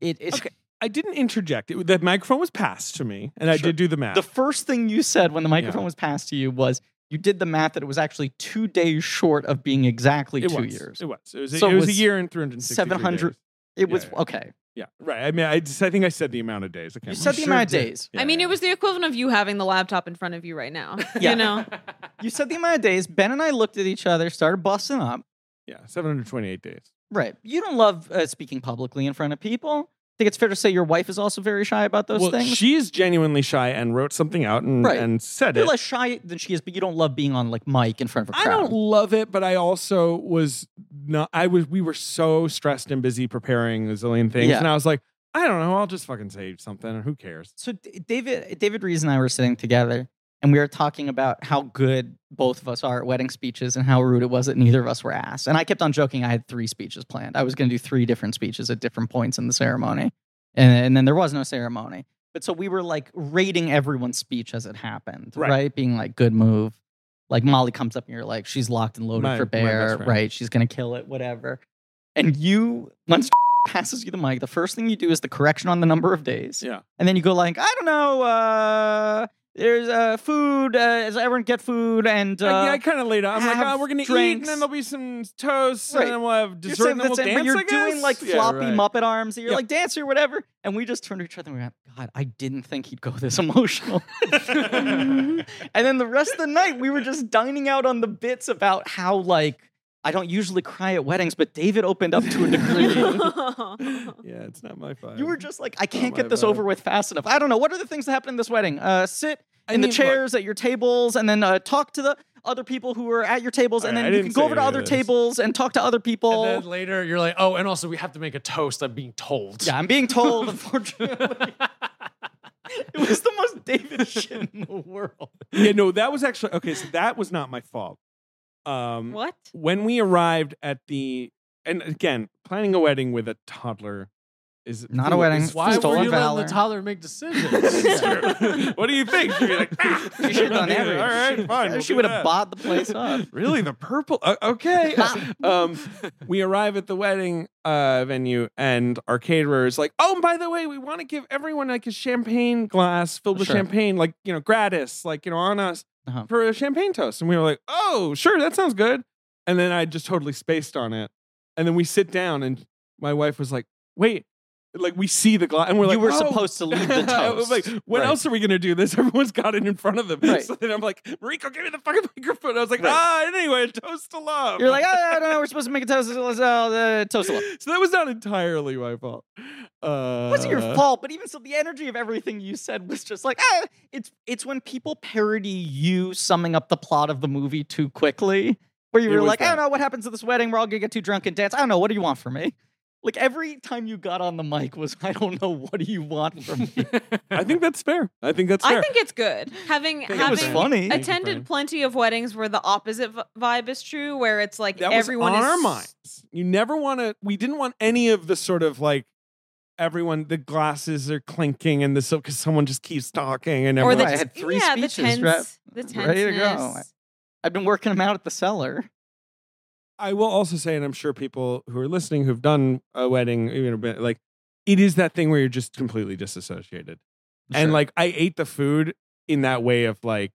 Speaker 1: it is
Speaker 2: Okay. I didn't interject. It, the microphone was passed to me, and I
Speaker 1: Sure.
Speaker 2: did do the math.
Speaker 1: the first thing you said when the microphone was passed to you was you did the math that it was actually two days short of being exactly
Speaker 2: it
Speaker 1: two
Speaker 2: was.
Speaker 1: years.
Speaker 2: It
Speaker 1: It,
Speaker 2: was. It was.
Speaker 1: So
Speaker 2: it
Speaker 1: it
Speaker 2: was a
Speaker 1: was
Speaker 2: year and three hundred seven
Speaker 1: 700
Speaker 2: hundred. yeah,
Speaker 1: was
Speaker 2: yeah.
Speaker 1: okay.
Speaker 2: Yeah, right. I mean, I just I think I said the amount of days. I
Speaker 1: You
Speaker 2: can't
Speaker 1: said
Speaker 2: remember.
Speaker 1: the
Speaker 4: sure
Speaker 1: amount of
Speaker 4: did.
Speaker 1: days.
Speaker 2: Yeah,
Speaker 3: I mean,
Speaker 2: yeah.
Speaker 3: it was the equivalent of you having the laptop in front of you right now.
Speaker 1: Yeah.
Speaker 3: You know?
Speaker 1: You said the amount of days. Ben and I looked at each other, started busting up.
Speaker 2: yeah, seven hundred twenty-eight days.
Speaker 1: Right. You don't love uh, speaking publicly in front of people. think it's fair to say your wife is also very shy about those
Speaker 2: well,
Speaker 1: things.
Speaker 2: she's genuinely shy and wrote something out and,
Speaker 1: Right.
Speaker 2: and said
Speaker 1: You're
Speaker 2: it.
Speaker 1: less shy than she is, but you don't love being on like mic in front of a
Speaker 2: I
Speaker 1: crowd.
Speaker 2: don't love it, but I also was not. I was. We were so stressed and busy preparing a zillion things,
Speaker 1: Yeah.
Speaker 2: and I was like, I don't know. I'll just fucking say something. Who cares?
Speaker 1: So D- David, David Rees and I were sitting together, and we were talking about how good both of us are at wedding speeches and how rude it was that neither of us were asked. And I kept on joking I had three speeches planned. I was going to do three different speeches at different points in the ceremony, and, and then there was no ceremony. But so we were like rating everyone's speech as it happened,
Speaker 2: Right.
Speaker 1: right? Being like, good move. Like Molly comes up and you're like, she's locked and loaded
Speaker 2: My-
Speaker 1: for
Speaker 2: my best
Speaker 1: bear,
Speaker 2: friend.
Speaker 1: right? She's gonna kill it, whatever. And you, once passes you the mic, the first thing you do is the correction on the number of days.
Speaker 2: Yeah.
Speaker 1: And then you go like, I don't know, uh, there's uh, food. Uh, does everyone get food? And uh,
Speaker 2: I, yeah, I kind of laid out. I'm like,
Speaker 1: have
Speaker 2: oh, we're gonna eat, and
Speaker 1: drinks.
Speaker 2: then there'll be some toast,
Speaker 1: Right.
Speaker 2: and then we'll have
Speaker 1: you're
Speaker 2: dessert,
Speaker 1: saying
Speaker 2: and then we'll
Speaker 1: that's it,
Speaker 2: dance.
Speaker 1: but you're
Speaker 2: I
Speaker 1: doing
Speaker 2: guess?
Speaker 1: like
Speaker 2: Yeah,
Speaker 1: floppy
Speaker 2: right.
Speaker 1: Muppet arms. And you're
Speaker 2: Yeah.
Speaker 1: like dance or whatever. And we just turned to each other and we went, God, I didn't think he'd go this emotional. and then the rest of the night, we were just dining out on the bits about how like. I don't usually cry at weddings, but David opened up to a degree.
Speaker 2: Yeah, it's not my fault.
Speaker 1: You were just like, I can't
Speaker 2: Oh my
Speaker 1: get this
Speaker 2: bad.
Speaker 1: over with fast enough. I don't know. What are the things that happen in this wedding? Uh, sit
Speaker 2: I
Speaker 1: in
Speaker 2: mean,
Speaker 1: the
Speaker 2: look.
Speaker 1: chairs at your tables and then uh, talk to the other people who are at your tables. And
Speaker 2: All right,
Speaker 1: then
Speaker 2: I
Speaker 1: you can
Speaker 2: didn't
Speaker 1: go
Speaker 2: say
Speaker 1: over to
Speaker 2: any of
Speaker 1: other
Speaker 2: this.
Speaker 1: tables and talk to other people.
Speaker 4: And then later you're like, oh, and also we have to make a toast. I'm being told.
Speaker 1: yeah, I'm being told, unfortunately. it was the most David shit in the world.
Speaker 2: yeah, no, that was actually okay. So that was not my fault. Um,
Speaker 3: what?
Speaker 2: when we arrived at the, and again, planning a wedding with a toddler is
Speaker 1: Not a wedding.
Speaker 2: is
Speaker 4: Why
Speaker 1: Stolen
Speaker 4: were you
Speaker 1: valor.
Speaker 4: letting the toddler make decisions?
Speaker 2: It's true. what do you think? She'd be like, ah.
Speaker 1: She should have done
Speaker 2: Yeah,
Speaker 1: everything.
Speaker 2: All right, fine. we'll
Speaker 1: she
Speaker 2: do
Speaker 1: would
Speaker 2: that."
Speaker 1: have bought the place up.
Speaker 2: Really, the purple? Uh, okay. um, we arrive at the wedding uh, venue, and our caterer is like, "Oh, and by the way, we want to give everyone like a champagne glass filled with
Speaker 1: Sure.
Speaker 2: champagne, like you know, gratis, like you know, on us
Speaker 1: Uh-huh.
Speaker 2: for a champagne toast." And we were like, "Oh, sure, that sounds good." And then I just totally spaced on it, and then we sit down, and my wife was like, "Wait." Like we see the glass, and we're like,
Speaker 1: you were
Speaker 2: "Oh."
Speaker 1: supposed to leave the
Speaker 2: I was
Speaker 1: toast.
Speaker 2: like, when
Speaker 1: Right.
Speaker 2: else are we gonna do this? Everyone's got it in front of them.
Speaker 1: Right.
Speaker 2: So then I'm like, Mariko, give me the fucking microphone. I was like,
Speaker 1: Right.
Speaker 2: ah, anyway, toast to love.
Speaker 1: You're like, oh, I don't know. We're supposed to make a toast. Let's uh, toast a lot.
Speaker 2: so that was not entirely my fault. Uh,
Speaker 1: It wasn't your fault, but even so, the energy of everything you said was just like, ah, it's it's when people parody you summing up the plot of the movie too quickly, where you
Speaker 2: It
Speaker 1: were
Speaker 2: was
Speaker 1: like, I
Speaker 2: that.
Speaker 1: don't know what happens at this wedding. We're all gonna get too drunk and dance. I don't know. What do you want from me? Like every time you got on the mic was, I don't know. What do you want from me?
Speaker 2: I think that's fair. I think that's fair.
Speaker 3: I think it's good having
Speaker 2: It was
Speaker 3: having
Speaker 1: funny. Thank
Speaker 2: you, Brian.
Speaker 3: attended plenty of weddings where the opposite v- vibe is true, where it's like
Speaker 2: that
Speaker 3: everyone
Speaker 2: was on
Speaker 3: is
Speaker 2: our minds. You never want to. We didn't want any of the sort of like everyone. The glasses are clinking, and the so because someone just keeps talking, and
Speaker 3: or
Speaker 2: everyone
Speaker 3: the
Speaker 1: Right, I had three
Speaker 3: yeah,
Speaker 1: speeches,
Speaker 3: the
Speaker 1: right?
Speaker 3: tense, the tenseness.
Speaker 1: Ready to go. I've been working them out at the cellar.
Speaker 2: I will also say, and I'm sure people who are listening who've done a wedding, you know, but, like it is that thing where you're just completely disassociated. And
Speaker 1: Sure.
Speaker 2: like I ate the food in that way of like,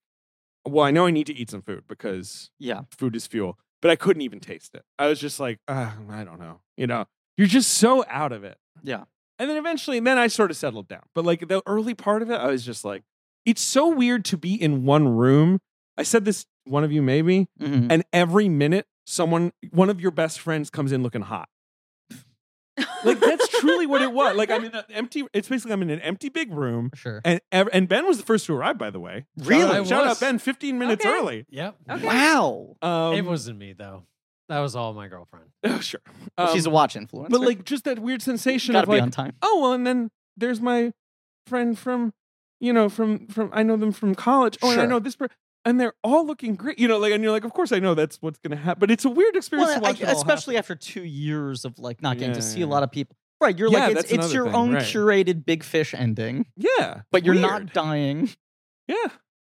Speaker 2: well, I know I need to eat some food because
Speaker 1: yeah,
Speaker 2: food is fuel, but I couldn't even taste it. I was just like, ah, I don't know. You know, you're just so out of it.
Speaker 1: Yeah.
Speaker 2: And then eventually, and then I sort of settled down. But like the early part of it, I was just like, it's so weird to be in one room. I said this, one of you maybe,
Speaker 1: Mhm.
Speaker 2: and every minute someone one of your best friends comes in looking hot like that's truly what it was like i'm in an empty it's basically i'm in an empty big room
Speaker 1: sure.
Speaker 2: and ev- and ben was the first to arrive by the way
Speaker 1: Really?
Speaker 2: shout out, shout out
Speaker 4: was.
Speaker 2: ben 15 minutes
Speaker 3: Okay.
Speaker 2: early
Speaker 4: Yep.
Speaker 3: Okay.
Speaker 1: Wow,
Speaker 2: um
Speaker 4: it wasn't me though. That was all my girlfriend.
Speaker 2: oh sure
Speaker 1: Well, she's a
Speaker 2: Um,
Speaker 1: watch influencer.
Speaker 2: but like just that weird sensation
Speaker 1: gotta
Speaker 2: of
Speaker 1: be
Speaker 2: like
Speaker 1: on time.
Speaker 2: oh well and then there's my friend from you know from from i know them from college oh and i
Speaker 1: Sure.
Speaker 2: know this per- and they're all looking great you know like and you're like of course i know that's what's gonna happen but it's a weird experience
Speaker 1: Well,
Speaker 2: to
Speaker 1: I-
Speaker 2: watch it all happen.
Speaker 1: especially after two years of like not getting
Speaker 2: Yeah,
Speaker 1: to see
Speaker 2: yeah,
Speaker 1: a
Speaker 2: yeah.
Speaker 1: lot of people. Right, you're
Speaker 2: Yeah,
Speaker 1: like
Speaker 2: that's
Speaker 1: it's, it's
Speaker 2: another
Speaker 1: your
Speaker 2: thing,
Speaker 1: own
Speaker 2: right.
Speaker 1: curated big fish ending,
Speaker 2: yeah
Speaker 1: but you're
Speaker 2: Weird.
Speaker 1: not dying.
Speaker 2: yeah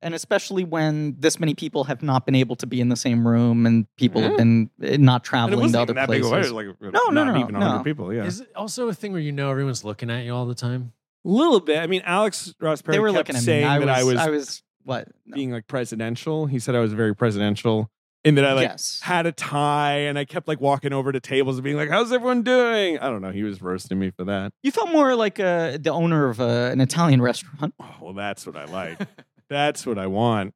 Speaker 1: And especially when this many people have not been able to be in the same room and people
Speaker 2: Yeah.
Speaker 1: have been eh, not
Speaker 2: And it
Speaker 1: traveling
Speaker 2: wasn't
Speaker 1: to
Speaker 2: even
Speaker 1: other
Speaker 2: that big a
Speaker 1: places.
Speaker 2: wedding, like,
Speaker 1: No, no,
Speaker 2: not
Speaker 1: no,
Speaker 2: even
Speaker 1: no.
Speaker 2: 100 people. Yeah,
Speaker 4: Is it also a thing where you know everyone's looking at you all the time?
Speaker 2: a little bit. I mean, Alex Ross Perry
Speaker 1: they were
Speaker 2: kept
Speaker 1: looking at me.
Speaker 2: saying
Speaker 1: I was,
Speaker 2: that I was,
Speaker 1: I was what? No.
Speaker 2: being like presidential. He said I was very presidential in that I like
Speaker 1: yes.
Speaker 2: had a tie and I kept like walking over to tables and being like, "How's everyone doing?" I don't know. He was roasting me for that.
Speaker 1: You felt more like uh, the owner of uh, an Italian restaurant.
Speaker 2: Oh, well, that's what I like. that's what I want.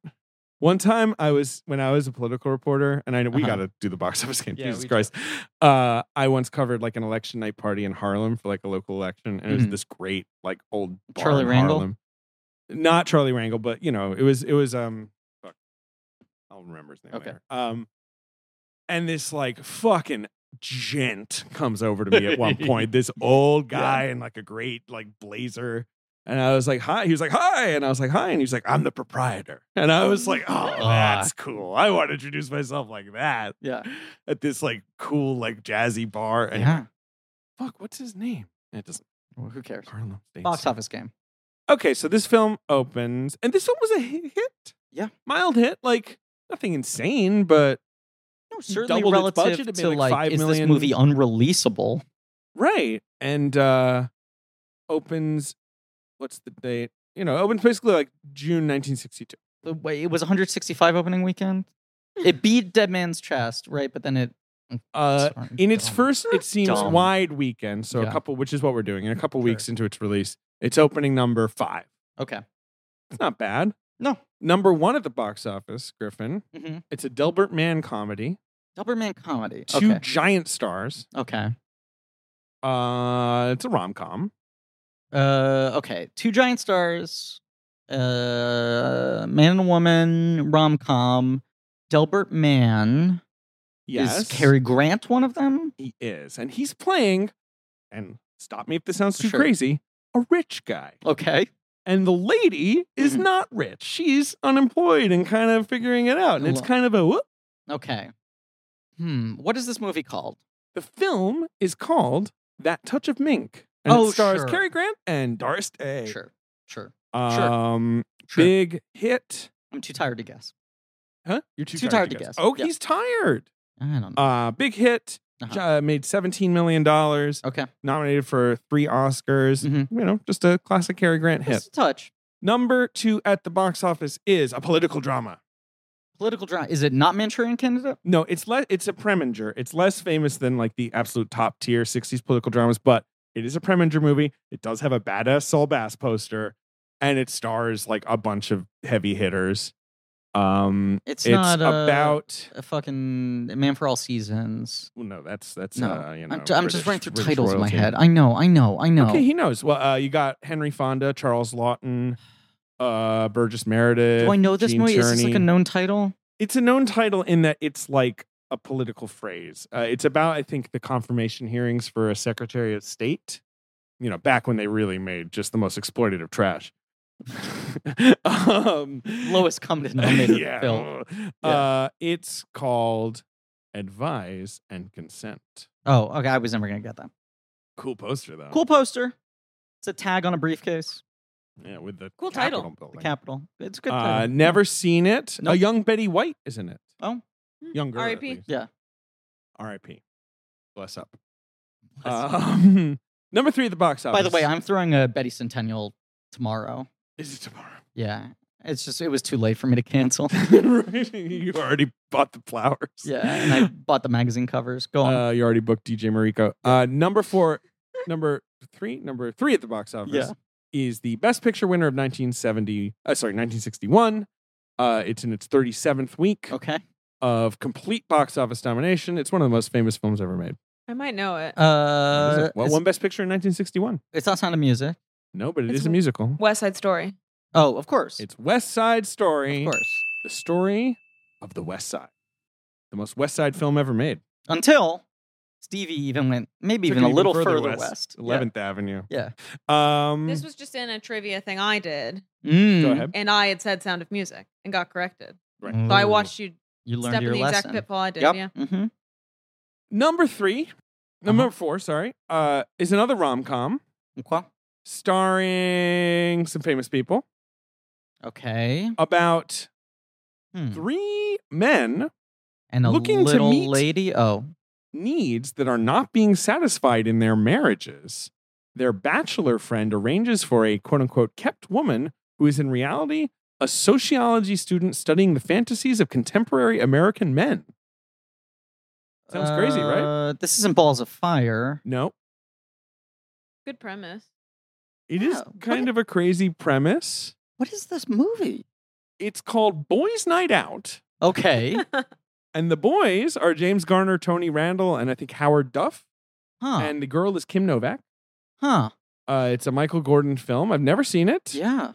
Speaker 2: One time I was when I was a political reporter, and I know we
Speaker 1: Uh-huh.
Speaker 2: gotta do the box office game.
Speaker 4: Yeah,
Speaker 2: Jesus
Speaker 4: we do.
Speaker 2: Christ! Uh, I once covered like an election night party in Harlem for like a local election, and it was
Speaker 1: Mhm.
Speaker 2: this great like old bar
Speaker 1: Charlie
Speaker 2: in
Speaker 1: Rangel?
Speaker 2: Harlem. Not Charlie Rangel, but you know it was it was um. Fuck. I'll remember his name
Speaker 1: Okay.
Speaker 2: later. Um, and this like fucking gent comes over to me at one point. This old guy in like a great like blazer. And I was like, hi. He was like, hi. And I was like, hi. And he was like, I'm the proprietor. And I was like, oh, that's cool. I want to introduce myself like that
Speaker 1: Yeah.
Speaker 2: at this like cool, like jazzy bar. And
Speaker 1: Yeah.
Speaker 2: fuck, what's his name? It doesn't
Speaker 1: Well, who cares?
Speaker 2: Harlem. States.
Speaker 1: Box office game.
Speaker 2: Okay, so this film opens, and this film was a hi- hit.
Speaker 1: Yeah.
Speaker 2: Mild hit, like nothing insane, but
Speaker 1: No,
Speaker 2: certainly
Speaker 1: certainly
Speaker 2: relative
Speaker 1: relative
Speaker 2: to,
Speaker 1: to
Speaker 2: like,
Speaker 1: like,
Speaker 2: five
Speaker 1: is
Speaker 2: million-
Speaker 1: this movie unreleasable?
Speaker 2: Right. And uh opens what's the date? You know, opens basically like June 1962.
Speaker 1: The way it was 165 opening weekend.
Speaker 2: Hmm.
Speaker 1: It beat Dead Man's Chest, right? But then it
Speaker 2: Uh
Speaker 1: sorry,
Speaker 2: in its
Speaker 1: dumb.
Speaker 2: first it seems
Speaker 1: Dumb.
Speaker 2: wide weekend, so a
Speaker 1: Yeah.
Speaker 2: couple which is what we're doing. In a couple
Speaker 4: Sure.
Speaker 2: weeks into its release, it's opening number 5.
Speaker 1: Okay.
Speaker 2: It's not bad.
Speaker 1: No.
Speaker 2: Number 1 at the box office, Griffin.
Speaker 1: Mm-hmm.
Speaker 2: It's a Delbert Mann comedy,
Speaker 1: Doberman comedy.
Speaker 2: two
Speaker 1: Okay.
Speaker 2: giant stars.
Speaker 1: Okay.
Speaker 2: Uh it's a rom-com.
Speaker 1: Uh, okay. Two giant stars. Uh, man and woman rom com. Delbert Mann.
Speaker 2: Yes.
Speaker 1: Is Cary Grant one of them?
Speaker 2: he is. And he's playing and stop me if this sounds too
Speaker 1: Sure.
Speaker 2: crazy, a rich guy.
Speaker 1: Okay.
Speaker 2: and the lady is
Speaker 1: Mhm.
Speaker 2: not rich. She's unemployed and kind of figuring it out. And it's
Speaker 1: Lo-
Speaker 2: kind of a whoop.
Speaker 1: Okay. Hmm. What is this movie called?
Speaker 2: The film is called That Touch of Mink. And
Speaker 1: Oh,
Speaker 2: it stars
Speaker 1: sure.
Speaker 2: Cary Grant and Doris Day.
Speaker 1: Sure. Sure.
Speaker 2: Um,
Speaker 1: Sure.
Speaker 2: Big hit.
Speaker 1: I'm too tired to guess.
Speaker 2: Huh? You're too,
Speaker 1: Too tired to guess.
Speaker 2: Oh,
Speaker 1: Yeah.
Speaker 2: he's tired.
Speaker 1: I don't know.
Speaker 2: Uh, big hit.
Speaker 1: Uh-huh.
Speaker 2: J- Uh, made $17 million,
Speaker 1: okay.
Speaker 2: nominated for three Oscars.
Speaker 1: Mhm.
Speaker 2: You know, just a classic Cary Grant hit.
Speaker 1: Just a touch.
Speaker 2: Number two at the box office is a political drama.
Speaker 1: Political drama. Is it not Manchurian Candidate?
Speaker 2: No, it's less. It's a Preminger. It's less famous than like the absolute top tier '60s political dramas, but it is a Preminger movie. It does have a badass Saul Bass poster, and it stars like a bunch of heavy hitters. Um,
Speaker 1: It's
Speaker 2: it's,
Speaker 1: not, uh,
Speaker 2: about.
Speaker 1: A fucking Man for All Seasons.
Speaker 2: Well, no, that's that's
Speaker 1: No,
Speaker 2: uh, you know.
Speaker 1: I'm, I'm just
Speaker 2: British-
Speaker 1: running through
Speaker 2: British
Speaker 1: titles
Speaker 2: royalty.
Speaker 1: in my head. Oh. I know. I know. I know.
Speaker 2: Okay, he knows. Well, uh, you got Henry Fonda, Charles Lawton, uh, Burgess Meredith.
Speaker 1: Do I know this
Speaker 2: Gene
Speaker 1: movie? Is this like a
Speaker 2: Tierney.
Speaker 1: known title?
Speaker 2: it's a known title in that it's like a political phrase. Uh, it's about, I think, the confirmation hearings for a Secretary of State. You know, back when they really made just the most exploitative trash. um,
Speaker 1: Lowest common denominator
Speaker 2: yeah.
Speaker 1: film.
Speaker 2: Uh, it's called Advise and Consent.
Speaker 1: Oh, okay. I was never gonna get that.
Speaker 2: Cool poster though.
Speaker 1: Cool poster. It's a tag on a briefcase.
Speaker 2: Yeah, with the
Speaker 3: Cool title.
Speaker 2: Capitol building.
Speaker 1: The capital. It's a good.
Speaker 2: Uh,
Speaker 1: title.
Speaker 2: never seen it. A
Speaker 1: Nope.
Speaker 2: young Betty White is in it.
Speaker 1: Oh.
Speaker 2: younger. at
Speaker 3: R.I.P..
Speaker 2: least.
Speaker 1: Yeah.
Speaker 2: R.I.P. Bless up.
Speaker 1: Let's-
Speaker 2: Um, number three at the box office.
Speaker 1: By the way, I'm throwing a Betty Centennial tomorrow.
Speaker 2: is it tomorrow?
Speaker 1: Yeah. It's just it was too late for me to cancel.
Speaker 2: Right? you already bought the flowers.
Speaker 1: yeah, and I bought the magazine covers. Go on.
Speaker 2: uh, you already booked DJ Mariko. Uh, number four, number three, number three at the box office
Speaker 1: Yeah.
Speaker 2: is the Best Picture winner of 1970. Uh, sorry, 1961. Uh, it's in its 37th week
Speaker 1: okay.
Speaker 2: of complete box office domination. It's one of the most famous films ever made.
Speaker 3: I might know it.
Speaker 2: What is
Speaker 1: Uh,
Speaker 2: it? What
Speaker 1: it's-
Speaker 2: won Best Picture in 1961?
Speaker 1: It's not Sound of Music.
Speaker 2: No, but it
Speaker 3: It's
Speaker 2: is a
Speaker 3: w-
Speaker 2: musical.
Speaker 3: West Side Story.
Speaker 1: Oh, of course.
Speaker 2: It's West Side
Speaker 1: of
Speaker 2: Story.
Speaker 1: course.
Speaker 2: the story of the West Side, the most West Side film ever made.
Speaker 1: Until Stevie even went maybe
Speaker 2: Took
Speaker 1: even
Speaker 2: it
Speaker 1: a little further,
Speaker 2: west,
Speaker 1: west. Yeah.
Speaker 2: 11th Avenue.
Speaker 1: Yeah.
Speaker 2: Um,
Speaker 3: This was just in a trivia thing I did,
Speaker 1: Mm.
Speaker 2: go ahead.
Speaker 3: and I had said Sound of Music and got corrected.
Speaker 2: Right.
Speaker 3: So I
Speaker 1: Ooh.
Speaker 3: watched you
Speaker 1: You learned
Speaker 3: step in
Speaker 1: your
Speaker 3: the
Speaker 1: lesson.
Speaker 3: exact pitfall I did.
Speaker 1: Yep.
Speaker 3: Yeah.
Speaker 1: Mm-hmm.
Speaker 2: Number three, no,
Speaker 1: Uh-huh.
Speaker 2: number four, sorry, uh, is another rom com
Speaker 1: Okay.
Speaker 2: starring some famous people
Speaker 1: Okay.
Speaker 2: about
Speaker 1: Hmm.
Speaker 2: three men
Speaker 1: And a
Speaker 2: Looking to
Speaker 1: little
Speaker 2: meet-
Speaker 1: lady. Oh,
Speaker 2: needs that are not being satisfied in their marriages. Their bachelor friend arranges for a quote unquote kept woman who is in reality a sociology student studying the fantasies of contemporary American men. Sounds crazy, right?
Speaker 1: Uh, This isn't Balls of Fire.
Speaker 2: No,
Speaker 3: Good premise.
Speaker 2: it is
Speaker 1: Oh, what
Speaker 2: kind
Speaker 1: a-
Speaker 2: of a crazy premise.
Speaker 1: What is this movie?
Speaker 2: It's called Boys Night Out.
Speaker 1: Okay.
Speaker 2: And the boys are James Garner, Tony Randall, and I think Howard Duff.
Speaker 1: Huh.
Speaker 2: And the girl is Kim Novak.
Speaker 1: huh.
Speaker 2: Uh, it's a Michael Gordon film. I've never seen it.
Speaker 1: Yeah.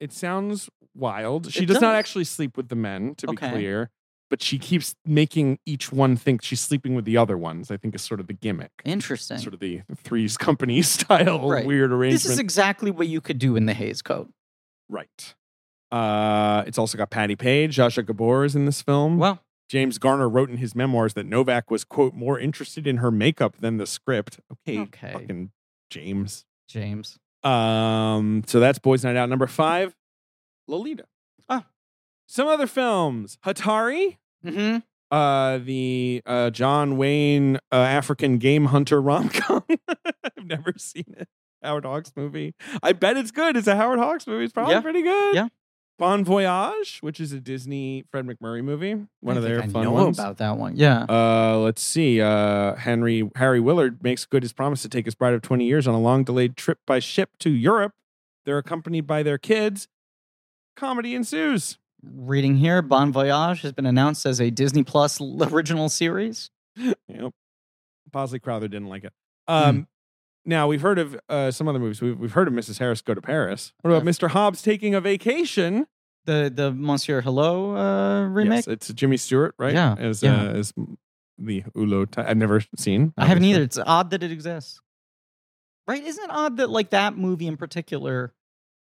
Speaker 2: It sounds wild. She
Speaker 1: It
Speaker 2: does, not
Speaker 1: does.
Speaker 2: actually sleep with the men, to
Speaker 1: Okay.
Speaker 2: be clear, but she keeps making each one think she's sleeping with the other ones, I think is sort of the gimmick.
Speaker 1: Interesting.
Speaker 2: Sort of the threes company style
Speaker 1: Right.
Speaker 2: weird arrangement.
Speaker 1: this is exactly what you could do in the Hayes Code.
Speaker 2: right. Uh, it's also got Patty Page, Jasha Gabor is in this film.
Speaker 1: Well,
Speaker 2: James Garner wrote in his memoirs that Novak was, quote, more interested in her makeup than the script. Okay,
Speaker 1: Okay.
Speaker 2: fucking James.
Speaker 1: James.
Speaker 2: Um, so that's Boys Night Out. Number five, Lolita.
Speaker 1: Ah.
Speaker 2: Some other films. Hatari,
Speaker 1: Mm-hmm.
Speaker 2: uh, the uh, John Wayne uh, African game hunter rom com. I've never seen it. Howard Hawks movie. I bet it's good. It's a Howard Hawks movie. It's probably
Speaker 1: Yeah.
Speaker 2: pretty good.
Speaker 1: Yeah.
Speaker 2: Bon Voyage, which is a Disney Fred McMurray movie. One of their
Speaker 1: I
Speaker 2: fun
Speaker 1: know
Speaker 2: ones.
Speaker 1: about that one. Yeah.
Speaker 2: Uh, let's see. Uh, Henry Harry Willard makes good his promise to take his bride of 20 years on a long delayed trip by ship to Europe. They're accompanied by their kids. Comedy ensues.
Speaker 1: Reading here, Bon Voyage has been announced as a Disney Plus l- original series.
Speaker 2: Yep. Bosley Crowther didn't like it.
Speaker 1: Hmm.
Speaker 2: Um, Now we've heard of uh, some other movies. We've, we've heard of Mrs. Harris go to Paris. What about
Speaker 1: Yeah.
Speaker 2: Mr. Hobbs taking a vacation?
Speaker 1: The the Monsieur Hello uh, remake.
Speaker 2: Yes, it's Jimmy Stewart, right?
Speaker 1: Yeah,
Speaker 2: As
Speaker 1: yeah.
Speaker 2: Uh, as the Ulo. i I've never seen.
Speaker 1: I haven't
Speaker 2: obviously.
Speaker 1: either. It's odd that it exists. Right? Isn't it odd that like that movie in particular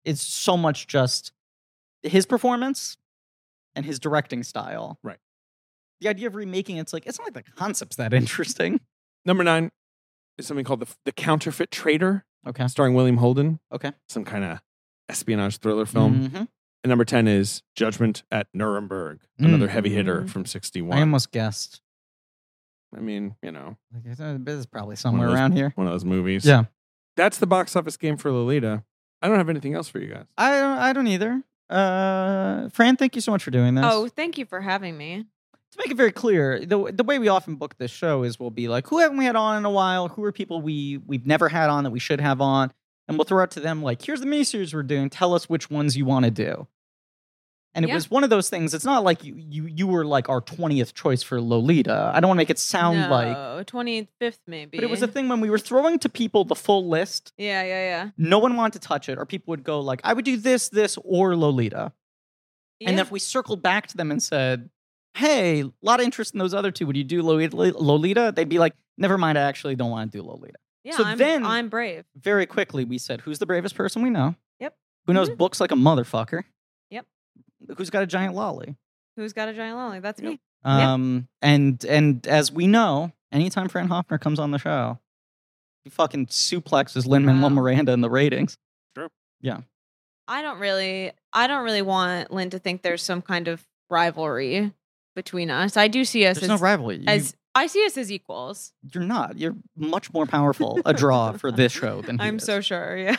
Speaker 1: is so much just his performance and his directing style.
Speaker 2: Right.
Speaker 1: The idea of remaking it's like it's not like the concept's that interesting.
Speaker 2: Number nine is something called the the Counterfeit Trader.
Speaker 1: Okay.
Speaker 2: starring William Holden.
Speaker 1: Okay.
Speaker 2: Some kind of espionage thriller film.
Speaker 1: Mhm.
Speaker 2: And number 10 is Judgment at Nuremberg,
Speaker 1: Mm.
Speaker 2: another heavy hitter
Speaker 3: Mm.
Speaker 2: from 61.
Speaker 1: I almost guessed.
Speaker 2: I mean, you know,
Speaker 1: Like it's- uh, this is probably somewhere
Speaker 2: those-
Speaker 1: around here.
Speaker 2: one of those movies.
Speaker 1: Yeah.
Speaker 2: That's the box office game for Lolita. I don't have anything else for you guys.
Speaker 1: I don't I don't either. Uh Fran, thank you so much for doing this.
Speaker 3: oh, thank you for having me.
Speaker 1: to make it very clear, the the way we often book this show is we'll be like, who haven't we had on in a while? Who are people we we've never had on that we should have on? And we'll throw out to them like, here's the miniseries we're doing. Tell us which ones you want to do. And it
Speaker 3: Yeah.
Speaker 1: was one of those things. It's not like you you you were like our twentieth choice for Lolita. I don't want to make it sound like,
Speaker 3: twenty fifth maybe.
Speaker 1: but it was a thing when we were throwing to people the full list.
Speaker 3: Yeah, yeah,
Speaker 1: No one wanted to touch it, or people would go like, I would do this, this, or Lolita.
Speaker 3: yeah.
Speaker 1: And
Speaker 3: yeah.
Speaker 1: then if we circled back to them and said, "Hey, a lot of interest in those other two. Would you do Lolita?" Lolita? They'd be like, "Never mind. I actually don't want to do Lolita."
Speaker 3: yeah,
Speaker 1: so
Speaker 3: I'm,
Speaker 1: then-
Speaker 3: I'm brave.
Speaker 1: Very quickly, we said, "Who's the bravest person we know?"
Speaker 3: Yep. Mm-hmm.
Speaker 1: Who knows books like a motherfucker?
Speaker 3: Yep.
Speaker 1: Who's got a giant lolly?
Speaker 3: Who's got a giant lolly? That's
Speaker 2: Yep.
Speaker 3: me. Yeah.
Speaker 1: Um. And and as we know, anytime Fran Hoffner comes on the show, he fucking suplexes Lin Manuel
Speaker 3: Wow.
Speaker 1: Miranda in the ratings.
Speaker 3: I don't really I don't really want Lynn to think there's some kind of rivalry between us. I do see us
Speaker 1: There's
Speaker 3: as,
Speaker 1: no rivalry. You,
Speaker 3: as I see us as equals.
Speaker 1: you're not. You're much more powerful a draw for this show than he
Speaker 3: I'm
Speaker 1: is.
Speaker 3: so sure. Yeah.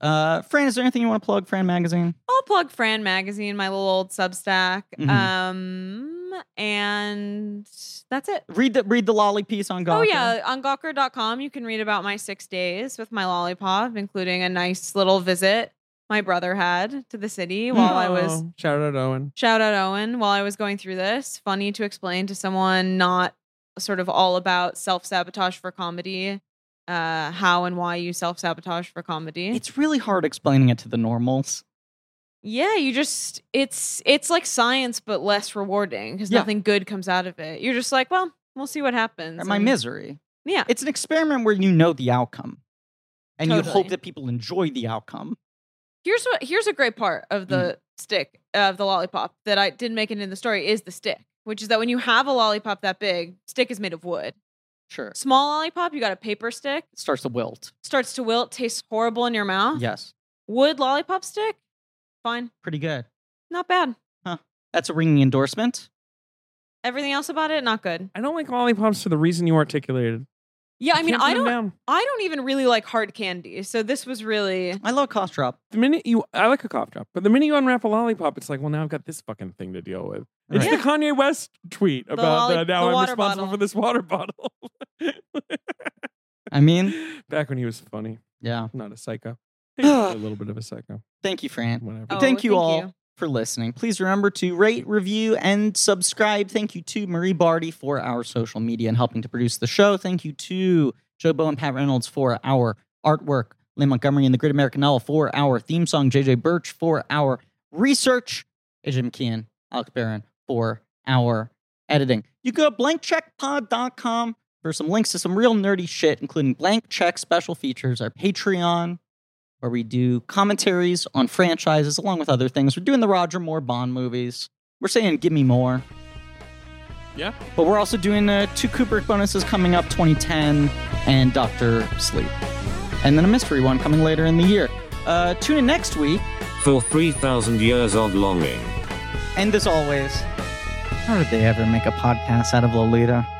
Speaker 1: Uh, Fran, is there anything you want to plug? Fran magazine.
Speaker 3: I'll plug Fran magazine, my little old Substack.
Speaker 1: Mhm.
Speaker 3: Um and that's it.
Speaker 1: Read the read the lolly piece on Gawker.
Speaker 3: Oh yeah, on gawker.com you can read about my 6 days with my lollipop including a nice little visit my brother had to the city while I was
Speaker 2: Oh, Shout out Owen.
Speaker 3: Shout out Owen while I was going through this. Funny to explain to someone not sort of all about self sabotage for comedy, uh, how and why you self sabotage for comedy.
Speaker 1: It's really hard explaining it to the normals.
Speaker 3: yeah, you just it's it's like science but less rewarding because
Speaker 1: Yeah.
Speaker 3: nothing good comes out of it. You're just like, well, we'll see what happens.
Speaker 1: Or my
Speaker 3: and-
Speaker 1: misery.
Speaker 3: Yeah,
Speaker 1: It's an experiment where you know the outcome. And you hope
Speaker 3: Totally.
Speaker 1: that people enjoy the outcome.
Speaker 3: here's what here's a great part of
Speaker 1: Mm.
Speaker 3: the stick of the lollipop that I didn't make it in the story is the stick, which is that when you have a lollipop that big, stick is made of wood.
Speaker 1: Sure.
Speaker 3: Small lollipop, you got a paper stick.
Speaker 1: It starts to wilt.
Speaker 3: starts to wilt, tastes horrible in your mouth.
Speaker 1: Yes.
Speaker 3: Wood lollipop stick, fine,
Speaker 1: Pretty good.
Speaker 3: not bad.
Speaker 1: That's a ringing endorsement.
Speaker 3: Everything else about it, not good.
Speaker 2: I don't like lollipops for the reason you articulated.
Speaker 3: Yeah, I mean,
Speaker 2: can't put
Speaker 3: I
Speaker 2: 'em
Speaker 3: don't,
Speaker 2: down.
Speaker 3: I don't even really like hard candy, so this was really
Speaker 1: I love cough drop.
Speaker 2: The minute you, I like a cough drop, but the minute you unwrap a lollipop, it's like, well, now I've got this fucking thing to deal with. It's
Speaker 1: Right.
Speaker 2: the Kanye West tweet about
Speaker 3: lolli-
Speaker 2: uh, now
Speaker 3: the
Speaker 2: I'm
Speaker 3: water
Speaker 2: responsible
Speaker 3: bottle.
Speaker 2: for this water bottle.
Speaker 1: I mean,
Speaker 2: Back when he was funny,
Speaker 1: yeah.
Speaker 2: not a psycho. He was a little bit of a psycho.
Speaker 1: Thank you, Fran.
Speaker 3: oh,
Speaker 2: Whatever.
Speaker 1: thank you all for listening. Please remember to rate, review, and subscribe. Thank you to Marie Barty for our social media and helping to produce the show. Thank you to Joe Bow and Pat Reynolds for our artwork. Lynn Montgomery and the Great American Novel for our theme song. JJ Birch for our research. AJ McKeon, Alex Barron for our editing. You go to blankcheckpod.com for some links to some real nerdy shit, including blank check special features, our Patreon, where we do commentaries on franchises along with other things. We're doing the Roger Moore Bond movies. We're saying, give me more.
Speaker 2: Yeah.
Speaker 1: But we're also doing uh, two Kubrick bonuses coming up 2010 and Dr. Sleep. And then a mystery one coming later in the year. Uh, tune in next week.
Speaker 5: For 3,000 years of longing.
Speaker 1: And as always, how did they ever make a podcast out of Lolita?